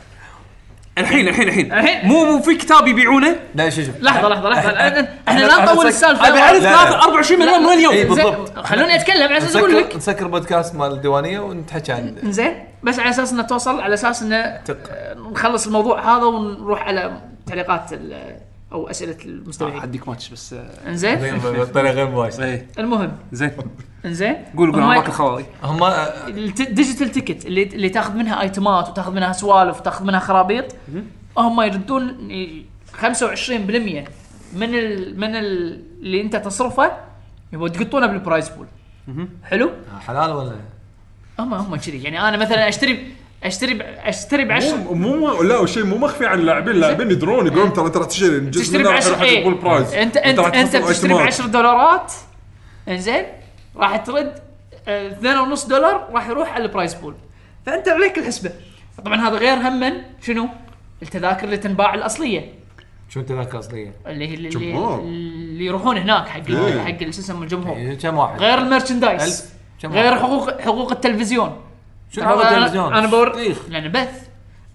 Speaker 2: الحين الحين الحين
Speaker 5: الحين.
Speaker 2: مو مو في كتاب يبيعونه
Speaker 3: لا شوف شوف
Speaker 5: لحظه لحظه لحظه احنا- احنا لا نطول السالفه
Speaker 2: ابي اعرف
Speaker 3: لا، لا.
Speaker 2: ناخذ 24 مليون من
Speaker 3: إيه،
Speaker 2: اليوم
Speaker 3: بالضبط.
Speaker 5: زين، خلوني اتكلم على اساس اقول
Speaker 3: نسكر
Speaker 5: لك
Speaker 3: نسكر بودكاست مال الديوانيه ونتحكي
Speaker 5: *laughs*
Speaker 3: عن
Speaker 5: زين بس على اساس انه توصل على اساس انه آه، نخلص الموضوع هذا ونروح على تعليقات ال- او اسئله المستمعين
Speaker 2: اديك ماتش بس آه،
Speaker 5: انزين
Speaker 3: بطريقه غير مباشره
Speaker 5: إيه.
Speaker 2: ايه
Speaker 5: المهم
Speaker 2: زين
Speaker 5: انزين
Speaker 2: قول قول
Speaker 5: هم-
Speaker 2: انا ماكل خوالي
Speaker 3: هم آه،
Speaker 5: الديجيتال تيكت اللي اللي تاخذ منها ايتمات وتاخذ منها سوالف وتاخذ منها خرابيط هم يردون ي- 25% من ال من ال اللي انت تصرفه يبغوا تقطونه بالبرايس بول حلو؟
Speaker 3: حلال ولا
Speaker 5: هم هم كذي يعني انا مثلا اشتري اشتري ب- اشتري ب 10
Speaker 4: مو مو لا شيء مو مخفي عن اللاعبين اللاعبين يدرون يقولون ترى ترى تشتري جزء
Speaker 5: تشتري إيه. ب
Speaker 4: منها راح
Speaker 5: 10
Speaker 4: يروح حق البول برايز
Speaker 5: انت انت
Speaker 4: راح
Speaker 5: انت
Speaker 4: تحصل
Speaker 5: بتشتري ب
Speaker 4: اجتماع.
Speaker 5: 10 دولارات انزين راح ترد 2.5 دولار راح يروح على البرايس بول فانت عليك الحسبه طبعا هذا غير هم شنو التذاكر اللي تنباع الاصليه
Speaker 3: شو تذاكر اصليه؟
Speaker 5: اللي هي اللي,
Speaker 4: جمهور.
Speaker 5: اللي يروحون هناك حق ال- حق ال- شو اسمه الجمهور
Speaker 3: يعني كم واحد؟
Speaker 5: غير المرشندايز
Speaker 3: إيه. ألف. كم
Speaker 5: غير
Speaker 3: واحد؟
Speaker 5: حقوق حقوق التلفزيون
Speaker 3: شنو
Speaker 5: طبعاً
Speaker 3: عرض
Speaker 5: أنا-
Speaker 3: التلفزيون؟
Speaker 5: انا بور
Speaker 3: شيخ.
Speaker 5: لان بث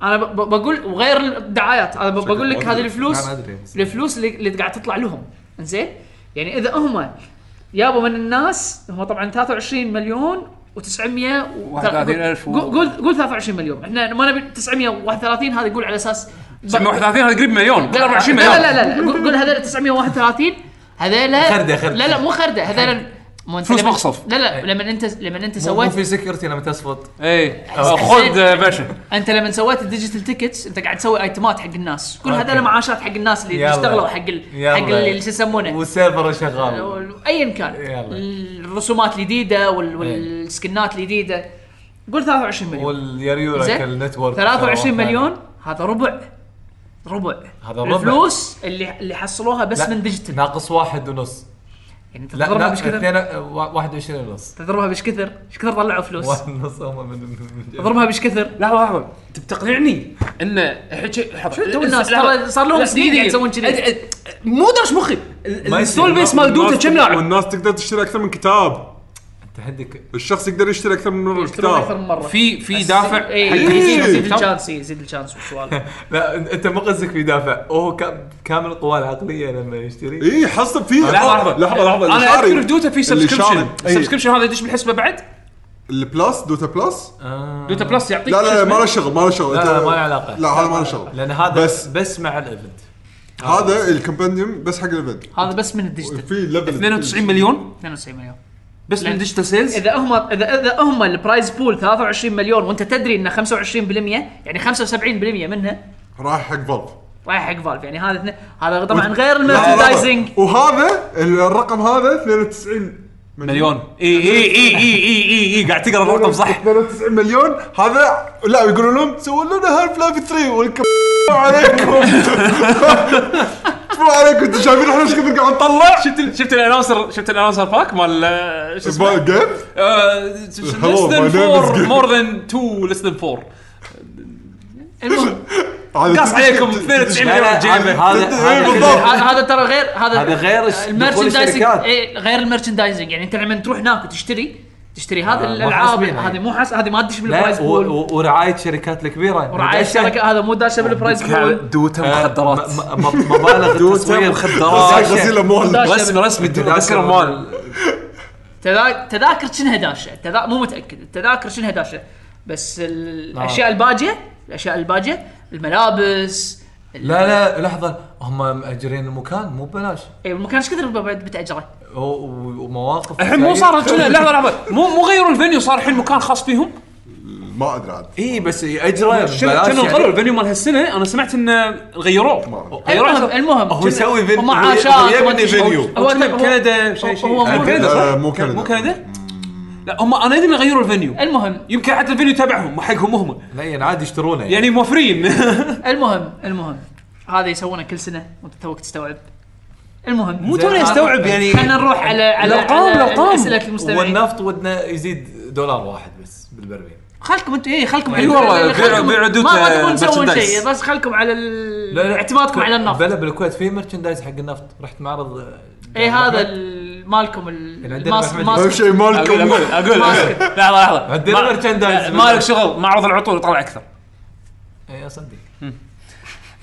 Speaker 5: انا ب- ب- بقول وغير الدعايات انا ب- بقول لك
Speaker 4: واضح.
Speaker 5: هذه الفلوس
Speaker 3: ما أدري بس.
Speaker 5: الفلوس اللي, اللي قاعد تطلع لهم زين يعني اذا هم يابوا من الناس هم طبعا 23 مليون و900
Speaker 2: 31,000 و-
Speaker 5: قول قول- قول 23 مليون احنا ما نبي 931 هذا يقول على اساس
Speaker 2: 31 هذا قريب مليون
Speaker 5: لا
Speaker 2: 24
Speaker 5: لا
Speaker 2: مليون
Speaker 5: لا لا, لا. قول قول هذول 931 هذول
Speaker 3: خردة- خردة. إيه.
Speaker 5: لا لا مو خرده هذول مو أنت
Speaker 2: فلوس
Speaker 5: لما-
Speaker 2: مقصف.
Speaker 5: لا لا لما انت لما انت
Speaker 3: مو مو
Speaker 5: سويت
Speaker 3: في سكيورتي لما تصفط
Speaker 2: ايه خذ
Speaker 5: إيه.
Speaker 2: آه، باشا
Speaker 5: انت لما سويت الديجيتال تيكتس انت قاعد تسوي ايتمات حق الناس كل
Speaker 3: أوكي.
Speaker 5: هذول معاشات حق الناس اللي
Speaker 3: يلا.
Speaker 5: اشتغلوا حق ال...
Speaker 3: يلا.
Speaker 5: حق اللي شو يسمونه
Speaker 3: والسيرفر شغال
Speaker 5: ايا كان
Speaker 3: يلا. إيه.
Speaker 5: الرسومات الجديده وال... والسكنات الجديده قول 23 مليون
Speaker 3: واليريولك
Speaker 5: زين.
Speaker 3: النتورك
Speaker 5: 23 مليون هذا ربع ربع
Speaker 3: هذا ربع.
Speaker 5: الفلوس اللي اللي حصلوها بس
Speaker 3: لا،
Speaker 5: من ديجيتال
Speaker 3: ناقص واحد ونص
Speaker 5: يعني
Speaker 3: لا
Speaker 5: تضربها
Speaker 3: لا
Speaker 5: مش كثر
Speaker 3: اثنين آه، وا- 21 ونص
Speaker 5: تضربها مش كثر ايش كثر طلعوا فلوس
Speaker 3: واحد ونص هم من- من من-
Speaker 5: تضربها مش كثر
Speaker 2: لحظه لحظه انت بتقنعني ان حكي حط
Speaker 5: تو الناس ترى صار لهم
Speaker 2: لا،
Speaker 5: سنين
Speaker 2: دقيقة.
Speaker 5: قاعد يسوون كذي.
Speaker 2: أد- أد- مو درش مخي
Speaker 3: ما يصير.
Speaker 2: الستول بيس مال دوتا
Speaker 4: والناس
Speaker 2: كم
Speaker 4: تقدر-
Speaker 2: لاعب
Speaker 4: والناس تقدر تشتري اكثر من كتاب
Speaker 3: تحدك
Speaker 4: الشخص يقدر يشتري اكثر من مره
Speaker 5: يشترون اكثر من
Speaker 4: الكتاب
Speaker 5: مره
Speaker 2: في في دافع
Speaker 5: اي
Speaker 2: حق
Speaker 5: زيد
Speaker 2: تشتري
Speaker 5: زيد
Speaker 2: كتاب؟
Speaker 5: إيه، الشانس إي، زيد الشانس والسوالف
Speaker 3: لا أن- انت مو قصدك في دافع وهو كا- كامل قواه العقليه لما يشتري
Speaker 4: اي حسب فيه
Speaker 2: لحظة.
Speaker 4: لحظه لحظه لحظه
Speaker 2: انا
Speaker 4: اللي شاري-
Speaker 2: اذكر في دوتا في
Speaker 4: اللي
Speaker 2: سبسكريبشن
Speaker 4: شاري- إي.
Speaker 2: سبسكريبشن هذا يدش بالحسبه بعد
Speaker 4: البلس دوتا بلس
Speaker 3: آه.
Speaker 2: دوتا بلس يعطيك
Speaker 4: لا لا لا
Speaker 2: حسبة. *laughs*
Speaker 4: ما له شغل ما له شغل
Speaker 3: لا
Speaker 4: أنت-
Speaker 3: لا ما له علاقه
Speaker 4: لا هذا ما له شغل
Speaker 3: لان هذا بس
Speaker 4: بس-
Speaker 3: بس مع الايفنت
Speaker 4: هذا الكومبانديوم بس حق الايفنت
Speaker 5: هذا بس من
Speaker 3: *laughs*
Speaker 5: الديجيتال
Speaker 4: في ليفل
Speaker 2: 92 مليون
Speaker 5: 92 مليون
Speaker 2: بس
Speaker 5: لا.
Speaker 2: من ديجيتال سيلز
Speaker 5: اذا هم اذا اذا هم البرايز بول 23 مليون وانت تدري ان 25% يعني 75% منها
Speaker 4: راح حق فولف
Speaker 5: رايح حق فالف يعني هذا اثنين- هذا طبعا غير المرشندايزنج
Speaker 4: وهذا الرقم هذا 92
Speaker 2: مليون اي اي اي اي اي اي اي قاعد تقرا الرقم إيه، صح
Speaker 4: 92 مليون هذا لا يقولون لهم سووا لنا هالف لايف 3 والكم *laughs* عليكم شو عليكم انتم شايفين احنا ايش كثر قاعد نطلع؟
Speaker 2: شفت شفت الانونسر شفت الانونسر باك مال آه، شو اسمه؟
Speaker 4: جيم
Speaker 2: آه،
Speaker 4: Hello, my name
Speaker 2: ليس
Speaker 4: is
Speaker 2: ذان
Speaker 4: Gabe.
Speaker 2: 4 مور ذان 2 ليس ذان 4
Speaker 3: *laughs*
Speaker 5: المهم
Speaker 2: قاص عليكم 92 مليون جيبه
Speaker 3: هذا
Speaker 4: إيه،
Speaker 3: هذا
Speaker 4: بالضبط.
Speaker 5: هذا هذا ترى غير هذا
Speaker 3: هذا غير الش- دخول
Speaker 5: المرشندايزنج
Speaker 3: الشركات.
Speaker 5: إيه، غير المرشندايزنج يعني انت لما تروح هناك وتشتري تشتري هذا
Speaker 3: آه، مو
Speaker 5: الالعاب
Speaker 3: حاسبينها
Speaker 5: هذه
Speaker 3: يعني.
Speaker 5: مو حاس هذه ما تدش بالبرايز
Speaker 3: لا و-
Speaker 5: بول
Speaker 3: و- ورعايه الشركات يعني الكبيره
Speaker 5: ورعايه الشركه هذا مو داشه بالبرايز بول
Speaker 2: دوتا مخدرات
Speaker 3: م- م- م- *laughs* مبالغ
Speaker 2: دوتا
Speaker 3: التصوير
Speaker 2: مخدرات
Speaker 4: غسيل اموال
Speaker 2: رسم رسم اتذكر مال
Speaker 5: تذا- تذاكر شنها داشه تذا... مو متاكد التذاكر شنها داشه بس ال-
Speaker 3: آه.
Speaker 5: الاشياء الباجيه الاشياء الباجيه الملابس ال-
Speaker 3: لا لا لحظه هم مأجرين المكان مو ببلاش
Speaker 5: اي إيه، المكان ايش كثر بعد بتاجره؟
Speaker 3: و- و- ومواقف
Speaker 2: الحين مو *laughs* صار كذا لحظه لحظه مو مو غيروا الفنيو صار الحين مكان خاص فيهم
Speaker 4: ما ادري عاد
Speaker 3: اي بس اجره
Speaker 2: شنو
Speaker 3: ببلاش
Speaker 2: كانوا غيروا
Speaker 3: يعني.
Speaker 2: الفنيو مال هالسنه انا سمعت انه غيروه
Speaker 5: أيوة، المهم المهم
Speaker 3: هو يسوي فيديو- هو
Speaker 5: ومعاشات
Speaker 3: يبني
Speaker 5: وما أدري شو.
Speaker 3: فيديو.
Speaker 5: هو-
Speaker 2: كنا
Speaker 5: هو-
Speaker 2: بكندا شيء شيء
Speaker 5: هو آه، مو-
Speaker 2: كندا
Speaker 4: لا،
Speaker 2: صح؟
Speaker 4: مو كندا.
Speaker 2: مو كندا لا هم انا ادري انه غيروا الفنيو
Speaker 5: المهم
Speaker 2: يمكن حتى الفنيو تبعهم مو حقهم هم
Speaker 3: لا يعني عادي يشترونه يعني
Speaker 2: يعني موفرين
Speaker 5: المهم المهم هذا يسوونه كل سنه وانت توك تستوعب المهم
Speaker 2: مو توني استوعب يعني
Speaker 5: خلينا نروح على على
Speaker 2: الأرقام-
Speaker 5: على
Speaker 2: الأرقام.
Speaker 5: اسئله المستمعين
Speaker 3: والنفط ودنا يزيد دولار واحد بس بالبرميل
Speaker 5: خلكم انتم اي خلكم
Speaker 2: اي والله،
Speaker 5: خلكم-
Speaker 2: أيوة، بيعوا- بيعوا دوت،
Speaker 5: ما ما
Speaker 2: آه،
Speaker 5: تبون تسوون
Speaker 2: merchandise.
Speaker 5: شيء بس خلكم على ال- اعتمادكم على النفط
Speaker 3: بلا بالكويت في مرشندايز حق النفط رحت معرض آه،
Speaker 5: اي إيه، هذا ال- مالكم ال-
Speaker 3: عندنا
Speaker 5: الماس-
Speaker 3: أحمد.
Speaker 4: اهم
Speaker 5: ماسك
Speaker 4: شيء
Speaker 2: اقول اقول
Speaker 4: مالكم
Speaker 2: اقول لحظه لحظه
Speaker 3: عندنا
Speaker 2: ما-
Speaker 3: merchandise.
Speaker 2: ما لك شغل معرض العطور طلع اكثر
Speaker 6: اي اصدق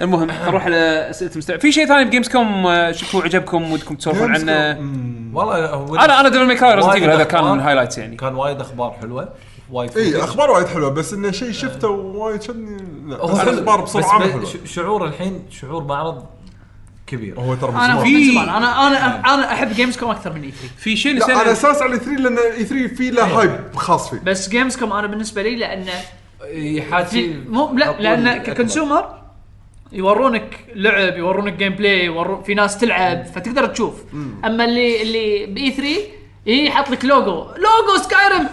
Speaker 2: المهم نروح على اسئله المستمع في شيء ثاني بجيمز كوم آه، شفتوه عجبكم ودكم
Speaker 4: *laughs*
Speaker 2: تسولفون
Speaker 4: Gamescom.
Speaker 2: عنه
Speaker 4: مم.
Speaker 6: والله
Speaker 3: آه،
Speaker 6: هو-
Speaker 2: انا انا ديفل ماي كراي ريزنت
Speaker 6: وايد
Speaker 2: هذا كان
Speaker 6: أخبار.
Speaker 2: من الهايلايتس يعني
Speaker 6: كان وايد اخبار حلوه وايد
Speaker 4: اي اخبار وايد حلوه بس انه شيء شفته وايد شدني لا بس
Speaker 6: حلو.
Speaker 4: الاخبار بصوره عامه
Speaker 6: بس-
Speaker 4: حلوه
Speaker 6: ش- شعور الحين شعور معرض كبير
Speaker 4: هو ترى
Speaker 5: انا
Speaker 4: بصراحة-
Speaker 5: في انا انا انا احب جيمز كوم اكثر من E اي 3
Speaker 2: في شيء
Speaker 4: لا
Speaker 2: نسينا
Speaker 4: على اساس على E 3 لان اي 3 في له
Speaker 2: أيوه.
Speaker 4: هايب خاص فيه
Speaker 5: بس جيمز كوم انا بالنسبه لي لانه
Speaker 6: يحاكي
Speaker 5: مو لا
Speaker 6: عقول
Speaker 5: لان
Speaker 6: أكبر.
Speaker 5: ككونسيومر يورونك لعب يورونك جيم بلاي يورون في ناس تلعب فتقدر تشوف اما اللي اللي باي 3 اي حط لك لوجو لوجو سكايرم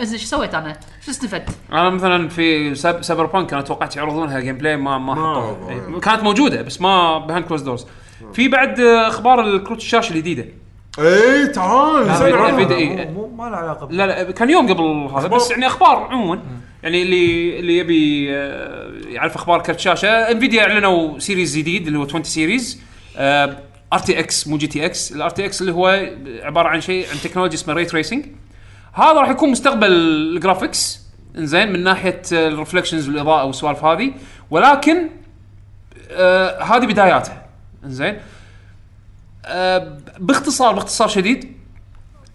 Speaker 5: زين شو سويت انا؟ شو استفدت؟
Speaker 2: انا مثلا في ساب- سايبر بانك انا توقعت يعرضونها جيم بلاي ما ما حطوها
Speaker 4: عرضوها.
Speaker 2: إي، كانت موجوده بس ما بهاند كلوز دورز في بعد آه، اخبار الكروت الشاشه الجديده
Speaker 4: اي إيه، تعال نسأل
Speaker 2: فيديو-
Speaker 4: عنها.
Speaker 2: فيديو- إيه.
Speaker 6: مو ما له علاقه
Speaker 2: لا لا كان يوم قبل هذا بس يعني اخبار عموما يعني اللي اللي يبي آه، يعرف اخبار كرت شاشه انفيديا اعلنوا سيريز جديد اللي هو آه، 20 سيريز ار تي اكس مو جي تي اكس الار تي اكس اللي هو عباره عن شيء عن تكنولوجيا اسمها ري تريسنج هذا راح يكون مستقبل الجرافكس انزين من ناحيه الرفلكشنز والاضاءه والسوالف هذه ولكن آه، هذه بداياتها انزين آه، باختصار باختصار شديد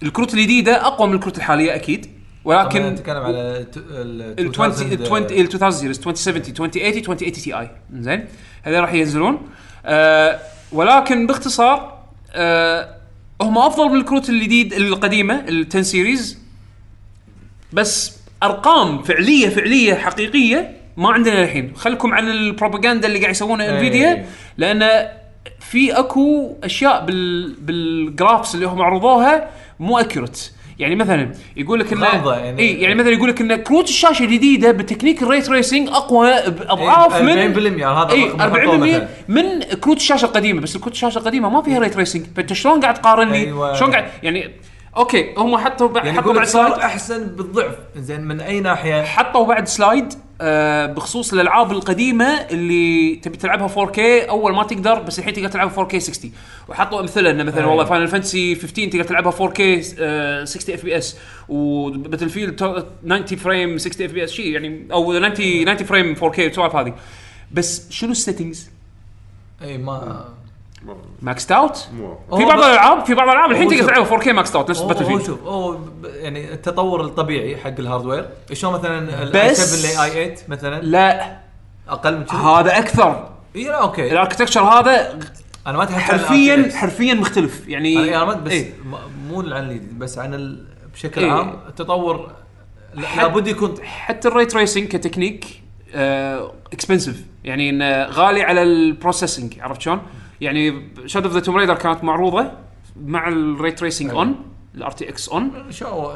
Speaker 2: الكروت E الجديده اقوى من الكروت الحاليه اكيد
Speaker 6: لكن
Speaker 2: ولكن
Speaker 6: نتكلم على ال- ال آه،
Speaker 2: ال 20 ال
Speaker 3: uh,
Speaker 2: 20 ال 2000 سيريز 2070 2080 2080 تي اي زين هذول راح ينزلون آه ولكن باختصار آه هم افضل من الكروت الجديد القديمه ال 10 سيريز بس ارقام فعليه فعليه حقيقيه ما عندنا الحين خلكم عن البروباغندا اللي قاعد يسوونها انفيديا
Speaker 6: إيه.
Speaker 2: لان في اكو اشياء بال بالجرافس اللي هم عرضوها مو اكيوريت يعني مثلا يقول لك انه
Speaker 6: غامضة يعني.
Speaker 2: إيه يعني مثلا يقول لك ان كروت الشاشه الجديده بتكنيك الري تريسنج اقوى باضعاف من
Speaker 6: 40% يعني هذا
Speaker 2: اي
Speaker 6: الرقم اللي حطوه
Speaker 2: 40%
Speaker 6: مثلاً.
Speaker 2: من كروت الشاشه القديمه بس الكروت الشاشه القديمه ما فيها ري تريسنج فانت شلون قاعد تقارن لي
Speaker 6: أيوة.
Speaker 2: شلون قاعد يعني اوكي هم حطوا بع-
Speaker 6: يعني
Speaker 2: حطوا
Speaker 6: يقول لك
Speaker 2: بعد
Speaker 6: صار
Speaker 2: سلايد
Speaker 6: احسن بالضعف زين من اي ناحيه
Speaker 2: حطوا بعد سلايد آه بخصوص الالعاب القديمه اللي تبي تلعبها 4K اول ما تقدر بس الحين تقدر تلعبها 4K 60 وحطوا امثله انه مثلا والله فاينل فانتسي 15 تقدر تلعبها 4K آه 60 اف بي اس وباتل فيلد 90 فريم 60 اف بي اس شيء يعني او 90 90 فريم 4K والسوالف هذه بس شنو السيتنجز؟
Speaker 6: اي ما
Speaker 2: ماكس اوت؟
Speaker 4: مو-
Speaker 2: في
Speaker 6: هو
Speaker 2: بعض
Speaker 6: بس-
Speaker 2: الالعاب في بعض الالعاب الحين
Speaker 6: هو
Speaker 2: تقدر
Speaker 6: شوف.
Speaker 2: تلعبها 4K ماكس اوت نفس
Speaker 6: هو-
Speaker 2: باتل
Speaker 6: هو
Speaker 2: فيلد
Speaker 6: شوف هو ب- يعني التطور الطبيعي حق الهاردوير شلون مثلا ال
Speaker 2: بس-
Speaker 6: i7 ل i8 مثلا
Speaker 2: لا
Speaker 6: اقل من كذا
Speaker 2: هذا اكثر
Speaker 6: اي لا اوكي
Speaker 2: الاركتكتشر هذا
Speaker 6: انا ما تحكي عن
Speaker 2: حرفيا
Speaker 6: ال
Speaker 2: حرفيا مختلف يعني
Speaker 6: انا أنا ما بس
Speaker 2: إيه.
Speaker 6: م- مو عن الجديد بس عن ال... بشكل
Speaker 2: إيه.
Speaker 6: عام التطور لا- لابد يكون
Speaker 2: حتى الري تريسنج كتكنيك اكسبنسيف يعني انه غالي على البروسيسنج عرفت شلون؟ يعني شاد اوف ذا توم ريدر كانت معروضه مع الري تريسنج
Speaker 6: أيوة.
Speaker 2: اون الار تي اكس اون
Speaker 6: شو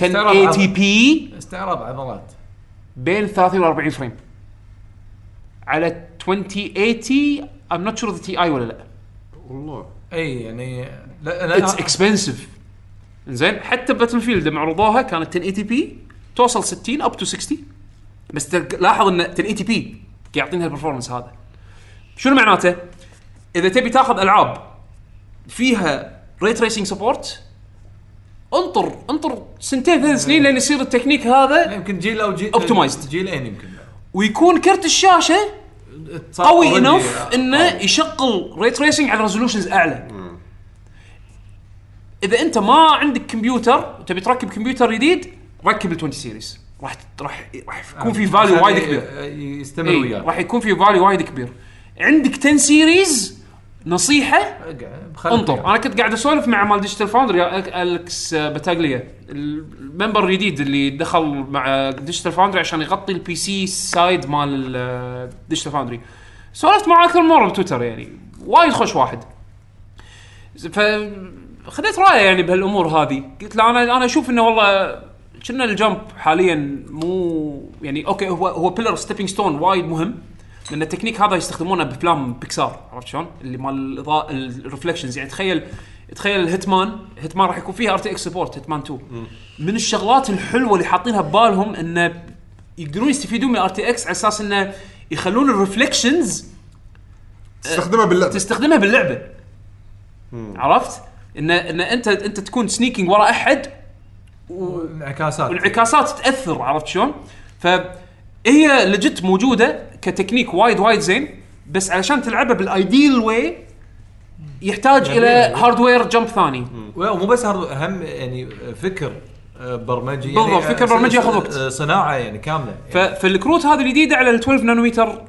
Speaker 2: 1080
Speaker 6: عض-
Speaker 2: بي
Speaker 6: استعراض عضلات
Speaker 2: بين 30 و 40 فريم على 2080 ام نوت شور تي اي ولا لا
Speaker 4: والله
Speaker 6: اي يعني لا لا
Speaker 2: اتس
Speaker 3: آه.
Speaker 2: اكسبنسيف زين حتى باتل فيلد لما عرضوها كانت 1080 بي توصل 60 اب تو 60 بس تل- لاحظ ان 1080 بي يعطينا البرفورمانس هذا شنو معناته؟ اذا تبي تاخذ العاب فيها ري تريسنج سبورت انطر انطر سنتين ثلاث سنين لين يصير التكنيك هذا
Speaker 6: يمكن جيل او جيل
Speaker 2: Optimized.
Speaker 6: جيلين يمكن
Speaker 2: ويكون كرت الشاشه
Speaker 6: صار
Speaker 2: قوي
Speaker 6: already
Speaker 2: انف انه
Speaker 6: قوي.
Speaker 2: يشغل ري تريسنج على ريزولوشنز اعلى اذا انت ما عندك كمبيوتر وتبي تركب كمبيوتر جديد ركب ال 20 سيريز راح راح راح يكون
Speaker 3: آه،
Speaker 2: في فاليو
Speaker 6: عشان
Speaker 2: وايد
Speaker 6: ي-
Speaker 2: كبير إيه.
Speaker 6: يستمر
Speaker 2: إي،
Speaker 6: وياك
Speaker 2: راح يكون في فاليو وايد كبير عندك 10 سيريز نصيحه
Speaker 6: بخلي
Speaker 2: انطر
Speaker 6: فيها.
Speaker 2: انا كنت قاعد اسولف مع مال ديجيتال فاوندري الكس باتاغليا آه، الممبر الجديد اللي دخل مع ديجيتال فاوندري عشان يغطي البي سي سايد مال ديجيتال فاوندري سولفت معاه اكثر من مره بتويتر يعني وايد خوش واحد ف خذيت رايه يعني بهالامور هذه قلت له انا انا اشوف انه والله كنا الجمب حاليا مو يعني اوكي هو هو بيلر ستيبنج ستون وايد مهم لان التكنيك هذا يستخدمونه بافلام بيكسار عرفت شلون؟ اللي مال الاضاءه الرفلكشنز يعني تخيل تخيل الهيتمان هيتمان راح يكون فيها ار تي اكس سبورت هيتمان 2 من الشغلات الحلوه اللي حاطينها ببالهم انه يقدرون يستفيدون من ار تي اكس على اساس انه يخلون الرفلكشنز
Speaker 4: تستخدمها باللعب
Speaker 2: تستخدمها باللعبه عرفت ان ان انت انت تكون سنيكينج ورا احد
Speaker 6: انعكاسات
Speaker 2: والانعكاسات تاثر عرفت شلون ف هي لجت موجوده كتكنيك وايد وايد زين بس علشان تلعبها بالايديل واي يحتاج الى هاردوير جمب ثاني
Speaker 3: ومو بس هارد هم يعني فكر آه، برمجي يعني
Speaker 2: بالضبط،
Speaker 3: آه،
Speaker 2: فكر برمجي
Speaker 3: ص-
Speaker 2: ياخذ وقت.
Speaker 3: آه، صناعه يعني كامله
Speaker 2: ف- فالكروت هذه الجديده على ال 12 نانومتر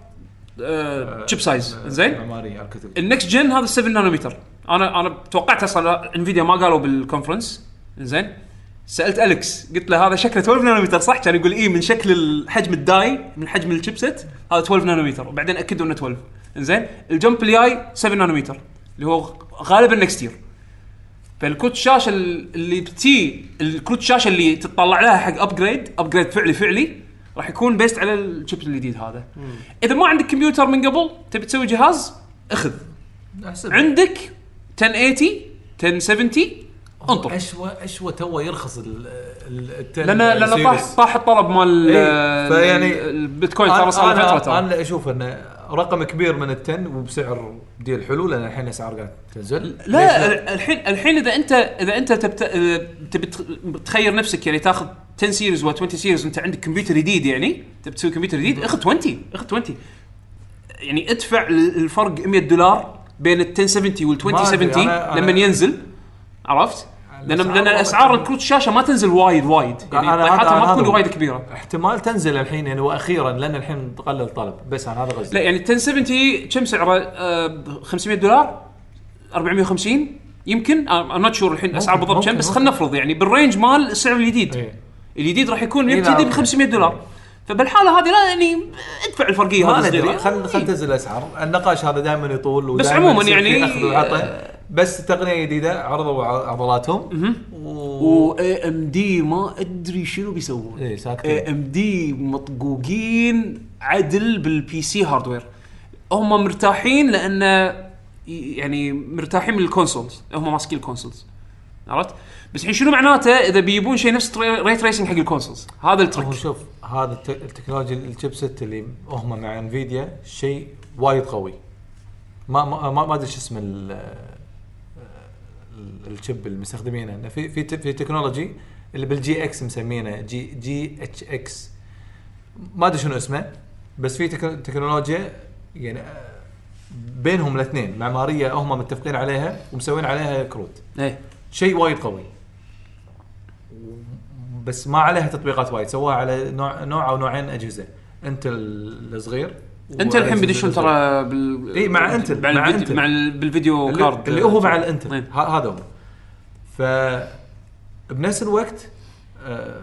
Speaker 2: آه، تشيب سايز زين
Speaker 3: معماري اركتكت
Speaker 2: النكست جن هذا 7 نانومتر انا انا توقعت اصلا انفيديا ما قالوا بالكونفرنس زين سالت الكس قلت له هذا شكله 12 نانومتر صح كان يقول اي من شكل ال- حجم الداي من حجم الشيبسيت هذا 12 نانومتر وبعدين اكدوا انه 12 زين الجمب الجاي 7 نانومتر اللي هو غالبا نكست يير فالكروت الشاشه ال- اللي بتي الكروت الشاشه اللي تتطلع لها حق ابجريد ابجريد فعلي فعلي راح يكون بيست على الشيب الجديد هذا اذا ما عندك كمبيوتر من قبل تبي تسوي جهاز اخذ عندك 1080 1070 انطر
Speaker 3: عشوه عشوه تو يرخص ال ال- التل-
Speaker 2: لان لان طاح
Speaker 3: السيريس.
Speaker 2: طاح الطلب مال آه،
Speaker 3: إيه، فيعني
Speaker 2: البيتكوين
Speaker 3: انا
Speaker 2: ترى صار له فتره
Speaker 3: انا
Speaker 2: ترى
Speaker 3: أنا اشوف انه رقم كبير من التن وبسعر ديل حلو لان الحين الاسعار قاعد تنزل
Speaker 2: لا
Speaker 3: ليش
Speaker 2: ال- الحين الحين اذا انت اذا انت تبت... إذا تبي تخ- تخير نفسك يعني تاخذ 10 سيريز و 20 سيريز وانت عندك كمبيوتر جديد يعني تبي تسوي كمبيوتر جديد اخذ 20 اخذ 20 يعني ادفع ال- الفرق 100 دولار بين ال 1070 وال
Speaker 3: ما أدري،
Speaker 2: 2070
Speaker 3: أنا- أنا-
Speaker 2: لما ينزل عرفت؟ لان
Speaker 3: الأسعار
Speaker 2: لان
Speaker 3: والله
Speaker 2: اسعار
Speaker 3: تعمل.
Speaker 2: الكروت الشاشه ما تنزل وايد وايد يعني
Speaker 3: أنا- أنا-
Speaker 2: طيحاتها
Speaker 3: أنا
Speaker 2: ما تكون
Speaker 3: هذا-
Speaker 2: وايد كبيره
Speaker 3: احتمال تنزل الحين يعني واخيرا لان الحين قلل طلب بس انا هذا
Speaker 2: لا
Speaker 3: قصدي
Speaker 2: يعني 1070 كم سعره؟ آه 500 دولار 450 يمكن آه، ام نوت شور الحين اسعار بالضبط
Speaker 3: ممكن،
Speaker 2: كم بس
Speaker 3: ممكن.
Speaker 2: خلينا نفرض يعني بالرينج مال السعر الجديد
Speaker 3: إيه.
Speaker 2: الجديد راح يكون
Speaker 3: إيه، لا،
Speaker 2: يبتدي ب
Speaker 3: أوكي.
Speaker 2: 500 دولار فبالحاله هذه لا يعني ادفع الفرقيه هذه
Speaker 3: ما
Speaker 2: الصغيرة.
Speaker 3: ندري خل خل
Speaker 2: إيه.
Speaker 3: تنزل الاسعار النقاش هذا دائما يطول
Speaker 2: بس
Speaker 3: ودايماً
Speaker 2: عموماً
Speaker 3: يصير
Speaker 2: يعني- آه.
Speaker 3: فيه اخذ وعطاء بس تقنيه جديده عرضوا ع- عضلاتهم و...
Speaker 2: و اي ام دي ما ادري شنو بيسوون
Speaker 3: إيه، ساكتين.
Speaker 2: اي ام دي مطقوقين عدل بالبي سي هاردوير هم مرتاحين لان ي- يعني مرتاحين من الكونسولز هم ماسكين الكونسولز عرفت بس الحين شنو معناته اذا بيجيبون شيء نفس ريت ريسنج حق الكونسولز هذا
Speaker 3: هو
Speaker 2: الترك
Speaker 3: شوف هذا الت- التكنولوجيا الشيبسيت اللي هم مع انفيديا شيء وايد قوي ما ما ما- ما ادري شو اسم ال- ال- الشيب اللي مستخدمينه إنه في في ت- في تكنولوجي اللي بالجي اكس مسمينه جي جي اتش اكس ما ادري شنو اسمه بس في تك- تكنولوجيا يعني آه، بينهم الاثنين معماريه هم متفقين عليها ومسوين عليها كروت
Speaker 2: ايه
Speaker 3: شيء وايد قوي بس ما عليها تطبيقات وايد سواها على نوع نوع او نوعين اجهزه انتل الصغير
Speaker 2: انت الحين بيدشون ترى بال
Speaker 3: إيه، مع انتل،
Speaker 2: مع,
Speaker 3: مع
Speaker 2: الفيديو-
Speaker 3: انتل.
Speaker 2: مع ال- بالفيديو
Speaker 3: اللي,
Speaker 2: كارد
Speaker 3: اللي هو مع الانتل
Speaker 2: إيه.
Speaker 3: ه- هذا هو ف بنفس الوقت آه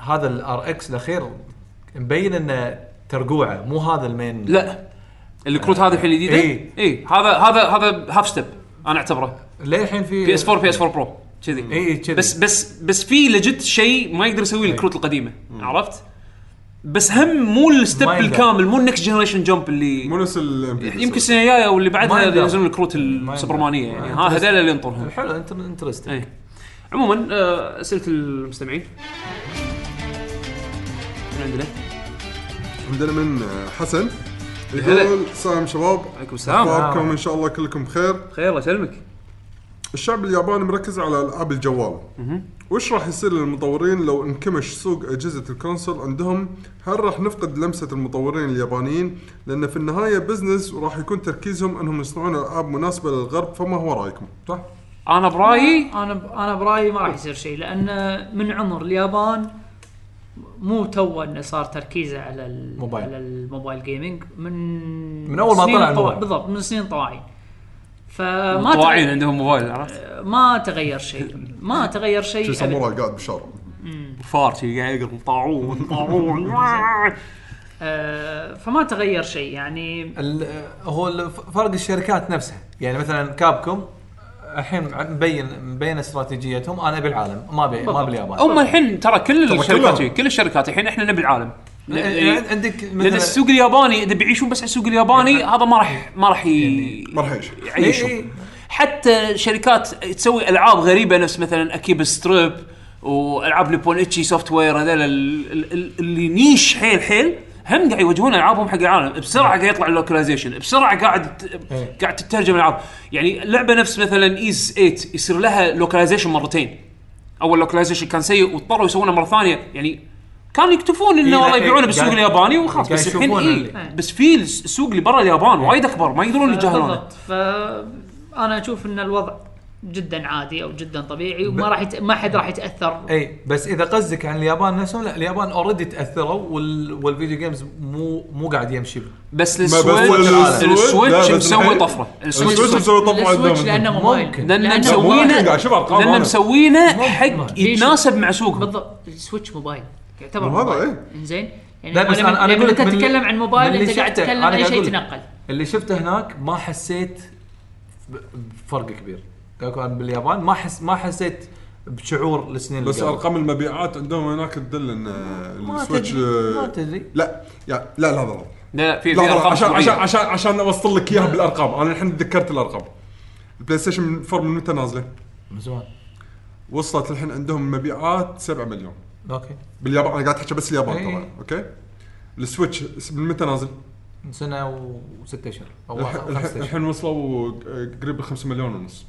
Speaker 3: هذا الار اكس الاخير مبين انه ترقوعه مو هذا المين
Speaker 2: لا الكروت هذه الحين الجديده
Speaker 3: إيه.
Speaker 2: اي هذا هذا هذا هاف ستيب انا اعتبره
Speaker 3: للحين في
Speaker 2: بي اس 4 بي اس 4 برو كذي
Speaker 3: إي إيه. كذي. إيه.
Speaker 2: بس بس بس في لجت شيء ما يقدر يسويه الكروت القديمه عرفت؟ بس هم مو الستيب
Speaker 3: ما يقدر.
Speaker 2: الكامل مو النكست جنريشن جمب اللي
Speaker 4: مو نفس ال
Speaker 2: يمكن السنه الجايه او اللي
Speaker 3: ما
Speaker 2: بعدها
Speaker 3: يقدر.
Speaker 2: ينزلون الكروت السوبرمانيه يعني ها هذول اللي ينطرهم
Speaker 3: حلو انت انترستنج
Speaker 2: اي عموما آه، اسئله المستمعين من عندنا
Speaker 4: عندنا من حسن
Speaker 2: هلا.
Speaker 4: يقول سلام شباب
Speaker 2: عليكم السلام
Speaker 4: اخباركم ان شاء الله كلكم بخير
Speaker 2: خير الله يسلمك
Speaker 4: الشعب الياباني مركز على العاب الجوال وش راح يصير للمطورين لو انكمش سوق اجهزه الكونسول عندهم هل راح نفقد لمسه المطورين اليابانيين لان في النهايه بزنس وراح يكون تركيزهم انهم يصنعون العاب مناسبه للغرب فما هو رايكم صح
Speaker 2: إيه، انا برايي
Speaker 5: انا ب... انا برايي ما راح يصير شيء لان من عمر اليابان مو تو انه صار تركيزه على
Speaker 3: موبايل.
Speaker 5: الموبايل على الموبايل جيمنج من
Speaker 3: من أول ما
Speaker 5: سنين
Speaker 3: طلع
Speaker 5: طوا-
Speaker 3: الموبايل.
Speaker 5: بالضبط من سنين طواعين
Speaker 3: آه،
Speaker 5: فما
Speaker 2: مطواعين
Speaker 5: تغير
Speaker 2: عندهم موبايل عرفت؟
Speaker 5: ما تغير شيء ما تغير شيء
Speaker 4: شي
Speaker 5: أبد.
Speaker 4: ساموراي قاعد بالشارع
Speaker 2: فار شي قاعد يقرب طاعون طاعون
Speaker 3: *laughs*
Speaker 5: آه، فما تغير شيء يعني
Speaker 3: ال- هو ال- فرق الشركات نفسها يعني مثلا كابكم الحين ع- مبين مبين استراتيجيتهم انا ابي العالم ما ابي ما
Speaker 5: بالضبط.
Speaker 3: ابي اليابان
Speaker 2: هم الحين ترى كل الشركات
Speaker 4: كلهم.
Speaker 2: كل الشركات الحين احنا نبي العالم
Speaker 3: يعني
Speaker 2: إيه. لأن-
Speaker 3: عندك
Speaker 2: لان
Speaker 3: مثلا
Speaker 2: السوق الياباني اذا بيعيشون بس على السوق الياباني هذا ما راح ما راح ي-
Speaker 4: يعني ما راح يعيش.
Speaker 3: إي إي.
Speaker 2: يعيشهم إيه، حتى شركات تسوي العاب غريبه نفس مثلا اكيب ستريب والعاب نيبون اتشي سوفت وير هذول ال- ال- ال- اللي نيش حيل حيل هم قاعد يوجهون العابهم حق العالم بسرعه قاعد يطلع اللوكلايزيشن بسرعه قاعد ت-
Speaker 3: إيه.
Speaker 2: قاعد تترجم العاب يعني لعبه نفس مثلا ايز 8 يصير لها لوكلايزيشن مرتين اول لوكلايزيشن كان سيء واضطروا يسوونه مره ثانيه يعني كانوا يكتفون
Speaker 3: إيه،
Speaker 2: انه والله
Speaker 3: لا،
Speaker 2: يبيعونه
Speaker 3: إيه،
Speaker 2: بالسوق
Speaker 3: قاعد-
Speaker 2: الياباني وخلاص
Speaker 3: قاعد
Speaker 2: بس الحين
Speaker 3: يشوفونه
Speaker 2: اي
Speaker 5: اللي-
Speaker 2: بس في الس- السوق اللي برا اليابان وايد اكبر ما يقدرون يتجاهلونه
Speaker 5: بالضبط فانا اشوف ان الوضع جدا عادي او جدا طبيعي وما راح يت... ما حد راح يتاثر
Speaker 3: اي بس اذا قصدك عن اليابان نفسهم لا اليابان اوريدي تاثروا وال... والفيديو جيمز مو مو قاعد يمشي
Speaker 2: بس
Speaker 4: بس
Speaker 2: السويتش
Speaker 4: السويتش-
Speaker 2: السويتش
Speaker 4: لا، بس
Speaker 2: مسوي
Speaker 4: الحين-
Speaker 2: طفره السويتش
Speaker 4: السويتش
Speaker 2: مسوي-
Speaker 4: مسوي طبعا
Speaker 5: السويتش لانه
Speaker 4: قدام.
Speaker 5: موبايل
Speaker 2: لان
Speaker 5: لأنه
Speaker 4: مسوي-
Speaker 5: موبايل.
Speaker 4: ممكن قاعد أشوف أرقام
Speaker 2: لان
Speaker 4: أنا.
Speaker 2: مسوينه حق
Speaker 5: ليش؟
Speaker 2: يتناسب مع سوقهم
Speaker 5: بالضبط السويتش موبايل يعتبر
Speaker 4: هذا
Speaker 5: موبايل
Speaker 4: إيه.
Speaker 5: انزين يعني
Speaker 3: لا، بس
Speaker 5: لما-
Speaker 3: أنا- أنا
Speaker 5: لما
Speaker 3: أقول لك
Speaker 5: انت
Speaker 3: من-
Speaker 5: تتكلم عن موبايل
Speaker 3: من اللي
Speaker 5: انت قاعد
Speaker 3: شفته،
Speaker 5: تتكلم
Speaker 3: أنا
Speaker 5: عن اي
Speaker 3: قاعد
Speaker 5: شيء
Speaker 3: أقول لك.
Speaker 5: يتنقل
Speaker 3: اللي شفته هناك ما حسيت ب- بفرق كبير كاكو أنا باليابان ما حس ما حسيت بشعور السنين اللي
Speaker 4: بس
Speaker 3: قبل.
Speaker 4: ارقام المبيعات عندهم هناك تدل ان
Speaker 3: ما
Speaker 4: السويتش
Speaker 3: تدري ما تدري
Speaker 4: آه، لا يا لا لا لا
Speaker 2: لا في في
Speaker 4: لا لا
Speaker 2: ارقام
Speaker 4: عشان
Speaker 2: أسبوعية.
Speaker 4: عشان عشان عشان اوصل لك اياها بالارقام انا الحين تذكرت الارقام البلاي ستيشن 4 من متى نازله؟
Speaker 3: من زمان
Speaker 4: وصلت الحين عندهم مبيعات 7 مليون
Speaker 3: اوكي
Speaker 4: باليابان انا قاعد احكي بس اليابان
Speaker 3: إيه.
Speaker 4: طبعا اوكي السويتش من متى نازل؟
Speaker 3: من سنه وست اشهر او
Speaker 4: الح-
Speaker 3: واحد-
Speaker 4: الح-
Speaker 3: خمسة اشهر
Speaker 4: الحين وصلوا قريب 5 مليون ونص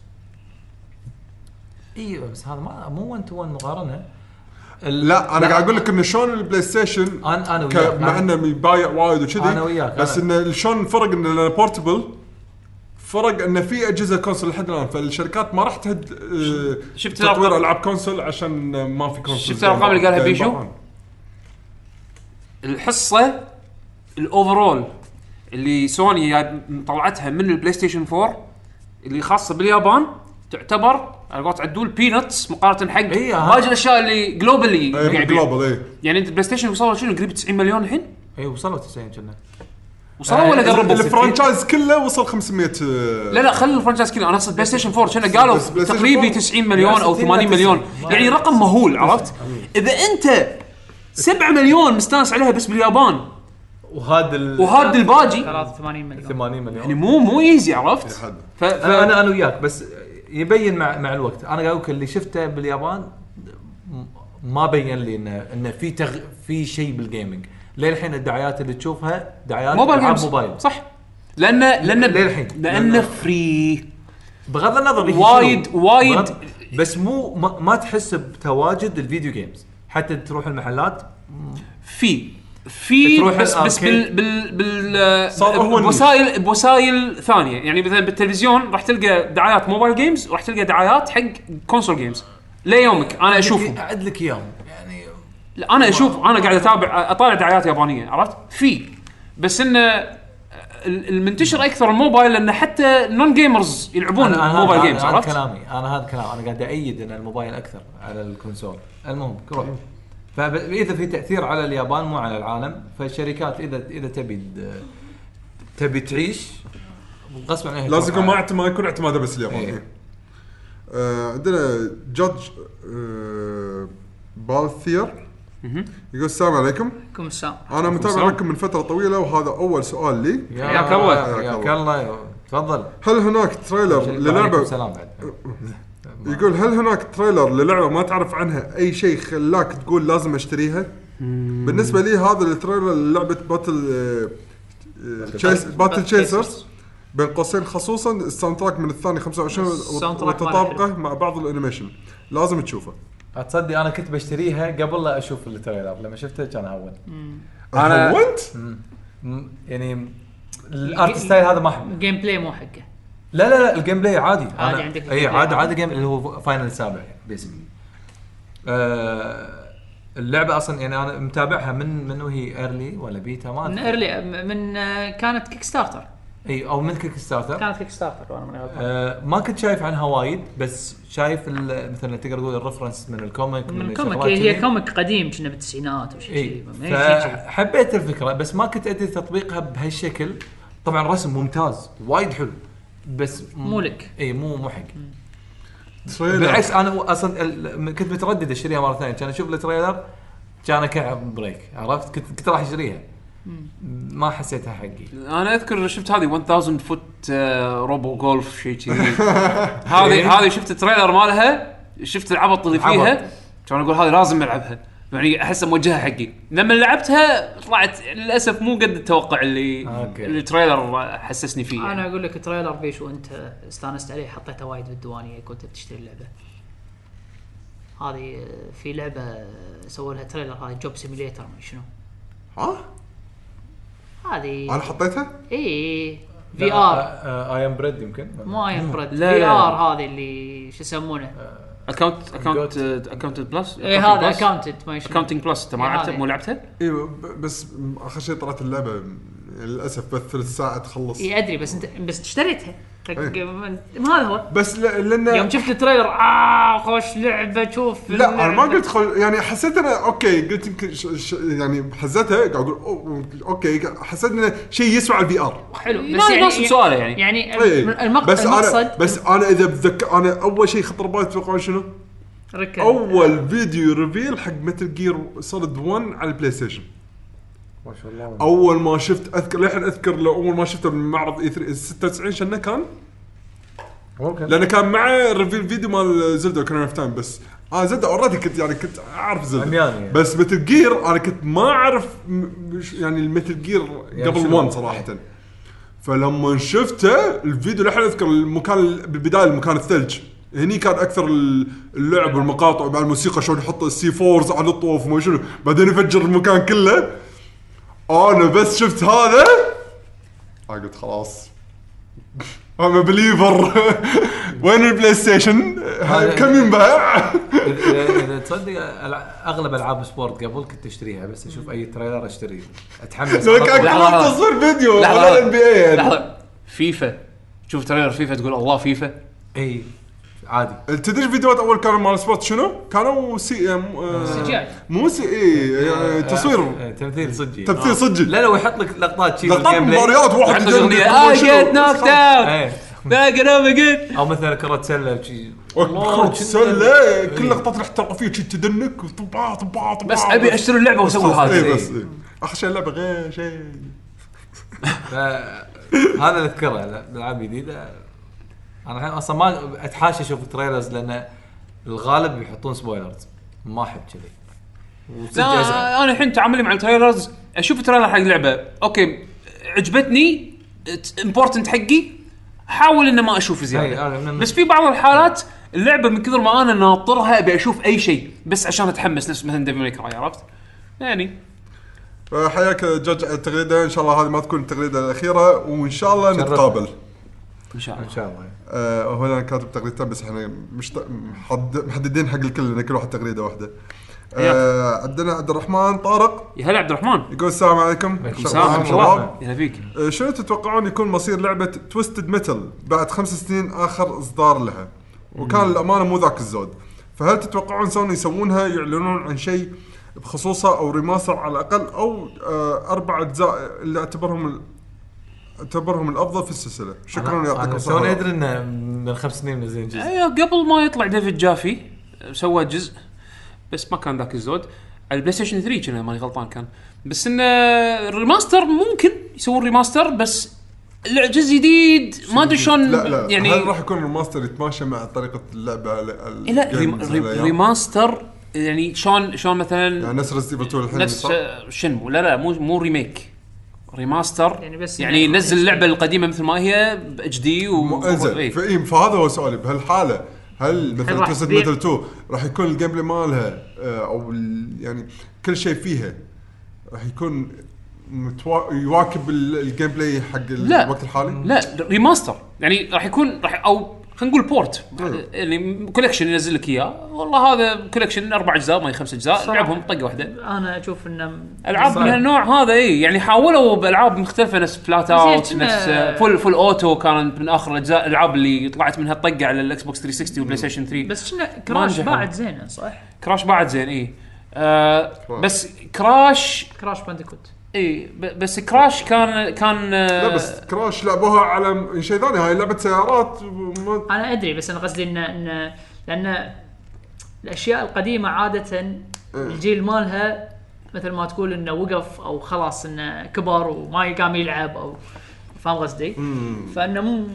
Speaker 3: ايوه بس هذا ما مو 1 تو 1 مقارنه
Speaker 4: لا انا قاعد اقول لك انه شلون البلاي ستيشن
Speaker 3: أنا- أنا
Speaker 4: ك-
Speaker 3: وياك.
Speaker 4: مع انه يبايع وايد وكذي
Speaker 3: أنا وياك،
Speaker 4: بس
Speaker 3: أنا.
Speaker 4: انه شلون الفرق انه بورتبل فرق انه في اجهزه كونسول لحد الان فالشركات ما راح تهد آه،
Speaker 2: شفت
Speaker 4: تطوير
Speaker 2: الأرقام؟
Speaker 4: العاب كونسول عشان ما في إيه، كونسول
Speaker 2: شفت الأرقام اللي قالها بيشو؟ الحصه الاوفرول اللي سوني جايب- مطلعتها من البلاي ستيشن 4 اللي خاصه باليابان تعتبر على قولت عدول بينتس مقارنه حق
Speaker 3: إيه، ها.
Speaker 2: باقي الاشياء اللي جلوبالي
Speaker 4: اي جلوبال اي
Speaker 2: يعني انت البلاي ستيشن وصلوا شنو قريب 90 مليون الحين
Speaker 3: اي إيه، وصلوا 90 كنا
Speaker 4: إيه،
Speaker 2: وصلوا ولا
Speaker 3: آه،
Speaker 2: قربوا
Speaker 4: الفرانشايز كله وصل 500 آه،
Speaker 2: لا لا خلي الفرنشايز كله انا اقصد بلاي ستيشن 4 كنا قالوا
Speaker 4: بس بلاي ستيشن
Speaker 2: تقريبي
Speaker 4: 4
Speaker 2: 90 مليون او
Speaker 3: 60
Speaker 2: 80 مليون
Speaker 3: ما-
Speaker 2: يعني رقم مهول عرفت اذا انت 7 مليون مستانس عليها بس باليابان
Speaker 3: وهذا ال
Speaker 2: وهاد الباجي
Speaker 5: 83 مليون
Speaker 3: 80 مليون
Speaker 2: يعني مو مو ايزي عرفت
Speaker 4: حد.
Speaker 2: ف... ف...
Speaker 3: انا انا انا وياك بس يبين مع مع الوقت انا قاعد اقول لك اللي شفته باليابان م- ما بين لي انه انه في تغ... في شيء بالجيمنج للحين الدعايات اللي تشوفها دعايات
Speaker 2: موبايل
Speaker 3: ألعاب
Speaker 2: جيمز
Speaker 3: موبايل
Speaker 2: صح لان لان
Speaker 3: للحين.
Speaker 2: لانه فري
Speaker 3: بغض النظر هي
Speaker 2: وايد-
Speaker 3: شنو.
Speaker 2: وايد-
Speaker 3: بغض- بس مو ما, ما تحس بتواجد الفيديو جيمز حتى تروح المحلات
Speaker 2: في في
Speaker 3: تروح
Speaker 2: بس بس بال
Speaker 3: الأركيد.
Speaker 2: بال بال آه،
Speaker 4: صار هو النيش.
Speaker 2: بوسائل بوسائل ثانيه يعني مثلا بالتلفزيون راح تلقى دعايات موبايل جيمز وراح تلقى دعايات حق كونسول جيمز ليومك انا اشوفهم
Speaker 3: اعد لك اياهم يعني
Speaker 2: لا انا اشوف انا قاعد اتابع اطالع دعايات يابانيه عرفت؟ في بس انه ال- المنتشر اكثر الموبايل لان حتى نون جيمرز يلعبون
Speaker 3: أنا- أنا-
Speaker 2: موبايل
Speaker 3: أنا-
Speaker 2: جيمز
Speaker 3: أنا
Speaker 2: عرفت؟
Speaker 3: كلامي انا هذا الكلام انا قاعد ايد ان الموبايل اكثر على الكونسول المهم روح فاذا في تاثير على اليابان مو على العالم فالشركات اذا اذا تبي د- تبي تعيش غصب عنها
Speaker 4: لازم يكون
Speaker 3: تروح
Speaker 4: ما
Speaker 3: على-
Speaker 4: اعتماد يكون اعتماده بس الياباني
Speaker 3: آه. إيه.
Speaker 4: آه، عندنا جادج آه، بالثير يقول السلام عليكم
Speaker 5: كم السام
Speaker 4: انا متابع لكم من فتره طويله وهذا اول سؤال لي
Speaker 2: حياك الله.
Speaker 3: حياك الله تفضل
Speaker 4: هل هناك تريلر
Speaker 3: وعليكم
Speaker 4: للعبه
Speaker 3: السلام *laughs* بعد
Speaker 4: يقول هل هناك تريلر للعبه ما تعرف عنها اي شيء خلاك تقول لازم اشتريها بالنسبه لي هذا التريلر آه، للعبه باتل باتل تشيسرز بين قوسين خصوصا الساوند تراك من الثاني 25
Speaker 5: الساوند تراك ماله
Speaker 4: وتطابقه مع بعض الانيميشن لازم تشوفه
Speaker 3: تصدق انا كنت بشتريها قبل لا اشوف التريلر لما شفته كان هون
Speaker 4: *laughs*
Speaker 2: أنا-
Speaker 4: هونت
Speaker 3: م- يعني الارت ستايل هذا ما احبه
Speaker 5: جيم بلاي مو حقه
Speaker 3: لا لا لا الجيم بلاي عادي
Speaker 5: عادي عندك الجيم
Speaker 3: اي
Speaker 5: بلاي
Speaker 3: عادي
Speaker 5: عادي.
Speaker 3: عادي جيم اللي هو فاينل سابع بيسكلي آه اللعبه اصلا يعني انا متابعها من من وهي ايرلي ولا بيتا ما
Speaker 5: من
Speaker 3: أدري.
Speaker 5: ايرلي من آه، كانت كيك ستارتر
Speaker 3: اي او من كيك ستارتر
Speaker 5: كانت كيك ستارتر وانا ماني غلطان
Speaker 3: آه ما كنت شايف عنها وايد بس شايف ال- مثلا تقدر تقول الريفرنس من الكوميك
Speaker 5: من كوميك
Speaker 3: الشغلات
Speaker 5: هي
Speaker 3: يعني كذي. إيه،
Speaker 5: كوميك قديم كنا بالتسعينات او شيء
Speaker 3: اي
Speaker 5: كذي
Speaker 3: فحبيت الفكره بس ما كنت ادري تطبيقها بهالشكل طبعا الرسم ممتاز وايد حلو بس م-
Speaker 5: مو لك.
Speaker 3: اي مو مو حق
Speaker 4: تريلر
Speaker 3: بالعكس انا اصلا ال- كنت متردد اشتريها مره ثانيه كان اشوف التريلر كان اكعب بريك عرفت كنت كنت راح اشتريها ما حسيتها حقي
Speaker 2: انا اذكر شفت هذه 1000 فوت آه، روبو جولف شيء كذي هذه هذه شفت التريلر مالها شفت العبط اللي
Speaker 3: عبط.
Speaker 2: فيها كان اقول هذه لازم العبها يعني احسها موجهه حقي لما لعبتها طلعت للاسف مو قد التوقع اللي
Speaker 3: أوكي.
Speaker 2: اللي التريلر حسسني فيه يعني.
Speaker 5: انا اقول لك تريلر بيش وانت استانست عليه حطيته وايد بالديوانيه كنت بتشتري اللعبه هذه آه، في لعبه سووا لها تريلر هاي جوب سيميليتر ما شنو
Speaker 4: ها انا
Speaker 5: هذه
Speaker 4: حطيتها
Speaker 5: اي في ار
Speaker 6: اي ام بريد يمكن
Speaker 5: ما ينفرد
Speaker 2: لا،
Speaker 5: في
Speaker 2: لا.
Speaker 5: ار هذه اللي شو يسمونه
Speaker 2: اكونت اكونت اكونت بلس
Speaker 5: اي إيه، هذا اكاونتنت ما شنو
Speaker 2: اكونتنج بلس انت ما
Speaker 5: إيه،
Speaker 2: لعبته
Speaker 5: هذه.
Speaker 2: مو لعبته؟
Speaker 4: اي إيوه، ب- بس اخر شيء طلعت اللعبه يعني للاسف بس ثلث ساعه تخلص
Speaker 5: اي ادري بس انت بس اشتريتها
Speaker 4: إيه.
Speaker 5: ما هذا هو
Speaker 4: بس ل- لان
Speaker 5: يوم شفت التريلر اه خوش لعبه شوف
Speaker 4: لا انا ما
Speaker 5: اللعبة.
Speaker 4: قلت خل... يعني حسيت انا اوكي قلت يمكن ش... ش... يعني حزتها قاعد اقول أو- اوكي حسيت انه شيء يسوى على الفي ار
Speaker 5: حلو
Speaker 2: ما
Speaker 5: بس
Speaker 2: يناسب
Speaker 5: يعني
Speaker 2: سؤاله يعني
Speaker 5: يعني
Speaker 4: إيه.
Speaker 5: المقصد
Speaker 4: بس انا
Speaker 5: المقصد
Speaker 4: بس انا اذا بتذكر انا اول شيء خطر بالي تتوقعون شنو؟
Speaker 5: ركز.
Speaker 4: اول فيديو ريفيل حق متل جير سوليد 1 على البلاي ستيشن
Speaker 6: ما شاء الله
Speaker 4: اول ما شفت اذكر للحين اذكر لو اول ما شفته E بالمعرض اي 3 96 شنو كان؟
Speaker 6: ممكن
Speaker 4: لانه كان مع ريفيل فيديو مال زلدا كان اوف تايم بس انا زلدا اوريدي كنت يعني كنت اعرف زلدا
Speaker 6: عمياني يعني.
Speaker 4: بس متل جير انا كنت ما اعرف م- مش- يعني المتل جير
Speaker 6: يعني
Speaker 4: قبل
Speaker 6: شنو؟
Speaker 4: 1 صراحه فلما شفته الفيديو لحين اذكر المكان بالبدايه المكان الثلج هني كان اكثر ال- اللعب والمقاطع مع الموسيقى شلون يحط السي فورز على الطوف وما شنو بعدين يفجر المكان كله انا بس شفت هذا أنا قلت خلاص انا *laughs* بليفر وين البلاي ستيشن؟ هاي كم
Speaker 2: *laughs*
Speaker 4: ينباع؟
Speaker 6: اذا إذا تصدق ألع- اغلب العاب سبورت قبل كنت اشتريها بس اشوف اي تريلر اشتريه اتحمس
Speaker 4: لو كان
Speaker 2: لحظة،
Speaker 4: كله
Speaker 2: لحظة.
Speaker 4: تصوير فيديو
Speaker 2: لحظة،
Speaker 4: ولا
Speaker 2: لحظة.
Speaker 4: الان بي اي
Speaker 2: لحظه فيفا تشوف تريلر فيفا تقول الله فيفا
Speaker 6: اي عادي
Speaker 4: Uh, تدري الفيديوهات اول كانوا مال سبورت شنو؟ كانوا سي ام
Speaker 5: CGI.
Speaker 4: مو سي اي يعني تصوير
Speaker 6: آه، تمثيل صجي
Speaker 4: تمثيل صجي
Speaker 6: لا لا ويحط لك لقطات شي
Speaker 4: لقطات
Speaker 6: بالجيم بلاي.
Speaker 4: مباريات واحد
Speaker 2: عندك
Speaker 4: يدرب
Speaker 2: اغنيه
Speaker 4: وما
Speaker 2: اه
Speaker 4: شنو.
Speaker 2: جيت نوك داون
Speaker 6: إيه.
Speaker 2: باك انا جيت
Speaker 6: او مثلا كره سله وشي
Speaker 4: وكرة
Speaker 6: شنو-
Speaker 4: أه،
Speaker 6: إيه.
Speaker 4: سلة كل لقطات الاحترافية شي تدنك وطبا طبا طبا
Speaker 2: بس ابي اشتري اللعبه واسوي هذا
Speaker 4: اي بس آه، إيه. اخر شيء اللعبة غير شيء
Speaker 6: ف- هذا اللي اذكره لا- العاب جديده انا الحين اصلا ما اتحاشى اشوف التريلرز لان الغالب يحطون سبويلرز ما احب كذي وصدق
Speaker 2: لا انا الحين تعاملي مع التريلرز اشوف تريلر حق لعبه اوكي عجبتني امبورتنت حقي احاول ان ما اشوف
Speaker 6: أي، أنا
Speaker 2: زياده
Speaker 6: من-
Speaker 2: بس في بعض الحالات اللعبه من كثر ما انا ناطرها ابي اشوف اي شيء بس عشان اتحمس نفس مثلا ديفل ميكراي عرفت؟ يعني
Speaker 4: فحياك جاج على التغريدة ان شاء الله هذه ما تكون التغريدة الاخيرة وان شاء الله نتقابل
Speaker 2: ان شاء
Speaker 6: ان
Speaker 2: الله
Speaker 6: شاء الله
Speaker 4: آه، هو انا كاتب تغريدتين بس احنا مش محد- محددين حق الكل لان كل واحد تغريده واحده. آه عندنا عبد الرحمن طارق
Speaker 2: يا هلا عبد الرحمن
Speaker 4: يقول السلام عليكم
Speaker 2: سلام
Speaker 4: شباب.
Speaker 2: شباب يا هلا فيك
Speaker 4: آه، شنو تتوقعون يكون مصير لعبه تويستد ميتال بعد خمس سنين اخر اصدار لها وكان الامانه مو ذاك الزود فهل تتوقعون سوني يسوونها يعلنون عن شيء بخصوصها او ريماستر على الاقل او آه اربع اجزاء اللي اعتبرهم ال- اعتبرهم الافضل في السلسله شكرا يعطيكم
Speaker 6: انا سوني
Speaker 4: الصحه
Speaker 6: ادري انه من خمس سنين منزلين جزء
Speaker 2: ايوه قبل ما يطلع ديفيد جافي أه، سوى جزء بس ما كان ذاك الزود على البلاي ستيشن 3 كان إذا ماني غلطان كان بس انه ريماستر ممكن يسوون ريماستر بس لا، جزء جديد ما ادري شلون
Speaker 4: لا لا يعني هل
Speaker 2: يعني
Speaker 4: راح يكون الريماستر يتماشى مع طريقه اللعبه ال- ال-
Speaker 2: إيه، لا ريم-
Speaker 4: الجيمز
Speaker 2: ريم-
Speaker 4: هالأيام؟
Speaker 2: ريماستر يعني شلون شلون مثلا
Speaker 4: يعني نفس ريزد 2 الحين
Speaker 2: نفس
Speaker 4: صح؟
Speaker 2: آه، شنمو لا لا مو مو ريميك ريماستر
Speaker 5: يعني بس
Speaker 2: يعني
Speaker 5: إنه-
Speaker 2: نزل اللعبه القديمه مثل ما هي اتش دي و
Speaker 4: انزين
Speaker 2: إيه.
Speaker 4: فاي فهذا هو سؤالي بهالحاله هل مثلا
Speaker 5: راح
Speaker 4: توست
Speaker 5: تبيع؟
Speaker 4: ميتل 2 راح يكون الجيم بلاي مالها آه، او ال- يعني كل شيء فيها راح يكون متوا... يواكب ال- الجيم بلاي حق
Speaker 2: لا.
Speaker 4: الوقت الحالي؟
Speaker 2: لا ريماستر يعني راح يكون راح او خلينا نقول بورت
Speaker 4: أيوه.
Speaker 2: يعني كولكشن ينزل لك اياه والله هذا كولكشن اربع اجزاء ما هي خمس اجزاء
Speaker 5: صراحة.
Speaker 2: لعبهم طقه واحده
Speaker 5: انا اشوف انه
Speaker 2: العاب من هالنوع هذا اي يعني حاولوا بالعاب مختلفه نفس بلات اوت
Speaker 5: يعني كنا-
Speaker 2: نفس فول فول اوتو كانت من اخر الاجزاء الالعاب اللي طلعت منها طقه على الاكس بوكس 360 وبلاي ستيشن 3
Speaker 5: بس كنا كراش
Speaker 2: نجحوا.
Speaker 5: باعت زينه صح؟
Speaker 2: كراش بعد زين اي آه بس كراش
Speaker 5: كراش بانديكوت
Speaker 2: اي ب- بس كراش كان كان آه،
Speaker 4: لا بس كراش لعبوها على شيء ثاني هاي لعبه سيارات وما-
Speaker 5: انا ادري بس انا قصدي انه انه لان الاشياء القديمه عاده الجيل مالها مثل ما تقول انه وقف او خلاص انه كبر وما قام يلعب او فاهم قصدي؟ فانه مو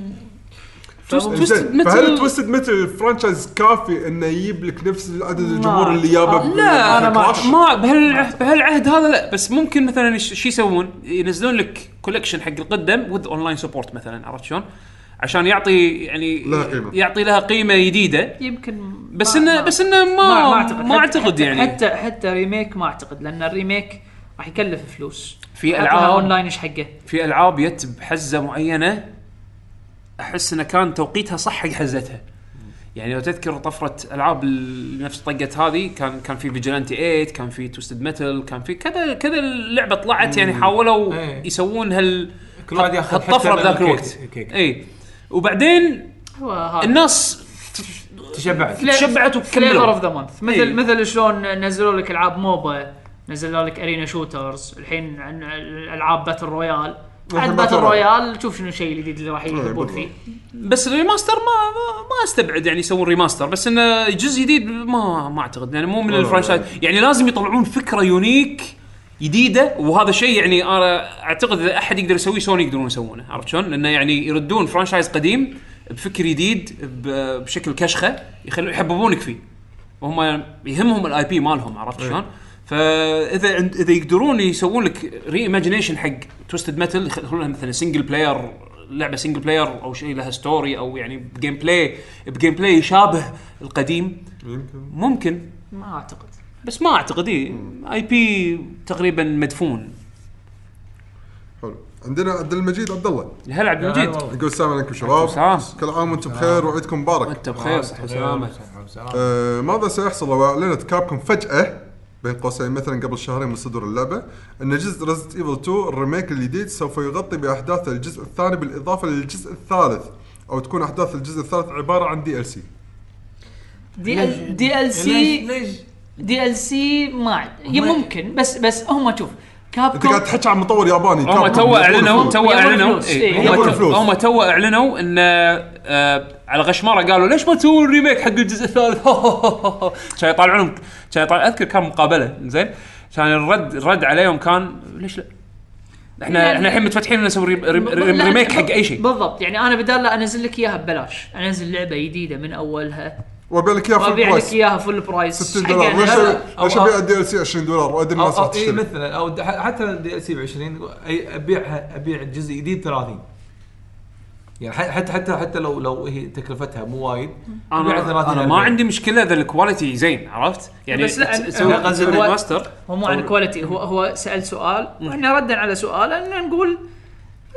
Speaker 5: فمو-
Speaker 2: توست
Speaker 4: إنزين،
Speaker 2: ميتل-
Speaker 4: فهل توستد ميتل فرانشايز كافي انه يجيب لك نفس عدد الجمهور اللي جابه ب-
Speaker 2: لا انا ما
Speaker 4: كراش؟
Speaker 2: ما بهالعهد بهالعهد هذا لا بس ممكن مثلا ش- شو يسوون؟ ينزلون لك كولكشن حق القدم وذ اونلاين سبورت مثلا عرفت شلون؟ عشان يعطي يعني
Speaker 4: لها قيمة.
Speaker 2: يعطي لها قيمه جديده
Speaker 5: يمكن
Speaker 2: بس
Speaker 5: ما-
Speaker 2: انه
Speaker 5: ما-
Speaker 2: بس انه ما
Speaker 5: ما,
Speaker 2: ما
Speaker 5: اعتقد
Speaker 2: اعتقد, ما أعتقد
Speaker 5: حتى
Speaker 2: يعني
Speaker 5: حتى حتى ريميك ما اعتقد لان الريميك راح يكلف فلوس
Speaker 2: في
Speaker 5: اون
Speaker 2: العاب
Speaker 5: لاين ايش حقه
Speaker 2: في العاب يت بحزه معينه احس انه كان توقيتها صح حق حزتها يعني لو تذكر طفره العاب ال- نفس طقه هذه كان كان في فيجلانتي 8 كان في توستد ميتل كان في كذا كذا اللعبه طلعت يعني حاولوا
Speaker 3: إيه.
Speaker 2: يسوون هال
Speaker 3: كل واحد ياخذ
Speaker 2: الطفره
Speaker 3: حتى
Speaker 2: بذاك
Speaker 3: الكيك-
Speaker 2: الوقت
Speaker 3: الكيك.
Speaker 2: اي وبعدين
Speaker 5: هو هذا
Speaker 2: الناس
Speaker 3: تشبعت
Speaker 2: شبعت
Speaker 5: فليفر
Speaker 2: وكملوا
Speaker 5: اوف ذا مانث
Speaker 2: إيه.
Speaker 5: مثل مثل شلون نزلوا لك العاب موبا نزلوا لك ارينا شوترز الحين عن- العاب باتل رويال عاد باتل
Speaker 4: باتل
Speaker 5: رويال شوف شنو الشيء الجديد اللي راح يحبون
Speaker 4: بالضبط.
Speaker 5: فيه
Speaker 2: بس الريماستر ما ما- ما استبعد يعني يسوون ريماستر بس انه جزء جديد ما ما اعتقد يعني مو من الفرانشايز يعني لازم يطلعون فكره يونيك جديده وهذا شيء يعني انا اعتقد اذا احد يقدر يسويه سوني يقدرون يسوونه عرفت شلون؟ لانه يعني يردون فرانشايز قديم بفكر جديد ب- بشكل كشخه يخلو يحببونك فيه وهم يهمهم الاي بي مالهم عرفت شلون؟ فاذا عند- اذا يقدرون يسوون لك ري ايماجينيشن حق توستد ميتل يخلونها مثلا سنجل بلاير لعبه سنجل بلاير او شيء لها ستوري او يعني بجيم بلاي بجيم بلاي يشابه القديم
Speaker 4: يمكن
Speaker 2: ممكن
Speaker 5: ما اعتقد
Speaker 2: بس ما إيه، اعتقد اي اي بي تقريبا مدفون
Speaker 4: حلو عندنا عبد المجيد عبد الله
Speaker 2: هلا عبد المجيد
Speaker 4: يقول السلام عليكم شباب
Speaker 2: السلام.
Speaker 4: كل عام وانتم بخير وعيدكم مبارك
Speaker 2: انت بخير صحه وسلامه
Speaker 4: آه، ماذا سيحصل لو اعلنت كابكم فجأة بين قوسين مثلا قبل شهرين من صدور اللعبة ان جزء ريزنت ايفل 2 الريميك الجديد سوف يغطي باحداث الجزء الثاني بالاضافة للجزء الثالث او تكون احداث الجزء الثالث عبارة عن دي ال سي
Speaker 5: دي ال دي ال سي
Speaker 3: ليش؟
Speaker 5: دي ال سي ما عد- يا ممكن بس بس هم شوف كاب
Speaker 4: انت قاعد تحكي عن مطور ياباني
Speaker 2: هم
Speaker 4: كابكوم.
Speaker 2: تو
Speaker 4: يبون
Speaker 2: اعلنوا
Speaker 4: فلوس.
Speaker 2: تو
Speaker 5: يبون
Speaker 2: اعلنوا
Speaker 5: فلوس،
Speaker 2: إيه،
Speaker 5: إيه،
Speaker 2: هم
Speaker 4: يبون
Speaker 2: تو-
Speaker 4: فلوس.
Speaker 2: هم تو اعلنوا ان آه، على غشمره قالوا ليش ما تسوون ريميك حق الجزء الثالث؟ *laughs* كانوا يطالعونهم كانوا يطالع اذكر كان مقابله زين كان الرد الرد عليهم كان ليش لا؟ احنا
Speaker 5: يعني-
Speaker 2: احنا الحين متفتحين إن نسوي ريم- ريم-
Speaker 5: ب- ب- لا،
Speaker 2: ريميك
Speaker 5: أنت-
Speaker 2: حق اي شيء
Speaker 5: بالضبط يعني انا بدال لا انزل لك اياها ببلاش انزل لعبه جديده من اولها
Speaker 4: وابيع لك اياها فول
Speaker 5: وابيع لك
Speaker 4: برايس
Speaker 5: اياها فل برايس
Speaker 4: 60
Speaker 5: حق
Speaker 4: دولار
Speaker 5: يعني
Speaker 4: ليش
Speaker 5: هذا-
Speaker 4: ليش
Speaker 6: أو-
Speaker 4: ابيع الدي ال سي 20 دولار وادري
Speaker 6: او
Speaker 4: الناس
Speaker 3: إيه،
Speaker 4: راح
Speaker 6: او اي
Speaker 4: تشتري
Speaker 6: مثلا او إيه، د- ح- حتى الدي ال سي ب 20 و- أي ابيعها ابيع جزء جديد 30 يعني ح- حتى حتى حتى لو لو هي تكلفتها مو وايد أبيعها
Speaker 5: يعني
Speaker 2: انا
Speaker 6: 30
Speaker 3: يعني.
Speaker 2: انا ما
Speaker 6: 40.
Speaker 2: عندي مشكله اذا الكواليتي زين عرفت؟ يعني
Speaker 5: بس لا،
Speaker 2: تسوي
Speaker 5: أنا-
Speaker 2: غزل
Speaker 5: هو-
Speaker 2: ريماستر
Speaker 5: هو مو عن كواليتي هو هو سال سؤال واحنا ردا على سؤاله ان نقول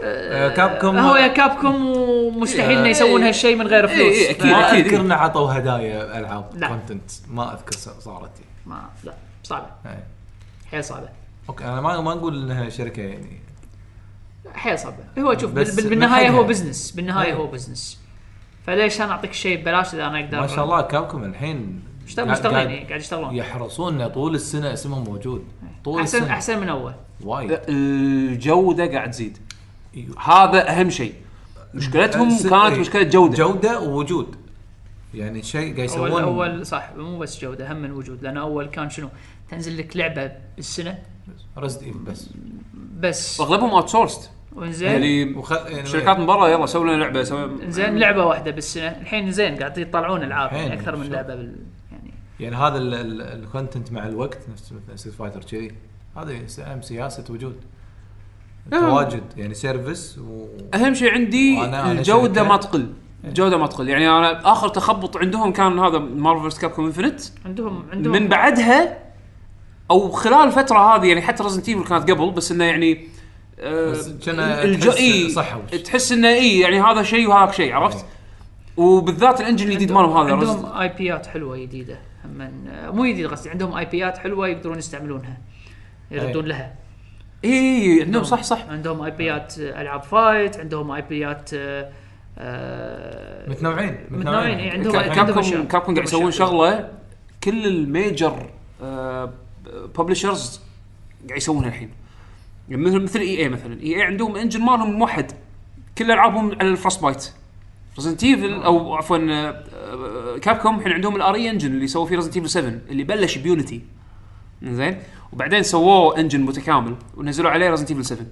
Speaker 6: آه، كابكوم
Speaker 5: هو يا كابكم ومستحيل
Speaker 6: إيه،
Speaker 5: انه يسوون هالشيء من غير فلوس
Speaker 2: إيه، أكيد.
Speaker 5: ما-
Speaker 6: ما
Speaker 2: أكيد.
Speaker 6: اذكر انه عطوا هدايا العاب
Speaker 2: نعم.
Speaker 5: لا.
Speaker 6: كونتنت ما اذكر ص- صارت يعني.
Speaker 5: ما لا صعبه
Speaker 2: نعم.
Speaker 6: إيه.
Speaker 5: حيل صعبه
Speaker 6: اوكي انا ما ما نقول انها شركه يعني
Speaker 5: حيل صعبه هو شوف
Speaker 6: بس
Speaker 5: بال- بال-
Speaker 6: من
Speaker 5: بالنهايه
Speaker 6: حقها.
Speaker 5: هو بزنس بالنهايه
Speaker 6: إيه.
Speaker 5: هو بزنس فليش انا اعطيك شيء ببلاش اذا انا
Speaker 2: نعم.
Speaker 5: اقدر
Speaker 6: ما شاء الله كابكم الحين
Speaker 2: طيب،
Speaker 5: مشتغل-
Speaker 6: قاعد-
Speaker 5: مشتغلين
Speaker 6: قاعد
Speaker 2: يعني.
Speaker 5: إيه، قاعد يشتغلون
Speaker 6: يحرصون طول السنه اسمهم موجود طول
Speaker 5: احسن
Speaker 6: السنه
Speaker 5: احسن من اول
Speaker 6: وايد
Speaker 2: الجوده قاعد تزيد
Speaker 6: أيوه.
Speaker 2: هذا اهم شيء
Speaker 3: أه،
Speaker 2: مشكلتهم
Speaker 6: س-
Speaker 2: كانت
Speaker 6: إيه.
Speaker 2: مشكله جوده
Speaker 6: جوده ووجود يعني شيء قاعد يسوون
Speaker 5: اول اول صح مو بس جوده هم من وجود لان اول كان شنو تنزل لك لعبه بالسنه
Speaker 6: رزد ايفل بس
Speaker 5: بس
Speaker 2: اغلبهم اوت سورست
Speaker 5: وانزين
Speaker 2: يعني
Speaker 6: وخ... يعني
Speaker 2: شركات من برا يلا سوي لنا لعبه سوي
Speaker 5: زين لعبه واحده بالسنه الحين زين قاعد يطلعون العاب يعني
Speaker 6: الحين
Speaker 5: اكثر من
Speaker 6: شو.
Speaker 5: لعبه بال يعني
Speaker 6: يعني هذا ال- ال- الكونتنت مع الوقت نفس مثل ستريت فايتر كذي هذه س- أهم سياسه وجود
Speaker 2: نعم.
Speaker 6: تواجد يعني سيرفس و
Speaker 2: اهم شيء عندي
Speaker 6: وأنا- أنا
Speaker 2: الجوده
Speaker 6: شركة.
Speaker 2: ما تقل الجوده ما تقل يعني انا اخر تخبط عندهم كان هذا مارفلز كاب انفنت
Speaker 5: عندهم عندهم
Speaker 2: من بعدها او خلال الفتره هذه يعني حتى رزنت ايفل كانت قبل بس انه يعني آه،
Speaker 6: بس كنا
Speaker 2: الج-
Speaker 6: تحس
Speaker 2: إي،
Speaker 6: صحوا.
Speaker 2: تحس انه اي يعني هذا شيء وهذاك شيء عرفت؟ وبالذات الانجن الجديد
Speaker 5: عندهم-
Speaker 2: مالهم هذا
Speaker 5: عندهم
Speaker 2: Resident-
Speaker 5: اي بيات حلوه جديده همن آه، مو جديد قصدي عندهم اي بيات حلوه يقدرون يستعملونها يردون لها
Speaker 2: اي اي عندهم نعم، صح صح
Speaker 5: عندهم اي بيات آه، العاب فايت عندهم اي بيات آه، آه،
Speaker 6: متنوعين
Speaker 5: متنوعين إيه، عندهم
Speaker 2: كاب-
Speaker 5: عندهم
Speaker 2: كابكم
Speaker 5: أشياء.
Speaker 2: كابكم قاعد يسوون
Speaker 5: أشياء.
Speaker 2: شغله كل الميجر ببلشرز قاعد يسوونها الحين يعني مثل مثل اي اي مثلا اي اي E عندهم انجن مالهم موحد كل العابهم على الفرست بايت ريزنت ايفل او عفوا كابكم آه، الحين عندهم الاري انجن اللي سووا فيه ريزنت ايفل 7 اللي بلش بيونتي زين وبعدين سووه انجن متكامل ونزلوا عليه ريزنت ايفل 7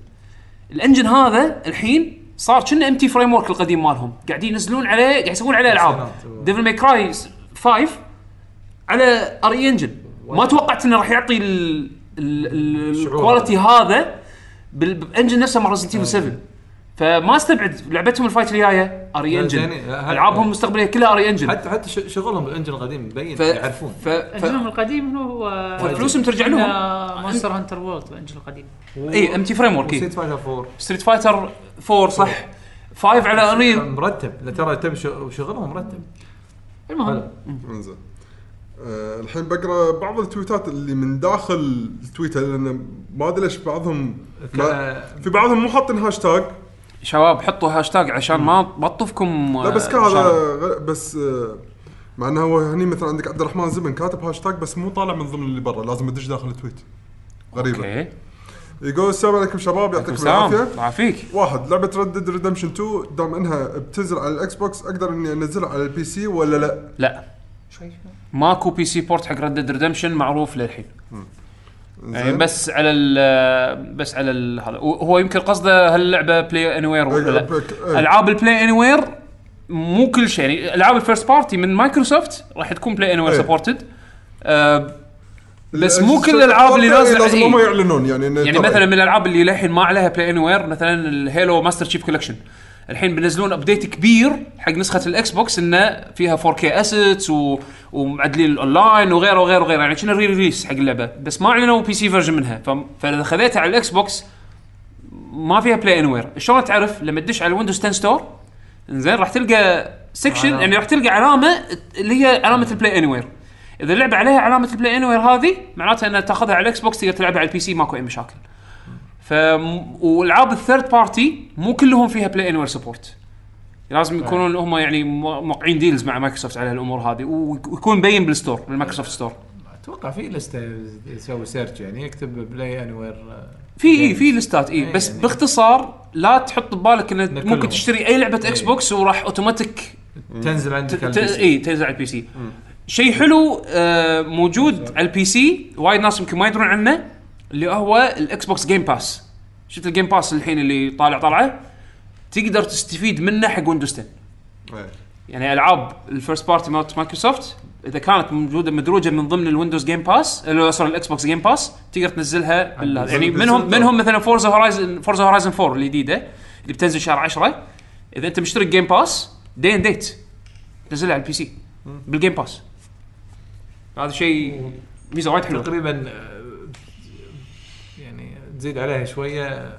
Speaker 2: الانجن هذا الحين صار كنا ام تي فريم ورك القديم مالهم قاعدين ينزلون عليه قاعد يسوون عليه العاب ديفل ماي كراي 5 على ار اي انجن ما توقعت انه راح يعطي ال- ال- ال-
Speaker 6: الشعور
Speaker 4: آه.
Speaker 2: الكواليتي هذا بال- بالانجن نفسه مال ريزنت ايفل 7 فما استبعد لعبتهم الفايت اللي جايه اري انجن
Speaker 3: يعني- ه-
Speaker 2: العابهم المستقبليه كلها اري انجن
Speaker 3: حتى حتى ش- شغلهم بالانجن القديم مبين
Speaker 2: ف-
Speaker 3: يعرفون
Speaker 2: ف... ف...
Speaker 5: انجلهم القديم هو
Speaker 2: فلوسهم ترجع لهم
Speaker 5: مونستر هانتر وورلد الانجل القديم
Speaker 2: اي ام تي فريم ورك
Speaker 3: ستريت فايتر
Speaker 2: ستريت فايتر 4 صح 5 على
Speaker 3: 4
Speaker 2: انريل
Speaker 3: مرتب لا ترى تم ش- شغلهم مرتب
Speaker 5: المهم
Speaker 4: انزين آه، الحين بقرا بعض التويتات اللي من داخل التويتر لان ما ادري ليش بعضهم ما في بعضهم مو حاطين هاشتاج
Speaker 2: شباب حطوا هاشتاج عشان ما ما تطوفكم
Speaker 4: لا بس
Speaker 2: آه،
Speaker 4: كان هذا
Speaker 2: شارع.
Speaker 4: غ- بس آه، مع انه هو هني مثلا عندك عبد الرحمن زمن كاتب هاشتاج بس مو طالع من ضمن اللي برا لازم ادش داخل التويت غريبه
Speaker 2: اوكي
Speaker 4: يقول السلام عليكم شباب يعطيكم العافيه
Speaker 2: سلام عافيك
Speaker 4: واحد لعبه ريد ديد ريدمشن 2 دام انها بتنزل على الاكس بوكس اقدر اني انزلها على البي سي ولا لا؟
Speaker 2: لا ماكو بي سي بورت حق ريد ديد ريدمشن معروف للحين يعني
Speaker 4: زين.
Speaker 2: بس على ال بس على ال هذا هو يمكن قصده هاللعبه بلاي اني وير ولا لا
Speaker 4: إيه.
Speaker 2: العاب البلاي اني وير مو كل شيء يعني العاب الفيرست بارتي من مايكروسوفت راح تكون بلاي اني وير
Speaker 4: إيه.
Speaker 2: سبورتد آه، بس مو كل
Speaker 4: الشركات
Speaker 2: الألعاب اللي
Speaker 4: الثانية
Speaker 2: نازلة
Speaker 4: لازم
Speaker 2: إيه.
Speaker 4: هم يعلنون يعني إنه
Speaker 2: يعني
Speaker 4: ترى
Speaker 2: مثلا من الالعاب اللي للحين ما عليها بلاي اني وير مثلا الهيلو ماستر شيف كولكشن الحين بينزلون ابديت كبير حق نسخه الاكس بوكس انه فيها 4K اسيتس و... ومعدلين الاونلاين وغيره وغيره وغيره يعني كنا ري ريليس حق اللعبه بس ما اعلنوا بي سي فيرجن منها ف... فاذا خذيتها على الاكس بوكس ما فيها بلاي اني وير شلون تعرف لما تدش على الويندوز 10 ستور زين راح تلقى سكشن يعني راح تلقى علامه اللي هي علامه البلاي اني وير اذا اللعبه عليها علامه البلاي اني وير هذه معناتها انها تاخذها على الاكس بوكس تقدر تلعبها على البي سي ماكو اي مشاكل ف والعاب الثيرد بارتي مو كلهم فيها بلاي اني وير سبورت لازم يكونون هم يعني مو- موقعين ديلز مع مايكروسوفت على هالامور هذه ويك- ويكون مبين بالستور بالمايكروسوفت ستور
Speaker 3: اتوقع في لسته يسوي سيرش يعني يكتب بلاي آه، اني وير
Speaker 2: في اي في لستات اي
Speaker 3: إي
Speaker 2: بس
Speaker 3: يعني.
Speaker 2: باختصار لا تحط ببالك انك
Speaker 3: إن
Speaker 2: ممكن
Speaker 3: كلهم. إيه.
Speaker 2: تشتري اي لعبه اكس بوكس وراح اوتوماتيك
Speaker 3: تنزل عندك على البي سي.
Speaker 2: اي تنزل على إيه، البي سي شيء حلو آه، موجود على البي سي وايد ناس يمكن ما يدرون عنه اللي هو الاكس بوكس جيم باس شفت الجيم باس الحين اللي طالع طالعه تقدر تستفيد منه حق ويندوز 10
Speaker 4: إيه.
Speaker 2: يعني العاب الفيرست بارتي مالت مايكروسوفت اذا كانت موجوده مدروجه من ضمن الويندوز جيم باس اللي هو سوري الاكس بوكس جيم باس تقدر تنزلها بال- يعني
Speaker 4: بالزبط.
Speaker 2: منهم منهم مثلا فورزا هورايزن فورزا هورايزن 4 الجديده اللي بتنزل شهر 10 اذا انت مشترك جيم باس دي ان ديت تنزلها على البي سي بالجيم باس هذا شيء ميزه وايد حلوه
Speaker 3: تقريبا آه، يعني تزيد عليها شويه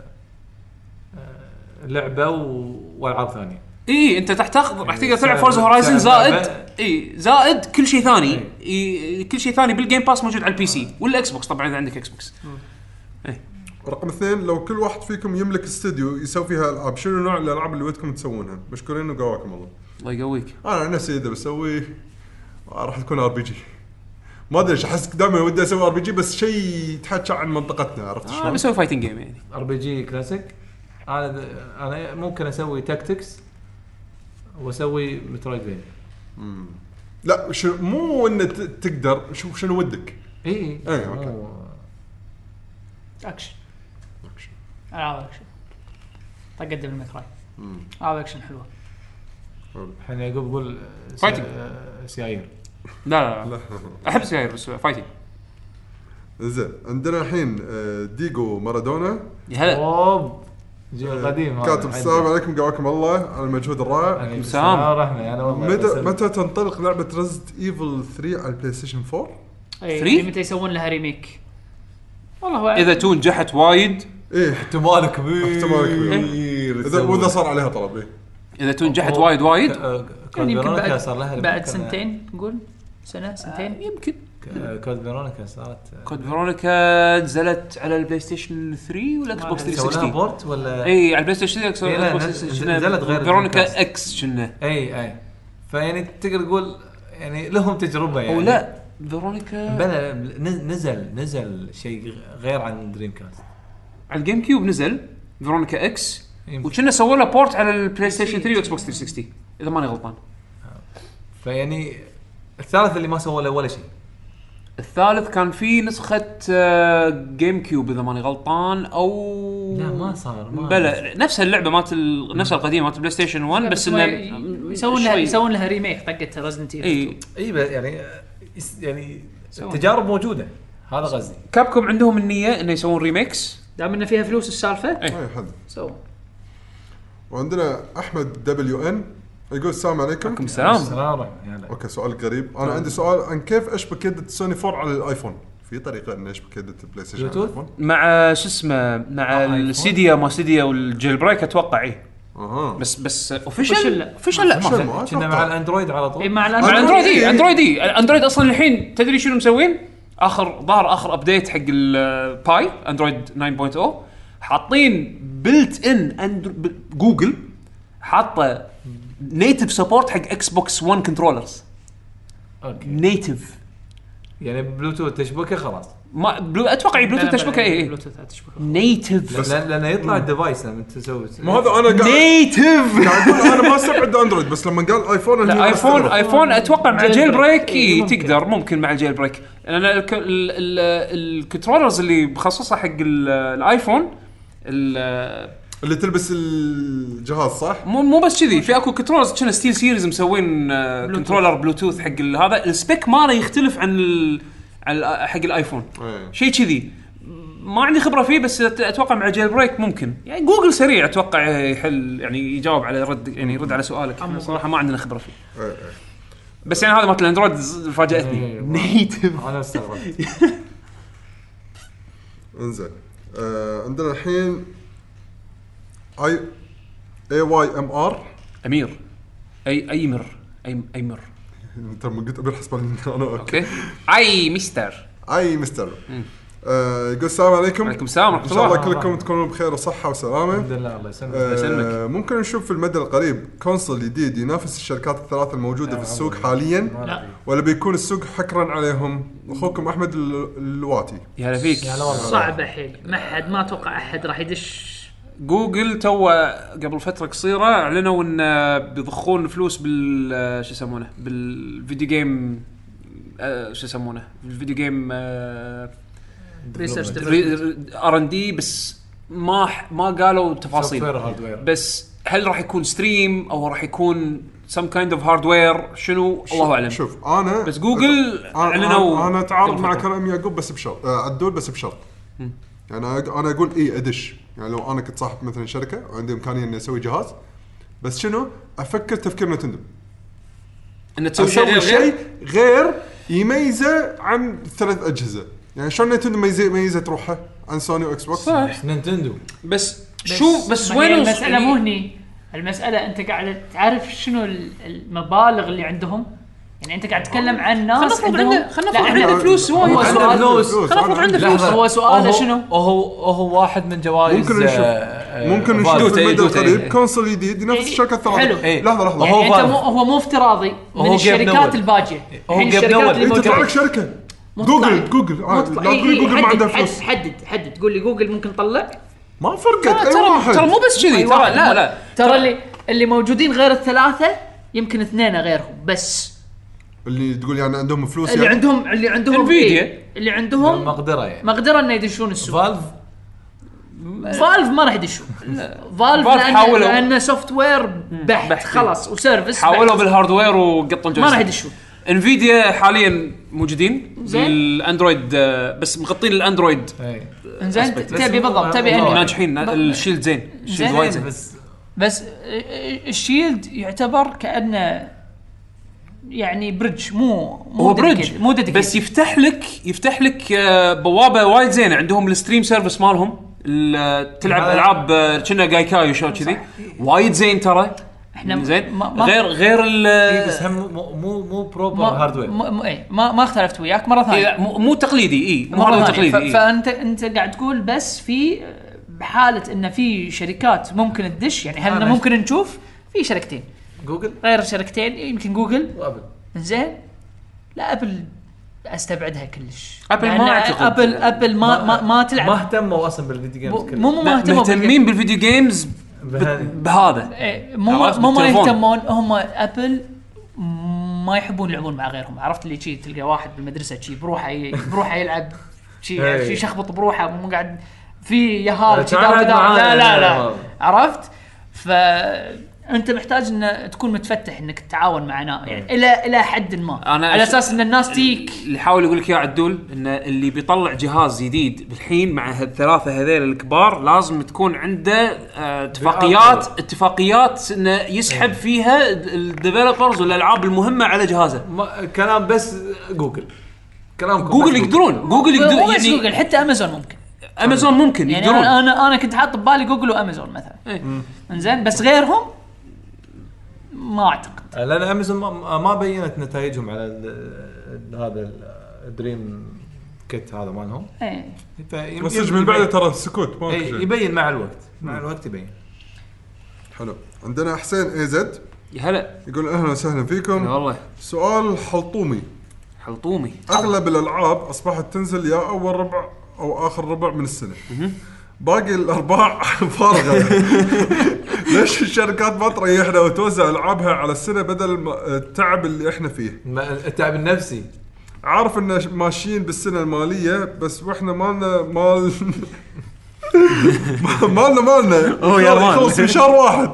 Speaker 3: آه، لعبه و- والعاب ثانيه
Speaker 2: اي انت راح إيه، تاخذ راح تقدر تلعب
Speaker 3: سعر-
Speaker 2: فورزا هورايزن
Speaker 3: سعر اللعبة.
Speaker 2: زائد اي زائد كل شيء ثاني
Speaker 3: إيه.
Speaker 2: إي كل شيء ثاني بالجيم باس موجود على البي سي والاكس بوكس طبعا اذا عندك اكس بوكس
Speaker 4: رقم اثنين لو كل واحد فيكم يملك استوديو يسوي فيها العاب شنو نوع الالعاب اللي ودكم تسوونها؟ مشكورين وقواكم الله.
Speaker 2: الله يقويك
Speaker 4: انا عن نفسي اذا بسوي آه، راح تكون ار بي جي. ما ادري إيش، احس دائما ودي اسوي ار بي جي بس شيء يتحكى عن منطقتنا عرفت
Speaker 2: انا
Speaker 3: آه.
Speaker 4: شلون؟
Speaker 2: آه، بسوي فايتنج جيم يعني
Speaker 3: ار بي جي كلاسيك انا انا ممكن اسوي تاكتكس واسوي مترويدفينيا
Speaker 4: لا شو مو انه ت- تقدر شوف شنو ودك.
Speaker 3: اي
Speaker 4: إي، إيه، أوكي.
Speaker 5: اكشن العاب اكشن طق قدم المكراي العاب اكشن حلوه
Speaker 3: الحين يعقوب يقول آه،
Speaker 2: Fighting.
Speaker 3: سيايير
Speaker 2: لا لا, لا. احب سكاير بس فايتنج
Speaker 4: زين عندنا الحين آه، ديجو مارادونا
Speaker 2: يا هلا
Speaker 3: اوب جيل آه،
Speaker 4: إيه.
Speaker 3: قديم هذا. يعني
Speaker 4: كاتب السلام عليكم قواكم الله على المجهود الرائع.
Speaker 3: عليكم
Speaker 2: السلام.
Speaker 3: ورحمه انا والله
Speaker 4: متى
Speaker 3: بسلم.
Speaker 4: متى تنطلق لعبه ريزد ايفل 3 على البلاي ستيشن 4؟
Speaker 5: اي
Speaker 2: Three؟
Speaker 5: اللي متى يسوون لها ريميك والله هو
Speaker 2: اذا تو نجحت وايد
Speaker 4: ايه
Speaker 3: احتمال كبير
Speaker 4: احتمال
Speaker 2: إيه.
Speaker 4: اذا واذا صار عليها طلب إيه.
Speaker 2: اذا تو نجحت وايد وايد
Speaker 5: يعني
Speaker 3: آه، كود
Speaker 5: يمكن
Speaker 3: فيرونيكا
Speaker 5: بعد
Speaker 3: صار لها
Speaker 5: بعد سنتين نقول سنه سنتين
Speaker 2: يمكن
Speaker 3: ك- آه، كود فيرونيكا صارت
Speaker 2: كود فيرونيكا نزلت على البلاي ستيشن 3 والاكس بوكس
Speaker 3: سووا لها
Speaker 2: 360
Speaker 3: بورت ولا
Speaker 2: اي على البلاي ستيشن 3
Speaker 3: إي، لا،
Speaker 2: والاكس بوكس
Speaker 3: نزل-
Speaker 2: 360
Speaker 3: نزلت غير
Speaker 2: فيرونيكا
Speaker 3: الدريمكاست.
Speaker 2: اكس شنه
Speaker 3: اي اي إيه، فيعني تقدر تقول يعني لهم تجربه يعني
Speaker 2: او لا فيرونيكا
Speaker 3: بلى نز- نزل نزل شيء غير عن دريم كاست
Speaker 2: على الجيم كيوب نزل فيرونيكا اكس
Speaker 3: يمكن.
Speaker 2: وكنا سووا له بورت على البلاي ستيشن 3 واكس بوكس 360 اذا ماني غلطان
Speaker 3: فيعني الثالث اللي ما سووا له ولا شيء
Speaker 2: الثالث كان في نسخة آه، جيم كيوب اذا ماني غلطان او
Speaker 3: لا، ما صار، ما-
Speaker 2: بلا نفس اللعبة مالت ال- نفس القديمة مالت البلاي ستيشن 1 بس انه
Speaker 5: ي- يسوون لها
Speaker 2: شوي.
Speaker 5: يسوون لها ريميك طقت رزنت ايفل
Speaker 2: اي
Speaker 3: اي بس يعني آه، يس- يعني
Speaker 5: سووا.
Speaker 3: التجارب موجوده هذا قصدي
Speaker 2: كابكم عندهم النية انه يسوون ريميكس
Speaker 5: دام ان فيها فلوس السالفه
Speaker 4: اي حد
Speaker 5: سو
Speaker 4: وعندنا احمد دبليو ان يقول السلام عليكم
Speaker 2: عليكم السلام نعم.
Speaker 6: سرارة يلا
Speaker 4: اوكي سؤال غريب انا عندي سؤال عن كيف اشبك يدة سوني 4 على الايفون في طريقه اني اشبك يدة البلاي ستيشن على
Speaker 6: بلوتوث؟
Speaker 4: الايفون
Speaker 2: مع شو اسمه مع
Speaker 3: آه،
Speaker 2: السيديا ما سيديا والجيل بريك اتوقع اي
Speaker 4: اها
Speaker 2: بس بس
Speaker 5: Official
Speaker 2: اوفيشل
Speaker 5: لا.
Speaker 2: اوفيشل لا نعم ما
Speaker 4: شنو
Speaker 2: في.
Speaker 4: ما
Speaker 6: كنا
Speaker 4: أتوقع.
Speaker 6: مع الاندرويد على
Speaker 5: إيه،
Speaker 6: طول
Speaker 5: مع
Speaker 2: مع
Speaker 5: الاندرويد
Speaker 2: اندرويد اي اندرويد اي الاندرويد اصلا إيه. الحين تدري شنو مسوين؟ اخر ظهر اخر ابديت حق الباي اندرويد 9.0 حاطين بلت ان أندرو... ب- جوجل حاطه نيتف سبورت حق اكس بوكس 1 كنترولرز
Speaker 6: اوكي
Speaker 2: نيتف
Speaker 6: يعني بلوتوث تشبكه خلاص
Speaker 2: ما بلو... اتوقع بلوتوث تشبكه اي
Speaker 5: بلوتوث تشبكه
Speaker 2: نيتف
Speaker 6: لان لان يطلع الديفايس لما تسوي
Speaker 4: ما هذا انا قاعد
Speaker 2: نيتف
Speaker 4: قاعد اقول انا ما استبعد اندرويد بس لما قال ايفون أنا هنا
Speaker 2: ايفون
Speaker 4: أستغرب.
Speaker 2: ايفون اتوقع مع الجيل بريك
Speaker 5: إي،
Speaker 2: اي
Speaker 5: ممكن.
Speaker 2: تقدر ممكن مع الجيل بريك لان الك- ال- ال- الكنترولرز اللي مخصصه حق ال- الايفون ال-
Speaker 4: اللي تلبس الجهاز صح؟
Speaker 2: مو مو بس كذي في اكو كنترولرز كنا ستيل سيريز مسوين آه، كنترولر بلوتوث حق ال- هذا السبيك ماله يختلف عن ال- عن ال- حق الايفون
Speaker 4: إيه.
Speaker 2: شيء كذي ما عندي خبره فيه بس أت- اتوقع مع الجيل بريك ممكن يعني جوجل سريع اتوقع يحل يعني يجاوب على رد يعني يرد على سؤالك إحنا صراحه ما عندنا خبره فيه
Speaker 4: إيه، إيه.
Speaker 2: بس يعني هذا مالت الاندرويد ز- فاجاتني نيتف
Speaker 6: انا استغربت
Speaker 4: *laughs* انزين آه عندنا الحين اي اي واي ام ار
Speaker 2: امير اي اي مر اي اي مر
Speaker 4: انت لما قلت ابي الحسبان إن انا اوكي
Speaker 2: اوكي اي مستر
Speaker 4: اي مستر آه يقول السلام عليكم
Speaker 2: عليكم السلام ورحمه
Speaker 4: ان شاء الله
Speaker 2: الله
Speaker 4: كلكم تكونوا بخير وصحه
Speaker 6: الحمد
Speaker 4: وسلامه
Speaker 6: لله الله يسلمك
Speaker 4: آه،
Speaker 2: يسلمك.
Speaker 4: ممكن نشوف في المدى القريب كونسول جديد ينافس الشركات الثلاث
Speaker 2: آه،
Speaker 4: الموجوده في السوق حاليا
Speaker 5: لا
Speaker 4: ولا بيكون السوق حكرا عليهم اخوكم احمد ال- اللواتي
Speaker 2: يا هلا فيك
Speaker 5: صعبه حيل ما حد ما اتوقع احد راح يدش
Speaker 2: جوجل تو قبل فتره قصيره اعلنوا ان آه، بيضخون فلوس بال آه، شو يسمونه بالفيديو جيم آه، شو يسمونه بالفيديو جيم آه،
Speaker 5: ريسيرش
Speaker 2: ار ان دي بس ما ح- ما قالوا تفاصيل
Speaker 6: سوفت وير وهاردوير.
Speaker 2: بس هل راح يكون ستريم او راح يكون سم كايند اوف هاردوير شنو الله اعلم
Speaker 4: شوف انا
Speaker 2: نعم. بس جوجل
Speaker 4: انا
Speaker 2: اعلنوا
Speaker 4: انا, آه، أنا اتعارض
Speaker 2: قبل
Speaker 4: مع
Speaker 2: يعني فترة.
Speaker 4: كلام يعقوب بس بشرط آه، عدول بس بشرط يعني أنا- انا اقول اي ادش يعني لو انا كنت صاحب مثلا شركه وعندي امكانيه اني اسوي جهاز بس شنو افكر تفكير نتندو
Speaker 2: ان تسوي
Speaker 4: اسوي
Speaker 2: طيب، شيء
Speaker 4: شيء
Speaker 2: شيء
Speaker 4: غير يميزه عن الثلاث اجهزه يعني شلون نتندو ميزه ميزت روحها عن سوني واكس بوكس صح
Speaker 6: نينتندو
Speaker 2: بس شوف بس
Speaker 5: ما هي
Speaker 2: وين
Speaker 5: المساله
Speaker 2: يعني-
Speaker 5: مو هني المساله انت قاعد تعرف شنو ال- المبالغ اللي عندهم يعني انت قاعد تتكلم عن
Speaker 2: خلنا
Speaker 5: ناس
Speaker 2: نفرض
Speaker 5: عندهم
Speaker 2: عنده خلنا
Speaker 5: لا،
Speaker 2: نفرض
Speaker 5: عندهم-
Speaker 2: عنده فلوس
Speaker 5: هو
Speaker 2: هو
Speaker 5: سؤال-
Speaker 4: عندنا
Speaker 6: فلوس.
Speaker 2: خلنا نفرض عنده فلوس
Speaker 6: لحظة.
Speaker 5: هو سؤاله
Speaker 6: أهو-
Speaker 5: شنو؟
Speaker 6: هو هو واحد من جوائز
Speaker 4: ممكن نشوف.
Speaker 6: آه، آه،
Speaker 4: ممكن نشوف
Speaker 6: فاز.
Speaker 2: دوتا
Speaker 4: في
Speaker 2: إيه،
Speaker 4: المدى
Speaker 2: دوتا إيه.
Speaker 4: القريب كونسول جديد ينافس
Speaker 5: إيه.
Speaker 4: الشركه الثلاث
Speaker 5: حلو.
Speaker 6: إيه.
Speaker 4: لحظه لحظه
Speaker 6: هو
Speaker 5: يعني انت
Speaker 6: فاهم.
Speaker 5: مو هو مو افتراضي من
Speaker 6: هو جاب
Speaker 5: الشركات
Speaker 6: نول.
Speaker 5: الباجيه
Speaker 6: هو
Speaker 5: الحين
Speaker 6: جاب نول.
Speaker 5: الشركات اللي
Speaker 6: أنت
Speaker 4: انت
Speaker 5: موجوده
Speaker 4: تعرف شركه
Speaker 5: مو
Speaker 4: جوجل
Speaker 5: تطلع.
Speaker 4: جوجل
Speaker 5: مو
Speaker 4: آه، لا
Speaker 5: تطلع. إي-
Speaker 4: تقولي
Speaker 5: إي،
Speaker 4: جوجل ما
Speaker 5: إيه، حدد-
Speaker 4: عندها
Speaker 5: حدد-
Speaker 4: فلوس
Speaker 5: حدد حدد قول لي جوجل ممكن تطلع
Speaker 4: ما فرقت
Speaker 2: ترى
Speaker 4: اي
Speaker 2: ترى
Speaker 4: واحد
Speaker 2: ترى مو بس كذي
Speaker 5: أي
Speaker 2: إيه، ترى
Speaker 5: واحد
Speaker 2: لا
Speaker 5: مو-
Speaker 2: لا
Speaker 5: ترى اللي اللي موجودين غير الثلاثه يمكن اثنين غيرهم بس
Speaker 4: اللي تقول يعني عندهم فلوس
Speaker 5: اللي
Speaker 4: يعني
Speaker 5: عندهم اللي عندهم
Speaker 2: انفيديا.
Speaker 5: إيه، اللي عندهم
Speaker 6: مقدره يعني
Speaker 5: مقدره انه يدشون السوق
Speaker 6: فالف
Speaker 5: فالف ما راح يدشون فالف
Speaker 2: فالف
Speaker 5: لان
Speaker 2: حاولوا.
Speaker 5: لانه سوفت وير بحت
Speaker 2: بحت.
Speaker 5: خلاص وسيرفس
Speaker 2: حاولوا
Speaker 5: بحت.
Speaker 2: بالهاردوير وقطوا
Speaker 5: ما راح
Speaker 2: الجويستيك.
Speaker 5: يدشون
Speaker 2: انفيديا حاليا موجودين
Speaker 5: زين.
Speaker 2: الاندرويد آه، بس مغطين الاندرويد
Speaker 6: إيه.
Speaker 5: زين
Speaker 2: بس
Speaker 5: تبي
Speaker 6: مو-
Speaker 5: بالضبط تبي
Speaker 6: مو-
Speaker 5: اني
Speaker 2: ناجحين الشيلد زين الشيلد
Speaker 5: زين.
Speaker 2: وايد زين
Speaker 6: بس
Speaker 5: بس الشيلد يعتبر كانه يعني بريدج مو مو
Speaker 2: هو بريدج
Speaker 5: dedicated- مو dedicated.
Speaker 2: بس يفتح لك يفتح لك آه، بوابه وايد زينه عندهم الستريم سيرفيس مالهم ال- تلعب
Speaker 6: هذا-
Speaker 2: العاب آه، كنا جايكاي وشو كذي وايد زين ترى
Speaker 5: إحنا
Speaker 2: زين
Speaker 5: ما- ما-
Speaker 2: غير غير
Speaker 6: إيه،
Speaker 2: ال
Speaker 6: بس هم مو مو مو بروبر
Speaker 5: ما
Speaker 6: هاردوير
Speaker 5: ما, ما, إيه، ما, ما اختلفت وياك مره ثانيه
Speaker 2: إيه، مو مو تقليدي اي مو
Speaker 5: مرة
Speaker 2: هذا
Speaker 5: ثانية.
Speaker 2: تقليدي
Speaker 5: ف-
Speaker 2: إيه.
Speaker 5: فانت انت قاعد تقول بس في بحاله ان في شركات ممكن تدش يعني
Speaker 2: آه،
Speaker 5: هل
Speaker 6: أنا-
Speaker 5: ممكن نشوف في شركتين
Speaker 6: جوجل
Speaker 5: غير شركتين يمكن جوجل
Speaker 6: وابل
Speaker 5: زين لا ابل استبعدها كلش
Speaker 2: أبل ما
Speaker 5: لأن
Speaker 2: أعتقد.
Speaker 5: ابل ابل ما ما, ما تلعب
Speaker 6: ما اهتموا اصلا بالفيديو جيمز
Speaker 5: مو
Speaker 6: كلها
Speaker 5: مو ما اهتموا
Speaker 2: مهتمين بالفيديو جيمز ب-
Speaker 6: بهذه.
Speaker 2: بهذا
Speaker 5: إيه، مو
Speaker 2: عرفت؟
Speaker 5: مو ما
Speaker 2: بالتلفون.
Speaker 5: يهتمون هم ابل ما يحبون يلعبون مع غيرهم عرفت اللي شي تلقى واحد بالمدرسه شي بروحه ي- بروحه يلعب شي
Speaker 6: إيه.
Speaker 5: شي شخبط بروحه مو قاعد في يهال شي
Speaker 6: تعال
Speaker 5: داو
Speaker 6: اقعد
Speaker 5: داو
Speaker 6: معاي.
Speaker 5: لا لا
Speaker 6: إيه.
Speaker 5: لا عرفت ف انت محتاج ان تكون متفتح انك تتعاون مع نا- يعني الى الى حد ما
Speaker 2: إيه. أنا
Speaker 5: على
Speaker 2: أش-
Speaker 5: اساس ان الناس تيك
Speaker 2: اللي يحاول يقول لك يا عدول ان اللي بيطلع جهاز جديد الحين مع هالثلاثه هذيل الكبار لازم تكون عنده آه، اتفاقيات اتفاقيات انه يسحب
Speaker 5: إيه.
Speaker 2: فيها الديفلوبرز والالعاب المهمه على جهازه
Speaker 6: ما كلام بس جوجل كلام
Speaker 2: جوجل يقدرون جوجل
Speaker 5: مو
Speaker 2: يقدرون
Speaker 5: بس
Speaker 2: يعني
Speaker 5: جوجل حتى امازون ممكن
Speaker 2: امازون ممكن
Speaker 5: يعني انا
Speaker 2: يقدرون
Speaker 5: انا, أنا كنت حاط ببالي جوجل وامازون مثلا
Speaker 2: إيه.
Speaker 5: انزين بس غيرهم ما اعتقد
Speaker 6: لان امازون ما, ما بينت نتائجهم على ال- هذا الدريم كيت هذا مالهم
Speaker 5: ايه
Speaker 6: فيمكن
Speaker 4: بس إيش من بعده ترى سكوت ما في
Speaker 6: إيه،
Speaker 4: شيء.
Speaker 6: يبين مع الوقت مع الوقت يبين
Speaker 4: حلو عندنا حسين اي زد
Speaker 2: يا هلا
Speaker 4: يقول اهلا وسهلا
Speaker 5: إيه،
Speaker 2: يا
Speaker 4: فيكم
Speaker 2: والله
Speaker 4: سؤال حلطومي
Speaker 2: حلطومي
Speaker 4: اغلب الالعاب اصبحت تنزل يا اول ربع او اخر ربع من السنه باقي *laughs* الارباع فارغه ليش الشركات ما تريحنا وتوزع العابها على السنه بدل ما- التعب اللي احنا فيه
Speaker 6: ما- التعب النفسي
Speaker 4: عارف ان ش- ماشيين بالسنه الماليه بس واحنا مالنا مال *laughs* مالنا مالنا
Speaker 2: أوه، يا مان.
Speaker 4: خلص بشهر واحد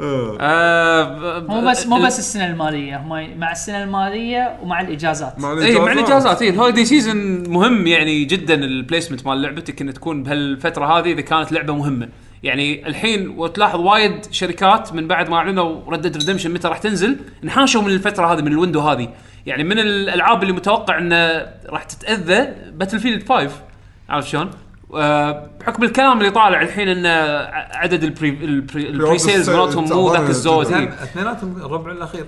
Speaker 4: آه،
Speaker 2: آه، ب-
Speaker 5: مو بس مو
Speaker 2: ال-
Speaker 5: بس السنه الماليه هم مع السنه الماليه ومع الاجازات
Speaker 4: مع
Speaker 2: اي إيه، مع
Speaker 4: الإجازات.
Speaker 2: الاجازات اي الهوليدي سيزون مهم يعني جدا البليسمنت مال لعبتك ان تكون بهالفتره هذه اذا كانت لعبه مهمه يعني الحين وتلاحظ وايد شركات من بعد ما اعلنوا ردد ريدمشن متى راح تنزل انحاشوا من الفتره هذه من الويندو هذه يعني من الالعاب اللي متوقع انه راح تتاذى باتل فيلد 5 عرفت شلون؟ آه، بحكم الكلام اللي طالع الحين ان ع- عدد البري البري, البري سيلز مالتهم مو ذاك الزود اي
Speaker 6: إيه، اثنيناتهم الربع الاخير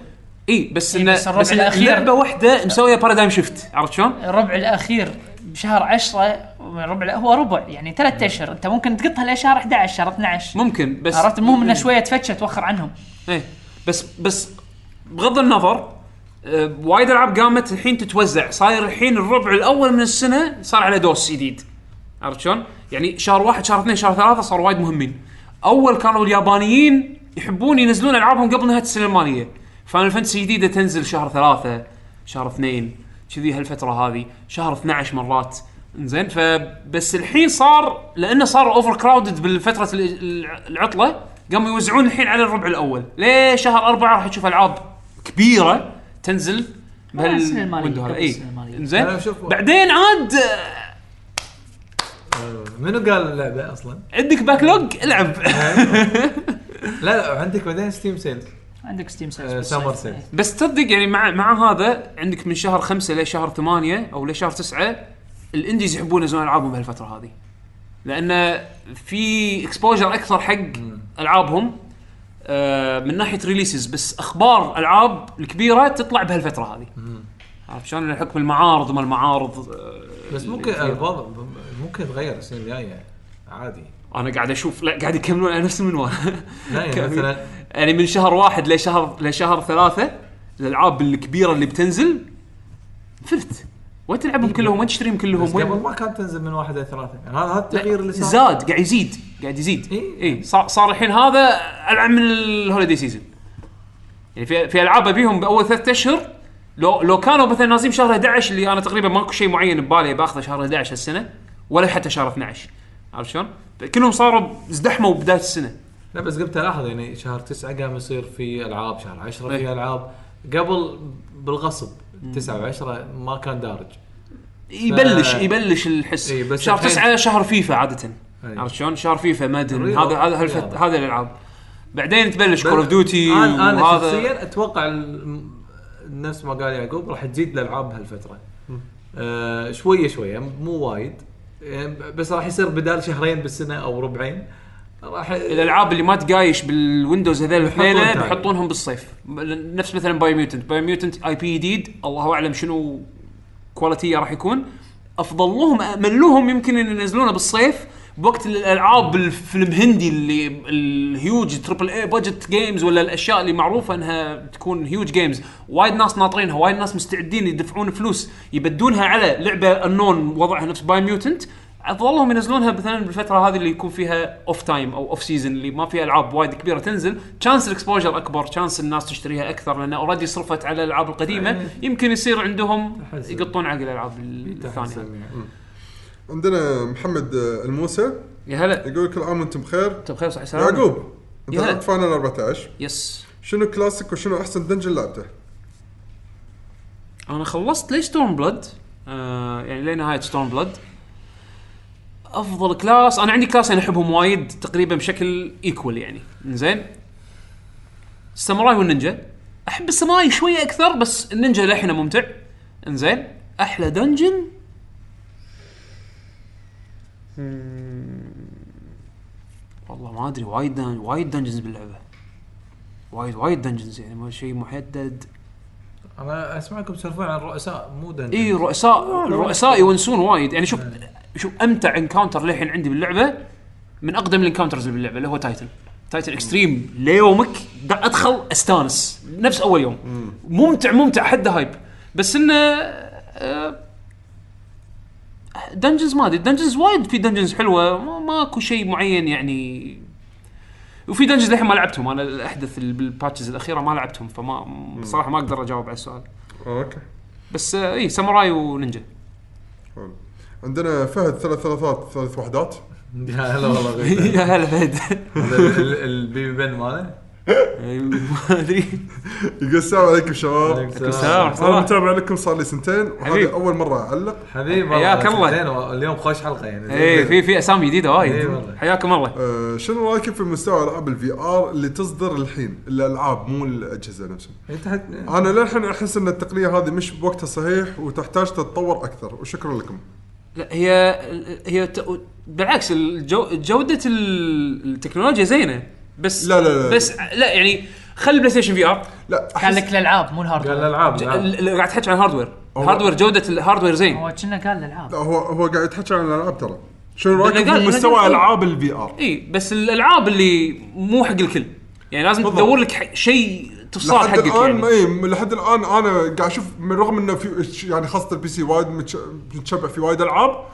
Speaker 2: إي، بس
Speaker 5: إي،
Speaker 2: انه
Speaker 5: إيه، بس الربع
Speaker 2: بس إنه
Speaker 5: الأخير-
Speaker 2: لعبه واحده مسويه بارادايم شيفت عرفت شلون؟
Speaker 5: الربع الاخير بشهر 10 ربع هو ربع يعني ثلاث اشهر انت ممكن تقطها لشهر 11 شهر 12
Speaker 2: ممكن بس
Speaker 5: عرفت المهم انه شويه تفتش توخر عنهم
Speaker 2: ايه بس بس بغض النظر آه، وايد العاب قامت الحين تتوزع صاير الحين الربع الاول من السنه صار على دوس جديد عرفت شلون؟ يعني شهر واحد شهر اثنين شهر ثلاثه صاروا وايد مهمين اول كانوا اليابانيين يحبون ينزلون العابهم قبل نهايه السنه الماليه فاينل فانتسي جديده تنزل شهر ثلاثه شهر اثنين كذي هالفتره هذه شهر 12 مرات زين فبس الحين صار لانه صار اوفر كراودد بالفتره ال- العطله قاموا يوزعون الحين على الربع الاول ليه شهر أربعة راح تشوف العاب كبيره تنزل
Speaker 5: على آه، السنة المالية،
Speaker 2: بهالويندو هذا
Speaker 5: قبل
Speaker 2: اي
Speaker 5: السنة المالية.
Speaker 2: زين
Speaker 6: أنا أشوف-
Speaker 2: بعدين عاد آه،
Speaker 6: منو قال اللعبه اصلا؟
Speaker 2: عندك باكلوج العب
Speaker 6: لا لا عندك بعدين ستيم سيلز
Speaker 5: عندك إيه. ستيم
Speaker 6: آه،
Speaker 5: سيلز
Speaker 6: سامر سيلز.
Speaker 2: *laughs* بس تصدق يعني مع مع هذا عندك من شهر خمسة لشهر ثمانية او لشهر تسعة الانديز يحبون ينزلون العابهم بهالفتره هذه لان في اكسبوجر اكثر حق العابهم آه، من ناحيه ريليسز بس اخبار العاب الكبيره تطلع بهالفتره هذه عرفت شلون حكم المعارض وما المعارض آه،
Speaker 6: بس ممكن
Speaker 2: الكبيرة.
Speaker 6: الوضع ممكن يتغير السنه الجايه عادي
Speaker 2: انا قاعد اشوف لا قاعد يكملون على نفس المنوال *laughs*
Speaker 6: لا يعني
Speaker 2: كمل.
Speaker 6: مثلا
Speaker 2: يعني من شهر واحد لشهر لشهر ثلاثة الالعاب الكبيرة اللي بتنزل فلت وين تلعبهم كلهم وين تشتريهم
Speaker 6: بس
Speaker 2: كلهم
Speaker 6: قبل
Speaker 2: وين
Speaker 6: ما كانت تنزل من واحد الى ثلاثه يعني هذا هذا التغيير اللي صار
Speaker 2: زاد قاعد يزيد قاعد يزيد
Speaker 6: إيه.
Speaker 2: اي صار صار الحين هذا العب من الهوليدي سيزون يعني في في العاب ابيهم باول ثلاثة اشهر لو لو كانوا مثلا نازلين شهر 11 اللي انا تقريبا ماكو شيء معين ببالي باخذه شهر 11 هالسنه ولا حتى شهر 12 عرفت شلون؟ كلهم صاروا ازدحموا بدايه السنه
Speaker 6: لا بس قمت الاحظ يعني شهر تسعه قام يصير في العاب شهر عشرة
Speaker 2: إيه.
Speaker 6: في العاب قبل بالغصب تسعه وعشره ما كان دارج
Speaker 2: يبلش يبلش الحس
Speaker 6: إي، إيه، بس
Speaker 2: شهر
Speaker 6: الحين- إيه.
Speaker 2: تسعة شهر فيفا عاده
Speaker 6: أي.
Speaker 2: عرفت شلون؟ شهر فيفا مدن
Speaker 6: الرياضة.
Speaker 2: هذا هذا هالفت-
Speaker 6: الرياضة.
Speaker 2: هذا الالعاب بعدين تبلش كول اوف ديوتي
Speaker 6: انا انا
Speaker 2: وهذا
Speaker 6: شخصيا اتوقع ال- نفس ما قال يعقوب راح تزيد الالعاب هالفتره آه شويه شويه مو وايد يعني بس راح يصير بدال شهرين بالسنه او ربعين راح
Speaker 2: الالعاب اللي ما تقايش بالويندوز هذول
Speaker 6: بيحطون
Speaker 2: الاثنين
Speaker 6: تايم.
Speaker 2: بيحطونهم بالصيف م- نفس مثلا باي ميوتنت باي ميوتنت اي بي جديد الله اعلم شنو كواليتيه راح يكون افضل لهم امن لهم يمكن ان ينزلونه بالصيف بوقت الالعاب الفيلم هندي اللي الهيوج تربل اي بادجت جيمز ولا الاشياء اللي معروفه انها تكون هيوج جيمز وايد ناس ناطرينها وايد ناس مستعدين يدفعون فلوس يبدونها على لعبه النون وضعها نفس باي ميوتنت ظلهم ينزلونها مثلا بالفتره هذه اللي يكون فيها اوف تايم او اوف سيزون اللي ما فيها العاب وايد كبيره تنزل تشانس الاكسبوجر اكبر تشانس الناس تشتريها اكثر لان اوريدي صرفت على الالعاب القديمه يمكن يصير عندهم
Speaker 6: تحسن.
Speaker 2: يقطون عقل الالعاب
Speaker 3: إيه،
Speaker 2: الثانيه
Speaker 4: عندنا محمد آه، الموسى
Speaker 2: يا هلا
Speaker 4: يقول كل عام وانتم بخير
Speaker 2: طيب، انت بخير صحيح سلام
Speaker 4: يعقوب انت
Speaker 2: يا هلا.
Speaker 4: لعبت فاينل 14
Speaker 2: يس
Speaker 4: شنو كلاسيك وشنو احسن دنجن لعبته؟
Speaker 2: انا خلصت ليش ستورم بلاد آه يعني لنهايه ستورم بلاد افضل كلاس انا عندي كلاسين احبهم وايد تقريبا بشكل ايكوال يعني زين الساموراي والنينجا احب الساموراي شويه اكثر بس النينجا للحين ممتع انزين احلى دنجن Hmm. والله ما ادري وايد دن- وايد دنجنز باللعبه وايد وايد دنجنز يعني مو شيء محدد
Speaker 6: انا اسمعكم تسولفون عن الرؤساء مو دنجن
Speaker 3: يعني
Speaker 6: *laughs*
Speaker 2: اي إيه، رؤساء الرؤساء يونسون وايد يعني شوف شوف امتع انكاونتر للحين عندي باللعبه من اقدم الانكاونترز اللي باللعبه اللي هو تايتن تايتن اكستريم ليومك دا ادخل استانس نفس اول يوم ممتع ممتع حده هايب بس انه دنجنز ما ادري دنجنز وايد في دنجنز حلوه ما- ماكو شيء معين يعني وفي دنجنز للحين ما لعبتهم انا الاحدث ال- بالباتشز الاخيره ما لعبتهم فما بصراحه ما اقدر اجاوب على السؤال
Speaker 4: اوكي
Speaker 2: بس آه، اي ساموراي ونينجا
Speaker 4: حلو. عندنا فهد ثلاث ثلاثات ثلاث وحدات *laughs*
Speaker 6: يا هلا والله غريب.
Speaker 2: يا هلا فهد
Speaker 6: هذا ال- ال- البيبي بن ماله
Speaker 2: ما ادري
Speaker 4: يقول السلام عليكم شباب
Speaker 2: السلام.
Speaker 4: انا متابع لكم صار لي سنتين
Speaker 2: حبيب.
Speaker 4: وهذا اول مره اعلق
Speaker 6: حبيبي والله
Speaker 2: حياك الله. إيه.
Speaker 6: زين والله اليوم خوش حلقه يعني
Speaker 2: اي في في اسامي جديده
Speaker 4: إيه،
Speaker 6: إي
Speaker 2: وايد
Speaker 6: والله.
Speaker 2: حياكم الله
Speaker 4: أه شنو رايكم في مستوى العاب الفي ار اللي تصدر الحين الالعاب مو الاجهزه نفسها
Speaker 6: انت حت-
Speaker 4: انا للحين احس ان التقنيه هذه مش بوقتها صحيح وتحتاج تتطور اكثر وشكرا لكم
Speaker 2: لا هي هي ت- بالعكس الجو جوده ال- التكنولوجيا زينه بس
Speaker 4: لا، لا، لا.
Speaker 2: بس لا يعني خلي البلاي ستيشن في ار
Speaker 4: لا
Speaker 5: قال
Speaker 4: احس
Speaker 5: لك الالعاب مو الهارد
Speaker 6: قال الالعاب الألعاب. نعم.
Speaker 2: ال- ال- قاعد تحكي عن هاردوير
Speaker 4: نعم. هو-
Speaker 2: هاردوير جوده الهاردوير زين
Speaker 5: هو كنا قال الالعاب
Speaker 4: لا، هو هو قاعد يتحكى عن الالعاب ترى شنو
Speaker 2: بالله
Speaker 4: رايكم في
Speaker 2: قال-
Speaker 4: مستوى
Speaker 2: قال-
Speaker 4: العاب الفي ار
Speaker 2: اي بس الالعاب اللي مو حق الكل يعني لازم
Speaker 4: بالضبط.
Speaker 2: تدور لك ح- شيء تفصال
Speaker 4: لحد
Speaker 2: حقك
Speaker 4: الان
Speaker 2: يعني
Speaker 4: اي لحد الان انا قاعد اشوف من رغم انه في يعني خاصه البي سي وايد متش- متشبع في وايد العاب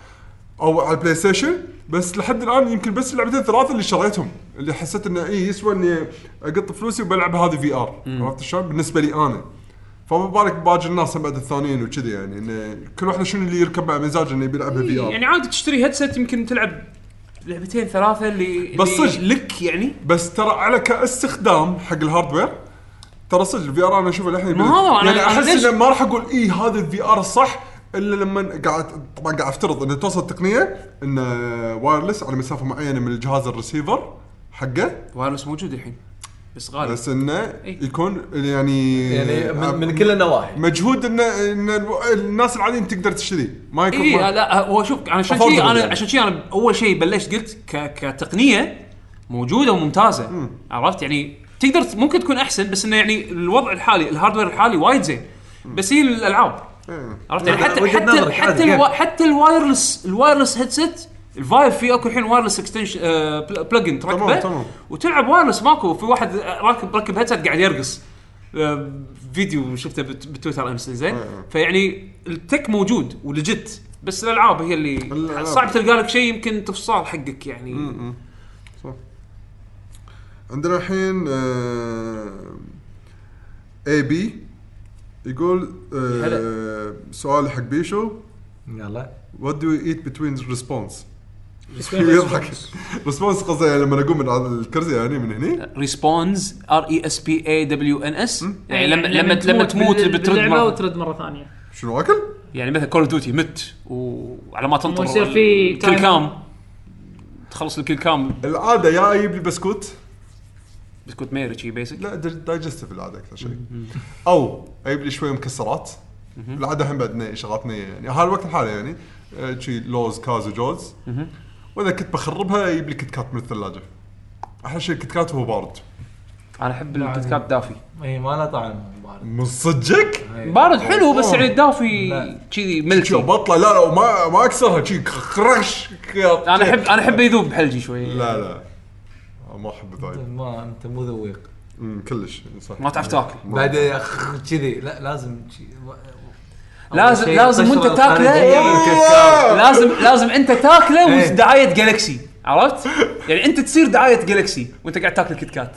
Speaker 4: او على البلاي ستيشن بس لحد الان يمكن بس لعبتين ثلاثه اللي شريتهم اللي حسيت انه اي يسوى اني اقط فلوسي وبلعب هذه في ار عرفت شلون؟ بالنسبه لي انا فما بالك باقي الناس بعد الثانيين وكذي يعني انه كل واحد شنو اللي يركب مع مزاجه انه بيلعبها في ار
Speaker 2: يعني عادي تشتري هيدسيت يمكن تلعب لعبتين ثلاثه اللي
Speaker 4: بس
Speaker 2: اللي
Speaker 4: صدق.
Speaker 2: لك يعني
Speaker 4: بس ترى على كاستخدام حق الهاردوير ترى صدق الفي ار انا اشوفه الحين
Speaker 2: ما هو، أنا-
Speaker 4: يعني
Speaker 2: أنا
Speaker 4: احس
Speaker 2: ليش-
Speaker 4: انه ما راح اقول اي هذا الفي ار الصح الا لما قاعد طبعا قاعد افترض انه توصل التقنيه انه وايرلس على مسافه معينه من الجهاز الريسيفر حقه
Speaker 2: وايرلس موجود الحين بس غالي
Speaker 4: بس انه
Speaker 2: إي.
Speaker 4: يكون يعني
Speaker 2: إيه.
Speaker 6: يعني من, من كل النواحي
Speaker 4: مجهود انه ان الناس العاديين تقدر تشتريه ما يكون
Speaker 2: اي
Speaker 4: ما-
Speaker 2: إيه، لا هو شوف انا عشان شي
Speaker 4: أفضل
Speaker 2: انا
Speaker 4: يعني.
Speaker 2: عشان شي انا اول شيء بلشت قلت ك كتقنيه موجوده وممتازه عرفت يعني تقدر ت- ممكن تكون احسن بس انه يعني الوضع الحالي الهاردوير الحالي وايد زين بس هي الالعاب
Speaker 4: إيه.
Speaker 2: عرفت يعني
Speaker 6: وجهة-
Speaker 2: حتى
Speaker 6: وجهة
Speaker 2: حتى
Speaker 6: نظرك،
Speaker 2: حتى
Speaker 6: عادي،
Speaker 2: الوا-
Speaker 6: يعني.
Speaker 2: حتى الوايرلس الوايرلس هيدسيت الفايف في اكو الحين وايرلس اكستنشن بلج ان
Speaker 4: تمام،
Speaker 2: تركبه
Speaker 4: تمام.
Speaker 2: وتلعب وايرلس ماكو في واحد آه، راكب راكب هيدسيت قاعد يرقص آه، فيديو شفته بت- بتويتر امس زين فيعني التك موجود ولجت بس الالعاب هي اللي
Speaker 4: الألعاب.
Speaker 2: صعب تلقى لك شيء يمكن تفصال حقك يعني
Speaker 4: عندنا الحين آه، اي بي يقول آه، سؤال حق بيشو
Speaker 6: يلا *laughs*
Speaker 4: وات دو ايت بتوين ريسبونس يضحك ريسبونس قصدي يعني لما اقوم من على الكرسي يعني من هني
Speaker 2: ريسبونز ار اي اس بي اي دبليو ان اس يعني لما
Speaker 5: يعني
Speaker 2: لما لما تموت
Speaker 5: بال-
Speaker 2: بترد
Speaker 5: باللعبة
Speaker 2: مرة.
Speaker 5: وترد مره ثانيه
Speaker 4: شنو اكل؟
Speaker 2: يعني مثلا كول اوف ديوتي مت وعلى ما تنطر
Speaker 5: ويصير في
Speaker 2: الكل
Speaker 5: time-
Speaker 2: كام تخلص الكل كام
Speaker 4: العاده يا اجيب لي بسكوت
Speaker 2: بسكوت ميري شي بيسك
Speaker 4: لا دايجستيف العاده اكثر شيء او اجيب لي شويه مكسرات العاده هم بعد شغلتني يعني هالوقت الحالي يعني آه، شي لوز كاز وجوز واذا كنت بخربها اجيب لي كت كات من الثلاجه احلى شيء الكت كات وهو بارد
Speaker 2: انا احب الكيت كات دافي
Speaker 6: اي إيه، ما له طعم بارد.
Speaker 4: من صدقك؟
Speaker 2: بارد حلو بس يعني الدافي
Speaker 6: لا.
Speaker 2: كذي
Speaker 4: شو
Speaker 2: ملكي
Speaker 4: بطله لا لا ما ما اكسرها شي خرش
Speaker 2: انا احب انا احب يذوب بحلجي شوي
Speaker 4: لا لا ما احب ذايب
Speaker 6: ما انت مو ذويق
Speaker 4: كلش صح
Speaker 2: ما تعرف تاكل
Speaker 6: بعد أخ، كذي لا لازم شي-
Speaker 2: لازم
Speaker 6: شيء
Speaker 2: لازم
Speaker 6: القشرة
Speaker 2: وانت تاكله
Speaker 6: الخارجية.
Speaker 2: لازم لازم انت تاكله
Speaker 6: إيه.
Speaker 2: ودعايه جالكسي عرفت؟ يعني انت تصير دعايه جالكسي وانت قاعد تاكل كيت كات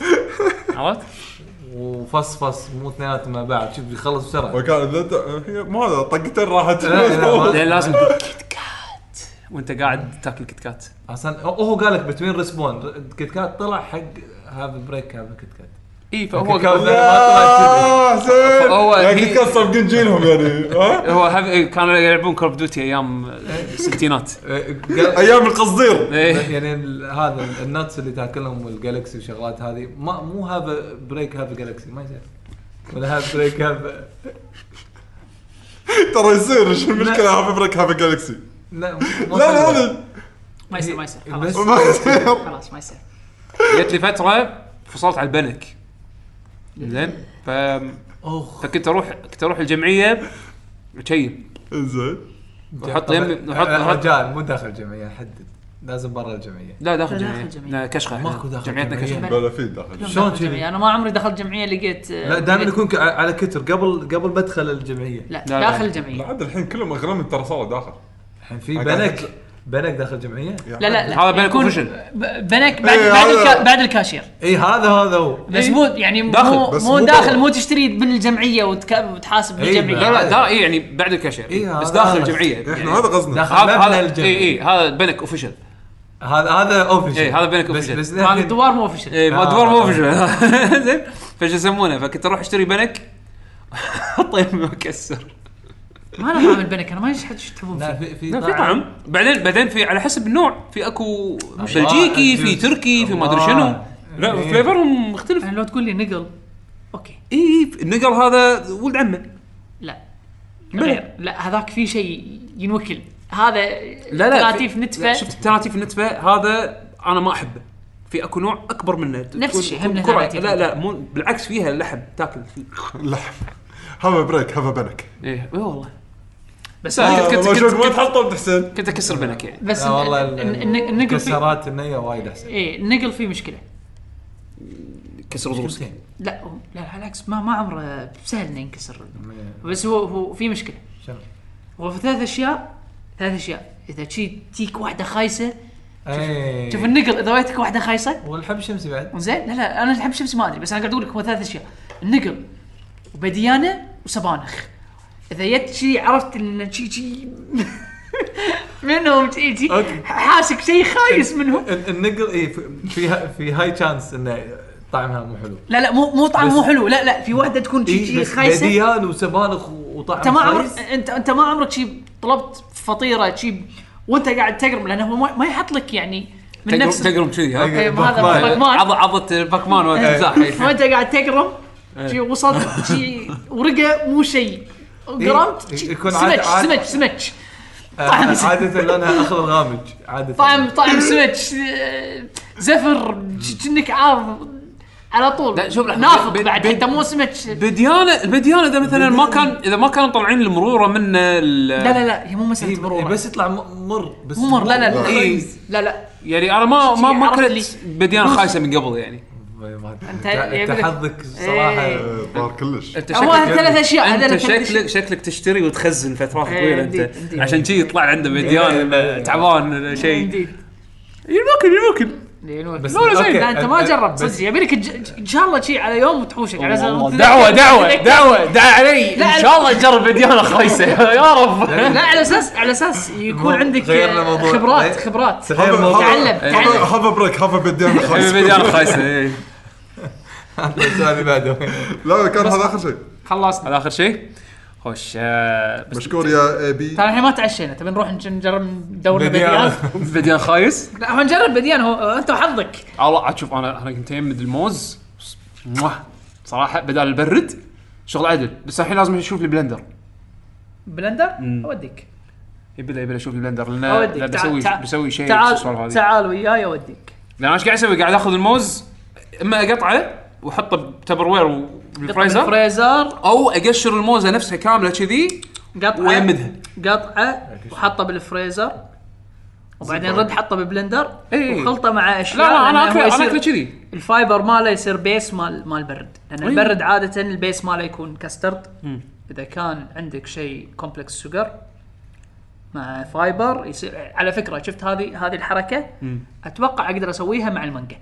Speaker 2: عرفت؟ إيه.
Speaker 6: وفصفص مو اثنيناتهم مع بعض شوف بيخلص بسرعه
Speaker 4: وكان ذات- هي ما هذا طقتين راحت
Speaker 6: لا، لا، ما-
Speaker 2: لأن لازم كيت كات وانت قاعد تاكل كتكات
Speaker 3: اصلا هو- هو قال لك بتوين ريسبون كيت كات طلع حق هاف بريك هاف كيت كات
Speaker 2: اي إيه، فهو
Speaker 3: كيت كات
Speaker 2: هو
Speaker 3: ما طلع كذي.
Speaker 4: زين
Speaker 2: هو-
Speaker 4: يعني
Speaker 2: هي-
Speaker 4: كنت كان سابقين جيلهم يعني ها
Speaker 2: هاف- كانوا يلعبون كور دوتي ايام
Speaker 3: *laughs*
Speaker 2: الستينات
Speaker 3: إيه، قال-
Speaker 4: ايام القصدير
Speaker 2: إيه.
Speaker 3: يعني ال- هذا ال- النتس اللي تاكلهم والجالكسي والشغلات هذه ما مو هاف بريك هاف جالكسي ما يصير ولا هاف بريك هاف
Speaker 4: ترى يصير شو المشكله هاف بريك هاف جالكسي
Speaker 3: لا
Speaker 4: لا لا هذا
Speaker 5: ما يصير ما يصير
Speaker 3: بس
Speaker 5: خلاص
Speaker 4: ما يصير
Speaker 5: خلاص ما يصير
Speaker 2: جت لي فتره فصلت على البنك زين ف
Speaker 3: اخ
Speaker 2: فكنت اروح كنت اروح الجمعيه وشيب
Speaker 4: زين
Speaker 2: وحط يمي وحط وحط-
Speaker 3: رجال مو داخل الجمعيه حدد لازم برا الجمعيه
Speaker 2: لا داخل
Speaker 5: لا، داخل
Speaker 2: جمعيه
Speaker 5: جمعية.
Speaker 2: لا كشخه إحنا.
Speaker 3: ماكو داخل
Speaker 2: جمعيتنا
Speaker 3: جمعية.
Speaker 2: كشخه
Speaker 4: بلا في داخل
Speaker 5: شلون
Speaker 3: شلون
Speaker 5: دخلت
Speaker 3: كذي؟
Speaker 5: جمعية؟ انا ما عمري دخلت جمعيه لقيت آه،
Speaker 3: لا دائما
Speaker 5: لقيت-
Speaker 3: يكون ك- على كتر قبل قبل مدخل الجمعيه
Speaker 5: لا
Speaker 2: لا،
Speaker 5: داخل
Speaker 2: لا.
Speaker 4: لا
Speaker 5: الجمعيه
Speaker 4: عاد الحين كلهم اغلبهم ترى صاروا داخل
Speaker 3: الحين في
Speaker 4: أنا
Speaker 3: بنك
Speaker 4: قاعد-
Speaker 3: بنك داخل جمعيه
Speaker 5: لا لا لا
Speaker 2: هذا بنك
Speaker 5: يكون
Speaker 2: بروفيشنال.
Speaker 5: ب- بنك بعد
Speaker 4: إيه،
Speaker 5: بعد,
Speaker 4: هذا-
Speaker 5: الكا بعد الكاشير
Speaker 3: اي إيه، هذا هذا هو
Speaker 5: بس
Speaker 2: إيه.
Speaker 5: مو يعني
Speaker 2: داخل،
Speaker 5: مو
Speaker 4: بس
Speaker 5: مو
Speaker 4: مو
Speaker 5: داخل
Speaker 4: برا.
Speaker 5: مو تشتري من الجمعيه وتك- وتحاسب
Speaker 3: إيه،
Speaker 5: بالجمعيه
Speaker 2: لا لا دا إيه يعني بعد الكاشير
Speaker 3: إيه،
Speaker 2: بس
Speaker 3: هذا-
Speaker 2: داخل
Speaker 3: هذا.
Speaker 2: الجمعيه يعني
Speaker 4: احنا هذا قصدنا
Speaker 3: داخل
Speaker 2: هذا إيه،
Speaker 3: مبنى
Speaker 2: هذا اي
Speaker 3: الجمعيه
Speaker 2: اي هذا بنك اوفيشال
Speaker 3: هذا هذا اوفيشال
Speaker 2: إيه، هذا بنك
Speaker 3: بس
Speaker 2: official.
Speaker 3: بس
Speaker 5: مال
Speaker 3: للحين-
Speaker 5: الدوار مو اوفشل
Speaker 2: اي ما
Speaker 3: آه.
Speaker 2: ادوار إيه، مو اوفيشال *laughs* زين فشو يسمونه فكنت اروح اشتري بنك *laughs* احط يمي واكسر
Speaker 5: ما انا فاهم البنك انا ما ادري ايش تحبون
Speaker 3: لا
Speaker 5: فيه
Speaker 3: في في
Speaker 2: لا، في طعم بعدين بعدين في على حسب النوع في اكو بلجيكي في
Speaker 3: الجوز.
Speaker 2: تركي في ما ادري
Speaker 3: الله.
Speaker 2: شنو لا
Speaker 3: إيه.
Speaker 2: فليفرهم مختلف إيه،
Speaker 5: يعني لو تقول لي نقل اوكي
Speaker 2: اي اي النقل هذا ولد عمه
Speaker 5: لا
Speaker 2: بلا.
Speaker 5: غير لا هذاك في شيء ينوكل هذا
Speaker 2: لا لا
Speaker 5: تراتيف
Speaker 2: في-
Speaker 5: نتفه
Speaker 2: لا، شفت التراتيف نتفه هذا انا ما احبه في اكو نوع اكبر منه
Speaker 5: نفس
Speaker 2: تكون-
Speaker 5: الشيء، هم
Speaker 2: تكون
Speaker 5: لها
Speaker 2: كرة.
Speaker 5: تراتيف
Speaker 2: لا لا مو بالعكس فيها لحم تاكل فيه
Speaker 4: لحم هاف بريك هاف بنك آه،
Speaker 2: ايه إيه والله
Speaker 5: بس
Speaker 2: لا،
Speaker 5: أنا-
Speaker 2: كنت- كنت-
Speaker 4: موجود
Speaker 2: كنت-
Speaker 4: وين تحطه ابن حسين؟
Speaker 2: كنت اكسر بنك يعني
Speaker 5: بس
Speaker 3: لا والله
Speaker 5: الن- الن- النقل فيه
Speaker 3: الكسرات النيه وايد احسن
Speaker 5: ايه النقل فيه مشكله
Speaker 2: كسر ضروسك
Speaker 3: زين.
Speaker 5: لا هو- لا على العكس ما ما عمره سهل انه ينكسر بس هو هو في مشكله
Speaker 3: شنو؟
Speaker 5: هو في ثلاث اشياء ثلاث اشياء اذا تشي تيك واحده خايسه
Speaker 3: اي
Speaker 5: شوف النقل اذا ويتك واحده خايسه
Speaker 3: والحب الشمسي إيه. بعد
Speaker 5: زين لا لا انا الحب شمس ما ادري بس انا قاعد اقول لك هو ثلاث اشياء النقل وبديانه وسبانخ اذا جت شي عرفت ان شي شي *laughs* منهم شي شي
Speaker 3: أوكي.
Speaker 5: حاسك شي خايس منهم
Speaker 3: ال- النقل اي في- في في هاي تشانس انه طعمها مو حلو
Speaker 5: لا لا مو مو طعم مو
Speaker 3: بس-
Speaker 5: حلو لا لا في واحده تكون شي
Speaker 3: اي
Speaker 5: شي
Speaker 3: بس
Speaker 5: خايسه
Speaker 3: بديان وسبانخ وطعم
Speaker 5: انت ما عمرك
Speaker 3: كويس.
Speaker 5: انت انت ما عمرك شي طلبت فطيره شي وانت قاعد تقرم لانه هو ما- ما يحط لك يعني من نفس
Speaker 2: تقرم كذي ها
Speaker 3: أيوة.
Speaker 5: إيه، ما هذا
Speaker 3: باكمان.
Speaker 5: باكمان.
Speaker 2: عض عضت باكمان والتمساح
Speaker 5: *laughs*
Speaker 2: إيه.
Speaker 5: وانت قاعد تقرم
Speaker 3: إيه.
Speaker 5: شي وصلت شي ورقه مو شيء قرمت شي
Speaker 3: إيه، يكون عاد-
Speaker 5: سمك
Speaker 3: عاد-
Speaker 5: سمك سمك *laughs* طعم
Speaker 3: آه، عاده لونها اخضر غامج عاده
Speaker 5: طعم طعم سمك آه، زفر ش- كأنك عارف على طول
Speaker 2: لا، شوف، لحظة.
Speaker 5: نافق
Speaker 2: بد-
Speaker 5: بعد
Speaker 2: بد-
Speaker 5: حتى مو سمك
Speaker 2: بديانه البديانه اذا مثلا ما كان اذا ما كانوا مطلعين المروره من
Speaker 5: لا لا لا هي مو
Speaker 3: إي،
Speaker 5: مساله
Speaker 3: إي،
Speaker 5: مرور
Speaker 3: إيه، بس يطلع م- مر بس
Speaker 5: مو مر لا لا لا
Speaker 2: إي.
Speaker 5: لا لا
Speaker 2: يعني انا ما ما ما
Speaker 5: عرفت
Speaker 2: كنت بديانه خايسه من قبل يعني
Speaker 3: إيه. انت
Speaker 5: يبلك.
Speaker 3: انت حظك صراحه
Speaker 5: إيه.
Speaker 4: آه، طار كلش
Speaker 2: انت
Speaker 5: هو
Speaker 2: شكلك
Speaker 5: ثلاث اشياء
Speaker 2: انت
Speaker 5: هذول ثلاث
Speaker 2: شكلك
Speaker 5: أشياء.
Speaker 2: شكلك تشتري وتخزن فترات
Speaker 5: إيه،
Speaker 2: طويله انت
Speaker 5: عندي- عندي.
Speaker 2: عشان شي يطلع عنده بديان إنه تعبان ولا شيء
Speaker 5: جديد.
Speaker 2: يمكن يمكن
Speaker 5: بس
Speaker 2: لا، لا، زين.
Speaker 5: لا انت ما
Speaker 3: أوكي.
Speaker 5: جربت صدق يبي لك الج- ان شاء الله شي على يوم وتحوشك على أساس-
Speaker 2: دعوه *laughs* دعوه
Speaker 5: *laughs*
Speaker 2: دعوه دعوه علي
Speaker 5: لا،
Speaker 2: ان شاء الله تجرب بديانه خايسه يا رب
Speaker 5: لا على اساس على اساس يكون
Speaker 3: الموضوع-
Speaker 5: عندك
Speaker 3: غيرنا
Speaker 5: آه،
Speaker 3: موضوع.
Speaker 5: خبرات
Speaker 3: غير-
Speaker 5: خبرات
Speaker 3: تخيل موضوع-
Speaker 5: تعلم تعلم
Speaker 4: هاف بريك هاف بديان
Speaker 2: بديانه خايسه إيه.
Speaker 3: السؤال اللي بعده
Speaker 4: لا كان هذا اخر شيء
Speaker 5: خلصنا
Speaker 2: هذا اخر شيء خوش آه، بس
Speaker 4: مشكور يا اي بي
Speaker 5: ترى الحين ما تعشينا تبي نروح نج- نجرب ندور لنا
Speaker 3: بديان.
Speaker 5: بديان
Speaker 2: بديان خايس
Speaker 5: لا هو نجرب بديان هو آه، انت وحظك
Speaker 2: الله عاد شوف انا انا كنت يمد الموز موه. صراحه بدال البرد شغل عدل بس الحين لازم اشوف لي بلندر
Speaker 5: بلندر اوديك
Speaker 2: يبي يبي اشوف البلندر لان
Speaker 5: اوديك
Speaker 2: لأن
Speaker 5: تعال-
Speaker 2: بسوي
Speaker 5: تعال-
Speaker 2: بسوي شيء بس السوالف
Speaker 5: تعال
Speaker 2: هذه.
Speaker 5: تعال وياي اوديك
Speaker 2: لان ايش قاعد اسوي؟ قاعد اخذ الموز اما اقطعه واحطه بتبر وير بالفريزر
Speaker 5: فريزر
Speaker 2: او اقشر الموزه نفسها كامله كذي
Speaker 5: قطعه
Speaker 2: ويمدها.
Speaker 5: قطعه وحطه بالفريزر وبعدين رد حطه بالبلندر
Speaker 2: إي.
Speaker 5: وخلطه مع
Speaker 2: إيه. لا
Speaker 5: اشياء
Speaker 2: لا انا
Speaker 5: لأنه
Speaker 2: اكله
Speaker 5: هو
Speaker 2: انا
Speaker 5: يصير-
Speaker 2: اكله كذي
Speaker 5: الفايبر ماله يصير بيس مال مال برد لان
Speaker 2: أيوة.
Speaker 5: البرد عاده البيس ماله يكون كاسترد اذا كان عندك شيء كومبلكس سكر مع فايبر يصير على فكره شفت هذه هذه الحركه اتوقع اقدر اسويها مع المانجا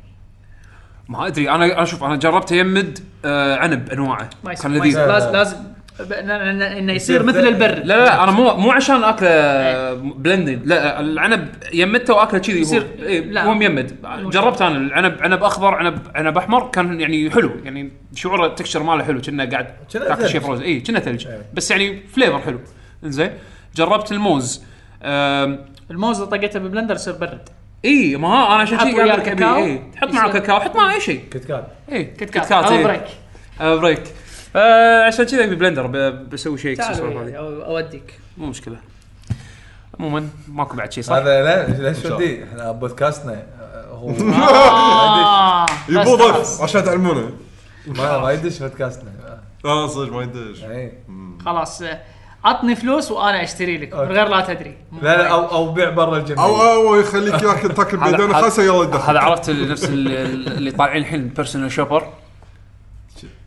Speaker 2: ما ادري انا اشوف انا جربت يمد آه عنب انواعه
Speaker 5: ما يصير
Speaker 2: كان
Speaker 5: ما
Speaker 2: لذيذ
Speaker 5: يصير. لازم لازم ب- إن- إن- انه يصير مثل البرد
Speaker 2: لا لا انا مو مو عشان اكله بلندنج لا العنب يمته واكله كذي
Speaker 5: إيه. يصير-
Speaker 2: هو إيه،
Speaker 5: لا.
Speaker 2: هو ميمد جربت انا العنب عنب اخضر عنب عنب احمر كان يعني حلو يعني شعور التكشر ماله حلو كنا قاعد
Speaker 3: كأنه
Speaker 2: تاكل
Speaker 3: ثلج. إيه.
Speaker 2: شيء فروز اي كنا ثلج بس يعني فليفر حلو انزين جربت الموز أم،
Speaker 5: الموز اللي طقته بالبلندر يصير برد
Speaker 2: اي ما ها انا عشان
Speaker 5: تحط
Speaker 2: شيء
Speaker 5: وياه
Speaker 2: اقدر كبي
Speaker 5: كاكاو؟
Speaker 2: اي إيه، تحط معه
Speaker 5: يصير- إيه،
Speaker 2: كاكاو حط معه اي شيء
Speaker 3: كت كات
Speaker 2: اي
Speaker 5: كت كات او
Speaker 2: إي.
Speaker 5: بريك
Speaker 2: آه، بريك آه، عشان كذا ابي بلندر ب- بسوي شيء
Speaker 5: تعال
Speaker 2: إكسسوار
Speaker 5: وياي،
Speaker 2: هذه.
Speaker 5: أو- اوديك
Speaker 2: مو مشكله عموما ماكو بعد شيء صح؟
Speaker 3: هذا لا ليش ودي احنا بودكاستنا آه،
Speaker 2: *laughs*
Speaker 3: هو
Speaker 5: آه،
Speaker 4: يبو
Speaker 5: بس
Speaker 4: ضيف
Speaker 5: خلاص.
Speaker 4: عشان تعلمونه
Speaker 3: ما ما يدش بودكاستنا
Speaker 4: اه صدق ما يدش
Speaker 3: آه، إيه.
Speaker 5: خلاص آه، عطني فلوس وانا اشتري لك من غير لا تدري
Speaker 3: لا لا او او بيع برا الجيم
Speaker 4: او او
Speaker 2: *laughs*
Speaker 4: يخليك ياكل تاكل
Speaker 2: هذا-
Speaker 4: بيدونه
Speaker 2: هذا-
Speaker 4: خاصه يلا دخل
Speaker 2: هذا عرفت ال- نفس ال- ال- اللي طالعين الحين بيرسونال شوبر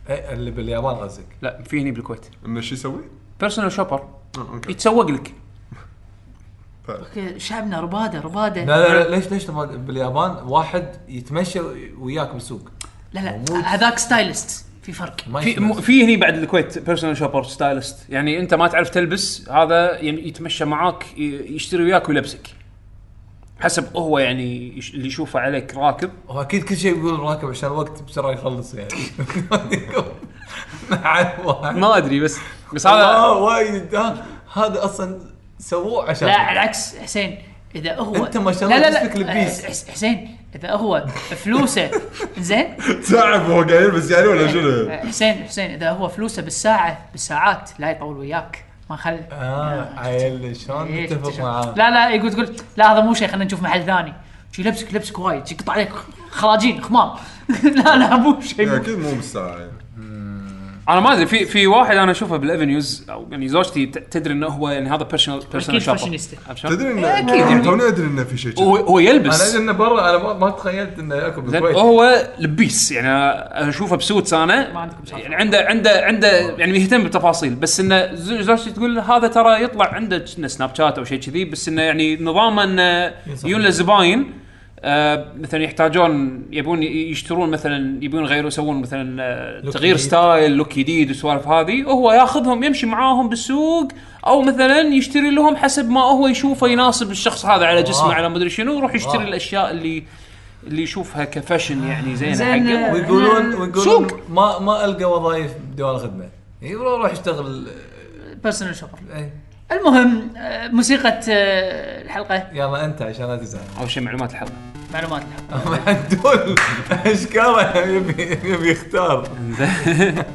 Speaker 3: إيه، اللي باليابان قصدك
Speaker 2: لا في هني بالكويت
Speaker 4: انه شو يسوي؟ *laughs*
Speaker 2: بيرسونال شوبر
Speaker 4: آه، اوكي
Speaker 2: يتسوق لك
Speaker 5: أوكي، شعبنا رباده رباده
Speaker 3: لا لا لا ليش ليش ما- باليابان واحد يتمشى وياك بالسوق
Speaker 5: لا لا هذاك ستايلست في فرق
Speaker 3: ما
Speaker 2: في م-
Speaker 3: يشتغل.
Speaker 2: في هني بعد الكويت بيرسونال شوبر ستايلست يعني انت ما تعرف تلبس هذا يعني يتمشى معاك ي- يشتري وياك ويلبسك حسب هو يعني يش- اللي يشوفه عليك راكب
Speaker 3: هو اكيد كل شيء يقول راكب عشان الوقت بسرعه يخلص يعني *laughs* مع واحد.
Speaker 2: ما ادري بس بس
Speaker 3: آه،
Speaker 2: هذا
Speaker 3: وايد آه، هذا اصلا سووه عشان
Speaker 5: لا العكس حسين اذا هو
Speaker 3: أنت ما شاء الله
Speaker 5: لا لا
Speaker 3: جسمك
Speaker 5: لا
Speaker 3: لبيس.
Speaker 5: حس- حسين اذا هو
Speaker 3: *laughs*
Speaker 5: فلوسه زين أه،
Speaker 4: تعب هو قايل بس يعني ولا شنو؟
Speaker 5: حسين حسين اذا هو فلوسه بالساعه بالساعات لا يطول وياك ما خل
Speaker 3: اه عيل شلون
Speaker 5: إيه، شفت
Speaker 3: نتفق
Speaker 5: شلون؟
Speaker 3: معاه
Speaker 5: لا لا يقول تقول لا هذا مو شيء خلينا نشوف محل ثاني شي لبسك لبسك وايد شي قطع عليك خراجين خمام *laughs* لا لا مو شيء
Speaker 4: اكيد مو بالساعه يعني.
Speaker 2: انا ما ادري في في واحد انا اشوفه بالافنيوز او يعني زوجتي ت- تدري انه هو يعني هذا بيرسونال بيرسونال شوبر
Speaker 5: فاشينيستا.
Speaker 4: تدري انه
Speaker 2: أكيد يعني.
Speaker 4: توني ادري انه في شيء كذي.
Speaker 2: هو هو
Speaker 3: انا
Speaker 2: يلبس
Speaker 3: ادري انه برا انا ما- ما تخيلت انه اكو
Speaker 2: زين
Speaker 3: بالكويت
Speaker 2: هو لبيس يعني اشوفه بسوتس انا
Speaker 5: ما عندكم سالفة.
Speaker 2: يعني عنده عنده عنده يعني يهتم بالتفاصيل بس انه ز- زوجتي تقول هذا ترى يطلع عنده كنا سناب شات او شيء كذي بس انه يعني نظامه انه يجون له زباين آه مثلا يحتاجون يبون يشترون مثلا يبون يغيروا يسوون مثلا آه، تغيير
Speaker 3: جديد.
Speaker 2: ستايل لوك جديد والسوالف هذه وهو ياخذهم يمشي معاهم بالسوق او مثلا يشتري لهم حسب ما هو يشوفه يناسب الشخص هذا على جسمه
Speaker 3: واو.
Speaker 2: على مدري شنو ويروح يشتري
Speaker 3: واو.
Speaker 2: الاشياء اللي اللي يشوفها كفاشن يعني زينه
Speaker 5: زين.
Speaker 2: حقه
Speaker 3: ويقولون
Speaker 2: سوق.
Speaker 3: ويقولون ما ما القى وظائف بدون خدمه يقولون روح اشتغل
Speaker 5: بيرسونال شوبر
Speaker 3: إيه،
Speaker 5: المهم آه، موسيقى آه، الحلقه
Speaker 3: يلا انت عشان لا تزعل *laughs*
Speaker 2: اول شيء معلومات الحلقه
Speaker 5: معلومات الحلقه
Speaker 3: عدول اشكاله يبي يبي يختار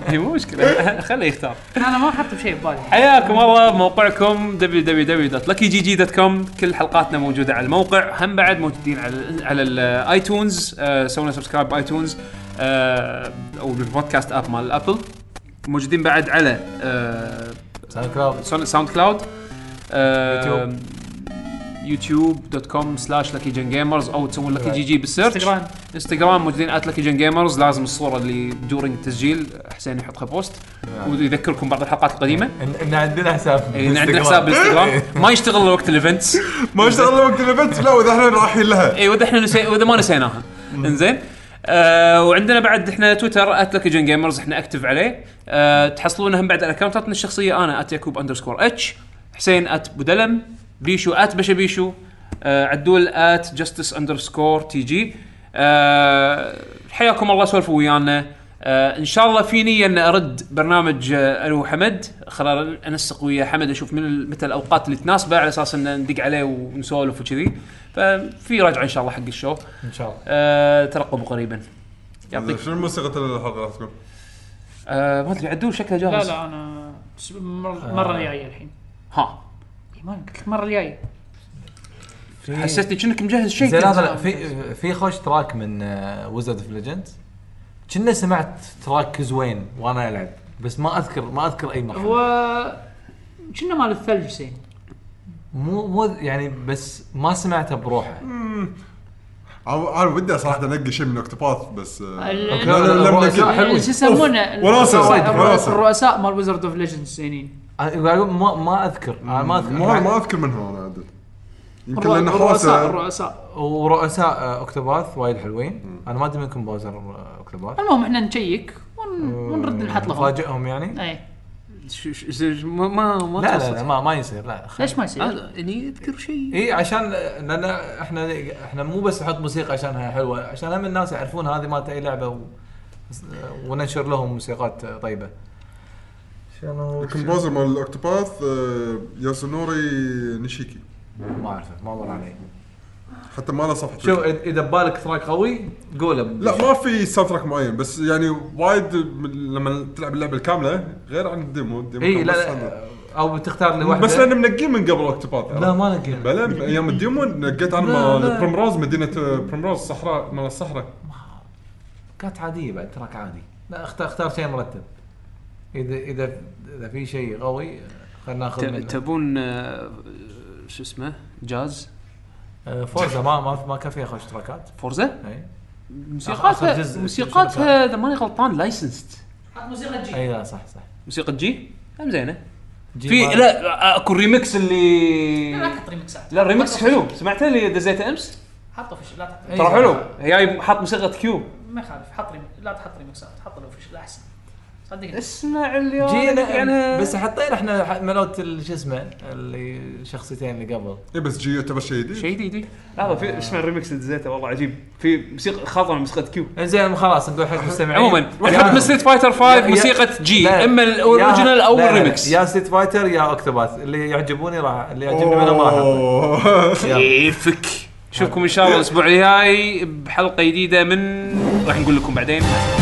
Speaker 2: هي مو مشكله *laughs* خليه يختار
Speaker 5: انا ما حط بشيء ببالي
Speaker 2: حياكم الله بموقعكم www.luckygg.com كل حلقاتنا موجوده على الموقع هم بعد موجودين على ال على الايتونز آه، سووا لنا سبسكرايب بايتونز آه، او بالبودكاست اب مال ابل موجودين بعد على آه،
Speaker 3: ساوند كلاود
Speaker 2: سون- ساوند كلاود آه،
Speaker 3: يوتيوب.
Speaker 2: يوتيوب دوت كوم سلاش لكي جن جيمرز او تسوون لكي جي جي بالسيرش
Speaker 5: انستغرام
Speaker 2: انستغرام موجودين ات لكي جن جيمرز لازم الصوره اللي دورينج التسجيل حسين يحطها بوست ويذكركم بعض الحلقات القديمه
Speaker 3: ان إن عندنا حساب
Speaker 2: يعني عندنا
Speaker 3: بالإنستغرام. إيه.
Speaker 2: حساب بالانستغرام ما يشتغل وقت الايفنتس
Speaker 4: ما اشتغل وقت الايفنت لا واذا احنا رايحين لها
Speaker 2: اي واذا احنا إيه، نسي... واذا ما نسيناها انزين آه وعندنا بعد احنا تويتر @لكيجن جيمرز احنا اكتف عليه آه تحصلون هم بعد على اكونتاتنا الشخصيه انا @يكوب اندرسكور اتش حسين @بودلم بيشو @بشبيشو آه عدول @جستس اندرسكور تي جي آه حياكم الله سولفوا ويانا آه ان شاء الله في نيه ان ارد برنامج آه الو حمد خلال انسق ويا حمد اشوف من ال- متى الاوقات اللي تناسبه على اساس ان ندق عليه ونسولف وكذي ففي رجعه ان شاء الله حق الشو
Speaker 3: ان شاء الله
Speaker 2: آه ترقبوا قريبا يعطيك
Speaker 4: شنو موسيقى الحلقه راح تكون؟
Speaker 2: آه ما ادري عدول شكله
Speaker 5: لا
Speaker 2: جاهز
Speaker 5: لا انا س- مر- مره الجايه الحين
Speaker 2: ها
Speaker 5: إي، ما قلت لك المره الجايه
Speaker 3: في-
Speaker 2: حسيتني كأنك مجهز شيء
Speaker 3: زين
Speaker 2: كذا.
Speaker 3: هذا لا، في في خوش تراك من آه، ويزرد اوف ليجند كنا سمعت تراك زوين وانا العب بس ما اذكر ما اذكر اي مرحله
Speaker 5: هو كنا مال الثلج حسين
Speaker 3: مو مو يعني بس ما سمعته بروحه
Speaker 4: انا أنا ودي صراحه انقي شيء من اكتوباث بس آه،
Speaker 5: ال-
Speaker 4: لا، لا، لا،
Speaker 3: الرؤساء
Speaker 4: منقي.
Speaker 3: حلو.
Speaker 5: شو يسمونه
Speaker 4: أوف، وناسة،
Speaker 5: الرؤساء-
Speaker 4: وناسة.
Speaker 5: الرؤساء مال ويزرد اوف ليجندز زينين
Speaker 3: أنا قاعد أقول ما ما اذكر انا ما اذكر
Speaker 4: ما ما اذكر من هو انا عدل يمكن لان
Speaker 5: الرؤساء
Speaker 4: حوسه
Speaker 5: الرؤساء
Speaker 3: ورؤساء آه، اوكتوباث وايد حلوين انا ما ادري منكم بوزر آه، اوكتوباث
Speaker 5: المهم احنا نشيك ون- ونرد نحط لهم إيه.
Speaker 3: نفاجئهم يعني
Speaker 5: اي
Speaker 2: شو- شو- شو- ما ما ما
Speaker 3: لا لا,
Speaker 2: توصل.
Speaker 3: لا ما ما يصير لا خ-
Speaker 5: ليش ما يصير؟
Speaker 2: هذا يعني اذكر شيء
Speaker 3: اي عشان لان احنا احنا مو بس نحط موسيقى عشانها حلوه عشان هم الناس يعرفون هذه مالت اي لعبه و... وننشر لهم موسيقات طيبه شنو
Speaker 4: الكومبوزر مال الاوكتوباث آه، ياسونوري نيشيكي
Speaker 3: ما اعرفه ما مر علي
Speaker 4: حتى ما له صفحه
Speaker 3: شوف
Speaker 4: تويتر.
Speaker 3: إذ- اذا ببالك تراك قوي قوله
Speaker 4: لا ما في ساوند تراك معين بس يعني وايد من- لما تلعب اللعبه الكامله غير عن الديمو الديمو
Speaker 3: اي
Speaker 4: كان
Speaker 3: لا,
Speaker 4: بس
Speaker 3: لا او بتختار لي
Speaker 4: عن-
Speaker 3: واحده
Speaker 4: بس لان منقين من قبل اوكتوباث
Speaker 3: لا ما نقي
Speaker 4: بلا من ايام الديمو نقيت عن
Speaker 3: لا، لا.
Speaker 4: مال برومروز مدينه آه، برومروز صحراء مال الصحراء
Speaker 3: كانت عاديه بعد تراك عادي لا اختار اختار شيء مرتب اذا اذا اذا في شيء قوي خلينا ناخذ
Speaker 2: ت-
Speaker 3: منه
Speaker 2: تبون آه، شو اسمه جاز
Speaker 3: آه، فورزا ما ما ما كان فيها خوش تراكات إيه؟
Speaker 2: فورزا
Speaker 3: اي آخر
Speaker 2: موسيقاتها
Speaker 3: جزء.
Speaker 2: موسيقاتها اذا ماني غلطان لايسنسد
Speaker 5: حط موسيقى جي
Speaker 3: اي لا صح صح
Speaker 2: موسيقى جي هم زينه
Speaker 3: جي
Speaker 2: في
Speaker 3: ما-
Speaker 2: لا اكو الريمكس
Speaker 5: لا
Speaker 2: اللي
Speaker 5: تحط ريمكسات
Speaker 2: لا الريمكس حلو سمعت اللي دزيته امس
Speaker 5: حطه فيش لا تحط
Speaker 3: إي.
Speaker 2: ترى حلو جايب حاط موسيقى كيو
Speaker 5: ما يخالف حط ريم... لا تحط ريمكسات حط لو فيش لا احسن صدقني
Speaker 2: اسمع اللي أنا
Speaker 3: جينا
Speaker 2: أحكي عنها.
Speaker 3: بس حطينا احنا ح- ملوت ال- شو اسمه اللي الشخصيتين اللي قبل
Speaker 4: اي إيه، بس جي يعتبر شيء جديد
Speaker 2: شيء جديد لحظه في اسمع الريمكس اللي دزيته والله عجيب في موسيقى خاطره من موسيقى يعني كيو
Speaker 3: انزين خلاص نقول
Speaker 2: *laughs*
Speaker 3: حق المستمعين
Speaker 2: عموما روح حط من ستريت فايتر 5 موسيقى جي اما الاوريجنال او الريمكس
Speaker 3: يا ستيت فايتر يا اوكتوباث اللي يعجبوني راح اللي يعجبني انا ما راح أحطه.
Speaker 4: *laughs*
Speaker 3: يلا.
Speaker 2: كيفك نشوفكم ان شاء الله الاسبوع الجاي بحلقه جديده من راح نقول لكم بعدين مع السلامة.